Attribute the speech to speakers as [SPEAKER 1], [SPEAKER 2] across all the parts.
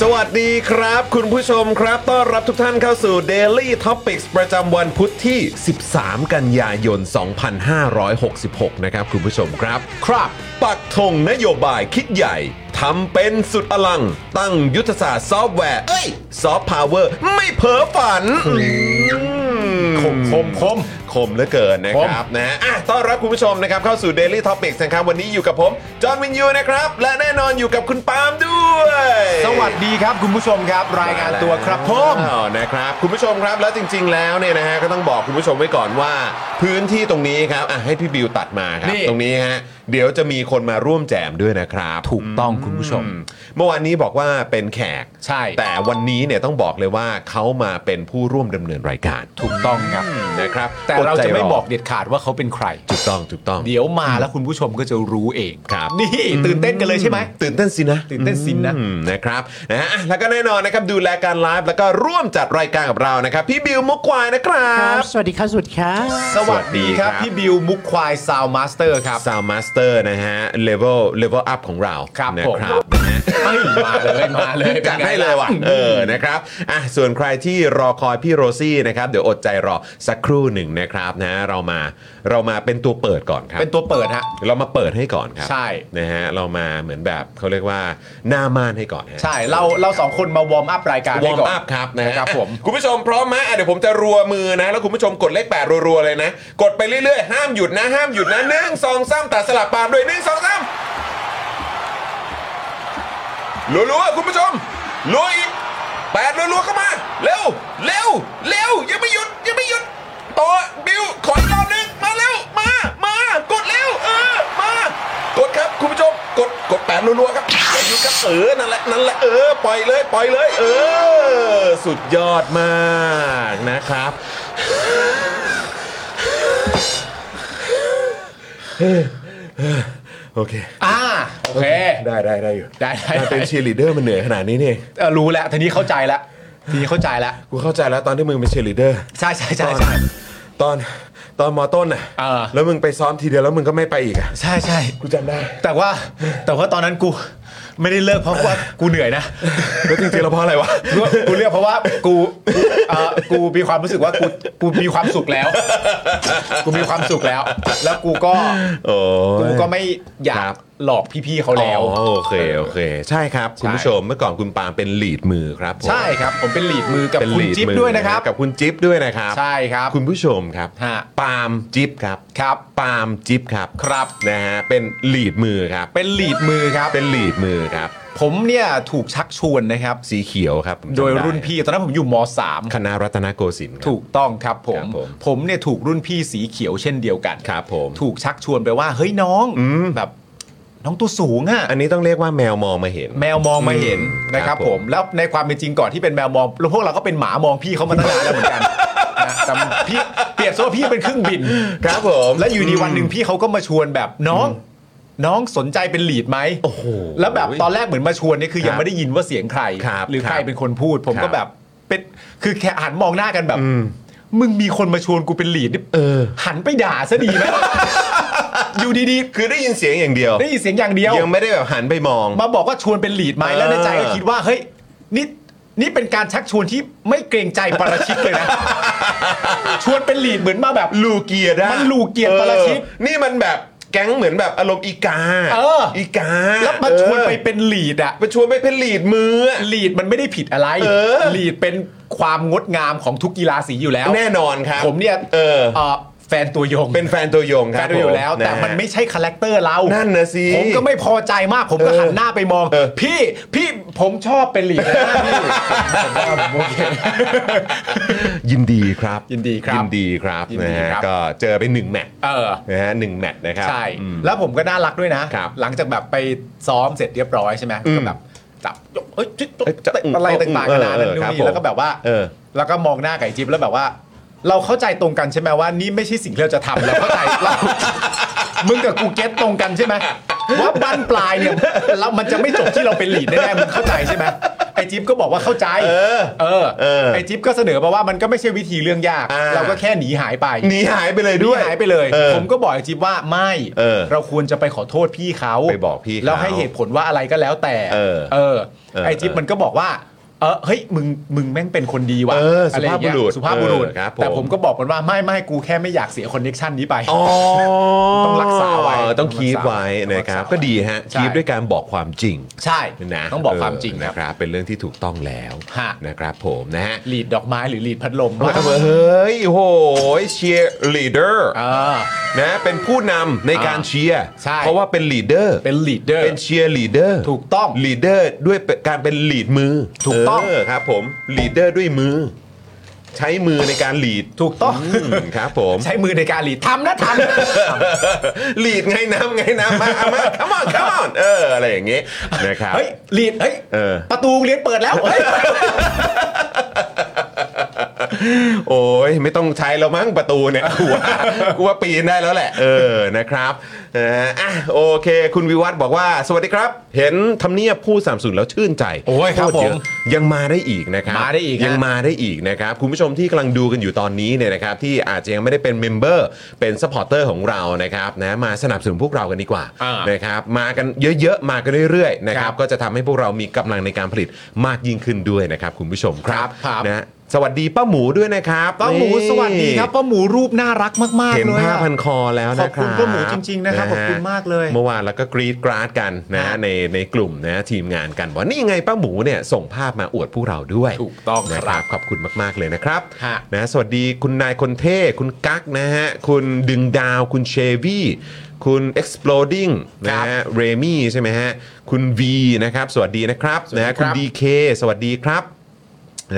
[SPEAKER 1] สวัสดีครับ คุณผู้ชมครับ ต้อนรับทุกท่านเข้าสู่ Daily Topics ประจำวันพุทธที่ 13 กันยายน 2566 นะครับ คุณผู้ชมครับ ครับ ปักธงนโยบายคิดใหญ่ทำเป็นสุดอลัง ตั้งยุทธศาสตร์ซอฟต์แวร์ เอ้ย ซอฟต์พาวเวอร์ ไม่เพ้อฝัน
[SPEAKER 2] คมคมคม
[SPEAKER 1] คมเหลือเกินนะครับนะฮะอ่ะต้อนรับคุณผู้ชมนะครับเข้าสู่ Daily Topics นะครับวันนี้อยู่กับผม จอห์นวินยูนะครับ และแน่นอนอยู่กับคุณปาล์มด้วย
[SPEAKER 2] สวัสดีครับคุณผู้ชมครับ รายงานตัวครับผม
[SPEAKER 1] อ้าวนะครับ คุณผู้ชมครับแล้วจริง ๆ แล้วเนี่ยนะฮะก็ต้องบอกคุณผู้ชมไว้ก่อนว่า พื้นที่ตรงนี้ครับอ่ะให้พี่บิวตัดมาครับ
[SPEAKER 2] นี่
[SPEAKER 1] ตรงนี้ฮะเดี๋ยวจะมีคนมาร่วมแจมด้วยนะครับ
[SPEAKER 2] ถูกต้องคุณผู้ชม
[SPEAKER 1] อืมเมื่อวานนี้บอกว่าเป็นแขก
[SPEAKER 2] ใช่
[SPEAKER 1] แต่วันนี้เนี่ยต้องบอกเลยว่าเขามาเป็นผู้ร่วมดำเนินรายการ
[SPEAKER 2] ถูกต้องครับ
[SPEAKER 1] นะครับ
[SPEAKER 2] แต่เราจะไม่บอก
[SPEAKER 1] ดใจ
[SPEAKER 2] เด็ดขาดว่าเขาเป็นใคร
[SPEAKER 1] ถูกต้องถูกต้อง
[SPEAKER 2] เดี๋ยวมาแล้วคุณผู้ชมก็จะรู้เอง
[SPEAKER 1] ครับ
[SPEAKER 2] นี่ตื่นเต้นกันเลยใช่ไหม
[SPEAKER 1] ตื่นเต้นสินะ
[SPEAKER 2] ตื่นเต้นสินนะ
[SPEAKER 1] อืมนะครับนะฮะอ่ะแล้วก็แน่นอนนะครับดูแลการไลฟ์แล้วก็ร่วมจัดรายการกับเรานะครับพี่บิวมุกควายนะครับ
[SPEAKER 3] สวัสดีครับ สวัสดีครับ
[SPEAKER 2] สวัสดีครับ
[SPEAKER 1] สวัสดีครับ
[SPEAKER 2] พี่บิวมุกควายซาวมาสเตอร์ครับ
[SPEAKER 1] ซาวมาสเตอร์นะฮะเลเวลเลเวลอัพของเรา
[SPEAKER 2] ครับ
[SPEAKER 1] นะ
[SPEAKER 2] ผม
[SPEAKER 1] ครับ
[SPEAKER 2] เฮ้ยมาเลยมาเลย
[SPEAKER 1] จัดให้เลยว่ะเออนะครับอ่ะส่วนใครที่รอคอยพี่โรซี่นะครับ เดี๋ยวอดใจรอสักครู่หนึ่งนะครับนะเรามาเรามาเป็นตัวเปิดก่อนครับ
[SPEAKER 2] เป็นตัวเปิดฮะ
[SPEAKER 1] เรามาเปิดให้ก่อนครับ
[SPEAKER 2] ใช่
[SPEAKER 1] นะฮะเรามาเหมือนแบบเขาเรียกว่าหน้าม่านให้ก่อนฮะ
[SPEAKER 2] ใช่เราเราสองคนมาวอร์มอัพรายการ
[SPEAKER 1] ว
[SPEAKER 2] ให้
[SPEAKER 1] อร์ม
[SPEAKER 2] ก่น
[SPEAKER 1] อัพครับนะฮะ
[SPEAKER 2] ครับผม
[SPEAKER 1] คุณผู้ชมพร้อมไหมอ่ะเดี๋ยวผมจะรัวมือนะ แล้วคุณผู้ชมกดเลขแปดรัวๆเลยนะ กดไปเรื่อยๆ ห้ามหยุดนะ ห้ามหยุดนะหนึ่งสองสามตัดสลับปาล์มด้วยหนึ่งสองสามรัวๆคุณผู้ชมรัวอีกแปดรัวๆเข้ามา เร็วเร็วเร็วยังไม่หยุดยังไม่หยุดต่อบิวขออีกรอบหนึงมาเร็วมามากดเร็วเออมากดครับคุณผู้ชมกดกดแปดรัวๆครับอย่าหยุดครับเออนั่นแหละนั่นแหละเออปล่อยเลยปล่อยเลยเออ สุดยอดมากนะครับ โอเค
[SPEAKER 2] อ่าโอเค
[SPEAKER 1] ได้ได้ได้อยู่
[SPEAKER 2] ได้ได้
[SPEAKER 1] การเป็นเชียร์ลีดเดอร์มันเหนื่อยขนาดนี้นี่เอง
[SPEAKER 2] เออรู้แล้วทีนี้เข้าใจแล้วทีนี้เข้าใจแล้ว
[SPEAKER 1] กูเข้าใจแล้วตอนที่มึงเป็นเชียร์ลีดเดอร์
[SPEAKER 2] ใช่ใช่ใช่ใช่
[SPEAKER 1] ตอนตอนมอต้นอ่ะ
[SPEAKER 2] เออ
[SPEAKER 1] แล้วมึงไปซ้อมทีเดียวแล้วมึงก็ไม่ไปอีกอ่ะ
[SPEAKER 2] ใช่ใช่
[SPEAKER 1] กูจำได้
[SPEAKER 2] แต่ว่าแต่ว่าตอนนั้นกูไม่ได้เลิกเพราะ ว่ากูเหนื่อยนะ
[SPEAKER 1] แล้วจริงๆแล้วเพราะอะไรวะ
[SPEAKER 2] กูเลือกเพราะว่ากูเออกูมีความรู้สึกว่ากูกูมีความสุขแล้ว กูมีความสุขแล้ว แล้วกูก็
[SPEAKER 1] โอ้ย
[SPEAKER 2] กูก็ไม่อยา
[SPEAKER 1] ครั
[SPEAKER 2] ก
[SPEAKER 1] บ
[SPEAKER 2] หลอกพี่ๆเขาแล้ว
[SPEAKER 1] อ๋อโอเคโอเค ใช่ครับ คุณผู้ชมเมื่อก่อนคุณปาล์มเป็นลีดมือครับผม
[SPEAKER 2] ใช่ครับ ผมเป็นหลีดมือกับ
[SPEAKER 1] เป็น
[SPEAKER 2] คุณ
[SPEAKER 1] ลีด
[SPEAKER 2] จิ๊บ
[SPEAKER 1] มือ
[SPEAKER 2] ด้วยนะครับ
[SPEAKER 1] กับคุณจิ๊บด้วยนะครับ
[SPEAKER 2] ใช่ครับ
[SPEAKER 1] คุณผู้ชมครับ
[SPEAKER 2] ฮะ
[SPEAKER 1] ปาล์มจิ๊บครับ
[SPEAKER 2] ครับ
[SPEAKER 1] ปาล์มจิ๊บครับ
[SPEAKER 2] ครับ
[SPEAKER 1] นะฮะเป็นลีดมือครับ
[SPEAKER 2] เป็นหลีดมือครับ
[SPEAKER 1] เป็นลีดมือครับ
[SPEAKER 2] ผมเนี่ยถูกชักชวนนะครับ
[SPEAKER 1] สีเขียวครับผมจำไ
[SPEAKER 2] โดยรุ่นพี่ตอนนั้นผมอยู่ม
[SPEAKER 1] คณะรัตนโกสินทร์ครั
[SPEAKER 2] .3
[SPEAKER 1] บ
[SPEAKER 2] ถูกต้องครับผม
[SPEAKER 1] ครับผม
[SPEAKER 2] ผมเนี่ยถูกรุ่นพี่สีเขียวเช่นเดียวกัน
[SPEAKER 1] ครับผม
[SPEAKER 2] ถูกชักชวนไปว่า เฮ้ย น้องแบบ น้องตัวสูงอะ
[SPEAKER 1] อันนี้ต้องเรียกว่าแมวมองมาเห็น
[SPEAKER 2] แมวมองมาเห็น
[SPEAKER 1] อืม
[SPEAKER 2] นะครับ
[SPEAKER 1] ครับ
[SPEAKER 2] ผ
[SPEAKER 1] ผม ม
[SPEAKER 2] แล้วในความเป็นจริงก่อนที่เป็นแมวมองแล้วพวกเราก็เป็นหมามองพี่เขามาตั้งนานแล้วเหมื อนกันนะแต่พี่เปรียบเสมือนพี่เป็นเครื่องบิน
[SPEAKER 1] ครับผม
[SPEAKER 2] แล้วอยู่ดีวันหนึ่งพี่เขาก็มาชวนแบบน้อง น้องสนใจเป็นลีดไหม
[SPEAKER 1] โอ้โห
[SPEAKER 2] แล้วแบบตอนแรกเหมือนมาชวนเนี่ยคือ
[SPEAKER 1] ครับ
[SPEAKER 2] ยังไม่ได้ยินว่าเสียงใคร
[SPEAKER 1] ครับ
[SPEAKER 2] หรือใคร
[SPEAKER 1] ครับ
[SPEAKER 2] เป็นคนพูด ผม
[SPEAKER 1] ครับ
[SPEAKER 2] ก็แบบเป็นคือแค่หันมองหน้ากันแบบ
[SPEAKER 1] อืม
[SPEAKER 2] มึงมีคนมาชวนกูเป็นลีดนี่
[SPEAKER 1] เออ
[SPEAKER 2] หันไปด่าซะดีไหม อยู่ดี
[SPEAKER 1] คือได้ยิ นเสียงอย่างเดียว
[SPEAKER 2] ๆได้ยินเสียงอย่างเดียว
[SPEAKER 1] ยังไม่ได้แบบหันไปมอง
[SPEAKER 2] มาบอกว่าชวนเป็นลีดไหมแล้วในใจก็คิดว่าเฮ้ยนี่นี่เป็นการชักชวนที่ไม่เกรงใจปาราชิก เลยนะ ชวนเป็นลีดเหมือนมาแบบ
[SPEAKER 1] ลูเกียร์ได้
[SPEAKER 2] มันลูเกียร์ปาราชิก
[SPEAKER 1] เออนี่มันแบบแก๊งเหมือนแบบอารมณ์อีกา
[SPEAKER 2] เอออี
[SPEAKER 1] กา
[SPEAKER 2] แล้วมาชวนไป
[SPEAKER 1] เอ
[SPEAKER 2] เป็นลีดอะ
[SPEAKER 1] อมาชวนไปเป็นลีดมืออะ
[SPEAKER 2] ลีดมันไม่ได้ผิดอะไร
[SPEAKER 1] เออ
[SPEAKER 2] ลีดเป็นความงดงามของทุกกีฬาสีอยู่แล้ว
[SPEAKER 1] แน่นอนครับ
[SPEAKER 2] ผมเนี่ย
[SPEAKER 1] เออ
[SPEAKER 2] เอ่อแฟนตัวยง
[SPEAKER 1] เป็นแฟนตัวยงค
[SPEAKER 2] แฟ
[SPEAKER 1] รับ
[SPEAKER 2] นตัวยง
[SPEAKER 1] ผ
[SPEAKER 2] แล้ว
[SPEAKER 1] ะ
[SPEAKER 2] แต่
[SPEAKER 1] ฮะ
[SPEAKER 2] มันไม่ใช่คาแรคเตอร์เรา
[SPEAKER 1] นั่
[SPEAKER 2] นั่
[SPEAKER 1] นน่ะสิ
[SPEAKER 2] ผมก็ไม่พอใจมากผมก็
[SPEAKER 1] เออ
[SPEAKER 2] หันหน้าไปมอง
[SPEAKER 1] เออ
[SPEAKER 2] พี่พี่ผมชอบเป็นลีดนะ พี่ผมว่าโอเค
[SPEAKER 1] ยินดีครับ
[SPEAKER 2] ยินดีครับ
[SPEAKER 1] ยินดีครับ
[SPEAKER 2] ยินดี
[SPEAKER 1] นะฮะ
[SPEAKER 2] ครับ
[SPEAKER 1] ก็เจอไปหนึ่งแมตช์
[SPEAKER 2] เออ
[SPEAKER 1] นะฮะหนึ่งแมตช์นะครับ
[SPEAKER 2] ใช่
[SPEAKER 1] อืม
[SPEAKER 2] แล้วผมก็น่ารักด้วยนะ
[SPEAKER 1] ครับ
[SPEAKER 2] หลังจากแบบไปซ้อมเสร็จเรียบร้อยใช่ไหม
[SPEAKER 1] อืม
[SPEAKER 2] ก็แบบจับยกเอ้ยจิ๊ด
[SPEAKER 1] เอ้ยจับอืม
[SPEAKER 2] อะไรต่างๆกันานา
[SPEAKER 1] เออเออ
[SPEAKER 2] นั่นนู่น
[SPEAKER 1] ครับ
[SPEAKER 2] นี่แล้วก็แบบว่า
[SPEAKER 1] เออ
[SPEAKER 2] แล้วก็มองหน้าไก่จิ๊บแล้วแบบว่า เราเข้าใจตรงกันใช่ไหมว่านี่ไม่ใช่สิ่งที่เราจะทำเราเข้าใจเรา มึงกับกูเก็ตตรงกันใช่ไหมว่าบั้นปลายเนี่ยแล้วมันจะไม่จบที่เราเป็นหลีดแน่ๆมึงเข้าใจใช่ไหมไอ้จิ๊บก็บอกว่าเข้าใจ
[SPEAKER 1] เออ
[SPEAKER 2] เออ
[SPEAKER 1] เออ
[SPEAKER 2] ไอ้จิ๊บก็เสนอมาว่ามันก็ไม่ใช่วิธีเรื่องยาก
[SPEAKER 1] อ่า
[SPEAKER 2] เราก็แค่หนีหายไป
[SPEAKER 1] หนีหายไปเลยด้วย
[SPEAKER 2] หายไปเลย
[SPEAKER 1] ออ
[SPEAKER 2] ผมก็บอกไอ้จิ๊บว่าไม่
[SPEAKER 1] เออ
[SPEAKER 2] ควรจะไปขอโทษพี่เขา
[SPEAKER 1] ไปบอกพี่เขา
[SPEAKER 2] แล้วให้เหตุผลว่าอะไรก็แล้วแต่
[SPEAKER 1] เออ
[SPEAKER 2] เออ
[SPEAKER 1] เออ
[SPEAKER 2] ไอ้จิ๊บมันก็บอกว่าเออเฮ้ยมึงมึงแม่งเป็นคนดีว่ะ
[SPEAKER 1] เอออ
[SPEAKER 2] อะไรอย่งเงี้ย
[SPEAKER 1] สุภาพบุ
[SPEAKER 2] สุภาพบุ
[SPEAKER 1] รุษ
[SPEAKER 2] รุษ
[SPEAKER 1] เออครับผม
[SPEAKER 2] แต่ผมก็บอกมันว่าไม่ไม่กูแค่ไม่อยากเสียคอนเน็ชันนี้ไป
[SPEAKER 1] อ๋อ
[SPEAKER 2] ต้องรักษาไว้
[SPEAKER 1] ต้องคีบไว้
[SPEAKER 2] ต้องรั
[SPEAKER 1] นะ
[SPEAKER 2] กษา
[SPEAKER 1] ครับ
[SPEAKER 2] ไว้
[SPEAKER 1] ก็ดีฮะ
[SPEAKER 2] ใช่
[SPEAKER 1] คีบด้วยการบอกความจริง
[SPEAKER 2] ใช่
[SPEAKER 1] นะ
[SPEAKER 2] ต้องบอกความจริง
[SPEAKER 1] เออ
[SPEAKER 2] ค
[SPEAKER 1] นะ
[SPEAKER 2] รับ
[SPEAKER 1] ครับ เป็นเรื่องที่ถูกต้องแล้ว
[SPEAKER 2] ฮะ
[SPEAKER 1] นะครับผมนะฮะ
[SPEAKER 2] ลีดดอกไม้หรือลีดพัดลม
[SPEAKER 1] แล้วก็เฮ้ยโหยเชียร์ลีดเดอร์
[SPEAKER 2] เออ
[SPEAKER 1] นะเป็นผู้นำในการ
[SPEAKER 2] อ่า
[SPEAKER 1] เชียร์
[SPEAKER 2] ใช่
[SPEAKER 1] เพราะว่าเป็นลีดเดอร์
[SPEAKER 2] เป็นลีดเดอร์
[SPEAKER 1] เป็นเชียร์ลีดเดอร์
[SPEAKER 2] ถูกต้อง
[SPEAKER 1] ลีดเดอร์ด้วยการเป็นลีดมือ
[SPEAKER 2] ถูกต้อง
[SPEAKER 1] เครับผมลีดเดอร์ด้วยมือ ใช้มือในการลีด
[SPEAKER 2] ถูกต้อง
[SPEAKER 1] อืมครับผม
[SPEAKER 2] ใช้มือในการลีดทำนะทำนะ
[SPEAKER 1] ลีดไงน้ำไง น้ำมาเอามา come on come on เอออะไรอย่างเงี้ยนะครับ
[SPEAKER 2] เฮ้ยลีดเฮ้ย
[SPEAKER 1] เออ
[SPEAKER 2] ประตูโรงเรียนเปิดแล้วเฮ้ย
[SPEAKER 1] โอ้ยไม่ต้องใช้แล้วมั้งประตูเนี่ย กูว่ากูว่าปีนได้แล้วแหละ เออนะครับเอออ่ะโอเค คุณวิวัฒน์บอกว่า สวัสดีครับ เห็นทำเนียบผู้สามสูนแล้วชื่นใจ
[SPEAKER 2] โอ้ยครับ
[SPEAKER 1] พูด
[SPEAKER 2] ผ
[SPEAKER 1] เะ
[SPEAKER 2] ม
[SPEAKER 1] ยังมาได้อีกนะครับ
[SPEAKER 2] มาได้อีกฮะ
[SPEAKER 1] ยังมาได้อีกนะครับ คุณผู้ชมที่กำลังดูกันอยู่ตอนนี้เนี่ยนะครับ ที่อาจจะยังไม่ได้เป็นเมมเบอร์เป็นสปอร์เตอร์ของเรานะครับนะมาสนับสนุนพวกเรากันดีกว่า
[SPEAKER 2] อ่าน
[SPEAKER 1] นะครับ มากันเยอะๆมากันเรื่อยๆนะครับก็จะทำให้พวกเรามีกำลังในการผลิตมากยิ่งขึ้นด้วยนะครับคุณผู้ชมครับ
[SPEAKER 2] ครับ
[SPEAKER 1] นะฮะสวัสดีป้าหมูด้วยนะครับ
[SPEAKER 2] ป้าหมู
[SPEAKER 1] นี่
[SPEAKER 2] สวัสดีครับป้าหมูรูปน่ารักมากๆเลย
[SPEAKER 1] เห็นผ้า
[SPEAKER 2] อะ
[SPEAKER 1] พันคอแล้ว
[SPEAKER 2] ขอ
[SPEAKER 1] นะค
[SPEAKER 2] บคุ
[SPEAKER 1] รับ
[SPEAKER 2] ณป้าหมูจริงๆนะครับ
[SPEAKER 1] ฮ
[SPEAKER 2] ขอบคุณมากเลย
[SPEAKER 1] เมื่อวานแล้วก็กรีดกราดกันนะ
[SPEAKER 2] ฮะ
[SPEAKER 1] ในในกลุ่มนะทีมงานกันว่านี่ไงป้าหมูเนี่ยส่งภาพมาอวดพวกเราด้วย
[SPEAKER 2] ถูกต้อง
[SPEAKER 1] นะครับขอบคุณมากๆเลยนะครับ
[SPEAKER 2] ฮะ
[SPEAKER 1] นะสวัสดีคุณนายคนเท่คุณกั๊กนะฮะคุณดึงดาวคุณเชวี่คุณ exploding นะครับ ฮะเรมี่ใช่ไหมฮะคุณ V นะครับสวัสดีนะครับ
[SPEAKER 2] สวัสดี
[SPEAKER 1] นะฮะคุณ
[SPEAKER 2] ครับ
[SPEAKER 1] DK สวัสดีครับ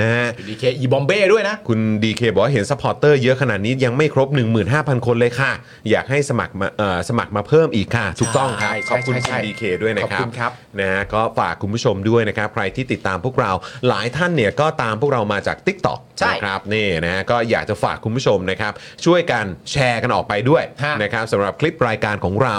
[SPEAKER 1] นะฮะ
[SPEAKER 2] ดีเคอีบอมเบ้ด้วยนะ
[SPEAKER 1] คุณดีเคบอกว่าเห็นซัพพอร์เตอร์เยอะขนาดนี้ยังไม่ครบ 15,000 คนเลยค่ะ อยากให้สมัครมาเอ่อสมัครมาเพิ่มอีกค่ะ ถูกต้องครับ
[SPEAKER 2] ใช่ใช่
[SPEAKER 1] ขอบคุณ
[SPEAKER 2] ใช่
[SPEAKER 1] คุณดีเคด้วยนะครั
[SPEAKER 2] ขอบ บคุณครับ
[SPEAKER 1] นะฮะก็ฝากคุณผู้ชมด้วยนะครับ ใครที่ติดตามพวกเราหลายท่านเนี่ยก็ตามพวกเรามาจาก Tik t o อก
[SPEAKER 2] ใช่
[SPEAKER 1] นะครับนี่นะฮะก็อยากจะฝากคุณผู้ชมนะครับ ช่วยกันแชร์กันออกไปด้วย
[SPEAKER 2] ฮะ
[SPEAKER 1] นะครับสำหรับคลิปรายการของเรา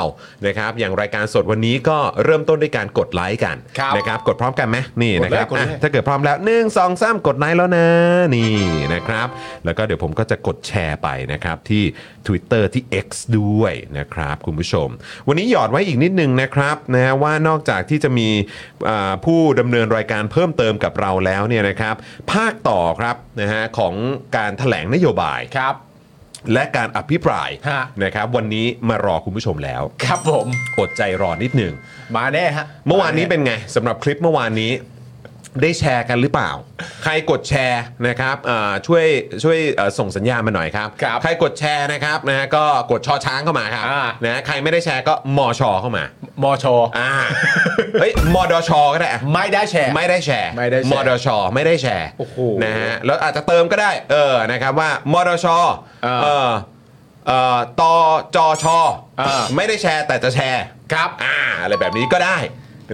[SPEAKER 1] นะครับ อย่างรายการสดวันนี้ก็เริ่มต้นด้วยการกดไลค์กัน
[SPEAKER 2] ครับ
[SPEAKER 1] นะครับกดพร้อมกันไหมนี่
[SPEAKER 2] กดเลย
[SPEAKER 1] นะครับ
[SPEAKER 2] กดเลย
[SPEAKER 1] อ่ะถ้าเกิดพร้อมแล้ว1 2 3 กดไลค์แล้วนะนี่นะครับ แล้วก็เดี๋ยวผมก็จะกดแชร์ไปนะครับที่ Twitter ที่ X ด้วยนะครับคุณผู้ชม วันนี้หยอดไว้อีกนิดนึงนะครับนะฮะว่านอกจากที่จะมีอ่าผู้ดำเนินรายการเพิ่มเติมกับเราแล้วเนี่ยนะครับ ภาคต่อครับนะฮะของการแถลงนโยบาย
[SPEAKER 2] ครับ
[SPEAKER 1] และการอภิปราย
[SPEAKER 2] ฮะ
[SPEAKER 1] นะครับวันนี้มารอคุณผู้ชมแล้ว
[SPEAKER 2] ครับผม
[SPEAKER 1] อดใจรอนิดนึง
[SPEAKER 2] มาแน่ฮะ
[SPEAKER 1] เมื่อวานนี้เป็นไงสำหรับคลิปเมื่อวานนี้ ได้แชร์กันหรือเปล่า ใครกดแชร์นะครับอ่าช่วยช่วยเอ่อส่งสัญญาณมาหน่อยครับ
[SPEAKER 2] ครับ
[SPEAKER 1] ใครกดแชร์นะครับนะฮะก็กดชอช้างเข้ามาครับ
[SPEAKER 2] อ่าน
[SPEAKER 1] นะใครไม่ได้แชร์ก็มอชอเข้ามา
[SPEAKER 2] มอชอ
[SPEAKER 1] อ่าเฮ้ยมอดอชอก็ได้อะ
[SPEAKER 2] ไม่ได้แชร์
[SPEAKER 1] ไม่ได้แชร์
[SPEAKER 2] ไม่ได้แชร์
[SPEAKER 1] มอดอชอไม่ได้แชร์
[SPEAKER 2] โอ้โห
[SPEAKER 1] นะฮะแล้วอาจจะเติมก็ได้ เออนะครับว่ามอดอชอ
[SPEAKER 2] เออ
[SPEAKER 1] เออเอ่อตอจอชอ
[SPEAKER 2] อ่า
[SPEAKER 1] ไม่ได้แชร์แต่จะแชร์
[SPEAKER 2] ครับ
[SPEAKER 1] อ่าอะไรแบบนี้ก็ได้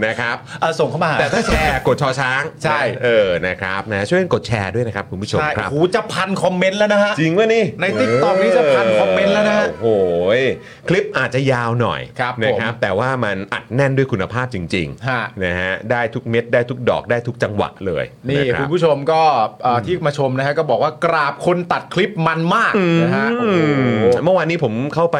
[SPEAKER 1] นะครับ
[SPEAKER 2] เอ่อส่งเข้ามาหา
[SPEAKER 1] แต่ถ้าแชร์กดชอช้าง
[SPEAKER 2] ใช่
[SPEAKER 1] เออนะครับนะช่วยกันกดแชร์ด้วยนะครับคุณผู้ชม
[SPEAKER 2] ใช่
[SPEAKER 1] ครับ
[SPEAKER 2] โอ้โหจะพันคอมเมนต์แล้วนะฮะ
[SPEAKER 1] จริงวะนี่
[SPEAKER 2] ใน TikTok นี่จะพันคอมเมนต์แล้วนะฮะ
[SPEAKER 1] โอ้โหคลิปอาจจะยาวหน่อย
[SPEAKER 2] ครับผม
[SPEAKER 1] นะครับ แต่ว่ามันอัดแน่นด้วยคุณภาพจริง
[SPEAKER 2] ฮะ
[SPEAKER 1] นะฮะได้ทุกเม็ดได้ทุกดอกได้ทุกจังหวะเลย
[SPEAKER 2] นี่
[SPEAKER 1] ะ
[SPEAKER 2] คุ
[SPEAKER 1] รับ
[SPEAKER 2] ณผู้ชมก็เอ่ออที่มาชมนะฮะก็บอกว่ากราบคนตัดคลิปมันมากนะฮะโอ้
[SPEAKER 1] อื
[SPEAKER 2] โห
[SPEAKER 1] มเมื่อวานนี้ผมเข้าไป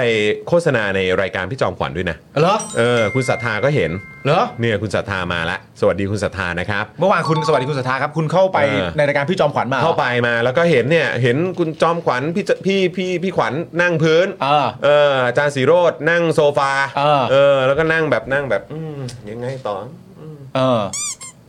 [SPEAKER 1] โฆษณาในรายการพี่จอมขวัญด้วยนะ
[SPEAKER 2] เหรอ
[SPEAKER 1] เออ คุณศรัทธาก็เห็น
[SPEAKER 2] เหรอ
[SPEAKER 1] เนี่ยคุณศรัทธามาละ สวัสดีคุณศรัทธานะครับ
[SPEAKER 2] เมื่อวานคุณสวัสดีคุณสัทธาครับ คุณเข้าไป
[SPEAKER 1] เออ
[SPEAKER 2] ในรายการพี่จอมขวัญมาหรอ
[SPEAKER 1] เข้าไปมาแล้วก็เห็นเนี่ย เห็นคุณจอมขวัญพี่จพี่พี่พี่ขวัญนั่งพื้น
[SPEAKER 2] เออ
[SPEAKER 1] เอออาจารย์สีโรดนั่งโซฟา
[SPEAKER 2] เออ
[SPEAKER 1] อแล้วก็นั่งแบบนั่งแบบอืมยังไงต่อ
[SPEAKER 2] เออ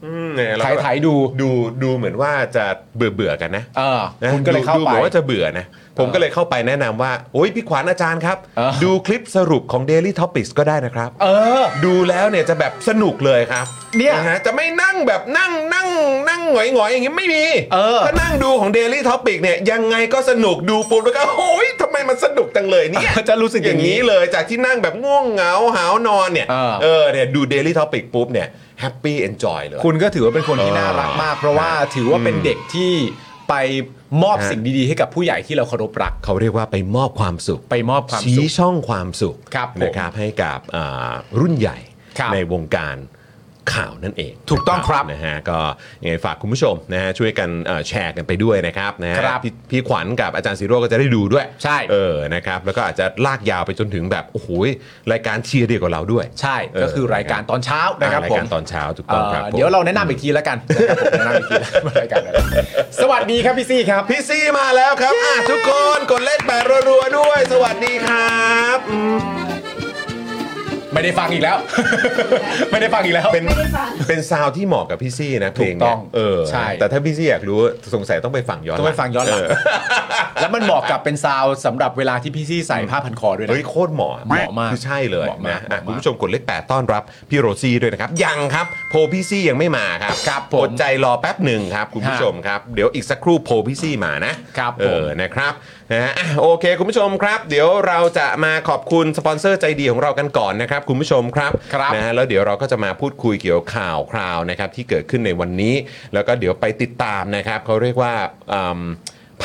[SPEAKER 1] อืมเนี่ย
[SPEAKER 2] ถ่า
[SPEAKER 1] แล้ว
[SPEAKER 2] ย
[SPEAKER 1] ก็
[SPEAKER 2] ถ่ายดู
[SPEAKER 1] ดูดูเหมือนว่าจะเบื่อเบื่อๆกันนะ
[SPEAKER 2] เออ
[SPEAKER 1] นะ
[SPEAKER 2] คุณก็เลยเข้า
[SPEAKER 1] ดู
[SPEAKER 2] ไป
[SPEAKER 1] ดูหมือนว่าจะเบื่อนะ ผมก็เลยเข้าไปแนะนำว่า โอ้ยพี่ขวัญอาจารย์ครับ
[SPEAKER 2] เออ
[SPEAKER 1] ดูคลิปสรุปของ Daily Topics ก็ได้นะครับ
[SPEAKER 2] เออ
[SPEAKER 1] ดูแล้วเนี่ยจะแบบสนุกเลยครับ
[SPEAKER 2] เนี่ย
[SPEAKER 1] ะฮะจะไม่นั่งแบบนั่งนั่งนั่งหงอยหงอยๆอย่างงี้ไม่มี
[SPEAKER 2] เออ
[SPEAKER 1] ถ้านั่งดูของ Daily Topic เนี่ยยังไงก็สนุกดูปุ๊บแล้วก็โอ้ยทำไมมันสนุกจังเลยเนี่ย
[SPEAKER 2] จะรู้สึกอย่
[SPEAKER 1] อา
[SPEAKER 2] ย่างง
[SPEAKER 1] นี้
[SPEAKER 2] นี้
[SPEAKER 1] เลยจากที่นั่งแบบง่วงเหงาหาวนอนเนี่ย
[SPEAKER 2] เออ
[SPEAKER 1] เนี่ยดู Daily Topic ปุ๊บเนี่ยแฮปปี้เอนจอยเลย
[SPEAKER 2] คุณก็ถือว่าเป็นคนที่
[SPEAKER 1] เออ
[SPEAKER 2] น่ารักมาก เพราะว่าถือว่าเป็นเด็กที่ไปมอบ
[SPEAKER 1] ฮะ
[SPEAKER 2] สิ่งดีๆ ให้กับผู้ใหญ่ที่เราเคารพรัก
[SPEAKER 1] เขาเรียกว่าไปมอบความสุข
[SPEAKER 2] ไปมอบความสุ
[SPEAKER 1] ชี้
[SPEAKER 2] ข
[SPEAKER 1] ช่องความสุข
[SPEAKER 2] ครับผม
[SPEAKER 1] นะครับให้กับอ่ารุ่นใหญ่
[SPEAKER 2] ครับ
[SPEAKER 1] ในวงการข่าวนั่นเอง
[SPEAKER 2] ถูกต้องครับ
[SPEAKER 1] นะฮะก็ยังไงฝากคุณผู้ชมนะฮะช่วยกันเอ่อแชร์กันไปด้วยนะครับนะฮะ
[SPEAKER 2] ครับ
[SPEAKER 1] พพี่ขวัญกับอาจารย์ซีโร่ก็จะได้ดูด้วย
[SPEAKER 2] ใช่
[SPEAKER 1] เออนะครับแล้วก็อาจจะลากยาวไปจนถึงแบบโอ้โหรายการเชียร์เดียวกับเราด้วย
[SPEAKER 2] ใช่ ก็คือรายการตอนเช้านะครับ
[SPEAKER 1] อ่า
[SPEAKER 2] ผ
[SPEAKER 1] ยกาม รตอนเช้าถูกต้องครับ
[SPEAKER 2] เอ่อ
[SPEAKER 1] ผม
[SPEAKER 2] เดี๋ยวเราแนะนำอีกทีแล้วกัน นะครับผมแนะนำอีกทีแล้วกันรายการอะไรสวัสดีครับพี่ซี่ครับ
[SPEAKER 1] พี่ซีมาแล้วครับอ่ะทุกคนกดเลขแปดรัวๆด้วย สวัสดีครับอืม
[SPEAKER 2] ไม่ได้ฟังอีกแล้ว ไม่ได้ฟังอีกแล้ว
[SPEAKER 1] เป็นเป็นซาวด์ที่เหมาะกับพี่ซี่นะเพลง
[SPEAKER 2] ถูกต้
[SPEAKER 1] เนี้
[SPEAKER 2] อย ง
[SPEAKER 1] เออ
[SPEAKER 2] ใช่
[SPEAKER 1] แต่ถ้าพี่ซี่อยากรู้สงสัยต้องไปฟังย้อนหลั
[SPEAKER 2] ต้องไปฟังย้อนหลัง แล้วมันเหมาะกับเป็นซาวด์สำหรับเวลาที่พี่ซี่ใส่ผ้าพันคอด้วยนะ
[SPEAKER 1] เฮ้ยโคตรเหมาะ
[SPEAKER 2] เหมาะมาก
[SPEAKER 1] คือใช่เลย
[SPEAKER 2] เหมาะมาก
[SPEAKER 1] นะอ่ะ
[SPEAKER 2] เหมาะมาก
[SPEAKER 1] คุณผู้ชมกดเลขแปดต้อนรับพี่โรซี่ด้วยนะครับ ยังครับโพลพี่ซี่ยังไม่มาครับ
[SPEAKER 2] ครับผม
[SPEAKER 1] อดใจรอแป๊บหนึ่งครับ คุณผู้ชมครับ เดี๋ยวอีกสักครู่โพลพี่ซี่มานะครับ เอ
[SPEAKER 2] ผม
[SPEAKER 1] อนะครับนะฮะอ่ะโอเค คุณผู้ชมครับ เดี๋ยวเราจะมาขอบคุณสปอนเซอร์ใจดีของเรากันก่อนนะครับ คุณผู้ชมครับ
[SPEAKER 2] ครับ
[SPEAKER 1] นะฮะแล้วเดี๋ยวเราก็จะมาพูดคุยเกี่ยวกับข่าวคราวนะครับที่เกิดขึ้นในวันนี้ แล้วก็เดี๋ยวไปติดตามนะครับเขาเรียกว่าอืม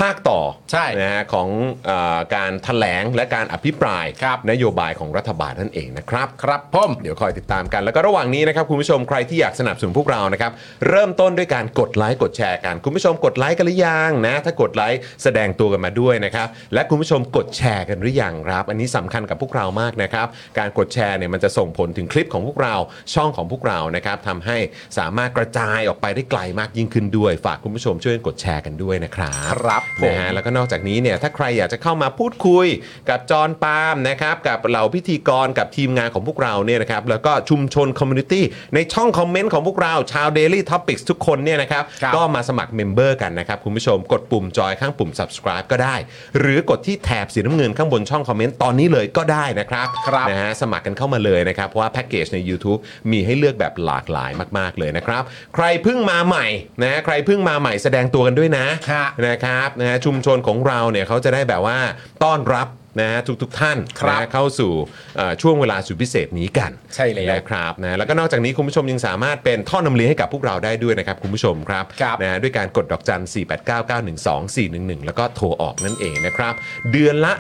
[SPEAKER 1] ภาคต่อ
[SPEAKER 2] ใช่
[SPEAKER 1] นะฮะของเออการแถลงและการอภิปราย
[SPEAKER 2] ครับ
[SPEAKER 1] นโยบายของรัฐบาลนั่นเองนะครับครับพ่อมเดี๋ยวคอยติดตามกันแล้วก็ระหว่างนี้นะครับคุณผู้ชมใครที่อยากสนับสนุนพวกเรานะครับเริ่มต้นด้วยการกดไลค์กดแชร์กัน คุณผู้ชมกดไลค์กันหรือยังนะถ้ากดไลค์แสดงตัวกันมาด้วยนะครับและคุณผู้ชมกดแชร์กันหรือยังครับ อันนี้สำคัญกับพวกเรามากนะครับการกดแชร์เนี่ยมันจะส่งผลถึงคลิปของพวกเราช่องของพวกเรานะครับทำให้สามารถกระจายออกไปได้ไกลมากยิ่งขึ้นด้วย ฝากคุณผู้ชมช่วยกดแชร์กันด้วยนะครับ
[SPEAKER 2] ครับผม
[SPEAKER 1] นะฮะ แล้วก็นอกจากนี้เนี่ยถ้าใครอยากจะเข้ามาพูดคุยกับจอห์นปาล์มนะครับกับเหล่าพิธีกรกับทีมงานของพวกเราเนี่ยนะครับแล้วก็ชุมชนคอมมูนิตี้ในช่องคอมเมนต์ของพวกเราชาว Daily Topics ทุกคนเนี่ยนะครับ
[SPEAKER 2] ครับ
[SPEAKER 1] ก็มาสมัครเมมเบอร์กันนะครับคุณผู้ชมกดปุ่มจอยข้างปุ่ม subscribe ก็ได้ หรือกดที่แถบสีน้ำเงินข้างบนช่องคอมเมนต์ตอนนี้เลยก็ได้นะครับ
[SPEAKER 2] ครับ
[SPEAKER 1] นะฮะสมัครกันเข้ามาเลยนะครับเพราะว่าแพ็กเกจใน YouTube มีให้เลือกแบบหลากหลายมาก ๆเลยนะครับใครเพิ่งมาใหม่นะฮะใครเพิ่งมาใหม่แสดงตัวกันด้วยนะ
[SPEAKER 2] ฮะ
[SPEAKER 1] นะครับนะฮะชุมชนของเราเนี่ยเขาจะได้แบบว่าต้อนรับนะฮะทุกๆทท่าน
[SPEAKER 2] ครับ
[SPEAKER 1] นะฮะเข้าสู่เอ่อช่วงเวลาสุดพิเศษนี้กัน
[SPEAKER 2] ใช่แล้ว
[SPEAKER 1] นะครับนะแล้วก็นอกจากนี้คุณผู้ชมยังสามารถเป็นท่อนำเลี้ยงให้กับพวกเราได้ด้วยนะครับคุณผู้ชมครับ
[SPEAKER 2] ครับ
[SPEAKER 1] นะฮะด้วยการกดดอกจัน 4 8 9 9 1 2 4 1 1 แล้วก็โทรออกนั่นเองนะครับ เดือนละ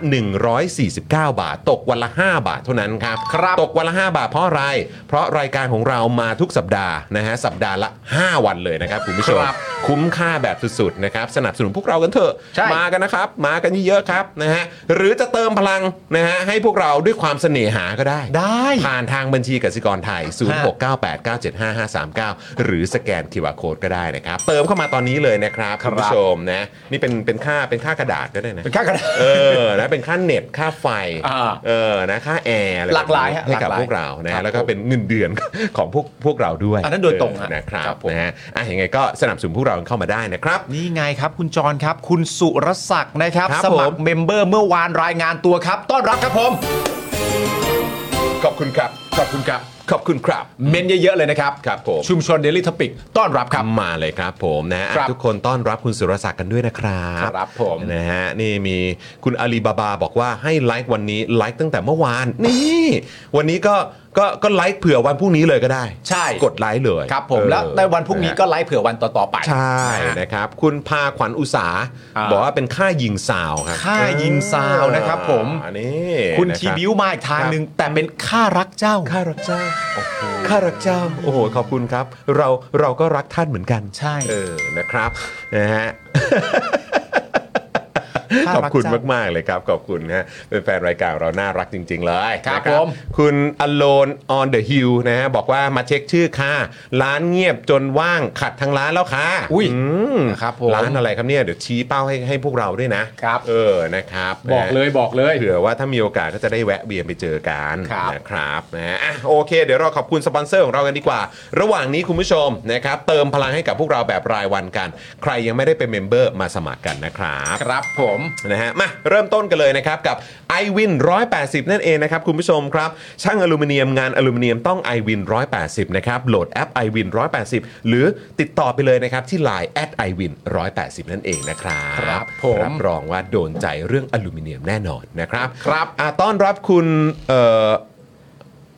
[SPEAKER 1] 149 บาท ตกวันละ 5 บาทเท่านั้นครับครับตกวันละ 5 บาทเพราะอะไร เพราะรายการของเรามาทุกสัปดาห์นะฮะสัปดาห์ละ 5 วันเลยนะครับคุณผู้ชม
[SPEAKER 2] ครับ
[SPEAKER 1] คุ้มค่าแบบสุดๆนะครับสนับสนุนพวกเรากันเถอะ
[SPEAKER 2] ใช่
[SPEAKER 1] มากันนะครับ มากันเยอะๆครับนะฮะหรือจะเติมพลังนะฮะให้พวกเราด้วยความเสน่หาก็ได้
[SPEAKER 2] ได้
[SPEAKER 1] ผ่านทางบัญชีกสิกรไทย 0698975539 หรือสแกน QR Code ก็ได้นะครับ เติมเข้ามาตอนนี้เลยนะครับ
[SPEAKER 2] ครับ
[SPEAKER 1] คุณผู้ชมนะนี่เป็นเป็นค่าเป็นค่ากระดาษก็ได้นะ
[SPEAKER 2] เป็นค่ากระดาษ
[SPEAKER 1] เออนะเป็นค่าเน็ตค่าไฟ
[SPEAKER 2] อ่า
[SPEAKER 1] เออนะค่าแอร์อะไร
[SPEAKER 2] หลากหลายฮะ
[SPEAKER 1] ให้กับ
[SPEAKER 2] หลากหลาย
[SPEAKER 1] พวกเรานะ
[SPEAKER 2] ครั
[SPEAKER 1] ฮะ
[SPEAKER 2] บ
[SPEAKER 1] แล้วก็เป็นเงินเดือน ของพวกพวกเราด้วย
[SPEAKER 2] อันนั้นโดยตรงฮะ
[SPEAKER 1] นะครับ
[SPEAKER 2] ครับผม
[SPEAKER 1] นะฮะอ่ะยังไงก็สนับสนุนพวกเราเข้ามาได้นะครับ
[SPEAKER 2] นี่ไงครับคุณจรครับ คุณสุรศักดิ์นะครับ
[SPEAKER 1] ครับ
[SPEAKER 2] สมัค
[SPEAKER 1] ผ
[SPEAKER 2] ร
[SPEAKER 1] ม
[SPEAKER 2] เมมเบอร์เมื่อวานรายงานตัวครับ ต้อนรับครับผม
[SPEAKER 1] ขอบคุณครับ
[SPEAKER 2] ขอบคุณครับ
[SPEAKER 1] ขอบคุณครับ
[SPEAKER 2] เม้นต์เยอะ ๆ เลยนะครับ
[SPEAKER 1] ครับผม
[SPEAKER 2] ชุมชน Daily Topic ต้อนรับครับ
[SPEAKER 1] มาเลยครับผมนะฮะ
[SPEAKER 2] ครับ
[SPEAKER 1] ทุกคนต้อนรับคุณสุรศักดิ์กันด้วยนะครับ
[SPEAKER 2] ครับผม
[SPEAKER 1] นะฮะนี่มีคุณอาลีบาบาบอกว่าให้ไลค์วันนี้ไลค์ตั้งแต่เมื่อวาน นี่ วันนี้ก็ก็ก็ไลค์เผื่อวันพรุ่งนี้เลยก็ได้
[SPEAKER 2] ใช่
[SPEAKER 1] กดไลค์เลย
[SPEAKER 2] ครับผม
[SPEAKER 1] เออ
[SPEAKER 2] แล้วในวันพรุ่งนี้ก็
[SPEAKER 1] ะฮะ
[SPEAKER 2] ไลฟ์เผื่อวันต่อ ๆ ไป
[SPEAKER 1] ใช่
[SPEAKER 2] นะ
[SPEAKER 1] นะครับ คุณพาขวัญอุสา
[SPEAKER 2] อ่า
[SPEAKER 1] บอกว่าเป็นค่ายิงสาวครับ
[SPEAKER 2] ค่ายิงสาวนะครับผม
[SPEAKER 1] อันนี้
[SPEAKER 2] คุณ
[SPEAKER 1] นะ
[SPEAKER 2] ที
[SPEAKER 1] รับ
[SPEAKER 2] บิวมาอีกทาง
[SPEAKER 1] ครับ
[SPEAKER 2] หนึ่งแต่เป็นค่ารักเจ้า
[SPEAKER 1] ข้ารักเจ้าข้ารักเจ้า โอ้โห ขอบคุณครับ เราเราก็รักท่านเหมือนกัน
[SPEAKER 2] ใช่
[SPEAKER 1] เออ นะครับ นะฮะ
[SPEAKER 2] ข้า
[SPEAKER 1] ขอบ
[SPEAKER 2] รัก
[SPEAKER 1] คุณ
[SPEAKER 2] เจ้าม
[SPEAKER 1] าก ๆ เลยครับ ขอบคุณนะฮะเป็นแฟนรายการเราน่ารักจริง ๆ เลย
[SPEAKER 2] ครับ
[SPEAKER 1] นะ
[SPEAKER 2] ผม
[SPEAKER 1] คุณ Alone on the Hill นะฮะ บอกว่ามาเช็คชื่อค่ะ ร้านเงียบจนว่างขัดทั้งร้านแล้วค่ะ
[SPEAKER 2] อุ้ย
[SPEAKER 1] ม
[SPEAKER 2] นะครับผม
[SPEAKER 1] ร้านอะไรครับเนี่ย เดี๋ยวชี้เป้าให้ให้พวกเราด้วยนะครับ เออ นะครับนะฮะ
[SPEAKER 2] บอกเลยบอกเลย
[SPEAKER 1] เผื่อว่าถ้ามีโอกาสก็จะได้แวะเวียนไปเจอกัน
[SPEAKER 2] ครับ
[SPEAKER 1] นะครับนะฮะอ่ะโอเค เดี๋ยวเราขอบคุณสปอนเซอร์ของเรากันดีกว่า ระหว่างนี้คุณผู้ชมนะครับเติมพลังให้กับพวกเราแบบรายวันกัน ใครยังไม่ได้เป็นเมมเบอร์มาสมัครกันนะครับ
[SPEAKER 2] ครับผม
[SPEAKER 1] นะฮะมาเริ่มต้นกันเลยนะครับกับ i w วิน180 นั่นเองนะครับ คุณผู้ชมครับ ช่างอลูมิเนียมงานอลูมิเนียมต้อง i w วิน180 นะครับ โหลดแอป i w วิน180 หรือติดต่อไปเลยนะครับ ที่ Line at i w วิน180 นั่นเองนะครับ
[SPEAKER 2] ครับผม
[SPEAKER 1] รับรองว่าโดนใจเรื่องอลูมิเนียมแน่นอนนะครับ
[SPEAKER 2] ครับ
[SPEAKER 1] อ่ะต้อนรับคุณเอ่อ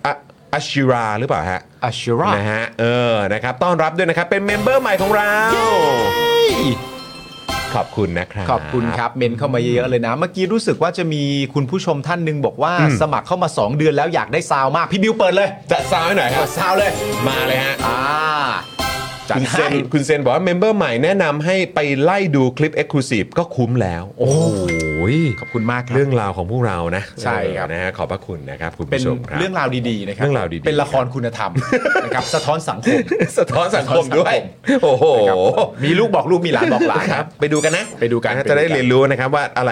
[SPEAKER 1] อะอัชชิราหรือเปล่าฮะ
[SPEAKER 2] อัชรา
[SPEAKER 1] นะฮะเออนะครับต้อนรับด้วยนะครับเป็นเมมเบอร์ใหม่ของเรา ขอบคุณนะครับ
[SPEAKER 2] ขอบคุณครับเมนเข้ามาเยอะๆเลยนะ เมื่อกี้รู้สึกว่าจะมีคุณผู้ชมท่านหนึ่งบอกว่าสมัครเข้ามา 2 เดือนแล้วอยากได้ซาวมาก พี่บิวเปิดเลย
[SPEAKER 1] จะซาวให้หน่อยครับ
[SPEAKER 2] ซาวเลย
[SPEAKER 1] มาเลยฮะ
[SPEAKER 2] อ่าจัด
[SPEAKER 1] คุณเซ
[SPEAKER 2] ให้
[SPEAKER 1] นคุณเซนบอกว่าเมมเบอร์ใหม่แนะนำให้ไปไล่ดูคลิป Exclusive ก็คุ้มแล้ว โอ้ย
[SPEAKER 2] ขอบคุณมากครับ
[SPEAKER 1] เรื่องราวของพวกเรานะ
[SPEAKER 2] ใช่ครับ
[SPEAKER 1] เออนะฮะขอบพระคุณนะครับคุณ
[SPEAKER 2] เป็น
[SPEAKER 1] ผู้ชมครับ
[SPEAKER 2] เรื่องราวดีๆนะครั
[SPEAKER 1] เรื่องราวดีๆ
[SPEAKER 2] เป็นละครคุณธรรม นะครับสะท้อนสังคม
[SPEAKER 1] สะท้อนสังคมด้วย
[SPEAKER 2] สะท้อนสังคม
[SPEAKER 1] โอ้โห
[SPEAKER 2] นะครับ มีลูกบอกลูกมีหลานบอกหลาน
[SPEAKER 1] ค
[SPEAKER 2] ค
[SPEAKER 1] รั
[SPEAKER 2] รั
[SPEAKER 1] บบ ไปดูกันนะ
[SPEAKER 2] ไปดูกันไป
[SPEAKER 1] ฮ
[SPEAKER 2] ดูกัน
[SPEAKER 1] จะได้เรียนรู้นะครับว่าอะไร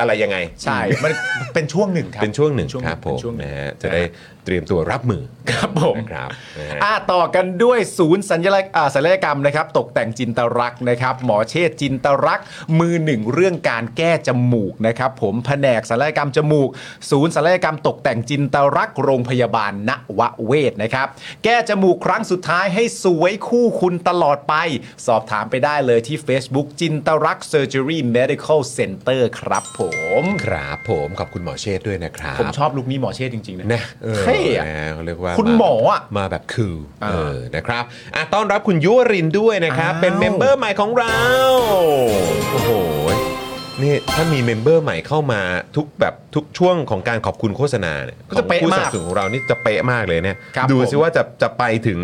[SPEAKER 1] อะไรยังไง
[SPEAKER 2] ใช่ มันเป็นช่วงหนึ่งครับ
[SPEAKER 1] เป็นช่วงหนึ่งครับผ
[SPEAKER 2] เป็
[SPEAKER 1] ม
[SPEAKER 2] นช่วงหนึ่
[SPEAKER 1] นะ
[SPEAKER 2] ง
[SPEAKER 1] ฮะจะได้เตรียมตัวรับมือ
[SPEAKER 2] ครับผม
[SPEAKER 1] นะครับนะฮะ
[SPEAKER 2] อ่ะต่อกันด้วยศูนย์สัญลักษณ์อ่าศัลยกรรมนะครับ ตกแต่งจินตรักษณ์นะครับ หมอเชษจินตรักษณ์มือหนึ่งเรื่องการแก้จมูกนะครับ ผมแผนกศัลยกรรมจมูก ศูนย์ศัลยกรรมตกแต่งจินตรักษณ์โรงพยาบาลนวเวศนะครับ แก้จมูกครั้งสุดท้ายให้สวยคู่คุณตลอดไป สอบถามไปได้เลยที่ Facebook จินตรักเซอร์เจอรี่เมดิคอลเซ็นเตอร์ครับผม
[SPEAKER 1] ครับผมขอบคุณหมอเชษฐ์ด้วยนะครับ
[SPEAKER 2] ผมชอบลุคนี้หมอเชษจริงๆนะ
[SPEAKER 1] นะออ
[SPEAKER 2] เท่อะ
[SPEAKER 1] นะเขาเรียกว่า
[SPEAKER 2] คุณ
[SPEAKER 1] า
[SPEAKER 2] หมออะ
[SPEAKER 1] มาแบบคือ
[SPEAKER 2] อ่า
[SPEAKER 1] เออนะครับอ่ะต้อนรับคุณยุวรินทร์ด้วยนะครับ
[SPEAKER 2] อ้าว
[SPEAKER 1] เป็นเมมเบอร์ใหม่ของเรา โอ้โหนี่ถ้ามีเมมเบอร์ใหม่เข้ามาทุกแบบทุกช่วงของการขอบคุณโฆษณาเนี่ย
[SPEAKER 2] ก็จะเป๊ะ
[SPEAKER 1] ของผู้ส
[SPEAKER 2] มาก
[SPEAKER 1] นับสนุนของเรานี่จะเป๊ะมากเลยเนี่ย
[SPEAKER 2] ครับ
[SPEAKER 1] ดู
[SPEAKER 2] ผม
[SPEAKER 1] ซิว่าจะจะไปถึง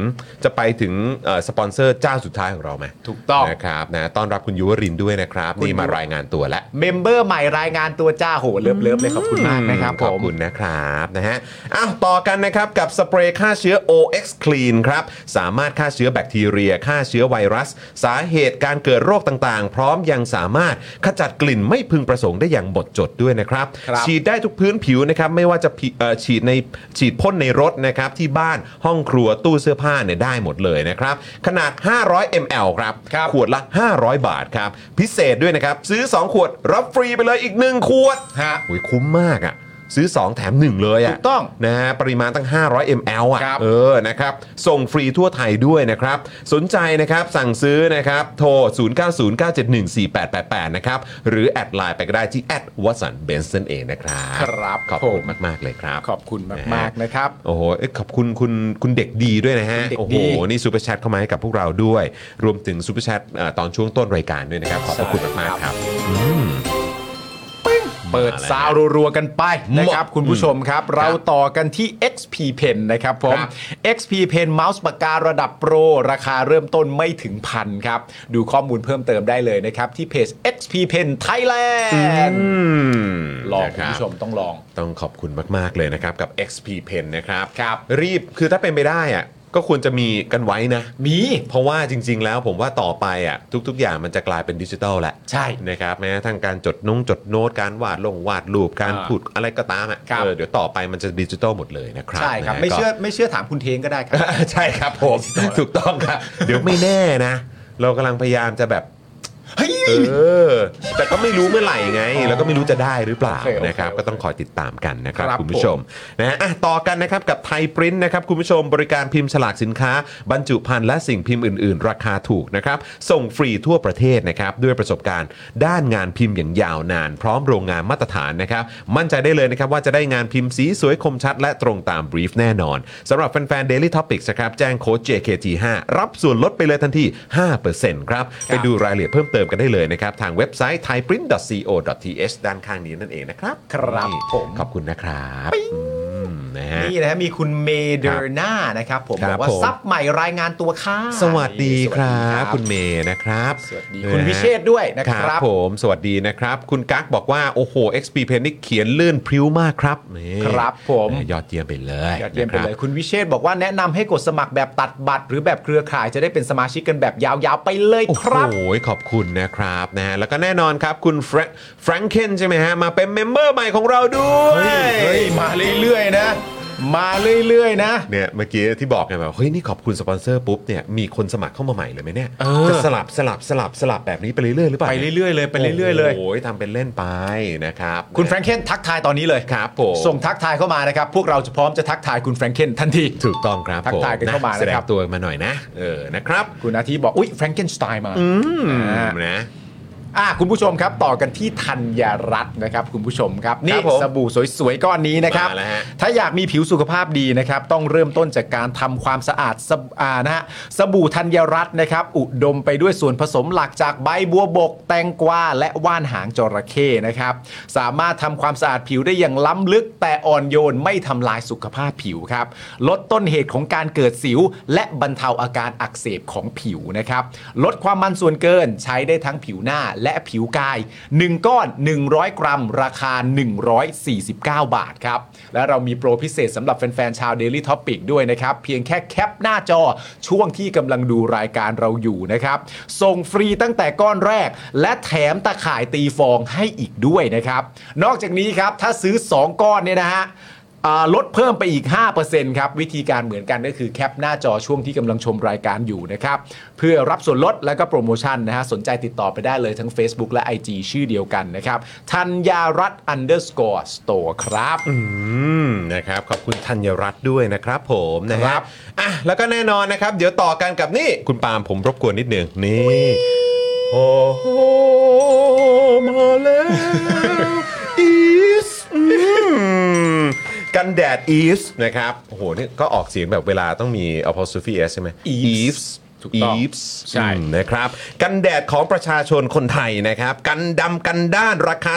[SPEAKER 1] จะไปถึงเอ่อสปอนเซอร์เจ้าสุดท้ายของเราไหม
[SPEAKER 2] ถูกต้อง
[SPEAKER 1] นะครับนะต้อนรับคุณยุวรินทร์ด้วยนะครับ
[SPEAKER 2] คุณ
[SPEAKER 1] นี่มารายงานตัวแล้ว
[SPEAKER 2] เมมเบอร์ใหม่รายงานตัวจ้าโหเลิฟเลิฟๆเลยขอบคุณมากนะครับ
[SPEAKER 1] ข
[SPEAKER 2] ผ
[SPEAKER 1] อบ
[SPEAKER 2] ม
[SPEAKER 1] คุณนะครับนะฮะอ้าวต่อกันนะครับ กับสเปรย์ฆ่าเชื้อ OX Clean ครับ สามารถฆ่าเชื้อแบคทีเรีย ฆ่าเชื้อไวรัส สาเหตุการเกิดโรคต่างๆ พร้อมยังสามารถขจัดกลิ่นไม่พึงประสงค์ได้อย่างหมดจดด้วยนะครับ
[SPEAKER 2] ครับ
[SPEAKER 1] ฉีดได้ทุกพื้นผิวนะครับ ไม่ว่าจะผิเอ่อฉีดในฉีดพ่นในรถนะครับ ที่บ้านห้องครัวตู้เสื้อผ้าเนี่ยได้หมดเลยนะครับ ขนาด 500 ml ครับ ขวดละ 500 บาทครับ พิเศษด้วยนะครับ ซื้อ 2 ขวดรับฟรีไปเลยอีก 1 ขวด
[SPEAKER 2] ฮะ
[SPEAKER 1] โอ้ยคุ้มมากอะ่ะ ซื้อ 2 แถม 1 เลยอะ่ะ
[SPEAKER 2] ถูกต้อง
[SPEAKER 1] นะฮะปริมาณตั้ง 500 ml
[SPEAKER 2] ครั
[SPEAKER 1] อะ่ะ
[SPEAKER 2] บ
[SPEAKER 1] เออนะครับ ส่งฟรีทั่วไทยด้วยนะครับ สนใจนะครับ สั่งซื้อนะครับ โทร 0909714888 นะครับ หรือ แอดไลน์ไปก็ได้ที่แอดวัสันเบนซ์นั่นเองนะครับ
[SPEAKER 2] ครับ
[SPEAKER 1] ขอบคุณ
[SPEAKER 2] ผม
[SPEAKER 1] มาก ๆ เลยครับ
[SPEAKER 2] ขอบคุณมากๆนะครับ
[SPEAKER 1] โอ้โหเอ้ยขอบคุณคุณคุณเด็กดีด้วยนะฮะ
[SPEAKER 2] คุณเด็ก
[SPEAKER 1] โอ้โห
[SPEAKER 2] ดี
[SPEAKER 1] นี่ซูเปอร์แชทเข้ามาให้กับพวกเราด้วย รวมถึงซูเปอร์แชทเอ่อตอนช่วงต้นรายการด้วยนะครับ ขอบพระคุณมากๆ
[SPEAKER 2] ใช่
[SPEAKER 1] ค
[SPEAKER 2] ครั
[SPEAKER 1] รับ
[SPEAKER 2] บ เปิดซาวรัวๆกันไปนะครับ คุณผู้ชมครับ เราต่อกันที่ XP Pen นะครับผม
[SPEAKER 1] ครับ
[SPEAKER 2] XP Pen เมาส์ปากการะดับโปร ราคาเริ่มต้นไม่ถึงพันครับ ดูข้อมูลเพิ่มเติมได้เลยนะครับ ที่เพจ XP Pen Thailand
[SPEAKER 1] อืม
[SPEAKER 2] ลอง
[SPEAKER 1] นะ
[SPEAKER 2] คุ
[SPEAKER 1] รั
[SPEAKER 2] ณ
[SPEAKER 1] บ
[SPEAKER 2] ผู้ชมต้องลอง
[SPEAKER 1] ต้องขอบคุณมาก ๆ เลยนะครับ กับ XP Pen นะครับ
[SPEAKER 2] ครับ
[SPEAKER 1] รีบคือถ้าเป็นไปได้อะก็ควรจะมีกันไว้นะ
[SPEAKER 2] มี
[SPEAKER 1] เพราะว่าจริง ๆ แล้วผมว่าต่อไปอ่ะทุก ๆ อย่างมันจะกลายเป็นดิจิทัลแหละ
[SPEAKER 2] ใช่
[SPEAKER 1] นะครับแม้กระทั้งการจดนงจดโน้ตการวาดลงวาดรูปการ
[SPEAKER 2] อ่า
[SPEAKER 1] พูดอะไรก็ตามอ่ะ
[SPEAKER 2] ครับ
[SPEAKER 1] เออเดี๋ยวต่อไปมันจะดิจิทัลหมดเลยนะครับ
[SPEAKER 2] ใช่ครับ
[SPEAKER 1] นะฮะ
[SPEAKER 2] ไม่
[SPEAKER 1] ก็
[SPEAKER 2] เชื่อไม่เชื่อถามคุณเทงก็ได้ครับ
[SPEAKER 1] ใช่ครับผม ถูกต้องครับ เดี๋ยวไม่แน่นะ เรากำลังพยายามจะแบบ
[SPEAKER 2] เฮ้ย
[SPEAKER 1] เออ แต่ก็ไม่รู้เมื่อไหร่ไง แล้วก็ไม่รู้จะได้หรือเปล่า
[SPEAKER 2] โอเคโอเค
[SPEAKER 1] นะครับ ก็ต้องคอยติดตามกันนะครับ
[SPEAKER 2] ครับ
[SPEAKER 1] คุณผู้ชมนะฮะอ่ะต่อกันนะครับกับไทยปริ้นนะครับคุณผู้ชมบริการพิมพ์ฉลากสินค้า บรรจุภัณฑ์และสิ่งพิมพ์อื่น ๆ ราคาถูกนะครับ ส่งฟรีทั่วประเทศนะครับ ด้วยประสบการณ์ด้านงานพิมพ์อย่างยาวนาน พร้อมโรงงานมาตรฐานนะครับ มั่นใจได้เลยนะครับว่าจะได้งานพิมพ์สีสวยคมชัด และตรงตามบรีฟแน่นอนสำหรับแฟนๆ Daily Topics นะครับแจ้งโค้ด JKT5 รับส่วนลดไปเลยทันที 5%ครับ ไปดูรายละเอียดเพิ่มเติมกันได้เลยนะครับ ทางเว็บไซต์ thaiprint.co.th ด้านข้างนี้นั่นเองนะครับ
[SPEAKER 2] ครับ
[SPEAKER 1] นี่
[SPEAKER 2] ผม
[SPEAKER 1] ขอบคุณนะครับอืมนะฮะ
[SPEAKER 2] นี่นะฮะมีคุณเมเดอร์นานะครับผม
[SPEAKER 1] ครั
[SPEAKER 2] บอ
[SPEAKER 1] บ
[SPEAKER 2] กว่า
[SPEAKER 1] ผม
[SPEAKER 2] ซับใหม่รายงานตัวค่ะ
[SPEAKER 1] สวัสดีครับ
[SPEAKER 2] ส
[SPEAKER 1] คุ
[SPEAKER 2] วัส
[SPEAKER 1] ณ
[SPEAKER 2] ดี
[SPEAKER 1] เมย์นะครับ
[SPEAKER 2] สวัสดีคุณ
[SPEAKER 1] นะฮะ
[SPEAKER 2] วิเชษฐ์ด้วยนะ
[SPEAKER 1] ค
[SPEAKER 2] ค
[SPEAKER 1] รั
[SPEAKER 2] รั
[SPEAKER 1] บบ ผมสวัสดีนะครับ คุณกั๊กบอกว่า โอ้โห XP Pen นี่เขียนลื่นพริ้วมากครับนี่
[SPEAKER 2] ครับผม
[SPEAKER 1] ยอดเยี่ยมไปเลย
[SPEAKER 2] ยอดเยี่ยมไปเลย
[SPEAKER 1] นะครั
[SPEAKER 2] คุณวิเชษฐ์บอกว่าแนะนำให้กดสมัครแบบตัดบัตร หรือแบบเครือข่ายจะได้เป็นสมาชิกกันแบบยาวๆไปเลย
[SPEAKER 1] บโอ้
[SPEAKER 2] ค
[SPEAKER 1] โห
[SPEAKER 2] รับ
[SPEAKER 1] ขอบคุณนะครับนะฮะแล้วก็แน่นอนครับคุณแฟรงเคนใช่ไหมฮะ มาเป็นเมมเบอร์ใหม่ของเราด้วย
[SPEAKER 2] เฮ้ยเฮ้ยมาเรื่อยๆนะ มาเรื่อยๆนะ
[SPEAKER 1] เนี่ยเมื่อกี้ที่บอกไงแบบเฮ้ยนี่ขอบคุณสปอนเซอร์ปุ๊บเนี่ยมีคนสมัครเข้ามาใหม่เลยไหมเนี่ย
[SPEAKER 2] เออ
[SPEAKER 1] จะสลับสลับสลับสลับแบบนี้ไปเรื่อยๆหรือเปล่า
[SPEAKER 2] ไปเรื่อยๆเลยไปเรื่อยๆเลย
[SPEAKER 1] โอ้ยทำเป็นเล่นไปนะครับ
[SPEAKER 2] คุณแฟรงเคนทักทายตอนนี้เลย
[SPEAKER 1] ครับผม
[SPEAKER 2] ส่งทักทายเข้ามานะครับ พวกเราจะพร้อมจะทักทายคุณแฟรงเคนทันที
[SPEAKER 1] ถูกต้องครับ
[SPEAKER 2] ทักทายกันเข้ามา
[SPEAKER 1] แสด
[SPEAKER 2] นะ
[SPEAKER 1] ง
[SPEAKER 2] ครับ
[SPEAKER 1] ตัวมาหน่อยนะ เออนะครับ
[SPEAKER 2] คุณอาทิบอก อุ๊ยแฟรงเกนสไตล์มา
[SPEAKER 1] อื
[SPEAKER 2] อ่า
[SPEAKER 1] มนะ
[SPEAKER 2] อ่ะคุณผู้ชมครับ ต่อกันที่ธัญรัตน์นะครับ คุณผู้ชมครับ นี่
[SPEAKER 1] ผม
[SPEAKER 2] สบู่สวยๆ ก้อนนี้นะครับ
[SPEAKER 1] มาแล้วฮะ
[SPEAKER 2] ถ้าอยากมีผิวสุขภาพดีนะครับ ต้องเริ่มต้นจากการทำความสะอาดสบอ่านะฮะสบู่ธัญรัตน์นะครับ อุดมไปด้วยส่วนผสมหลักจากใบบัวบก แตงกวาและว่านหางจระเข้นะครับ สามารถทำความสะอาดผิวได้อย่างล้ำลึก แต่อ่อนโยนไม่ทำลายสุขภาพผิวครับ ลดต้นเหตุของการเกิดสิว และบรรเทาอาการอักเสบของผิวนะครับ ลดความมันส่วนเกินใช้ได้ทั้งผิวหน้าและผิวกาย 1 ก้อน 100 กรัม ราคา 149 บาทครับ และเรามีโปรพิเศษสำหรับแฟน ๆ ชาว Daily Topic ด้วยนะครับ เพียงแค่แคปหน้าจอช่วงที่กำลังดูรายการเราอยู่นะครับ ส่งฟรีตั้งแต่ก้อนแรก และแถมตะข่ายตีฟองให้อีกด้วยนะครับ นอกจากนี้ครับถ้าซื้อ 2 ก้อนเนี่ยนะฮะ อ่าลดเพิ่มไปอีก 5%ครับ วิธีการเหมือนกันก็คือแคปหน้าจอช่วงที่กำลังชมรายการอยู่นะครับ เพื่อรับส่วนลดและก็โปรโมชั่นนะฮะ สนใจติดต่อไปได้เลยทั้ง Facebook และ IG ชื่อเดียวกันนะครับธัญญารัตน์ underscore store ครับ
[SPEAKER 1] อืมนะครับขอบคุณธัญรัตน์ด้วยนะครับผมนะฮะ
[SPEAKER 2] ครับ
[SPEAKER 1] อ่ะแล้วก็แน่นอนนะครับ เดี๋ยวต่อกันกับนี่คุณปาล์มผมรบกวนนิดนึงนี่โอ้โหมาแล้วอีสอืมกันแดดอีสนะครับโอ้โหนี่ก็ออกเสียงแบบเวลาต้องมี apostrophe s ใช่ไหม
[SPEAKER 2] Eves ถูกต้อง
[SPEAKER 1] Eves
[SPEAKER 2] ใช่
[SPEAKER 1] อืม นะครับ กันแดดของประชาชนคนไทยนะครับ กันดำกันด้านราคา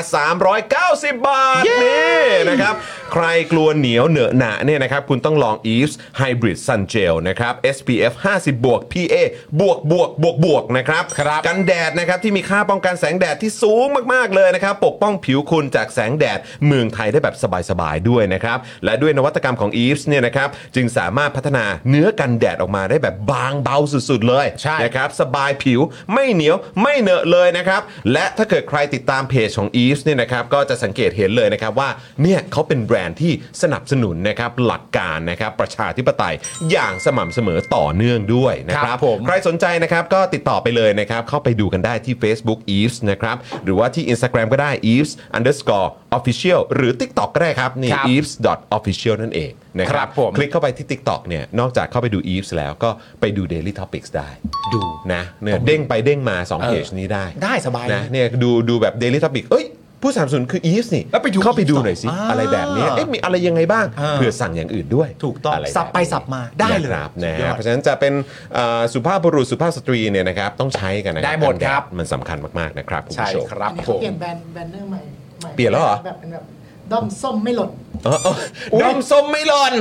[SPEAKER 1] 390 บาทนี่นะครับ ใครกลัวเหนียวเหนอะหนะเนี่ยนะครับ คุณต้องลอง Eves Hybrid Sun Gel นะครับ SPF 50บวก PA บวกบวกบวกบวกนะครับ
[SPEAKER 2] ครับ
[SPEAKER 1] กันแดดนะครับ ที่มีค่าป้องกันแสงแดดที่สูงมาก ๆ เลยนะครับ ปกป้องผิวคุณจากแสงแดดเมืองไทยได้แบบสบาย ๆ ด้วยนะครับ และด้วยนวัตกรรมของ Eves เนี่ยนะครับจึงสามารถพัฒนาเนื้อกันแดดออกมาได้แบบบางเบาสุด ๆ เลย
[SPEAKER 2] ใช่
[SPEAKER 1] นะครับ นะครับสบายผิวไม่เหนียวไม่เหนอะเลยนะครับ และถ้าเกิดใครติดตามเพจของ e v e s เนี่ยนะครับก็จะสังเกตเห็นเลยนะครับว่าเนี่ยเขาเป็นแบรนด์ที่สนับสนุนนะครับหลักการนะครับประชาธิปไตยอย่างสม่ำเสมอต่อเนื่องด้วยนะ
[SPEAKER 2] ค
[SPEAKER 1] ครั
[SPEAKER 2] รั
[SPEAKER 1] บบ
[SPEAKER 2] ผม
[SPEAKER 1] ใครสนใจนะครับก็ติดต่อไปเลยนะครับเข้าไปดูกันได้ที่ Facebook e v e s นะครับหรือว่าที่ Instagram ก็ได้ e v e s underscore official หรือ TikTok ก็ได้ครับนี่
[SPEAKER 2] ครับ
[SPEAKER 1] e v e s official นั่นเองนะค
[SPEAKER 2] ครั
[SPEAKER 1] รับบ
[SPEAKER 2] ผม
[SPEAKER 1] คลิกเข้าไปที่ TikTok เนี่ยนอกจากเข้าไปดู e v e s แล้วก็ไปดู Daily Topics ได้
[SPEAKER 2] ดู
[SPEAKER 1] นะเนี่ยเด้งไปเด้งมา2
[SPEAKER 2] เออ
[SPEAKER 1] เพจนี้ได้
[SPEAKER 2] ได้สบาย
[SPEAKER 1] นะเนี่ยดูดูแบบ Daily Topic เอ้ย ผู้สนับสนุนคืออีฟนี่
[SPEAKER 2] แล้วไปดู
[SPEAKER 1] เข้าไปดู
[SPEAKER 2] Eves
[SPEAKER 1] หน่อยสิ
[SPEAKER 2] ต่ออ่า
[SPEAKER 1] อะไรแบบเนี้ยเอ๊ะมีอะไรยังไงบ้าง
[SPEAKER 2] เออ
[SPEAKER 1] เพื่อสั่งอย่างอื่นด้วย
[SPEAKER 2] ถูกต้อง
[SPEAKER 1] ะรแนี้
[SPEAKER 2] สับไปสับมาได้เลย
[SPEAKER 1] นะครับนะ
[SPEAKER 2] สุดยอด
[SPEAKER 1] ฮะเพราะฉะนั้นจะเป็นเอ่อสุภาพบุรุษสุภาพสตรีเนี่ยนะครับต้องใช้กันนะ
[SPEAKER 2] ได้หมดครับ
[SPEAKER 1] กันแดดมันสำคัญมาก ๆ นะครับคุณ
[SPEAKER 2] ใช่
[SPEAKER 1] ผู้ชม
[SPEAKER 2] ครับ
[SPEAKER 4] อันนี้
[SPEAKER 2] ผ
[SPEAKER 4] เขา
[SPEAKER 2] ม
[SPEAKER 4] เปลี่ยนแบรนด์แบนเนอร์ใหม่ใหม่
[SPEAKER 1] เปลี่ยนแล้วเหรอ
[SPEAKER 4] แบบเป็นแบบด้อมส้มไม่หล่น
[SPEAKER 1] เออเออ
[SPEAKER 2] อุ๊ย
[SPEAKER 1] ดอมส้มไม่หล่น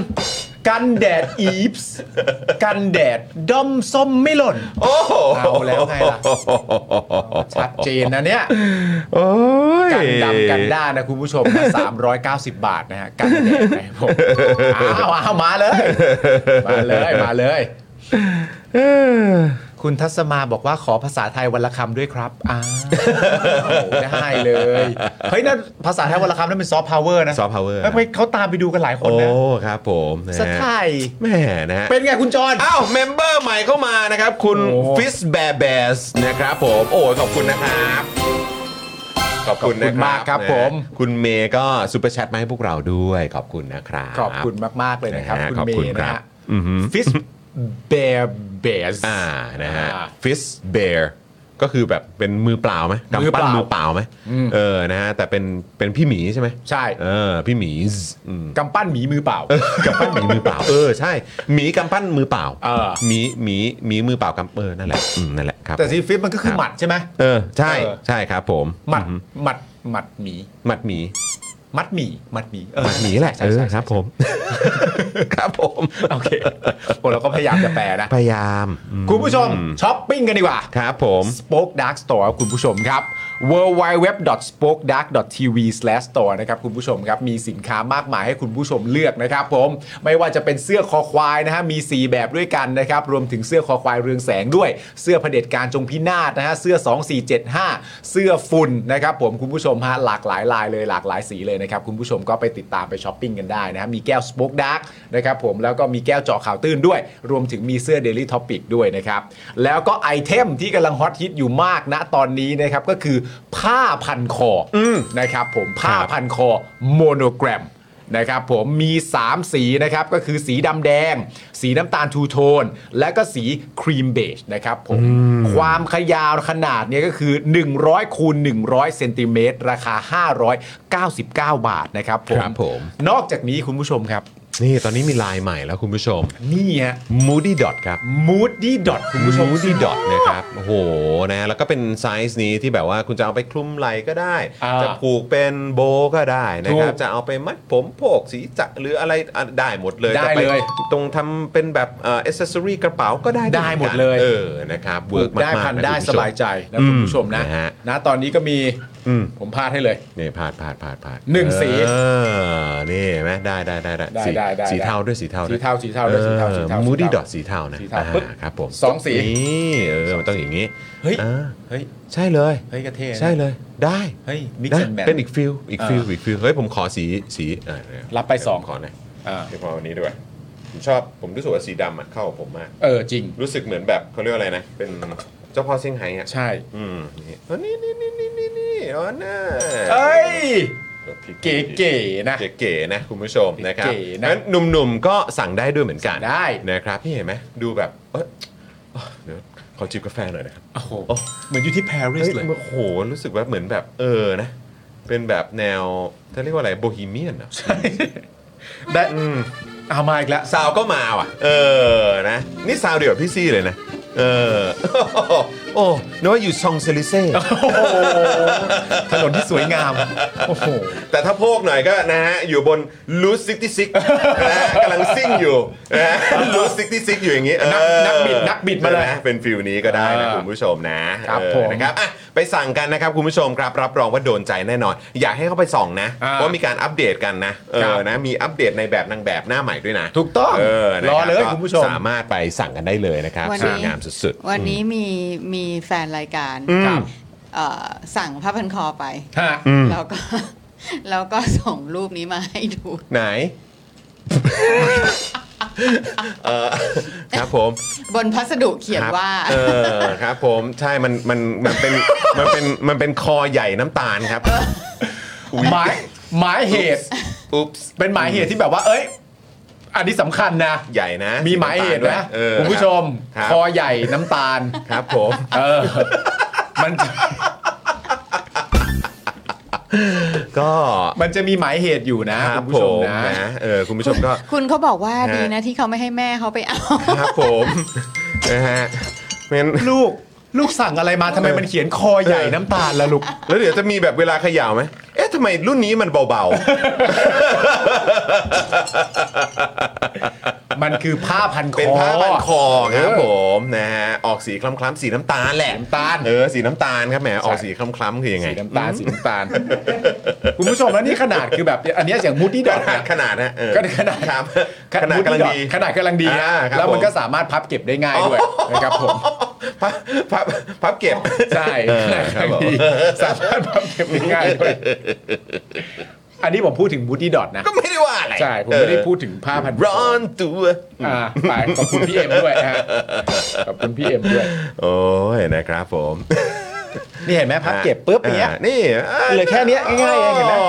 [SPEAKER 2] กันแดดอีฟ ส์กันแดดด้อมส้มไม่หล่น
[SPEAKER 1] โอ้โห
[SPEAKER 2] เอาแล้วไงล่ะ ชัดเจนนะ เนี่ย
[SPEAKER 1] โอ้ย
[SPEAKER 2] กันดำกันด้านนะคุณผู้ชมนะ390 บาทนะฮะ กันแดดนะครับผม อ้าวอ้าวมาเลย มาเลย มาเลย
[SPEAKER 1] เออ
[SPEAKER 2] คุณทัศมาบอกว่าขอภาษาไทยวันละคำด้วยครับอ้าวได้เลยเฮ้ยนั่นภาษาไทยวันละคำนั่นเป็นซอฟต์พาวเวอร์นะ
[SPEAKER 1] ซอฟต์พาวเวอร์
[SPEAKER 2] ฮ้ยเขาตามไปดูกันหลายคน
[SPEAKER 1] โอ้
[SPEAKER 2] นะ
[SPEAKER 1] ครับผมนะฮะ
[SPEAKER 2] สไตล์
[SPEAKER 1] แหม่นะฮะ
[SPEAKER 2] เป็นไงคุณจอน
[SPEAKER 1] อ้าวเมมเบอร์ใหม่เข้ามานะครับ คุณ
[SPEAKER 2] โอ้
[SPEAKER 1] ฟิสแบร์แบสนะครับผม โอ้ยขอบคุณนะครับ ขอบคุณนะ
[SPEAKER 2] มากครับ
[SPEAKER 1] นะ
[SPEAKER 2] ผม
[SPEAKER 1] คุณเมย์ก็ซูเปอร์แชทมาให้พวกเราด้วย ขอบคุณนะครับ
[SPEAKER 2] ขอบคุณมาก ๆ เลยนะครับ
[SPEAKER 1] นะฮะ
[SPEAKER 2] คุณ
[SPEAKER 1] ขอบ
[SPEAKER 2] เม
[SPEAKER 1] คุณ
[SPEAKER 2] ย์
[SPEAKER 1] ค
[SPEAKER 2] นะ
[SPEAKER 1] รับ
[SPEAKER 2] ฮะ
[SPEAKER 1] อือหือ
[SPEAKER 2] ฟิสเบร์เบส
[SPEAKER 1] อ่านะฮะฟิสเบร์ก็คือแบบเป็นมือเปล่าไหมกำปั้น
[SPEAKER 2] มื
[SPEAKER 1] มือ
[SPEAKER 2] อ
[SPEAKER 1] เป
[SPEAKER 2] เป
[SPEAKER 1] ล่า
[SPEAKER 2] ล่า
[SPEAKER 1] ไหมเออนะฮะแต่เป็นเป็นพี่หมีใช่ไหม
[SPEAKER 2] ใช่
[SPEAKER 1] เออพี่หมีอืม
[SPEAKER 2] กำปั้นหมีมือเปล่า
[SPEAKER 1] กำปั้นหมีมือเปล่าเออใช่หมีกำปั้นมือเปล่า
[SPEAKER 2] เออ
[SPEAKER 1] หมีหมีหมีมือเปล่ากำเออนั่นแหละอืมนั่นแหละครับ
[SPEAKER 2] แต่ซีฟิสมันก็คือหมัดใช่ไหม
[SPEAKER 1] เออใช่
[SPEAKER 2] เออ
[SPEAKER 1] ใช่ครับผม
[SPEAKER 2] หมัด
[SPEAKER 1] อือหือ
[SPEAKER 2] หมัดหมัดหมี
[SPEAKER 1] หมัดหมี
[SPEAKER 2] มัดหมีมัดหมีเออ
[SPEAKER 1] หมัดหมีแหละ
[SPEAKER 2] ใช่
[SPEAKER 1] เออ
[SPEAKER 2] ใช่
[SPEAKER 1] ครับผม ครับผม
[SPEAKER 2] โอเค โอ้เราก็พยายามจะแปลนะ
[SPEAKER 1] พยายามอืม
[SPEAKER 2] คุณผู้ชมช้อปปิ้งกันดีกว่า
[SPEAKER 1] ครับผม
[SPEAKER 2] Spoke Dark Store ครับคุณผู้ชมครับ w w w s p o k e d a r k t v s t o r e นะครับคุณผู้ชมครับ มีสินค้ามากมายให้คุณผู้ชมเลือกนะครับผมไม่ว่าจะเป็นเสื้อคอควายนะฮะมี 4 แบบด้วยกันนะครับ รวมถึงเสื้อคอควายเรืองแสงด้วย เสื้อเผด็จการจงพินาศนะฮะเสื้อ 2475 เสื้อฝุ่นนะครับผมคุณผู้ชมฮะหลากหลายลายเลยหลากหลายสีเลยนะครับคุณผู้ชมก็ไปติดตามไปช้อปปิ้งกันได้นะฮะมีแก้ว Spoke Dark นะครับผมแล้วก็มีแก้วเจาะข่าวตื้นด้วย รวมถึงมีเสื้อ Daily Topic ด้วยนะครับ แล้วก็ไอเทมที่กำลังฮอตฮิตอยู่มากณตอนนี้นะครับก็คือผ้าพันคออนะครับผมผ้าพันคอโมโนแกรมนะครับผมมี 3 สีนะครับก็คือสีดำแดง สีน้ำตาลทูโทน และก็สีครีมเบจนะครับผม ความขยาวขนาดเนี่ยก็คือ 100คูณ100เซนติเมตรราคา 599 บาทนะครับผม
[SPEAKER 1] ครับผม
[SPEAKER 2] นอกจากนี้คุณผู้ชมครับ
[SPEAKER 1] นี่ตอนนี้มีลายใหม่แล้วคุณผู้ชม
[SPEAKER 2] นี่ฮะ
[SPEAKER 1] Moody Dot ครับ
[SPEAKER 2] Moody Dot คุณผู้ชม
[SPEAKER 1] Moody Dot นะครับโอ้โหนะแล้วก็เป็นไซส์นี้ที่แบบว่าคุณจะเอาไปคลุมไหล่ก็ได้
[SPEAKER 2] อ่า
[SPEAKER 1] จะผูกเป็นโบว์ก็ได้นะครับ
[SPEAKER 2] ถูก
[SPEAKER 1] จะเอาไปมัดผมโพกสีจะหรืออะไรอ่ะได้หมดเลย
[SPEAKER 2] ได้
[SPEAKER 1] จะป
[SPEAKER 2] เลย
[SPEAKER 1] ตรงทำเป็นแบบเอ่อ c e s s o r y กระเป๋าก็ได้
[SPEAKER 2] ได้หมดเลย
[SPEAKER 1] เออนะครับเวิร์กมากๆ
[SPEAKER 2] ได้พัน
[SPEAKER 1] นะ
[SPEAKER 2] ได้
[SPEAKER 1] คุณ
[SPEAKER 2] ส
[SPEAKER 1] ผู้ชม
[SPEAKER 2] บายใจนะคุณผู้ชมนะ
[SPEAKER 1] อืมนะฮะ
[SPEAKER 2] นะตอนนี้ก็มี
[SPEAKER 1] อืม
[SPEAKER 2] ผมพาดให้เลย
[SPEAKER 1] นี่พาดพาดพาดพาด
[SPEAKER 2] หนึ่งสี
[SPEAKER 1] เออนี่เห็นไหมได้ได้ได้
[SPEAKER 2] ได้ได้ได้
[SPEAKER 1] สีเทาด้วยสีเทาด้วย
[SPEAKER 2] สีเทาสีเทาด้วยสีเทาสีเทา
[SPEAKER 1] มูดี้
[SPEAKER 2] สี
[SPEAKER 1] ด
[SPEAKER 2] เทา
[SPEAKER 1] อทสีเทานะ
[SPEAKER 2] สีเทา
[SPEAKER 1] อ่
[SPEAKER 2] ปึ๊บ
[SPEAKER 1] ครับผม
[SPEAKER 2] สองสี
[SPEAKER 1] นี่เออมันต้องอย่างนี้
[SPEAKER 2] เฮ้ย
[SPEAKER 1] อ่า
[SPEAKER 2] เฮ้ย
[SPEAKER 1] ใช่เลย
[SPEAKER 2] เฮ้ยกระเทนะ
[SPEAKER 1] ใช่เลยได้
[SPEAKER 2] เฮ้ยมิก
[SPEAKER 1] นะ
[SPEAKER 2] ซ์แมน
[SPEAKER 1] เป็นอีกฟิลอีกฟิล
[SPEAKER 2] อ่า
[SPEAKER 1] อีกฟิลเฮ้ยผมขอสีสีเออเดี๋ยว
[SPEAKER 2] รับไปสอง
[SPEAKER 1] ผมขอหน่อย
[SPEAKER 2] อ่า
[SPEAKER 1] เดี๋ยวพอวันนี้ด้วยผมชอบผมรู้สึกว่าสีดำอะเข้ากับผมมาก
[SPEAKER 2] เออจริง
[SPEAKER 1] รู้สึกเหมือนแบบเขาเรียกว่าอะไรนะ เป็นเจ้าพ่อเซี่ยงไฮ้อะ
[SPEAKER 2] ใช่
[SPEAKER 1] อืมนี่อ๋อนี่นี่นี่นี่นี่นี่อ๋อน่า
[SPEAKER 2] เอ้ย
[SPEAKER 1] เก๋
[SPEAKER 2] เก๋ๆนะ
[SPEAKER 1] เก๋ๆนะคุณผู้ชมนะครับ
[SPEAKER 2] เก๋นะ
[SPEAKER 1] งั้นหนุ่มๆก็สั่งได้ด้วยเหมือนกัน
[SPEAKER 2] สั่งได้
[SPEAKER 1] นะครับนี่เห็นไหมดูแบบเอ้ยเดี๋ยวขอจิบกาแฟหน่อยนะครับ
[SPEAKER 2] โอ้โหเหมือนอยู่ที่ปารีส
[SPEAKER 1] เฮ้ย
[SPEAKER 2] เลย
[SPEAKER 1] โอ้โห รู้สึกว่าเหมือนแบบเออนะ เป็นแบบแนวเขาเรียกว่าอะไรโบฮีเมียนเหรอ
[SPEAKER 2] ได้เอามาอีกแล้ว
[SPEAKER 1] ซาวก็มาว่ะ เออนะ นี่ซาวเดียวกับพี่ซี่เลยนะ เออ โอ้นึกว่าอยู่ซองเซลิเซ่
[SPEAKER 2] ถนนที่สวยงาม โอ้โห
[SPEAKER 1] แต่ถ้าโพกหน่อยก็นะฮะ อยู่บนลูซิกที่ซิกนะฮะกำลังซิ่งอยู่ นะฮะลูซิกที่ซิกอยู่อย่างนี้เออ
[SPEAKER 2] นักนักบิดนักบิดมาเลย
[SPEAKER 1] ใช่ไหเป็นฟิลนี้ก็ได้นะ
[SPEAKER 2] อ่า
[SPEAKER 1] คุณผู้ชมนะครับ เออ
[SPEAKER 2] ผม
[SPEAKER 1] นะครับอ่ะไปสั่งกันนะครับคุณผู้ชมครับ รับรองว่าโดนใจแน่นอน อยากให้เข้าไปส่องนะ
[SPEAKER 2] อ่า
[SPEAKER 1] ว่ามีการอัปเดตกันนะเอ
[SPEAKER 2] ครั
[SPEAKER 1] อบ นะมีอัปเดตในแบบนางแบบหน้าใหม่ด้วยนะ
[SPEAKER 2] ถูกต้อง
[SPEAKER 1] เออนะค
[SPEAKER 2] ร
[SPEAKER 1] บ
[SPEAKER 2] อเลย
[SPEAKER 1] ก็
[SPEAKER 2] คุณผู้ชม
[SPEAKER 1] สามารถไปสั่งกันได้เลยนะครับ
[SPEAKER 5] วัน
[SPEAKER 1] ส
[SPEAKER 5] นี้
[SPEAKER 1] วยงามสุด
[SPEAKER 5] วันนี้มีมีแฟนรายการ
[SPEAKER 1] อืม
[SPEAKER 5] ครับเอ่อสั่งผ้าพันคอไป
[SPEAKER 2] ฮะ
[SPEAKER 5] แล้วก็ แล้วก็ส่งรูปนี้มาให้ดู
[SPEAKER 1] ๆ ไหน เออครับผม
[SPEAKER 5] บนพัสดุเขียนว่า
[SPEAKER 1] ครับเออครับผมใช่มันมันมันเป็นมันเป็นมันเป็นคอใหญ่น้ำตาลครับ
[SPEAKER 2] หมายหมายเหตุ
[SPEAKER 1] อุ๊บส์
[SPEAKER 2] เป็นหมายเหตุที่แบบว่า เอ้ย อันนี้สำคัญนะ
[SPEAKER 1] ใหญ่นะ
[SPEAKER 2] มีหมายเหตุ
[SPEAKER 1] สีำตลด้ว
[SPEAKER 2] นะ
[SPEAKER 1] เออ
[SPEAKER 2] คุณผู้ชม
[SPEAKER 1] ครับ
[SPEAKER 2] คอใหญ่น้ำตาล
[SPEAKER 1] ครับผม
[SPEAKER 2] เออ มัน
[SPEAKER 1] ก็
[SPEAKER 2] มันจะมีหมายเหตุอยู่นะ
[SPEAKER 1] ค
[SPEAKER 2] คุ
[SPEAKER 1] รับ
[SPEAKER 2] ณผู้
[SPEAKER 1] ผ
[SPEAKER 2] ชม
[SPEAKER 1] ม
[SPEAKER 2] นะ
[SPEAKER 1] นะเออคุณผู้ชมก็
[SPEAKER 5] คุณเขาบอกว่า
[SPEAKER 1] ฮะ
[SPEAKER 5] ดีนะที่เขาไม่ให้แม่เขาไปเอา
[SPEAKER 1] ครับผมนะฮะไม่งั้น
[SPEAKER 2] ลูกลูกสั่งอะไรมาทำไมมันเขียนคอใหญ่
[SPEAKER 1] เออ
[SPEAKER 2] น้ำตาลละลูก
[SPEAKER 1] แล้วเดี๋ยวจะมีแบบเวลาเขย่าไหมเอ๊ะทำไมรุ่นนี้มันเบา
[SPEAKER 2] มันคือผ้าพันค
[SPEAKER 1] ๆ
[SPEAKER 2] อ
[SPEAKER 1] เป็นผ้าบันคอครับผมนะฮะออกสีคล้ำๆสีน้ำตาลแหละ
[SPEAKER 2] สีน้ำตาล
[SPEAKER 1] เออสีน้ำตาลครับแหมออกสีคล้ำๆคือยังไง
[SPEAKER 2] สีน้ำตาลสีน้ำตาล คุณผู้ชมแล้วนี่ขนาดคือแบบ อันเนี้ยอย่างมูดดี้ด
[SPEAKER 1] ข
[SPEAKER 2] อท
[SPEAKER 1] นาดขนาดนะเออ
[SPEAKER 2] ก็ขนาด
[SPEAKER 1] ครับขนาดกำลังดี
[SPEAKER 2] ขนาดกำลังดีนะ
[SPEAKER 1] อ่าครับ
[SPEAKER 2] แล้วมัน
[SPEAKER 1] ผ
[SPEAKER 2] ก็สามารถพับเก็บได้ง่ายด้วยนะครับผม
[SPEAKER 1] พับพับพับเก็บ
[SPEAKER 2] ใช่
[SPEAKER 1] เออครับผม
[SPEAKER 2] สามารถพับเก็บได้ง่ายด้วยอันนี้ผมพูดถึงบูดี้ดอทนะ
[SPEAKER 1] ก็ไม่ได้ว่าอะไร
[SPEAKER 2] ใช่ ผมไม่ได้พูดถึงผ้าพันค
[SPEAKER 1] ร้อนตัว
[SPEAKER 2] อ่าไปขอบคุณพี่เอ็มด้วยนะฮะขอบคุณพี่เอ็มด้วย
[SPEAKER 1] โอ้ยนะครับผม
[SPEAKER 2] นี่เห็นไหมพับเก็บปุ๊บอย่างเนี้ย
[SPEAKER 1] อ่านี่า
[SPEAKER 2] เหลือแค่เนี้ยง่ายๆเองเห็นไหม
[SPEAKER 1] อ๋อ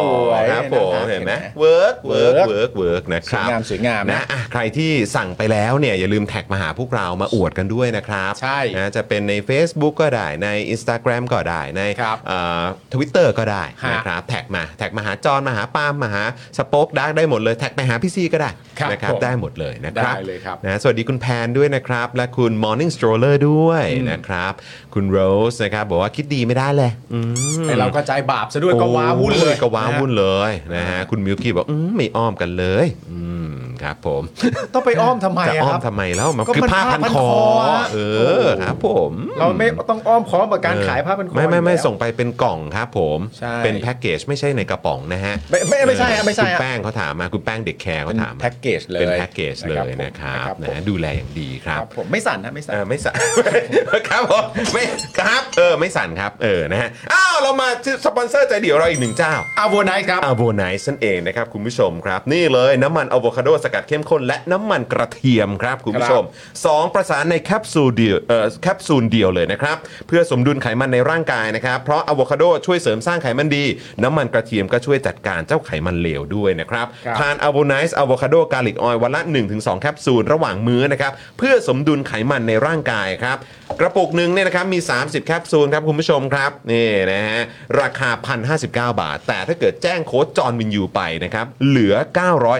[SPEAKER 2] สวย
[SPEAKER 1] ครับผม
[SPEAKER 2] นะครับ
[SPEAKER 1] เห็นไหม
[SPEAKER 2] เห็นไหม
[SPEAKER 1] เวิร์กเวิร์ก
[SPEAKER 2] work
[SPEAKER 1] เวิร์กเวิร์กนะค
[SPEAKER 2] สวย
[SPEAKER 1] รับ
[SPEAKER 2] งามสวยงามนะ
[SPEAKER 1] นะอ่ะใครที่สั่งไปแล้วเนี่ยอย่าลืมแท็กมาหาพวกเรามาอวดกันด้วยนะครับ
[SPEAKER 2] ใช่
[SPEAKER 1] นะจะเป็นใน Facebook ก็ได้ใน Instagram ก็ได้ใน
[SPEAKER 2] ครับ
[SPEAKER 1] ทวิตเตอร์ก็ได้
[SPEAKER 2] ฮะ
[SPEAKER 1] นะครับแท็กมาแท็กมาหาจอนมาหาปาล์มมาหาสป็อกดักได้หมดเลยแท็กไปหาพี่ซีก็ได้
[SPEAKER 2] ครับ
[SPEAKER 1] นะครับ
[SPEAKER 2] ผม
[SPEAKER 1] ได้หมดเลยนะครับ
[SPEAKER 2] ได้เลยครับ
[SPEAKER 1] นะสวัสดีคุณแพนด้วยนะครับ และคุณ Morning Stroller ด้วยนะครับ คุณโรสนะครับบอกว่าคิดดีไม่ได้เลยอืม
[SPEAKER 2] แต่เราก็ใจบาปซะด้วยก็ว้าวุ่นเลย
[SPEAKER 1] โอ้ก็ว้าวุ่นเลยนะฮะคุณมิวกี้บอกอืมไม่อ้อมกันเลยอืมครับผม
[SPEAKER 2] ต้องไปอ้อมทำไม
[SPEAKER 1] จะ
[SPEAKER 2] อะ
[SPEAKER 1] อ้
[SPEAKER 2] ค
[SPEAKER 1] อม
[SPEAKER 2] รับ
[SPEAKER 1] ทำไมแล้วมัน
[SPEAKER 2] ก็
[SPEAKER 1] คือ
[SPEAKER 2] มัน
[SPEAKER 1] ผ้า
[SPEAKER 2] ผ้าพั
[SPEAKER 1] พัน
[SPEAKER 2] น
[SPEAKER 1] คอ
[SPEAKER 2] คออะ
[SPEAKER 1] เออ
[SPEAKER 2] โอ้
[SPEAKER 1] ครับผม
[SPEAKER 2] เราไม่ต้องอ้อมค้อมกับการขายผ้าพันคอ
[SPEAKER 1] ไม่ไม่ไม่
[SPEAKER 2] อยู่แล้ว
[SPEAKER 1] ส่งไปเป็นกล่องครับผม
[SPEAKER 2] ใช่
[SPEAKER 1] เป็นแพ็กเกจไม่ใช่ในกระป๋องนะฮะ
[SPEAKER 2] ไม่ไม่ไม่ใช่ฮะไม่ใช่
[SPEAKER 1] คุณ
[SPEAKER 2] ฮะ
[SPEAKER 1] แป้งเขาถามมาคุณแป้งเด็กแคร์เขาถามมา
[SPEAKER 2] เป็นแพ็กเกจเลย
[SPEAKER 1] เป็นแพ็กเกจเลยนะ
[SPEAKER 2] ค
[SPEAKER 1] ค
[SPEAKER 2] รั
[SPEAKER 1] รับบ
[SPEAKER 2] ผม
[SPEAKER 1] นะดูแลอย่างดีค
[SPEAKER 2] ค
[SPEAKER 1] รั
[SPEAKER 2] รับ บผมไม่สั่นนะไม่สั่น
[SPEAKER 1] เออไม่สั่น ครับผมไม่ครับเออไม่สั่นครับเออนะฮะอ้าวเรามาที่สปอนเซอร์ใจเดียวเราอีกหนึ่งเจ้า
[SPEAKER 2] อาโวไนท์ครับ
[SPEAKER 1] อาโวไนซ์นั่นเองนะครับคุณผู้ชมครับ นี่เลยน้ำมันอะโวคาโดสกัดเข้มข้น และน้ำมันกระเทียมครับ คุณผู้ชม 2 ประสานในแคปซูลเดียวเอ่อแคปซูลเดียวเลยนะครับ เพื่อสมดุลไขมันในร่างกายนะครับ เพราะอะโวคาโดช่วยเสริมสร้างไขมันดี น้ำมันกระเทียมก็ช่วยจัดการเจ้าไขมันเหลวด้วยนะครับ
[SPEAKER 2] ครับ
[SPEAKER 1] ทานอะโวไนซ์อะโวคาโดกาลิกออยวันละ 1-2 แคปซูลระหว่างมื้อนะครับ เพื่อสมดุลไขมันในร่างกายครับ กระปุกหนึ่งเนี่ยนะครับมี 30 แคปซูลครับ คุณผู้ชมครับนี่นะฮะราคา 1,059 บาท แต่ถ้าเกิดแจ้งโค้ดจอห์นวินยูไปนะครับ เหลือ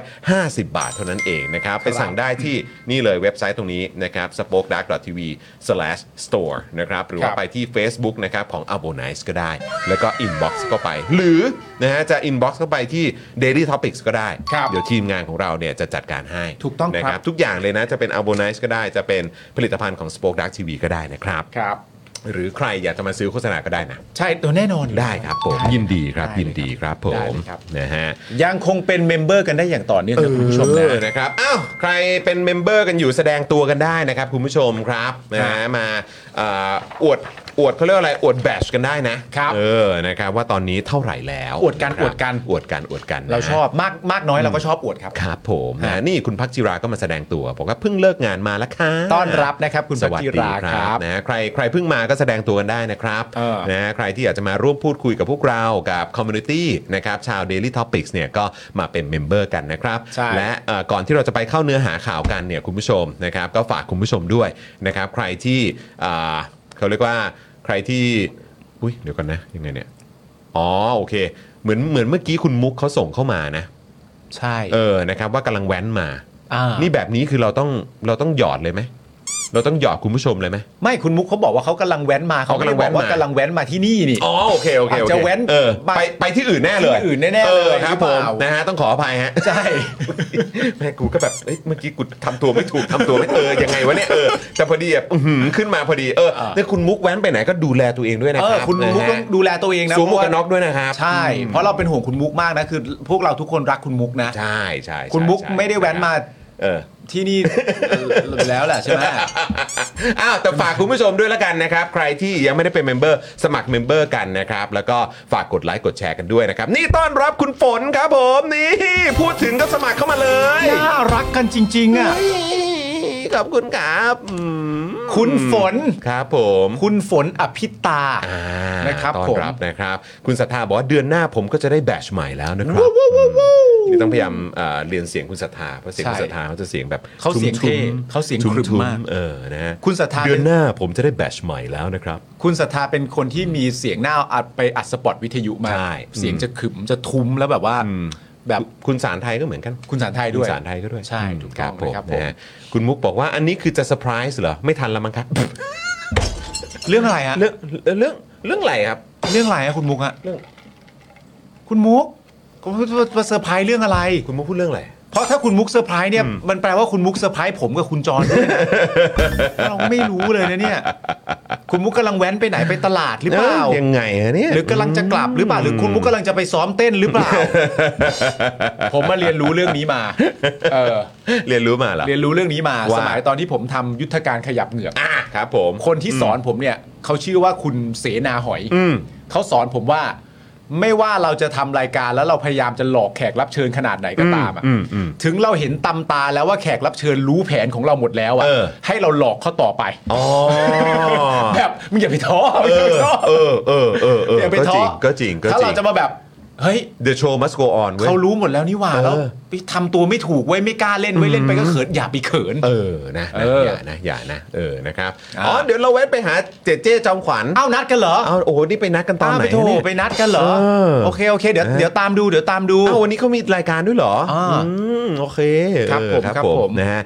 [SPEAKER 1] 950 บาทเท่านั้นเองนะครับ ไปสั่งได้ที่นี่เลยเว็บไซต์ตรงนี้นะครับ spokedark.tv/store นะครับ หรือว่า
[SPEAKER 2] ครับ
[SPEAKER 1] ไปที่ Facebook นะครับของ a b o n i c e ก็ได้ แล้วก็ inbox เข้าไป หรือนะฮะจะ inbox เข้าไปที่ daily topics ก็ได้
[SPEAKER 2] ครับ
[SPEAKER 1] เดี๋ยวทีมงานของเราเนี่ยจะจัดการให้
[SPEAKER 2] ถูกต้อง
[SPEAKER 1] นะครับ ทุกอย่างเลยนะ จะเป็น a b o n i c e ก็ได้จะเป็นผลิตภัณฑ์ของ Spoke Dark TV ก็ได้นะครับ
[SPEAKER 2] ครับ
[SPEAKER 1] หรือใครอยากจะมาซื้อโฆษณาก็ได้นะ
[SPEAKER 2] ใช่ตัวแน่นอน
[SPEAKER 1] ได้ครับผม ยินดีครับ
[SPEAKER 2] ได้
[SPEAKER 1] ยินดีครับผ
[SPEAKER 2] ได้
[SPEAKER 1] ม
[SPEAKER 2] เลยครับ
[SPEAKER 1] นะฮะ
[SPEAKER 2] ยังคงเป็นเมมเบอร์กันได้อย่างต่อเนื่องนะคุณผู้ชมนะ
[SPEAKER 1] เออนะครับอ้าวใครเป็นเมมเบอร์กันอยู่แสดงตัวกันได้นะครับ คุณผู้ชมครับนะฮะมาเอ่ออวดอวดเขาเรียกว่าอะไรอวดแบชกันได้นะครับ เออนะครับว่าตอนนี้เท่าไหร่แล้ว
[SPEAKER 2] อวดกันะครับ อวดกัน
[SPEAKER 1] อวดกันอวดกันนะฮะ
[SPEAKER 2] เราชอบมากมากน้อยเราก็ชอบอวดครับ
[SPEAKER 1] ครับผม
[SPEAKER 2] ฮะ
[SPEAKER 1] นะนี่คุณพักจิราก็มาแสดงตัวบอกว่าเพิ่งเลิกงานมาแล้วค่ะ
[SPEAKER 2] ต้อนรับนะครับคุณ
[SPEAKER 1] ส
[SPEAKER 2] พัช
[SPEAKER 1] วัส
[SPEAKER 2] จิ
[SPEAKER 1] ดี
[SPEAKER 2] รา
[SPEAKER 1] ค
[SPEAKER 2] ค
[SPEAKER 1] รั
[SPEAKER 2] รั
[SPEAKER 1] บบ นะใครใครเพิ่งมาก็แสดงตัวกันได้นะครับ
[SPEAKER 2] เออ
[SPEAKER 1] นะใครที่อยากจะมาร่วมพูดคุยกับพวกเรากับคอมมูนิตี้นะครับชาว Daily Topics เนี่ยก็มาเป็นเมมเบอร์กันนะครับ
[SPEAKER 2] ใช่
[SPEAKER 1] และเอ่อก่อนที่เราจะไปเข้าเนื้อหาข่าวกันเนี่ยคุณผู้ชมนะครับก็ฝากคุณผู้ชมด้วยนะครับใครที่อ่าเขาเรียกว่าใครที่อุ้ยเดี๋ยวก่อนนะยังไงเนี่ยอ๋อโอเค เหมือนเหมือนเมื่อกี้คุณมุกเขาส่งเข้ามานะ
[SPEAKER 2] ใช่
[SPEAKER 1] เออ นะครับว่ากำลังแว้นมา
[SPEAKER 2] อ่า
[SPEAKER 1] นี่แบบนี้คือเราต้องเราต้องหยอดเลยไหม เราต้องหยอดคุณผู้ชมเลยไหม
[SPEAKER 2] ไม่คุณมุกเขาบอกว่าเขากำลังแว้นมาเขา
[SPEAKER 1] เขา
[SPEAKER 2] ไม่
[SPEAKER 1] กำลั
[SPEAKER 2] ได้
[SPEAKER 1] ง
[SPEAKER 2] บอน ก
[SPEAKER 1] แว้มา
[SPEAKER 2] ว่ากำลังแว้นมาที่นี่นี่
[SPEAKER 1] อ๋อโอเคโอเคโอ
[SPEAKER 2] อา
[SPEAKER 1] เค
[SPEAKER 2] จจะแว้น
[SPEAKER 1] เออ
[SPEAKER 2] ไป
[SPEAKER 1] ไปไปที่อื่นแน่เลย
[SPEAKER 2] ที่อื่นแน่ๆ
[SPEAKER 1] เออ
[SPEAKER 2] เลยห
[SPEAKER 1] ค
[SPEAKER 2] รื
[SPEAKER 1] รับ
[SPEAKER 2] อเป
[SPEAKER 1] ผ
[SPEAKER 2] ล่า
[SPEAKER 1] มนะฮะต้องขออภัยฮะ
[SPEAKER 2] ใช่
[SPEAKER 1] แม่กูก็แบบเอ้ยเมื่อกี้กูทำตัวไม่ถูกทำตัวไม่เออยังไงวะเนี่ยเออแต่พอดีแบบอื้อหือขึ้นมาพอดีเออ
[SPEAKER 2] เออ
[SPEAKER 1] เนี่ยคุณมุกแว้นไปไหนก็ดูแลตัวเองด้วยนะ
[SPEAKER 2] เอ
[SPEAKER 1] ค
[SPEAKER 2] อ
[SPEAKER 1] รับ
[SPEAKER 2] คุณมุกต้องดูแลตัวเอง
[SPEAKER 1] นะฮะ
[SPEAKER 2] นะ
[SPEAKER 1] สวมหมวกกัน
[SPEAKER 2] เพ
[SPEAKER 1] น็
[SPEAKER 2] ราะ
[SPEAKER 1] อกด้วยนะครับ
[SPEAKER 2] ใช่ เพราะเราเป็นห่วงคุณมุกมากนะคือพวกเราทุกคนรักคุณมุกนะ
[SPEAKER 1] ใช่ใช่ใช่
[SPEAKER 2] คุณมุก
[SPEAKER 1] ใช่
[SPEAKER 2] ไม่ได้แว้นมา
[SPEAKER 1] เออ
[SPEAKER 2] ที่นี่ แล้วแหละใช่ไหม
[SPEAKER 1] อ้าวแต่ฝากคุณผู้ชมด้วยละกันนะครับ ใครที่ยังไม่ได้เป็นเมมเบอร์สมัครเมมเบอร์กันนะครับ แล้วก็ฝากกดไลค์กดแชร์กันด้วยนะครับ นี่ต้อนรับคุณฝนครับผมนี่ พูดถึงก็สมัครเข้ามาเลย
[SPEAKER 2] น่ารักกันจริง ๆ อ่ะ
[SPEAKER 1] ขอบคุณครับอืม
[SPEAKER 2] คุณฝน
[SPEAKER 1] ครับผม
[SPEAKER 2] คุณฝนอภิตา
[SPEAKER 1] อ่า
[SPEAKER 2] นะครับ
[SPEAKER 1] ต้อน
[SPEAKER 2] ผม
[SPEAKER 1] รับนะครับ คุณศรัทธาบอกว่าเดือนหน้าผมก็จะได้แบตชใหม่แล้วนะครับนี่ต้องพยายามเอ่อเรียนเสียงคุณศรัทธาเพราะเสียงคุณศรัทธาเขาจะเสียงแบบ
[SPEAKER 2] เขาเสียงเท่เขาเสียง
[SPEAKER 1] ทุ้
[SPEAKER 2] ครึม
[SPEAKER 1] ๆ
[SPEAKER 2] มาก
[SPEAKER 1] เออนะฮะ
[SPEAKER 2] คุณศรัทธา
[SPEAKER 1] เดือน
[SPEAKER 2] ป็
[SPEAKER 1] หน้าผมจะได้แบตชใหม่แล้วนะครับ
[SPEAKER 2] คุณศรัทธาเป็นคนที่มีเสียงหน้าอัดไปอัดสปอตวิทยุมา
[SPEAKER 1] ใช่
[SPEAKER 2] เสียงจะขึมจะทุ้มแล้วแบบว่า แบบ
[SPEAKER 1] คุณสารไทยก็เหมือนกัน
[SPEAKER 2] คุณสารไทย
[SPEAKER 1] คุ
[SPEAKER 2] ด้
[SPEAKER 1] ณ
[SPEAKER 2] วย
[SPEAKER 1] สารไทยก็ด้วย
[SPEAKER 2] ใช่ถูกต้องนะครับผม
[SPEAKER 1] นะฮะคุณมุกบอกว่าอันนี้คือจะเซอร์ไพรส์เหรอ ไม่ทันแล้วมั้งครับ
[SPEAKER 2] เรื่องอะไรฮะ
[SPEAKER 1] เรื่องเรื่องเรื่องอะไรครับ
[SPEAKER 2] เรื่องอะไรฮะคุณมุกฮะ
[SPEAKER 1] เรื่อง
[SPEAKER 2] คุณมุกคุณมุกมาเซอร์ไพรส์เรื่องอะไร
[SPEAKER 1] คุณมุกพูดเรื่องอะไร
[SPEAKER 2] เพราะถ้าคุณมุกเซอร์ไพรส์เนี่ยมันแปลว่าคุณมุกเซอร์ไพรส์ผมกับคุณจรด้วยนะ เราไม่รู้เลยนะเนี่ย คุณมุกกำลังแว้นไปไหนไปตลาดหรือเปล่า
[SPEAKER 1] เยังไงอะเนี่ย
[SPEAKER 2] หรือกำลังจะกลับหรือเปล่า หรือคุณมุกกำลังจะไปซ้อมเต้นหรือเปล่า ผมมาเรียนรู้เรื่องนี้มา เออ
[SPEAKER 1] เรียนรู้มาเหรอ
[SPEAKER 2] เรียนรู้เรื่องนี้มา
[SPEAKER 1] ว่า
[SPEAKER 2] สมัยตอนที่ผมทำยุทธการขยับเหงือก
[SPEAKER 1] อ่ะครับผม
[SPEAKER 2] คนที่สอนผมเนี่ยเขาชื่อว่าคุณเสนาหอย
[SPEAKER 1] อืม
[SPEAKER 2] เขาสอนผมว่า ไม่ว่าเราจะทำรายการแล้วเราพยายามจะหลอกแขกรับเชิญขนาดไหนก็ตามอะ
[SPEAKER 1] อืมอืม
[SPEAKER 2] ถึงเราเห็นตำตาแล้วว่าแขกรับเชิญรู้แผนของเราหมดแล้วอะ
[SPEAKER 1] เออ
[SPEAKER 2] ให้เราหลอกเขาต่อไป
[SPEAKER 1] อ๋อ
[SPEAKER 2] แบบมึงอย่าไปท้อ
[SPEAKER 1] เอ
[SPEAKER 2] มึงอย่า
[SPEAKER 1] อ
[SPEAKER 2] ไปท้อ
[SPEAKER 1] เออเออเออเออ
[SPEAKER 2] อย่าไป
[SPEAKER 1] ก็จ
[SPEAKER 2] ท้อ
[SPEAKER 1] ริงก็จริงก็
[SPEAKER 2] ถ้า
[SPEAKER 1] จริ
[SPEAKER 2] เรา
[SPEAKER 1] ง
[SPEAKER 2] จะมาแบบเฮ้ย
[SPEAKER 1] The show must go on เว้ย
[SPEAKER 2] เขารู้หมดแล้วนี่หว่า
[SPEAKER 1] เออ
[SPEAKER 2] แล้วไปทำตัวไม่ถูกเว้ยไม่กล้าเล่นเว้ยเล่นไปก็เขินอย่าไปเขิน
[SPEAKER 1] เออนะนะ
[SPEAKER 2] เอออย่
[SPEAKER 1] อานะอย่านะเออนะครับ
[SPEAKER 2] อ่า
[SPEAKER 1] อ๋อเดี๋ยวเราแวะไปหาเจเจจอมขวัญ
[SPEAKER 2] เอ้านัดกันเหรอ
[SPEAKER 1] เอาโอ้โหนี่ไปนัดกันตอน
[SPEAKER 2] อ้าว
[SPEAKER 1] ไหน
[SPEAKER 2] ไปโทร
[SPEAKER 1] เนี่ย
[SPEAKER 2] ไปนัดกันเหรอ
[SPEAKER 1] เออ
[SPEAKER 2] โอเคโอเคเดี๋ยว
[SPEAKER 1] เออ
[SPEAKER 2] เดี๋ยวตามดูเดี๋ยวตามดู
[SPEAKER 1] อ้าววันนี้เขามีรายการด้วยเหรอ
[SPEAKER 2] อ่า
[SPEAKER 1] อืมโอเค
[SPEAKER 2] ครับ
[SPEAKER 1] เออ
[SPEAKER 2] ผมครับผม
[SPEAKER 1] นะฮะ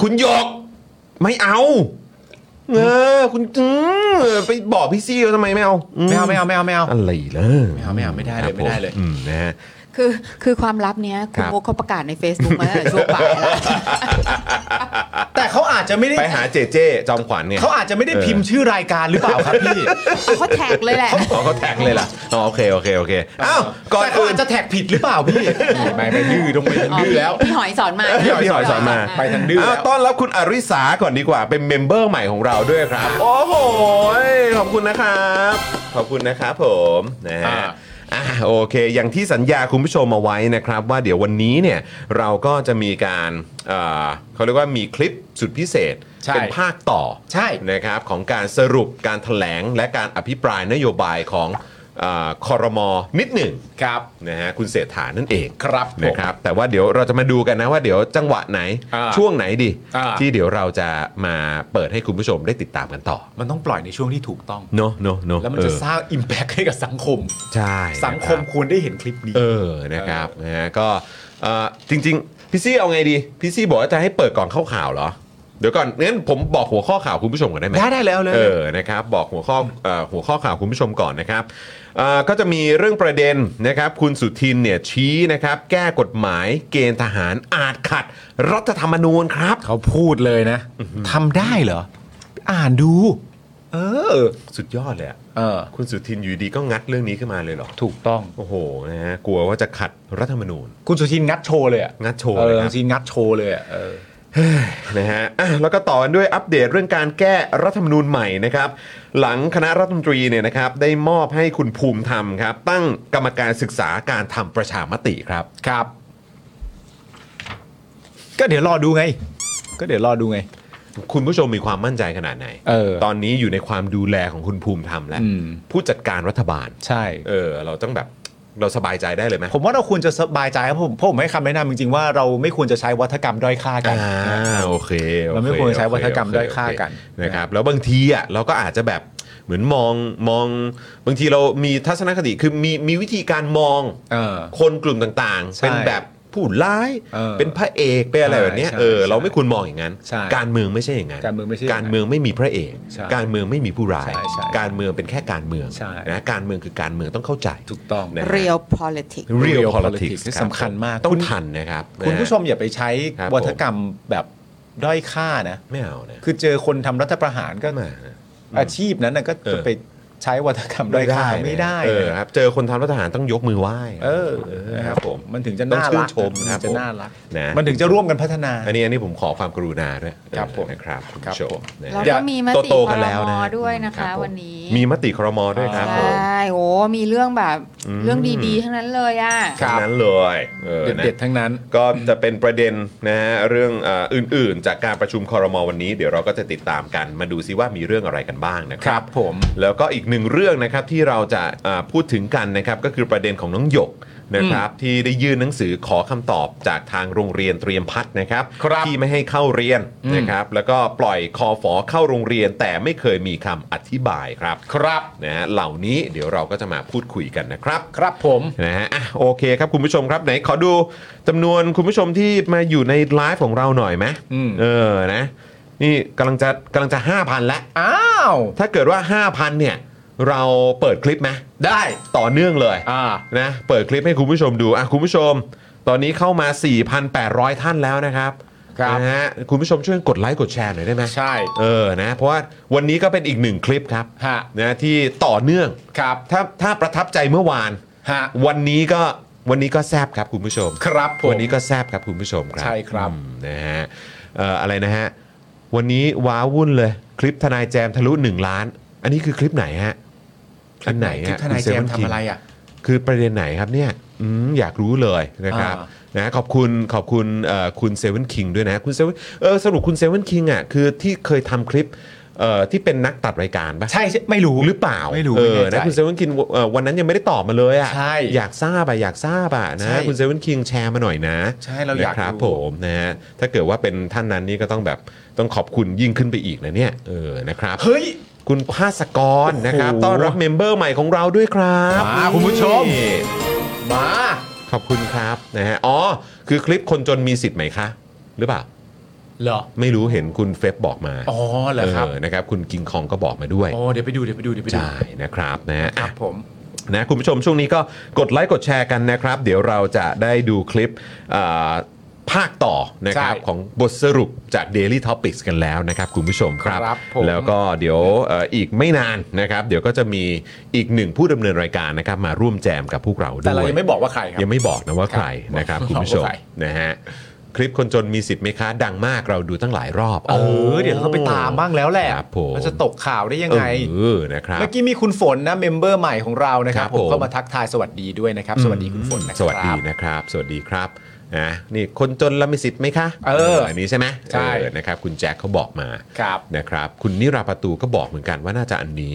[SPEAKER 1] คุณหยกไม่เอาเออคุณอืมไปบอกพี่ซี่เขาทำไมไม่เอาอื
[SPEAKER 2] ไม่เอาไม่เอาไม่เอาไม่เอา
[SPEAKER 1] อะไรล่ะ
[SPEAKER 2] ไม่เอาไม่เอาไม่ได้เลย
[SPEAKER 1] ครับผ
[SPEAKER 2] ไม่ได้เลย
[SPEAKER 1] อืมนะฮะ
[SPEAKER 5] คือคือความลับเนี้ยคุ
[SPEAKER 1] ค
[SPEAKER 5] ณ
[SPEAKER 1] รับ
[SPEAKER 5] มุกเขาประกาศใน Facebook มาตั้งแต่ช่วงบ่ายแล้ว
[SPEAKER 2] แต่เขาอาจจะไม่ได้
[SPEAKER 1] ไปหาเจเจจอมขวัญเนี่ย
[SPEAKER 2] เขาอาจจะไม่ได้พิมพ์ชื่อรายการหรือเปล่าครับพี่
[SPEAKER 5] เขาแท็กเลยแหละ
[SPEAKER 1] อ๋อเขาแท็กเลยล่ะอ๋อโอเคโอเคโอเคอ้าวก่อน
[SPEAKER 2] แต่เขา
[SPEAKER 1] อื่น
[SPEAKER 2] อาจจะแท็กผิดหรือเปล่าพี่ไม่ไม่ดื้อตรงไปดื้อแล้ว
[SPEAKER 5] พี่หอยสอนมา
[SPEAKER 1] พี่หอยสอน
[SPEAKER 2] ไปทางดื้อแล้
[SPEAKER 1] อ้าว
[SPEAKER 2] ว
[SPEAKER 1] ต้อนรับคุณอริสาก่อนดีกว่าเป็นเมมเบอร์ใหม่ของเราด้วยครับ โอ้โหขอบคุณนะครับ ขอบคุณนะครับผมนะ
[SPEAKER 2] อ่า
[SPEAKER 1] ฮะอ่ะโอเค อย่างที่สัญญาคุณผู้ชมเอาไว้นะครับ ว่าเดี๋ยววันนี้เนี่ยเราก็จะมีการเอ่อเขาเรียกว่ามีคลิปสุดพิเศษ
[SPEAKER 2] ใช่
[SPEAKER 1] เป็นภาคต่อ
[SPEAKER 2] ใช่
[SPEAKER 1] นะครับของการสรุปการแถลงและการอภิปรายนโยบายของเอ่อคอรมอนิดหนึ่ง
[SPEAKER 2] ครับ
[SPEAKER 1] นะฮะคุณเศรษฐานั่นเอง
[SPEAKER 2] ครับผม
[SPEAKER 1] นะครับ แต่ว่าเดี๋ยวเราจะมาดูกันนะว่าเดี๋ยวจังหวะไหน
[SPEAKER 2] อ่า
[SPEAKER 1] ช่วงไหนดี
[SPEAKER 2] อ่า
[SPEAKER 1] ที่เดี๋ยวเราจะมาเปิดให้คุณผู้ชมได้ติดตามกันต่อ
[SPEAKER 2] มันต้องปล่อยในช่วงที่ถูกต้อง
[SPEAKER 1] เนอะเนอะเนอะ
[SPEAKER 2] แล้วมันจะ
[SPEAKER 1] เออ
[SPEAKER 2] สร้าง Impact ให้กับสังคม
[SPEAKER 1] ใช่
[SPEAKER 2] สังคม
[SPEAKER 1] นะรับ
[SPEAKER 2] ควรได้เห็นคลิปนี้
[SPEAKER 1] เออนะครับนะฮะก็เอ่อจริง ๆ พี่ซี่เอาไงดี พี่ซี่บอกว่าจะให้เปิดก่อนเข้าข่าวเหรอ เดี๋ยวก่อนงั้นผมบอกหัวข้อข่าวคุณผู้ชมก่อนได้ไหม
[SPEAKER 2] ได้ได้แล้วเลย
[SPEAKER 1] เออ นะครับ บอกหัวข้อเอ่อหัวข้อข่าวคุณผู้ชมก่อนนะครับเอ่อก็จะมีเรื่องประเด็นนะครับ คุณสุทินเนี่ยชี้นะครับ แก้กฎหมายเกณฑ์ทหารอาจขัด รัฐธรรมนูญครับ
[SPEAKER 2] เขาพูดเลยนะทำได้เหรอ อ่านดู เออ
[SPEAKER 1] สุดยอดเลยอะ
[SPEAKER 2] เออ
[SPEAKER 1] คุณสุทินอยู่ดีก็งัดเรื่องนี้ขึ้นมาเลยเหรอ
[SPEAKER 2] ถูกต้อง
[SPEAKER 1] โอ้โห นะฮะ กลัวว่าจะขัดรัฐธรรมนูญ
[SPEAKER 2] คุณสุชินงัดโชว์เลยอะ
[SPEAKER 1] งัดโชว์
[SPEAKER 2] เอ
[SPEAKER 1] เลย
[SPEAKER 2] อ
[SPEAKER 1] ค
[SPEAKER 2] คุ
[SPEAKER 1] รั
[SPEAKER 2] ณ
[SPEAKER 1] บ
[SPEAKER 2] สุชินงัดโชว์เลยอะเออ
[SPEAKER 1] นะฮ ะอ่ะแล้วก็ต่อกันด้วยอัปเดตเรื่องการแก้รัฐธรรมนูญใหม่นะครับ หลังคณะรัฐมนตรีเนี่ยนะครับ ได้มอบให้คุณภูมิธรรมครับ ตั้งกรรมการศึกษาการทำประชามติครับ
[SPEAKER 2] ครับ ก็เดี๋ยวรอดูไง ก็เดี๋ยวรอดูไง
[SPEAKER 1] คุณผู้ชมมีความมั่นใจขนาดไหน
[SPEAKER 2] เออ
[SPEAKER 1] ตอนนี้อยู่ในความดูแลของคุณภูมิธรรมแล้ว
[SPEAKER 2] อืม
[SPEAKER 1] ผู้จัดการรัฐบาล
[SPEAKER 2] ใช่
[SPEAKER 1] เออ เราต้องแบบเราสบายใจได้เลยไหม
[SPEAKER 2] ผมว่าเราควรจะสบายใจครับผมเพราะผมให้คำแนะนำจริงๆว่าเราไม่ควรจะใช้วัฒกรรมด้อยค่ากัน
[SPEAKER 1] อ่าโอเคโอ
[SPEAKER 2] เราไม่ควรใช้วัฒกรรม
[SPEAKER 1] โเค
[SPEAKER 2] ด้อยค่ากัน
[SPEAKER 1] โอเคนะครับ แล้วบางทีอ่ะเราก็อาจจะแบบเหมือนมองมอง บางทีเรามีทัศนคติคือมีมีวิธีการมอง
[SPEAKER 2] เออ
[SPEAKER 1] คนกลุ่มต่างๆ
[SPEAKER 2] ใช่
[SPEAKER 1] เป็นแบบผู้ร้าย
[SPEAKER 2] เออ
[SPEAKER 1] เป็นพระเอกเป็นอะไรแบบเนี้ย
[SPEAKER 2] ใช่
[SPEAKER 1] เออ
[SPEAKER 2] ใช่
[SPEAKER 1] เราไม่ควรมองอย่างนั้น
[SPEAKER 2] ใช่
[SPEAKER 1] การเมืองไม่ใช่อย่างนั้น
[SPEAKER 2] การเมืองไม่ใช่อย่างนั้น
[SPEAKER 1] การเมืองไม่มีพระเอก
[SPEAKER 2] ใช่
[SPEAKER 1] การเมืองไม่มีผู้ร้าย
[SPEAKER 2] ใช่ใช่
[SPEAKER 1] การเมืองเป็นแค่การเมือง
[SPEAKER 2] ใช่
[SPEAKER 1] นะการเมืองคือการเมืองต้องเข้าใจ
[SPEAKER 2] ถูกต้อง
[SPEAKER 1] นะ
[SPEAKER 5] real politics
[SPEAKER 1] real
[SPEAKER 2] Real
[SPEAKER 1] politics
[SPEAKER 2] politics นี่
[SPEAKER 1] รับ
[SPEAKER 2] สำคัญมาก
[SPEAKER 1] ต้อ
[SPEAKER 2] คุ
[SPEAKER 1] ง
[SPEAKER 2] ณ
[SPEAKER 1] ทันนะครับ
[SPEAKER 2] คุณผู้ช
[SPEAKER 1] น
[SPEAKER 2] มอย่าไปใช้
[SPEAKER 1] ครับผม
[SPEAKER 2] วัฒกรรมแบบด้อยค่านะ
[SPEAKER 1] ฮไม่เอานะ
[SPEAKER 2] คือเจอคนทำรัฐประหารก็
[SPEAKER 1] ไม่นะ
[SPEAKER 2] อาชีพนั้นนะก็
[SPEAKER 1] เอ
[SPEAKER 2] จะ
[SPEAKER 1] อ
[SPEAKER 2] ไปใช้วัฒกรรมด้อยค่าไม่ได้
[SPEAKER 1] เออ
[SPEAKER 2] นะครับ
[SPEAKER 1] เจอคนทำรัฐทหารต้องยกมือไหว้
[SPEAKER 2] เออ
[SPEAKER 1] เออนะครับผม
[SPEAKER 2] มันถึงจะ
[SPEAKER 1] ต้อง
[SPEAKER 2] น่า
[SPEAKER 1] ชื่น
[SPEAKER 2] รัก
[SPEAKER 1] ชม
[SPEAKER 2] น
[SPEAKER 1] ครับ
[SPEAKER 2] ถึง
[SPEAKER 1] ผม
[SPEAKER 2] จะน่ารัก
[SPEAKER 1] นะ
[SPEAKER 2] มันถึงจะร่วมกันพัฒนา
[SPEAKER 1] อันนี้อันนี้ผมขอความกรุณาด้วย
[SPEAKER 2] ครับผม
[SPEAKER 1] นะครับคุณ
[SPEAKER 2] ครับ
[SPEAKER 1] ผู้ช
[SPEAKER 2] ผม ม
[SPEAKER 1] นะ
[SPEAKER 5] แล้ว
[SPEAKER 1] อย่า
[SPEAKER 5] ก็มีมติ
[SPEAKER 1] โต
[SPEAKER 5] ค
[SPEAKER 1] ๆ
[SPEAKER 5] อ
[SPEAKER 1] กัน
[SPEAKER 5] ร
[SPEAKER 1] แล้ว
[SPEAKER 5] ม
[SPEAKER 1] นะ
[SPEAKER 5] ด้วยนะคะ
[SPEAKER 1] รับผม
[SPEAKER 5] วันนี้
[SPEAKER 1] มีมติครมด้วยครับผม
[SPEAKER 5] ใช่โอ้มีเรื่องแบบเรื่องดีๆ ทั้งนั้นเลยอ่ะ
[SPEAKER 2] ครับ
[SPEAKER 1] ทั้งนั้นเลยเออนะ
[SPEAKER 2] เด็ดๆทั้งนั้น
[SPEAKER 1] ก็จะเป็นประเด็นนะฮะเรื่องเอ่ออื่นๆ จากการประชุมคอรมอวันนี้ เดี๋ยวเราก็จะติดตามกันมาดูซิว่ามีเรื่องอะไรกันบ้างนะค
[SPEAKER 2] ค
[SPEAKER 1] รั
[SPEAKER 2] รับ บผม
[SPEAKER 1] แล้วก็อีกหนึ่งเรื่องนะครับที่เราจะอ่าพูดถึงกันนะครับก็คือประเด็นของน้องหยกนะครับที่ได้ยื่นหนังสือขอคำตอบจากทางโรงเรียนเตรียมพัฒน์นะครับ
[SPEAKER 2] ครับ
[SPEAKER 1] ที่ไม่ให้เข้าเรียน
[SPEAKER 2] อืม
[SPEAKER 1] นะครับแล้วก็ปล่อยคอฝอเข้าโรงเรียน แต่ไม่เคยมีคำอธิบายครับ
[SPEAKER 2] ครับ
[SPEAKER 1] นะฮะเหล่านี้เดี๋ยวเราก็จะมาพูดคุยกันนะครับ
[SPEAKER 2] ครับผม
[SPEAKER 1] นะฮะอ่ะโอเคครับคุณผู้ชมครับไหนขอดูจำนวนคุณผู้ชมที่มาอยู่ในไลฟ์ของเราหน่อยไหม
[SPEAKER 2] อืม
[SPEAKER 1] เออนะนี่กำลังจะกำลังจะ 5,000แล้ว
[SPEAKER 2] อ้าว
[SPEAKER 1] ถ้าเกิดว่า 5,000เนี่ยเราเปิดคลิปไหม
[SPEAKER 2] ได้
[SPEAKER 1] ต่อเนื่องเลย
[SPEAKER 2] อ่า
[SPEAKER 1] นะเปิดคลิปให้คุณผู้ชมดูอ่ะคุณผู้ชม ตอนนี้เข้ามา 4,800 ท่านแล้วนะครับ
[SPEAKER 2] ครับ
[SPEAKER 1] นะฮะคุณผู้ชมช่วยกดไลค์กดแชร์หน่อยได้ไหม
[SPEAKER 2] ใช่
[SPEAKER 1] เออนะเพราะว่าวันนี้ก็เป็นอีกหนึ่งคลิปครับ
[SPEAKER 2] ฮะ
[SPEAKER 1] นะที่ต่อเนื่อง
[SPEAKER 2] ครับ
[SPEAKER 1] ถ้าถ้าประทับใจเมื่อวาน
[SPEAKER 2] ฮะ
[SPEAKER 1] วันนี้ก็วันนี้ก็แซบครับคุณผู้ชม
[SPEAKER 2] ครับผม
[SPEAKER 1] วันนี้ก็แซบครับคุณผู้ชมครับ
[SPEAKER 2] ใช่ครับ
[SPEAKER 1] อืมนะฮะเอ่ออะไรนะฮะ วันนี้ว้าวุ่นเลย คลิปทนายแจมทะลุ 1 ล้าน อันนี้คือคลิปไหนฮะอันไหน
[SPEAKER 2] คลิป
[SPEAKER 1] ฮะ
[SPEAKER 2] ทนาย
[SPEAKER 1] คุณ
[SPEAKER 2] แจม
[SPEAKER 1] Seven
[SPEAKER 2] ทำ
[SPEAKER 1] King
[SPEAKER 2] อะไรอ่ะ
[SPEAKER 1] คือประเด็นไหนครับเนี่ยอืมอยากรู้เลยนะครับ
[SPEAKER 2] อ่า
[SPEAKER 1] นะขอบคุณขอบคุณเอ่อคุณเซเว่นคิงด้วยนะคุณเซเว่นเออสรุปคุณเซเว่นคิงอ่ะคือที่เคยทำคลิปเอ่อที่เป็นนักตัดรายการปะ
[SPEAKER 2] ใช่ใช่ไม่รู้
[SPEAKER 1] หรือเปล่า
[SPEAKER 2] ไม่รู้
[SPEAKER 1] เอ
[SPEAKER 2] ไม่
[SPEAKER 1] อ
[SPEAKER 2] แน่ใจ
[SPEAKER 1] นะคุณเซเว่นคิงวันนั้นยังไม่ได้ตอบมาเลยอ่ะ
[SPEAKER 2] ใช่
[SPEAKER 1] อยากทราบอ่ะอยากทราบอ่ะ
[SPEAKER 2] ใช่
[SPEAKER 1] นะคุณเซเว่นคิงแชร์มาหน่อยนะ
[SPEAKER 2] ใช่เราอยาก
[SPEAKER 1] นะครับ
[SPEAKER 2] รู้
[SPEAKER 1] ผมนะฮะถ้าเกิดว่าเป็นท่านนั้นนี่ก็ต้องแบบต้องขอบคุณยิ่งขึ้นไปอีกนะเนี่ยเออนะครับ
[SPEAKER 2] เฮ้ย
[SPEAKER 1] คุณภาสกรนะครับ
[SPEAKER 2] โอ้โห
[SPEAKER 1] ต้อนรับเมมเบอร์ใหม่ของเราด้วยครับ
[SPEAKER 2] มาคุณผู้ชม
[SPEAKER 1] นี่
[SPEAKER 2] มา
[SPEAKER 1] ขอบคุณครับนะฮะอ๋อ คือคลิปคนจนมีสิทธิ์ไหมคะ หรือเปล่า
[SPEAKER 2] เหรอ
[SPEAKER 1] ไม่รู้เห็นคุณเฟบบอกมา
[SPEAKER 2] อ๋อเหรอครับ
[SPEAKER 1] นะครับ คุณกิงคองก็บอกมาด้วย
[SPEAKER 2] โอ้เดี๋ยวไปดูเดี๋ยวไปดูเดี๋ยวไปดู
[SPEAKER 1] ใช่นะครับนะฮะ
[SPEAKER 2] ครั
[SPEAKER 1] อ่ะ
[SPEAKER 2] บผม
[SPEAKER 1] นะคุณผู้ชมช่วงนี้ก็กดไลค์กดแชร์กันนะครับ เดี๋ยวเราจะได้ดูคลิปเอ่อภาคต่อนะครับ
[SPEAKER 2] ใช่
[SPEAKER 1] ของบทสรุปจาก Daily Topics กันแล้วนะครับคุณผู้ชมครับ
[SPEAKER 2] ครับผม
[SPEAKER 1] แล้วก็เดี๋ยวเอ่ออีกไม่นานนะครับ เดี๋ยวก็จะมีอีกหนึ่งผู้ดำเนินรายการนะครับ มาร่วมแจมกับพวกเราด้วย
[SPEAKER 2] แต่เรายังไม่บอกว่าใครครับ
[SPEAKER 1] ยังไม่บอกนะว่าใคร
[SPEAKER 2] ครับ
[SPEAKER 1] นะครับ
[SPEAKER 2] บอก
[SPEAKER 1] คุณผู้ชม
[SPEAKER 2] ว่าใคร
[SPEAKER 1] นะฮะคลิปคนจนมีสิทธิ์ไหมคะดังมากเราดูตั้งหลายรอบ
[SPEAKER 2] เออ เดี๋ยวเราไปตามบ้างแล้วแหละ
[SPEAKER 1] ครับผม
[SPEAKER 2] มันจะตกข่าวได้ยังไง
[SPEAKER 1] เออนะครับ
[SPEAKER 2] เมื่อกี้มีคุณฝนนะเมมเบอร์ใหม่ของเรานะครับ
[SPEAKER 1] ครับ
[SPEAKER 2] ผ
[SPEAKER 1] ผม ม
[SPEAKER 2] ก็มาทักทายสวัสดีด้วยนะครับ สวัสดีคุณฝนนะครับ
[SPEAKER 1] สวัสดีนะครับ สวัสดีครับนะนี่คนจนละมีสิทธิ์ไหมคะ
[SPEAKER 2] เออน
[SPEAKER 1] นี้ใช่ไหม
[SPEAKER 2] ใช่
[SPEAKER 1] เออนะครับ คุณแจ็คเขาบอกมา
[SPEAKER 2] ครับ
[SPEAKER 1] นะครับ คุณนิราประตูก็บอกเหมือนกันว่าน่าจะอันนี้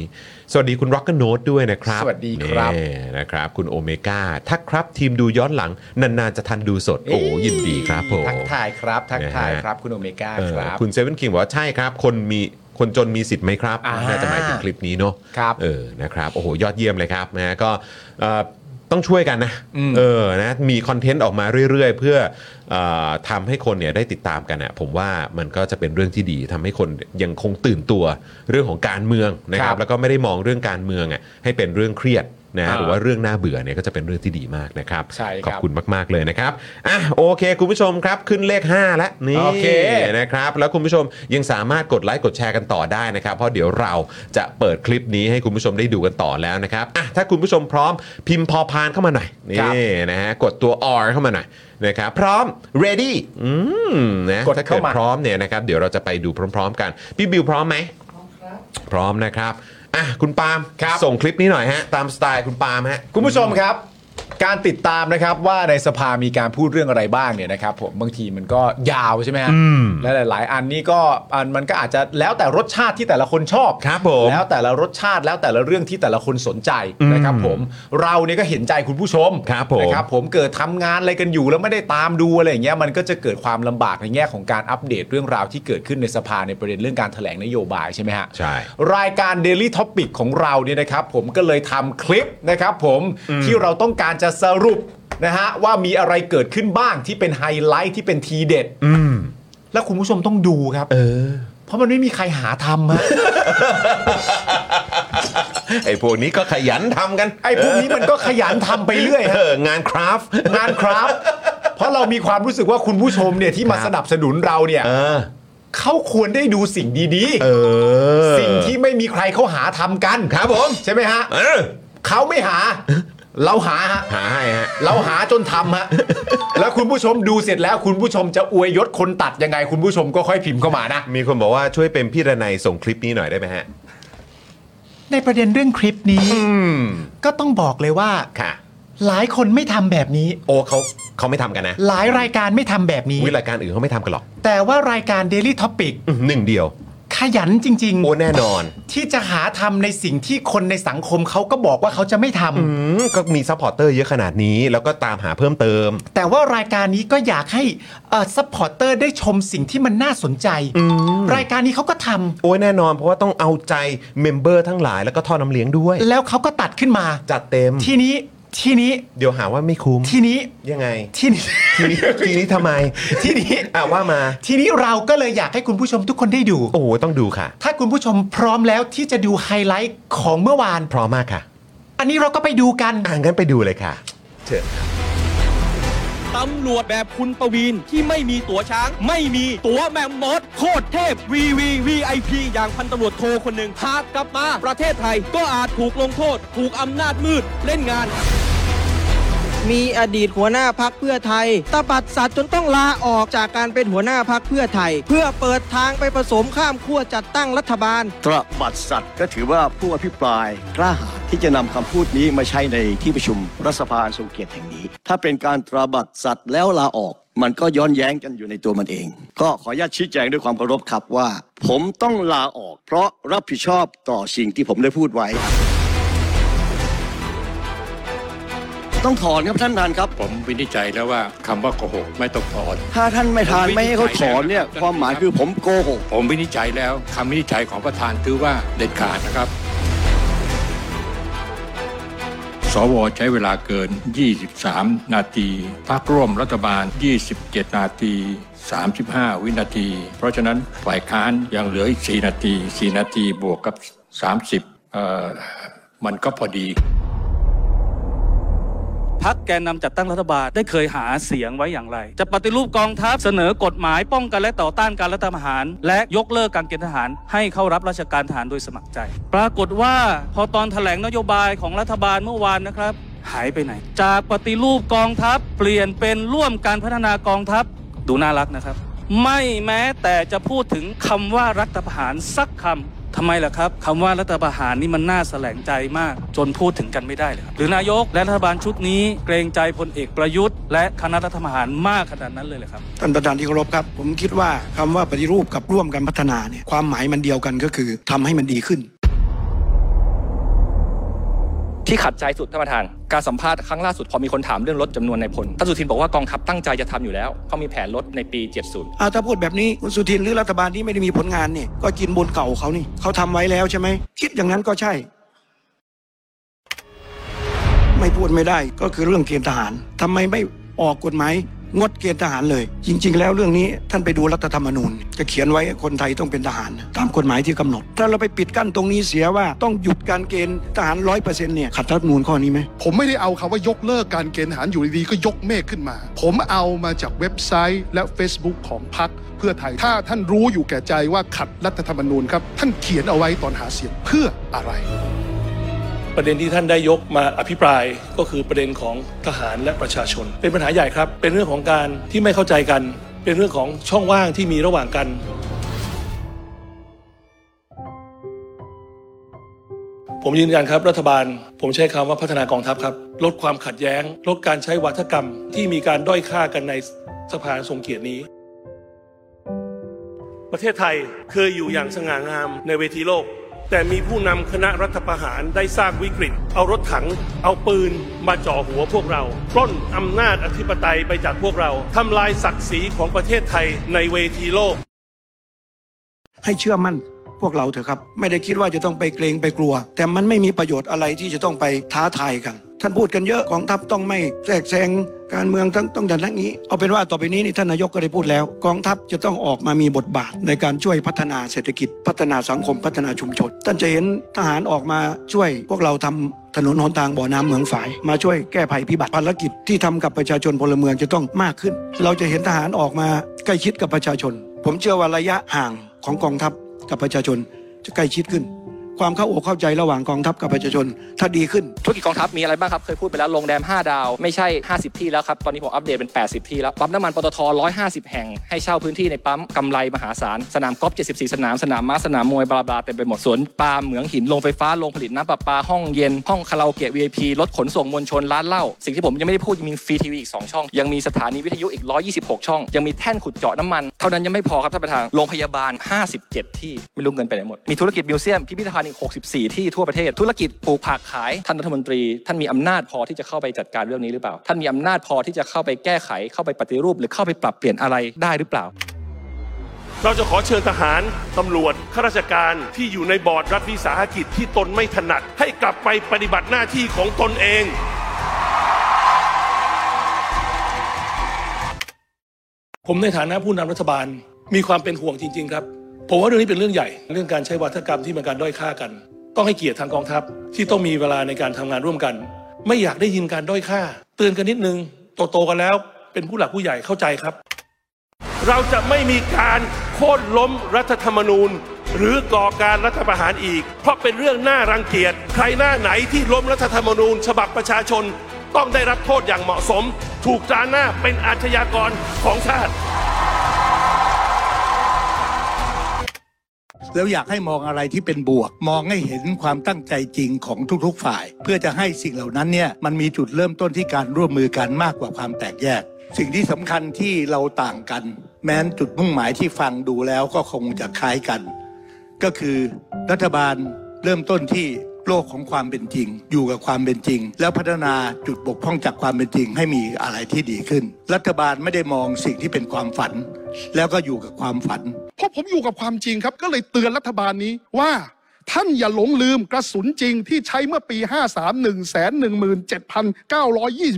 [SPEAKER 1] สวัสดีคุณร็อกเกอร์โนด้วยนะครับ
[SPEAKER 2] สวัสดีครับ
[SPEAKER 1] นี่นะครับ คุณโอเมก้าทักครับทีมดูย้อนหลัง นานๆจะทันดูสด โอ้ยินดีครับผม
[SPEAKER 2] ทักทายครับ ทักทาย
[SPEAKER 1] นะฮะ
[SPEAKER 2] ครับคุณโอเมก้า
[SPEAKER 1] เออ
[SPEAKER 2] ครับ
[SPEAKER 1] คุณเซเว่นคิงบอกว่าใช่ครับ คนมีคนจนมีสิทธิ์ไหมครับ
[SPEAKER 2] อ่า
[SPEAKER 1] น่าจะหมายถึงคลิปนี้เนอะ
[SPEAKER 2] ครับ
[SPEAKER 1] เออนะครับโอ้โหยอดเยี่ยมเลยครับนะฮะก็เอ่อต้องช่วยกันนะ
[SPEAKER 2] อืม
[SPEAKER 1] เออนะมีคอนเทนต์ออกมาเรื่อย ๆ เพื่อเออทำให้คนเนี่ยได้ติดตามกันอะผมว่ามันก็จะเป็นเรื่องที่ดีทำให้คนยังคงตื่นตัวเรื่องของการเมืองนะค
[SPEAKER 2] ครั
[SPEAKER 1] รับบ แล้วก็ไม่ได้มองเรื่องการเมืองอะให้เป็นเรื่องเครียดนะฮะ
[SPEAKER 2] อ่า
[SPEAKER 1] หรือว่าเรื่องน่าเบื่อเนี่ยก็จะเป็นเรื่องที่ดีมากนะครับ
[SPEAKER 2] ใช่ครับ
[SPEAKER 1] ขอบคุณมากๆเลยนะครับอ่ะโอเค คุณผู้ชมครับขึ้นเลข5แล้วนี่
[SPEAKER 2] โอเค
[SPEAKER 1] นะครับแล้วคุณผู้ชมยังสามารถกดไลค์กดแชร์กันต่อได้นะครับ เพราะเดี๋ยวเราจะเปิดคลิปนี้ให้คุณผู้ชมได้ดูกันต่อแล้วนะครับอ่ะถ้าคุณผู้ชมพร้อมพิมพ์พอพานเข้ามาหน่อยนี่
[SPEAKER 2] ครับ
[SPEAKER 1] นะฮะกดตัว R เข้ามาหน่อยนะครับพร้อม ready อืมนะ
[SPEAKER 2] กด
[SPEAKER 1] ถ้าเกิด
[SPEAKER 2] เข้ามา
[SPEAKER 1] พร้อมเนี่ยนะครับเดี๋ยวเราจะไปดูพร้อม ๆ กัน พี่บิวพร้อมไหม
[SPEAKER 6] พร้อมครับ
[SPEAKER 1] พร้อมนะครับอ่ะคุณปาล์ม
[SPEAKER 2] ครับ
[SPEAKER 1] ส่งคลิปนี้หน่อยฮะตามสไตล์คุณปาล์มฮะ
[SPEAKER 2] คุณผู้ชมครับ การติดตามนะครับว่าในสภามีการพูดเรื่องอะไรบ้างเนี่ยนะครับผมบางทีมันก็ยาวใช่ไหมฮะและหลาย ๆ อันนี้ก็อันมันก็อาจจะแล้วแต่รสชาติที่แต่ละคนชอบ
[SPEAKER 1] ครับผม
[SPEAKER 2] แล้วแต่ละรสชาติแล้วแต่ละเรื่องที่แต่ละคนสนใจนะครับผมเราเนี่ยก็เห็นใจคุณผู้ชม
[SPEAKER 1] ครับผม
[SPEAKER 2] นะครับผมเกิดทำงานอะไรกันอยู่แล้วไม่ได้ตามดูอะไรอย่างเงี้ยมันก็จะเกิดความลำบากในแง่ของการอัปเดตเรื่องราวที่เกิดขึ้นในสภาในประเด็นเรื่องการถแถลงนโยบายใช่ไหมฮะ
[SPEAKER 1] ใช่
[SPEAKER 2] รายการ Daily To อปิของเราเนี่ยนะครับผมก็เลยทำคลิปนะครับผมที่เราต้องการจะสรุปนะฮะว่ามีอะไรเกิดขึ้นบ้างที่เป็นไฮไลท์ที่เป็นทีเด็ดแล้วคุณผู้ชมต้องดูครับ
[SPEAKER 1] อ
[SPEAKER 2] เพราะมันไม่มีใครหาทำฮะ
[SPEAKER 1] ไอ้พวกนี้ก็ขยันทำกัน
[SPEAKER 2] ไอ้พวกนี้มันก็ขยันทำไปเรื่อย
[SPEAKER 1] เอ
[SPEAKER 2] ฮะ
[SPEAKER 1] องานคราฟต์
[SPEAKER 2] งานครับ เพราะเรามีความรู้สึกว่าคุณผู้ชมเนี่ยที่มา
[SPEAKER 1] ครับ
[SPEAKER 2] สนับสนุนเราเนี่ย
[SPEAKER 1] เออ
[SPEAKER 2] เขาควรได้ดูสิ่งดี
[SPEAKER 1] เออ
[SPEAKER 2] ๆ สิ่งที่ไม่มีใครเขาหาทำกัน
[SPEAKER 1] ครับผม
[SPEAKER 2] ใช่ไหมฮะ
[SPEAKER 1] เออ
[SPEAKER 2] เขาไม่หา เราหาฮะ
[SPEAKER 1] หาให้ฮะ
[SPEAKER 2] เราหาจนทำฮะแล้วคุณผู้ชมดูเสร็จแล้วคุณผู้ชมจะอวยยศคนตัดยังไง คุณผู้ชมก็ค่อยพิมพ์เข้ามานะ
[SPEAKER 1] มีคนบอกว่าช่วยเป็นพี่ระไนส่งคลิปนี้หน่อยได้ไหมฮะ
[SPEAKER 7] ในประเด็นเรื่องคลิปนี้ ก็ต้องบอกเลยว่า
[SPEAKER 1] ค่ะ
[SPEAKER 7] หลายคนไม่ทำแบบนี้
[SPEAKER 1] โอ้เขาเขาไม่ทำกันนะ
[SPEAKER 7] หลายรายการไม่ทำแบบนี้
[SPEAKER 1] วิรายการอื่นเขาไม่ทำกันหรอก
[SPEAKER 7] แต่ว่ารายการ Daily Topic
[SPEAKER 1] อืมหนึ่งเดียว
[SPEAKER 7] ขยันจริง
[SPEAKER 1] โอ้แน่นอน
[SPEAKER 7] ๆ ที่จะหาทำในสิ่งที่คนในสังคมเขาก็บอกว่าเขาจะไม่ท
[SPEAKER 1] อืมก็มีซัพพอร์ตเตอร์เยอะขนาดนี้ แล้วก็ตามหาเพิ่มเติม
[SPEAKER 7] ำแต่ว่ารายการนี้ก็อยากให้ซัพพอร์เตอร์ได้ชมสิ่งที่มันน่าสนใจ รายการนี้เขาก็ท
[SPEAKER 1] โอ้ยแน่นอนเพราะว่าต้องเอาใจเมมเบอร์ทั้งหลายแล้วก็ท่อน้ำเลี้ยงด้วย
[SPEAKER 7] ำแล้วเขาก็ตัดขึ้นมา
[SPEAKER 1] จัดเต็ม
[SPEAKER 7] ทีนี้ทีนี้
[SPEAKER 1] เดี๋ยวหาว่าไม่คุ้ม
[SPEAKER 7] ทีนี้
[SPEAKER 1] ยังไง
[SPEAKER 7] ทีนี้
[SPEAKER 1] ทีนี้ทีนี้ทำไม
[SPEAKER 7] ทีนี้
[SPEAKER 1] อ่ะว่ามา
[SPEAKER 7] ทีนี้เราก็เลยอยากให้คุณผู้ชมทุกคนได้ดู
[SPEAKER 1] โอ้โหต้องดูค่ะ
[SPEAKER 7] ถ้าคุณผู้ชมพร้อมแล้วที่จะดูไฮไลท์ของเมื่อวาน
[SPEAKER 1] พร้อมมากค่ะ
[SPEAKER 7] อันนี้เราก็ไปดูกัน
[SPEAKER 1] อ่างั้นไปดูเลยค่ะ เชิญ
[SPEAKER 8] ตำรวจแบบคุณประวีนที่ไม่มีตั๋วช้าง ไม่มีตั๋วแมมมอสโคตรเทพ VVVIP อย่างพันตำรวจโทคนหนึ่งหากกลับมาประเทศไทยก็อาจถูกลงโทษ ถูกอำนาจมืดเล่นงาน
[SPEAKER 9] มีอดีตหัวหน้าพักเพื่อไทยตบัดสัตว์จนต้องลาออกจากการเป็นหัวหน้าพักเพื่อไทย เพื่อเปิดทางไปผสมข้ามขั้วจัดตั้งรัฐบาล
[SPEAKER 10] ตระบัดสัตว์ก็ถือว่าผู้อภิปรายกล้าหาญที่จะนำคำพูดนี้มาใช้ในที่ประชุมรัฐสภาอันทรงเกียรติแห่งนี้ ถ้าเป็นการตระบัดสัตว์แล้วลาออก มันก็ย้อนแย้งกันอยู่ในตัวมันเอง ก็ขออนุญาตชี้แจงด้วยความเคารพครับว่า ผมต้องลาออก เพราะรับผิดชอบต่อสิ่งที่ผมได้พูดไว้ ต้องถอนครับท่านท่านครับ
[SPEAKER 11] ผมวินิจฉัยแล้วว่าคำว่าโกหกไม่ต้องถอน
[SPEAKER 10] ถ้าท่านไม่ทานไม่ให้เขาถอนเนี่ยความหมายคือผมโกหก
[SPEAKER 11] ผมวินิจฉัยแล้วคำวินิจฉัยของประธานถือว่าเด็ดขาดนะครับ สวใช้เวลาเกิน 23 นาทีพักร่วมรัฐบาล 27 นาที 35 วินาที เพราะฉะนั้นฝ่ายค้านยังเหลืออีก 4 นาที 4 นาทีบวกกับ 30เอ่อมันก็พอดี
[SPEAKER 8] พักแกนนำจัดตั้งรัฐบาลได้เคยหาเสียงไว้อย่างไร จะปฏิรูปกองทัพเสนอกฎหมายป้องกันและต่อต้านการรัฐประหาร และยกเลิกการเกณฑ์ทหาร ให้เข้ารับราชการทหารโดยสมัครใจ ปรากฏว่าพอตอนแถลงนโยบายของรัฐบาลเมื่อวานนะครับ หายไปไหน จากปฏิรูปกองทัพเปลี่ยนเป็นร่วมการพัฒนากองทัพดูน่ารักนะครับ ไม่แม้แต่จะพูดถึงคำว่ารัฐประหารสักคำทำไมล่ะครับคำว่ารัฐประหารนี่มันน่าแสลงใจมาก จนพูดถึงกันไม่ได้เลยครับหรือนายกและรัฐบาลชุดนี้ เกรงใจพลเอกประยุทธ์และคณะรัฐประหารมากขนาดนั้นเลยเหรอครับ
[SPEAKER 12] ท่านประธานที่เคารพครับ ผมคิดว่าคำว่าปฏิรูปกับร่วมกันพัฒนาเนี่ยความหมายมันเดียวกันก็คือทำให้มันดีขึ้น
[SPEAKER 8] ที่ขัดใจสุดท่านประธาน การสัมภาษณ์ครั้งล่าสุดพอมีคนถามเรื่องลดจำนวนในพลท่านสุทินบอกว่ากองทัพตั้งใจจะทำอยู่แล้วเขามีแผนลดในปี 70
[SPEAKER 12] อาถ้าพูดแบบนี้คุณสุทินหรือรัฐบาลที่ไม่ได้มีผลงานเนี่ยก็กินบนเก่าเขานี่เขาทำไว้แล้วใช่ไหมคิดอย่างนั้นก็ใช่ ไม่พูดไม่ได้ก็คือเรื่องเกณฑ์ทหารทำไมไม่ออกกฎหมายงดเกณฑ์ทหารเลย จริง ๆ แล้วเรื่องนี้ท่านไปดูรัฐธรรมนูญ จะเขียนไว้คนไทยต้องเป็นทหาร ตามกฎหมายที่กำหนด ถ้าเราไปปิดกั้นตรงนี้เสียว่าต้องหยุดการเกณฑ์ทหารร้อยเปอร์เซ็นต์เนี่ยขัดรัฐธรรมนูญข้อนี้ไหม
[SPEAKER 13] ผมไม่ได้เอาคำว่ายกเลิกการเกณฑ์ทหารอยู่ดีๆก็ยกเมฆขึ้นมา ผมเอามาจากเว็บไซต์และ Facebook ของพรรคเพื่อไทย ถ้าท่านรู้อยู่แก่ใจว่าขัดรัฐธรรมนูญครับ ท่านเขียนเอาไว้ตอนหาเสียงเพื่ออะไร
[SPEAKER 14] ประเด็นที่ท่านได้ยกมาอภิปรายก็คือประเด็นของทหารและประชาชน เป็นปัญหาใหญ่ครับ เป็นเรื่องของการที่ไม่เข้าใจกัน เป็นเรื่องของช่องว่างที่มีระหว่างกัน ผมยืนยันครับ รัฐบาล ผมใช้คำว่าพัฒนากองทัพครับ ลดความขัดแย้ง ลดการใช้วัฒกรรมที่มีการด้อยค่ากันในสภาทรงเกียรตินี้ ประเทศไทยเคยอยู่อย่างสง่างามในเวทีโลก แต่มีผู้นำคณะรัฐประหารได้สร้างวิกฤต เอารถถัง เอาปืนมาจ่อหัวพวกเราปล้นอำนาจอธิปไตยไปจากพวกเราทำลายศักดิ์ศรีของประเทศไทยในเวทีโลก
[SPEAKER 12] ให้เชื่อมั่นพวกเราเถอะครับ ไม่ได้คิดว่าจะต้องไปเกรงไปกลัว แต่มันไม่มีประโยชน์อะไรที่จะต้องไปท้าทายกัน ท่านพูดกันเยอะกองทัพต้องไม่แทรกแซงการเมืองต้องต้องดันทั้งนี้ เอาเป็นว่าต่อไปนี้นี่ท่านนายกก็ได้พูดแล้ว กองทัพจะต้องออกมามีบทบาทในการช่วยพัฒนาเศรษฐกิจ พัฒนาสังคมพัฒนาชุมชน ท่านจะเห็นทหารออกมาช่วย พวกเราทำถนนหนทางบ่อน้ำเหมืองฝาย มาช่วยแก้ภัยพิบัติภารกิจที่ทำกับประชาชนพลเมืองจะต้องมากขึ้น เราจะเห็นทหารออกมาใกล้ชิดกับประชาชน ผมเชื่อว่าระยะห่างของกองทัพ กับประชาชนจะใกล้ชิดขึ้น ความเข้าอกเข้าใจระหว่างกองทัพกับประชาชน ถ้าดีขึ้น
[SPEAKER 8] ธุรกิจกองทัพมีอะไรบ้างครับ เคยพูดไปแล้วโรงแรม 5 ดาว ไม่ใช่ 50 ที่แล้วครับ ตอนนี้ผมอัปเดตเป็น 80 ที่แล้วปั๊มน้ำมันปตท 150 แห่ง ให้เช่าพื้นที่ในปั๊มกำไรมหาศาล สนามกอล์ฟ74 สนาม สนามม้าสนามมวย บลาบลาเต็มไปหมดสวนปลาล์มเหมืองหินโรงไฟฟ้าโรงผลิตน้ำประปาห้องเย็น ห้องคาราโอเกะ VIP รถขนส่งมวลชนร้านเหล้าสิ่งที่ผมยังไม่ได้พูดยังมีฟรีทีวีอีกสองช่องยังมีสถานีวิทยุอีก 126 ช่อง ยังมีแท่นขุดเจาะน้ำมันเท่านั้นยังไม่พอครับท่านประธานโรงพยาบาล 57 ที่ไม่รู้เงินไปไหนหมดมีธุรกิจมิวเซียมพิพิธภัณฑ์อีก64 ที่ทั่วประเทศธุรกิจปลูกผักขายท่านรัฐมนตรี ท่านมีอำนาจพอที่จะเข้าไปจัดการเรื่องนี้หรือเปล่า ท่านมีอำนาจพอที่จะเข้าไปแก้ไขเข้าไปปฏิรูป หรือเข้าไปปรับเปลี่ยนอะไรได้หรือเปล่า
[SPEAKER 14] เราจะขอเชิญทหาร ตำรวจ ข้าราชการที่อยู่ในบอร์ดรัฐวิสาหกิจที่ตนไม่ถนัด ให้กลับไปปฏิบัติหน้าที่ของตนเอง ผมในฐานะผู้นำรัฐบาลมีความเป็นห่วงจริง ๆ ครับ ผมว่าเรื่องนี้เป็นเรื่องใหญ่ เรื่องการใช้วัฒกรรมที่เป็นการด้อยค่ากัน ต้องให้เกียรติทางกองทัพที่ต้องมีเวลาในการทำงานร่วมกัน ไม่อยากได้ยินการด้อยค่า เตือนกันนิดนึงโตๆกันแล้ว เป็นผู้หลักผู้ใหญ่เข้าใจครับ เราจะไม่มีการโค่นล้มรัฐธรรมนูญ หรือก่อการรัฐประหารอีก เพราะเป็นเรื่องน่ารังเกียจใครหน้าไหนที่ล้มรัฐธรรมนูญ ฉบับประชาชน ต้องได้รับโทษอย่างเหมาะสม ถูกตราหน้าเป็นอาชญากรของชาติ
[SPEAKER 15] แล้วอยากให้มองอะไรที่เป็นบวก มองให้เห็นความตั้งใจจริงของทุกๆฝ่าย เพื่อจะให้สิ่งเหล่านั้นเนี่ยมันมีจุดเริ่มต้นที่การร่วมมือกันมากกว่าความแตกแยก สิ่งที่สำคัญที่เราต่างกัน แม้นจุดมุ่งหมายที่ฟังดูแล้วก็คงจะคล้ายกัน ก็คือรัฐบาลเริ่มต้นที่โลกของความเป็นจริง อยู่กับความเป็นจริง แล้วพัฒนาจุดบกพร่องจากความเป็นจริง ให้มีอะไรที่ดีขึ้น รัฐบาลไม่ได้มองสิ่งที่เป็นความฝัน แล้วก็อยู่กับความฝัน
[SPEAKER 13] เพราะผมอยู่กับความจริงครับ ก็เลยเตือนรัฐบาลนี้ว่า ท่านอย่าหลงลืมกระสุนจริงที่ใช้เมื่อปี 53 1 1 7 9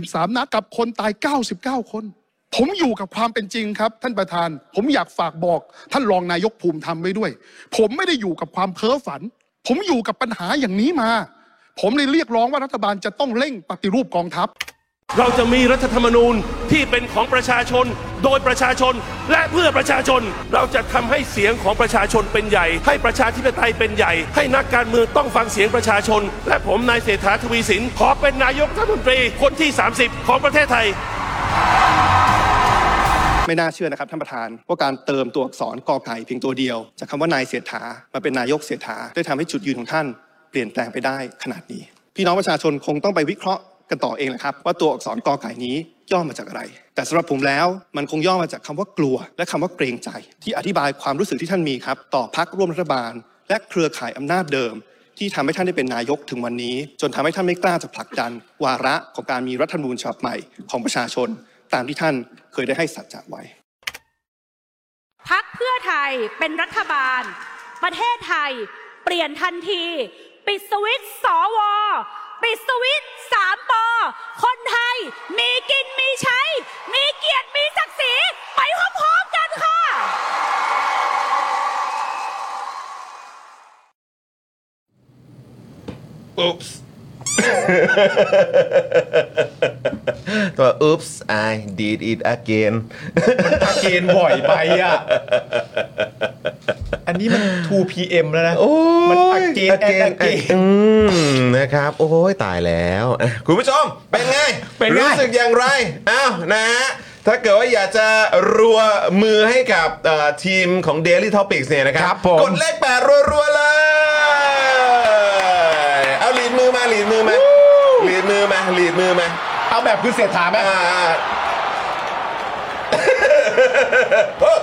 [SPEAKER 13] 2 3 นัดกับคนตาย 99 คน ผมอยู่กับความเป็นจริงครับ ท่านประธาน ผมอยากฝากบอก ท่านรองนายกภูมิธรรมไว้ด้วย ผมไม่ได้อยู่กับความเพ้อฝัน ผมอยู่กับปัญหาอย่างนี้มา ผมเลยเรียกร้องว่ารัฐบาลจะต้องเร่งปฏิรูปกองทัพ
[SPEAKER 14] เราจะมีรัฐธรรมนูญที่เป็นของประชาชน โดยประชาชน และเพื่อประชาชน เราจะทำให้เสียงของประชาชนเป็นใหญ่ ให้ประชาธิปไตยเป็นใหญ่ ให้นักการเมืองต้องฟังเสียงประชาชน และผมนายเศรษฐาทวีสิน ขอเป็นนายกรัฐมนตรีคนที่ 30 ของประเทศไทย
[SPEAKER 16] ไม่น่าเชื่อนะครับท่านประธานว่าการเติมตัวอักษรกอไก่เพียงตัวเดียว จากคำว่านายเศรษฐามาเป็นนายกเศรษฐาได้ทำให้จุดยืนของท่านเปลี่ยนแปลงไปได้ขนาดนี้ พี่น้องประชาชนคงต้องไปวิเคราะห์กันต่อเองแหละครับ ว่าตัวอักษรกอไก่นี้ย่อมาจากอะไร แต่สำหรับผมแล้วมันคงย่อมาจากคำว่ากลัว และคำว่าเกรงใจ ที่อธิบายความรู้สึกที่ท่านมีครับต่อพักร่วมรัฐบาล และเครือข่ายอำนาจเดิม ที่ทำให้ท่านได้เป็นนายกถึงวันนี้ จนทำให้ท่านไม่กล้าจะผลักดัน วาระของการมีรัฐธรรมนูญฉบับใหม่ของประชาชน ตามที่ท่านเคยได้ให้สัจจะไว้
[SPEAKER 17] พักเพื่อไทยเป็นรัฐบาล ประเทศไทย เปลี่ยนทันที ปิดสวิตช์สว ปิดสวิตช์สามปอ คนไทยมีกินมีใช้ มีเกียรติมีศักดิ์ศรีไปพร้อมๆกันค่ะ
[SPEAKER 1] Oops ตัว Oops I did it again
[SPEAKER 2] เกณฑ์บ่อยไปอ่ะ อันนี้มัน 2PM แล้วนะ มันอักเกณฑ์แอนอักเกณฑ์
[SPEAKER 1] อืมนะครับ โอ้ยตายแล้วอ่ะคุณผู้ชม เป็นไง
[SPEAKER 2] เป็นไง
[SPEAKER 1] รู้สึกอย่างไร อ้าว นะฮะ ถ้าเกิดว่าอยากจะรัวมือให้กับเอ่อทีมของ Daily Topics เนี่ยนะครับ กดเลขแปดรัวๆเลย เอาหลีดมือมาหลีดมือมาหลีดมือมาหลีดมือมา
[SPEAKER 2] เอาแบบคุณเสียถามไหม
[SPEAKER 1] เออ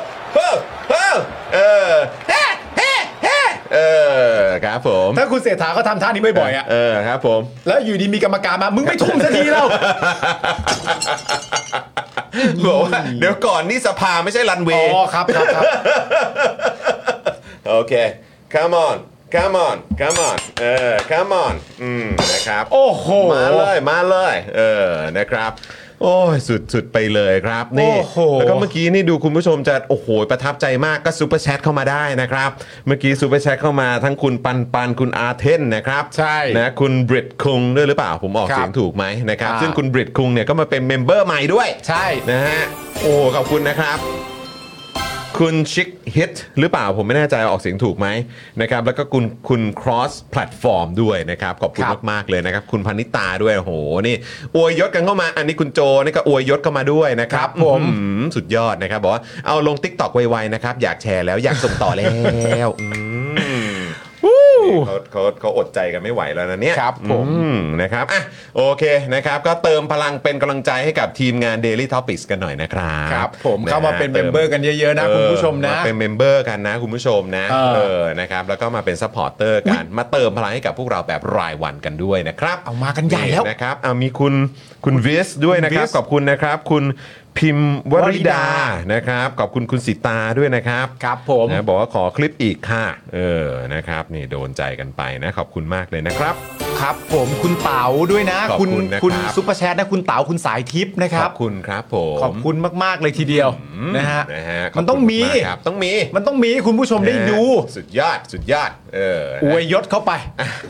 [SPEAKER 1] เออ ครับผม
[SPEAKER 2] ถ้าคุณเศรษฐาเขาทำท่านี้บ่อยๆอ่ะ
[SPEAKER 1] เออ ครับผม
[SPEAKER 2] แล้วอยู่ดีมีกรรมการมา มึงไม่ทุ่มสักทีแล้ว
[SPEAKER 1] บอกว่าเดี๋ยวก่อนนี่สภาไม่ใช่รันเวย์
[SPEAKER 2] อ๋อครับครับครับ
[SPEAKER 1] โอเค come on come on come on เออ come on อืม นะครับ
[SPEAKER 2] โอ้โห
[SPEAKER 1] มาเลยมาเลย เออ นะครับ โอ้ย สุดสุดไปเลยครับ นี่
[SPEAKER 2] โอ้โห
[SPEAKER 1] แล้วก็เมื่อกี้นี่ดูคุณผู้ชมจะ โอ้โห ประทับใจมากก็ซูเปอร์แชทเข้ามาได้นะครับ เมื่อกี้ซูเปอร์แชทเข้ามาทั้งคุณปันปันคุณอาเทนนะครับ ใช่ นะคุณบริดคุงด้วยหรือเปล่า ผมออกเสียงถูกไหมนะครับ
[SPEAKER 2] อ่า
[SPEAKER 1] ซึ่งคุณบริดคุงเนี่ยก็มาเป็นเมมเบอร์ใหม่ด้วย ใช่ นะฮะ โอ้โหขอบคุณนะครับ คุณชิคฮิตหรือเปล่าผมไม่แน่ใจออกเสียงถูกไหมนะครับแล้วก็คุณคุณครอสแพลตฟอร์มด้วยนะครับขอบคุณมากๆเลยนะครับคุณพนิตาด้วยโอ้โหนี่อวยยศกันเข้ามา อันนี้คุณโจนี่ก็อวยยศเข้ามาด้วยนะครับผมสุดยอดนะครับบอกว่าเอาลง t ิ k t o k ไวๆนะครับอยากแชร์แล้วอยากส่งต่อ แล้วอืมนี่เขาเขาเขาอดใจกันไม่ไหวแล้วนะเนี่ยครับผมนะครับอ่ะโอเคนะครับก็เติมพลังเป็นกำลังใจให้กับทีมงาน Daily Topics กันหน่อยนะครับ
[SPEAKER 2] ครับผม
[SPEAKER 1] ะฮะ
[SPEAKER 2] เข้ามาเป็นเมมเบอร์กันเยอะๆนะ
[SPEAKER 1] เออ
[SPEAKER 2] คุณผู้ชมนะ
[SPEAKER 1] าเป็นเมมเบอร์กันนะคุณผู้ชมนะ
[SPEAKER 2] เออ
[SPEAKER 1] เออนะครับแล้วก็มาเป็นซัพพอร์เตอร์กันมาเติมพลังให้กับพวกเราแบบรายวันกันด้วยนะครับ
[SPEAKER 2] เอามากันใหญ่แล้ว
[SPEAKER 1] นะครับอ่ะมีคุณคุณวิสด้วยนะครับ
[SPEAKER 2] Viz
[SPEAKER 1] ขอบคุณนะครับ คุณพิมพ์วริ
[SPEAKER 2] วริ
[SPEAKER 1] ดา
[SPEAKER 2] ดา
[SPEAKER 1] นะครับขอบคุณคุณสิตาด้วยนะครับครับผมนะบอกว่าขอคลิปอีกค่ะ เออนะครับนี่โดนใจกันไปนะขอบคุณมากเลยนะครับ
[SPEAKER 2] ครับผมคุณเต๋าด้วยนะ
[SPEAKER 1] ขอบคุณนะครับ
[SPEAKER 2] คุณซุปเปอร์แชทนะคุณเต๋าคุณสายทิพย์นะครับ
[SPEAKER 1] ขอบคุณครับผม
[SPEAKER 2] ขอบคุณมาก ๆ เลยทีเดียวนะฮะ
[SPEAKER 1] นะฮะ
[SPEAKER 2] มันต้องมี
[SPEAKER 1] ขอบคุณมากครับต้องมี
[SPEAKER 2] มันต้องมีให้คุณผู้ชมได้ดู
[SPEAKER 1] สุดยอดสุดยอดเออ
[SPEAKER 2] อ
[SPEAKER 1] นะ
[SPEAKER 2] วยยศเข้าไป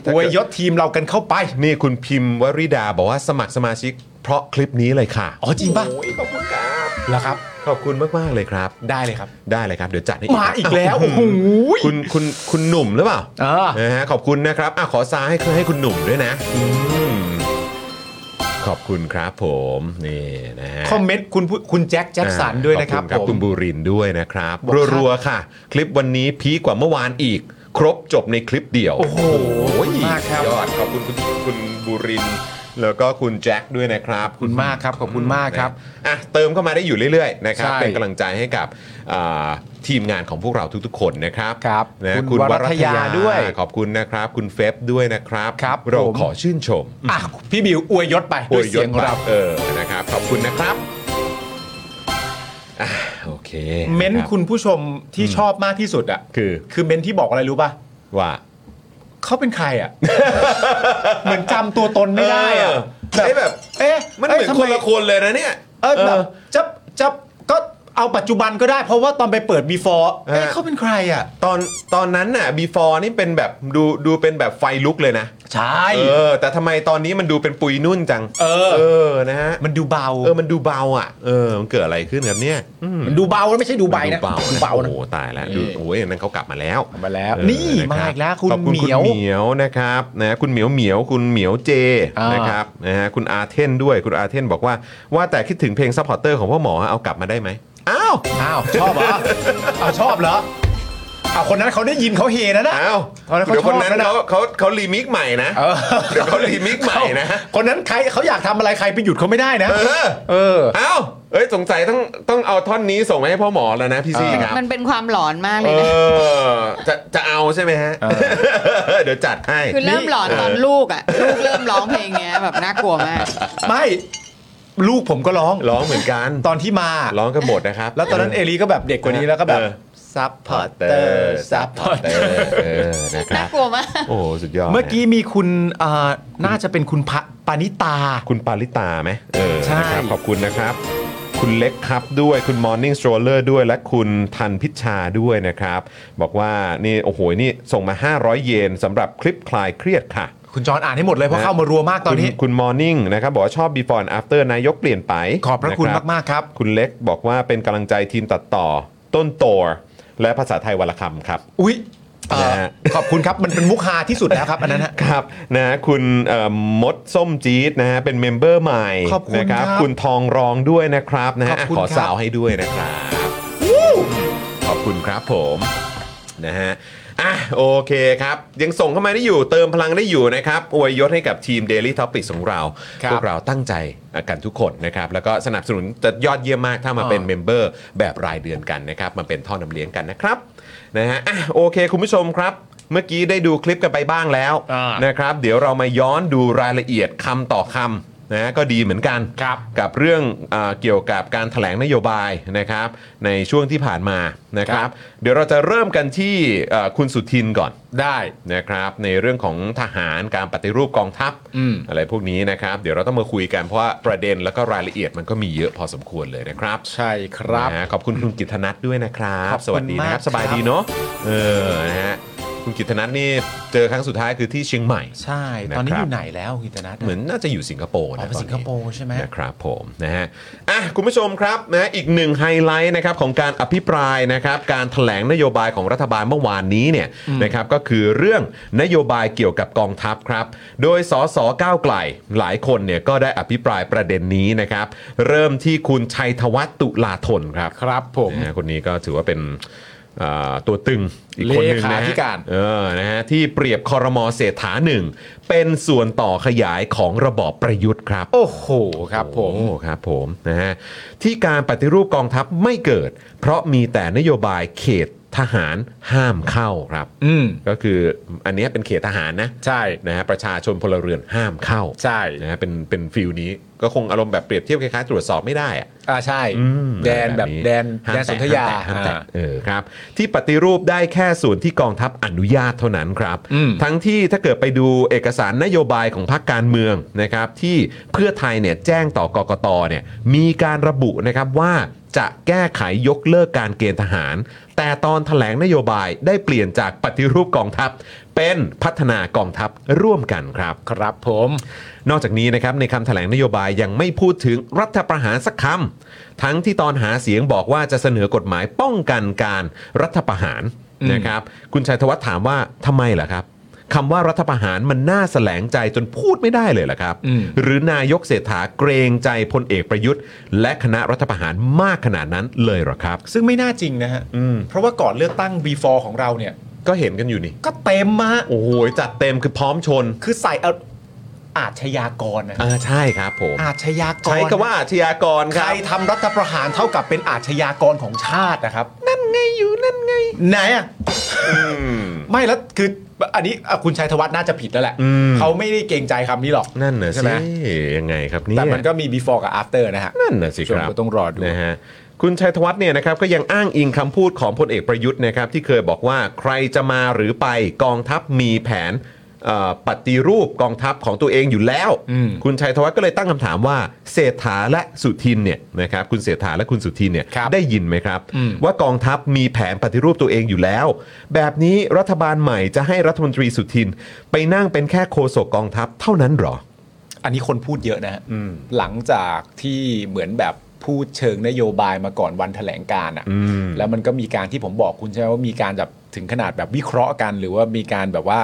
[SPEAKER 2] อวยยศทีมเรากันเข้าไป
[SPEAKER 1] นี่คุณพิมพ์วริดาบอกว่าสมัครสมาชิกเพราะคลิปนี้เลยค่ะ
[SPEAKER 2] อ๋อจริงป่ะ
[SPEAKER 1] โอ้ยขอบคุณครับ
[SPEAKER 2] เหรอครับ
[SPEAKER 1] ขอบคุณมาก ๆ เลยครับ
[SPEAKER 2] ได้เลยครับ
[SPEAKER 1] ได้เลยครับ เดี๋ยวจัดให้
[SPEAKER 2] มาอีกแล้วโอ้โห
[SPEAKER 1] คุณคุณคุณหนุ่มหรือเปล่านะฮะขอบคุณนะครับอ่ะขอซาให้ให้คุณหนุ่มด้วยนะอืมขอบคุณครับผมนี่นะฮะ
[SPEAKER 2] คอมเมนต์คุณผู้คุณแจ็คแจ็คสันด้วยนะครับ
[SPEAKER 1] ขอณ
[SPEAKER 2] ผม
[SPEAKER 1] คุณบูรินทร์ด้วยนะครับ
[SPEAKER 2] บอกครับ
[SPEAKER 1] รัวๆค่ะ คลิปวันนี้พีคกว่าเมื่อวานอีก ครบจบในคลิปเดียว โอ้โหมากครับยอดขอบคุณคุณคุณบูรินทร์แล้วก็คุณแจ็คด้วยนะครับขอบคุณมากครับขอบคุณมากครับอ่ะเติมเข้ามาได้อยู่เรื่อยๆนะครับ
[SPEAKER 2] ใช่
[SPEAKER 1] เป็นกำลังใจให้กับอ่าทีมงานของพวกเราทุกๆ คนนะครับ
[SPEAKER 2] ครับ
[SPEAKER 1] นะ
[SPEAKER 2] คุณวรัตยาด้วย
[SPEAKER 1] ขอบคุณนะครับ คุณเฟบด้วยนะครับครับเรา
[SPEAKER 2] ผม
[SPEAKER 1] ขอชื่นชม
[SPEAKER 2] อ่ะพี่บิวอวยยศไป
[SPEAKER 1] อ
[SPEAKER 2] ด้
[SPEAKER 1] ว
[SPEAKER 2] วย ย
[SPEAKER 1] ย
[SPEAKER 2] เสี
[SPEAKER 1] ศ
[SPEAKER 2] ยงของ
[SPEAKER 1] รั
[SPEAKER 2] เรา
[SPEAKER 1] บเออนะครับ ขอบคุณนะครับอ่ะโอเค
[SPEAKER 2] เม้นต์
[SPEAKER 1] รับ
[SPEAKER 2] คุณผู้ชมที่ชอบมากที่สุดอ่ะ
[SPEAKER 1] คือ
[SPEAKER 2] คือเม้นต์ที่บอกอะไรรู้ป่ะ
[SPEAKER 1] ว่า
[SPEAKER 2] เขาเป็นใครอ่ะ เหมือนจำตัวตนไม่ได้อ่ะแบบ เอ๊ะ
[SPEAKER 1] มันเหมือน
[SPEAKER 2] ทำ
[SPEAKER 1] ค
[SPEAKER 2] ไ
[SPEAKER 1] นละคนเลยนะเนี่ย
[SPEAKER 2] เออ
[SPEAKER 1] เออ
[SPEAKER 2] แบบจะจะก็เอาปัจจุบันก็ได้ เพราะว่าตอนไปเปิด before เอ๊ะเขาเป็นใครอ่ะ
[SPEAKER 1] ตอนตอนนั้นน่ะ before นี่เป็นแบบดูดูเป็นแบบไฟลุกเลยนะ
[SPEAKER 2] ใช่
[SPEAKER 1] เออ แต่ทำไมตอนนี้มันดูเป็นปุยนุ่นจัง
[SPEAKER 2] เออ
[SPEAKER 1] เออนะฮะ
[SPEAKER 2] มันดูเบา
[SPEAKER 1] เออมันดูเบาอ่ะเออมันเกิดอะไรขึ้นครับเนี่ยอืม
[SPEAKER 2] ดูเบาแล้วไม่ใช่ดูใบนะ
[SPEAKER 1] เบา
[SPEAKER 2] ดูเบานะ
[SPEAKER 1] โอ้โหตายแล้วดูโอ้ยอันนั้นเขากลับมาแล้ว
[SPEAKER 2] มาแล้ว
[SPEAKER 1] เออ
[SPEAKER 2] นี่
[SPEAKER 1] ะรับ
[SPEAKER 2] มาอีกแล้วคุณ
[SPEAKER 1] ขอบคุณ
[SPEAKER 2] เหมียว
[SPEAKER 1] คุณเหมียวนะครับนะคุณเหมียวเหมียวคุณเหมียวเจ
[SPEAKER 2] อ่าน
[SPEAKER 1] นะครับนะฮะคุณอาเทนด้วยคุณอาเทนบอกว่าว่าแต่คิดถึงเพลงซัพพอร์เตอร์ของพ่อหมอเอากลับมาได้ไหม อ้าว
[SPEAKER 2] อ้าว ชอบเหรออ้าวชอบเหรออ้าวคนนั้นเขาได้ยินเขาเฮนะนะ
[SPEAKER 1] อ้าว
[SPEAKER 2] คนนั้นเขา
[SPEAKER 1] เดี๋ยว
[SPEAKER 2] ช
[SPEAKER 1] ค
[SPEAKER 2] อบ
[SPEAKER 1] นนั้น
[SPEAKER 2] นะนะ
[SPEAKER 1] เขาเขาเขารีมิกใหม่นะเดี๋ยวเขารีมิกใหม่นะ
[SPEAKER 2] คนนั้นใครเขาอยากทำอะไรใครไปหยุดเขาไม่ได้นะ
[SPEAKER 1] เออ
[SPEAKER 2] เออ
[SPEAKER 1] อ้าวเอ้ยสงสัยต้องต้องเอาท่อนนี้ส่งไปให้พ่อหมอแล้วนะพี่ซี่ครับ
[SPEAKER 5] มันเป็นความหลอนมากเล
[SPEAKER 1] เอย
[SPEAKER 5] นะ
[SPEAKER 1] อจะจะเอาใช่ไหมฮะ เดี๋ยวจัดให้
[SPEAKER 5] คือเริ่มหลอนตอนลูกอ่ะ ลูกเริ่มร้องเพลงเนี้ยแบบน่ากลัวมาก
[SPEAKER 2] ไม่ลูกผมก็ร้อง
[SPEAKER 1] ร้องเหมือนกัน
[SPEAKER 2] ตอนที่มา
[SPEAKER 1] ร้องกันหมดนะครับ
[SPEAKER 2] แล้วตอนนั้นเอลีก็แบบเด็กกว่านี้แล้วก็แบบ ซับพอร์เตอร์ซับพอร์เตอร์
[SPEAKER 1] นะครั
[SPEAKER 5] น่า
[SPEAKER 1] บ
[SPEAKER 5] กลัวมาก
[SPEAKER 1] โอ้โหสุดยอด
[SPEAKER 2] เมื่อกี้มีคุณเอ่อน่าจะเป็นคุณพะปานิตา
[SPEAKER 1] คุณปาลิตาไหมเออ
[SPEAKER 2] ใช่
[SPEAKER 1] นะครับขอบคุณนะครับ คุณเล็กครับด้วยคุณ Morning Stroller ด้วยและคุณทันพิชชาด้วยนะครับ บอกว่านี่โอ้โหนี่ส่งมา 500 เยนสำหรับคลิปคลายเครียดค่ะ
[SPEAKER 2] คุณจอนอ่านให้หมดเลยเพราะเข้ามารัวมากตอนนี้
[SPEAKER 1] คุณมอร์นิ่งนะครับบอกว่าชอบ before and after นายกเปลี่ยนไป
[SPEAKER 2] ขอบพระคุณมากๆครับ
[SPEAKER 1] คุณเล็กบอกว่าเป็นกำลังใจทีมตัดต่อ ต้นโตรและภาษาไทยวรรณคำครับ
[SPEAKER 2] อุ๊ยเอ่อ
[SPEAKER 1] นะฮะ
[SPEAKER 2] ขอบคุณครับมันเป็นมุกฮาที่สุดแล้วครับอันนั้นฮะ
[SPEAKER 1] ครับนะคุณเอ่อมดส้มจี๊ดนะฮะเป็นเมมเบอร์ใหม่
[SPEAKER 2] ขอบคุณ
[SPEAKER 1] นะครับ คุณทองรองด้วยนะครับนะฮะ
[SPEAKER 2] ขอบคุณ
[SPEAKER 1] ขอ
[SPEAKER 2] ครับ
[SPEAKER 1] สาวให้ด้วยนะครับ ขอบคุณครับผมนะฮะอ่ะโอเคครับ ยังส่งเข้ามาได้อยู่เติมพลังได้อยู่นะครับอวยยศให้กับทีม Daily Topics ของเรา
[SPEAKER 2] ครับ
[SPEAKER 1] พวกเราตั้งใจกันทุกคนนะครับ แล้วก็สนับสนุนจะยอดเยี่ยมมากถ้ามา
[SPEAKER 2] อ่า
[SPEAKER 1] เป็นเมมเบอร์แบบรายเดือนกันนะครับ มาเป็นท่อนำเลี้ยงกันนะครับนะฮะอ่ะโอเค คุณผู้ชมครับ เมื่อกี้ได้ดูคลิปกันไปบ้างแล้วนะครับ เดี๋ยวเรามาย้อนดูรายละเอียดคำต่อคำนะก็ดีเหมือนกัน กับเรื่องอาเกี่ยวกับการแถลงนโยบายนะครับ ในช่วงที่ผ่านมานะครับ เดี๋ยวเราจะเริ่มกันที่เอ่อคุณสุทินก่อน
[SPEAKER 2] ได้
[SPEAKER 1] นะครับ ในเรื่องของทหารการปฏิรูปกองทัพ
[SPEAKER 2] อืม
[SPEAKER 1] อะไรพวกนี้นะครับ เดี๋ยวเราต้องมาคุยกันเพราะว่าประเด็นแล้วก็รายละเอียดมันก็มีเยอะพอสมควรเลยนะครับ
[SPEAKER 2] ใช่ครับ
[SPEAKER 1] นะฮะขอบคุณคุณกิตนัทด้วยนะครับ
[SPEAKER 2] ขอบคุณ
[SPEAKER 1] สวัสดีนะ
[SPEAKER 2] มากค
[SPEAKER 1] ครับ
[SPEAKER 2] รับ
[SPEAKER 1] สบายดีเนาะเออนะฮะคุณกิตนัทนี่เจอครั้งสุดท้ายคือที่เชียงใหม่
[SPEAKER 2] ใช่
[SPEAKER 1] ะครับ
[SPEAKER 2] ตอนนี้อยู่ไหนแล้วคุณธนัท
[SPEAKER 1] เหมือนน่าจะอยู่สิงคโปร์
[SPEAKER 2] อ๋อ
[SPEAKER 1] นะ
[SPEAKER 2] เป็น
[SPEAKER 1] ตอน
[SPEAKER 2] สิงค
[SPEAKER 1] นี้
[SPEAKER 2] โปร์ใช่ไหม
[SPEAKER 1] นะครับผมนะฮะอ่ะคุณผู้ชมครับนะอีกหนึ่งไฮไลท์นะครับของการอภิปรายนะครับการแถลงนโยบายของรัฐบาลเมื่อวานนี้เนี่ยนะครับก็คือเรื่องนโยบายเกี่ยวกับกองทัพครับ โดยสสก้าวไกลหลายคนเนี่ยก็ได้อภิปรายประเด็นนี้นะครับ เริ่มที่คุณชัยธวัฒน์ตุลาธนครับ
[SPEAKER 2] ครับผม
[SPEAKER 1] นะฮะคนนี้ก็ถือว่าเป็นอ่าตัวตึงอีกคนหนึ่งนะ
[SPEAKER 2] เลขา
[SPEAKER 1] ฮะ
[SPEAKER 2] ธิการ
[SPEAKER 1] เออนะฮะที่เปรียบคอรมอเศรษฐาหนึ่งเป็นส่วนต่อขยายของระบอบประยุทธ์ครับ
[SPEAKER 2] โอ้โหครับผม
[SPEAKER 1] โอ้ครับผมนะฮะที่การปฏิรูปกองทัพไม่เกิด เพราะมีแต่นโยบายเขตทหารห้ามเข้าครับ
[SPEAKER 2] อืม
[SPEAKER 1] ก็คืออันเนี้ยเป็นเขตทหารนะ
[SPEAKER 2] ใช่
[SPEAKER 1] นะฮะประชาชนพลเรือนห้ามเข้า
[SPEAKER 2] ใช่
[SPEAKER 1] นะฮะเป็นเป็นฟิลนี้ก็คงอารมณ์แบบเปรียบเทียบคล้ายๆตรวจสอบไม่ได้อะ
[SPEAKER 2] อ่าใช่
[SPEAKER 1] อืม
[SPEAKER 2] แดนแบบแดน
[SPEAKER 1] ห้ม
[SPEAKER 2] แดนสนธยา
[SPEAKER 1] แตะห้มแตะห้มแตะ
[SPEAKER 2] อ่า
[SPEAKER 1] เออครับ ที่ปฏิรูปได้แค่ส่วนที่กองทัพอนุญาตเท่านั้นครับ ทั้งที่ถ้าเกิดไปดูเอกสารนโยบายของพรรคการเมืองนะครับ ที่เพื่อไทยเนี่ยแจ้งต่อกกตเนี่ยมีการระบุนะครับว่า จะแก้ไขยกเลิกการเกณฑ์ทหาร แต่ตอนแถลงนโยบายได้เปลี่ยนจากปฏิรูปกองทัพ เป็นพัฒนากองทัพร่วมกันครับ
[SPEAKER 2] ครับผม
[SPEAKER 1] นอกจากนี้นะครับในคำแถลงนโยบายยังไม่พูดถึงรัฐประหารสักคำทั้งที่ตอนหาเสียงบอกว่าจะเสนอกฎหมายป้องกันการรัฐประหารนะครับ คุณชัยธวัฒน์ถามว่าทำไมล่ะครับคำว่ารัฐประหารมันน่าแสลงใจจนพูดไม่ได้เลยล่ะครับ
[SPEAKER 2] อืม
[SPEAKER 1] หรือนายกเศรษฐาเกรงใจพลเอกประยุทธ์ และคณะรัฐประหารมากขนาดนั้นเลยเหรอครับ
[SPEAKER 2] ซึ่งไม่น่าจริงนะฮะเพราะว่าก่อนเลือกตั้ง before ของเราเนี่ย
[SPEAKER 1] ก็เห็นกันอยู่นี่
[SPEAKER 2] ก็เต็มมา
[SPEAKER 1] โอ้โหจัดเต็มคือพร้อมชน
[SPEAKER 2] คือใส่เอาอาชญากรนะ
[SPEAKER 1] อ่าใช่ครับผม
[SPEAKER 2] อาชญากร
[SPEAKER 1] ใช้คำว่าอาชญากรครับ
[SPEAKER 2] ใครทำรัฐประหารเท่ากับเป็นอาชญากรของชาตินะครับ นั่นไงอยู่นั่นไง ไหนอ่ะ ไม่แล้วคืออันนี้อ่ะคุณชัยธวัฒน์น่าจะผิดแล้วแหละ
[SPEAKER 1] อืม
[SPEAKER 2] เขาไม่ได้เกรงใจคำนี้หรอก
[SPEAKER 1] นั่นน่ะ
[SPEAKER 2] ใช่ไหม
[SPEAKER 1] สิยังไงครับเนี่ย
[SPEAKER 2] แต่มันก็มี before กับ after นะฮะ
[SPEAKER 1] นั่นน่ะสิครับก็ต้องรอดูนะฮะคุณชัยธวัฒน์เนี่ยนะครับก็ยังอ้างอิงคำพูดของพลเอกประยุทธ์นะครับที่เคยบอกว่าใครจะมาหรือไปกองทัพมีแผนเอ่อปฏิรูปกองทัพของตัวเองอยู่แล้ว คุณชัยธวัฒน์ก็เลยตั้งคำถามว่าเศรษฐาและสุทินเนี่ยนะครับคุณเศรษฐาและคุณสุทินเนี่ยได้ยินไหมครับ
[SPEAKER 2] อืม
[SPEAKER 1] ว่ากองทัพมีแผนปฏิรูปตัวเองอยู่แล้ว แบบนี้รัฐบาลใหม่จะให้รัฐมนตรีสุทิน ไปนั่งเป็นแค่โฆษกกองทัพเท่านั้นหรอ
[SPEAKER 2] อันนี้คนพูดเยอะนะฮะหลังจากที่เหมือนแบบพูดเชิงนโยบายมาก่อนวันแถลงการอ่ะ
[SPEAKER 1] อืม
[SPEAKER 2] แล้วมันก็มีการที่ผมบอกคุณใช่ไหมว่ามีการแบบถึงขนาดแบบวิเคราะห์กัน หรือว่ามีการแบบว่า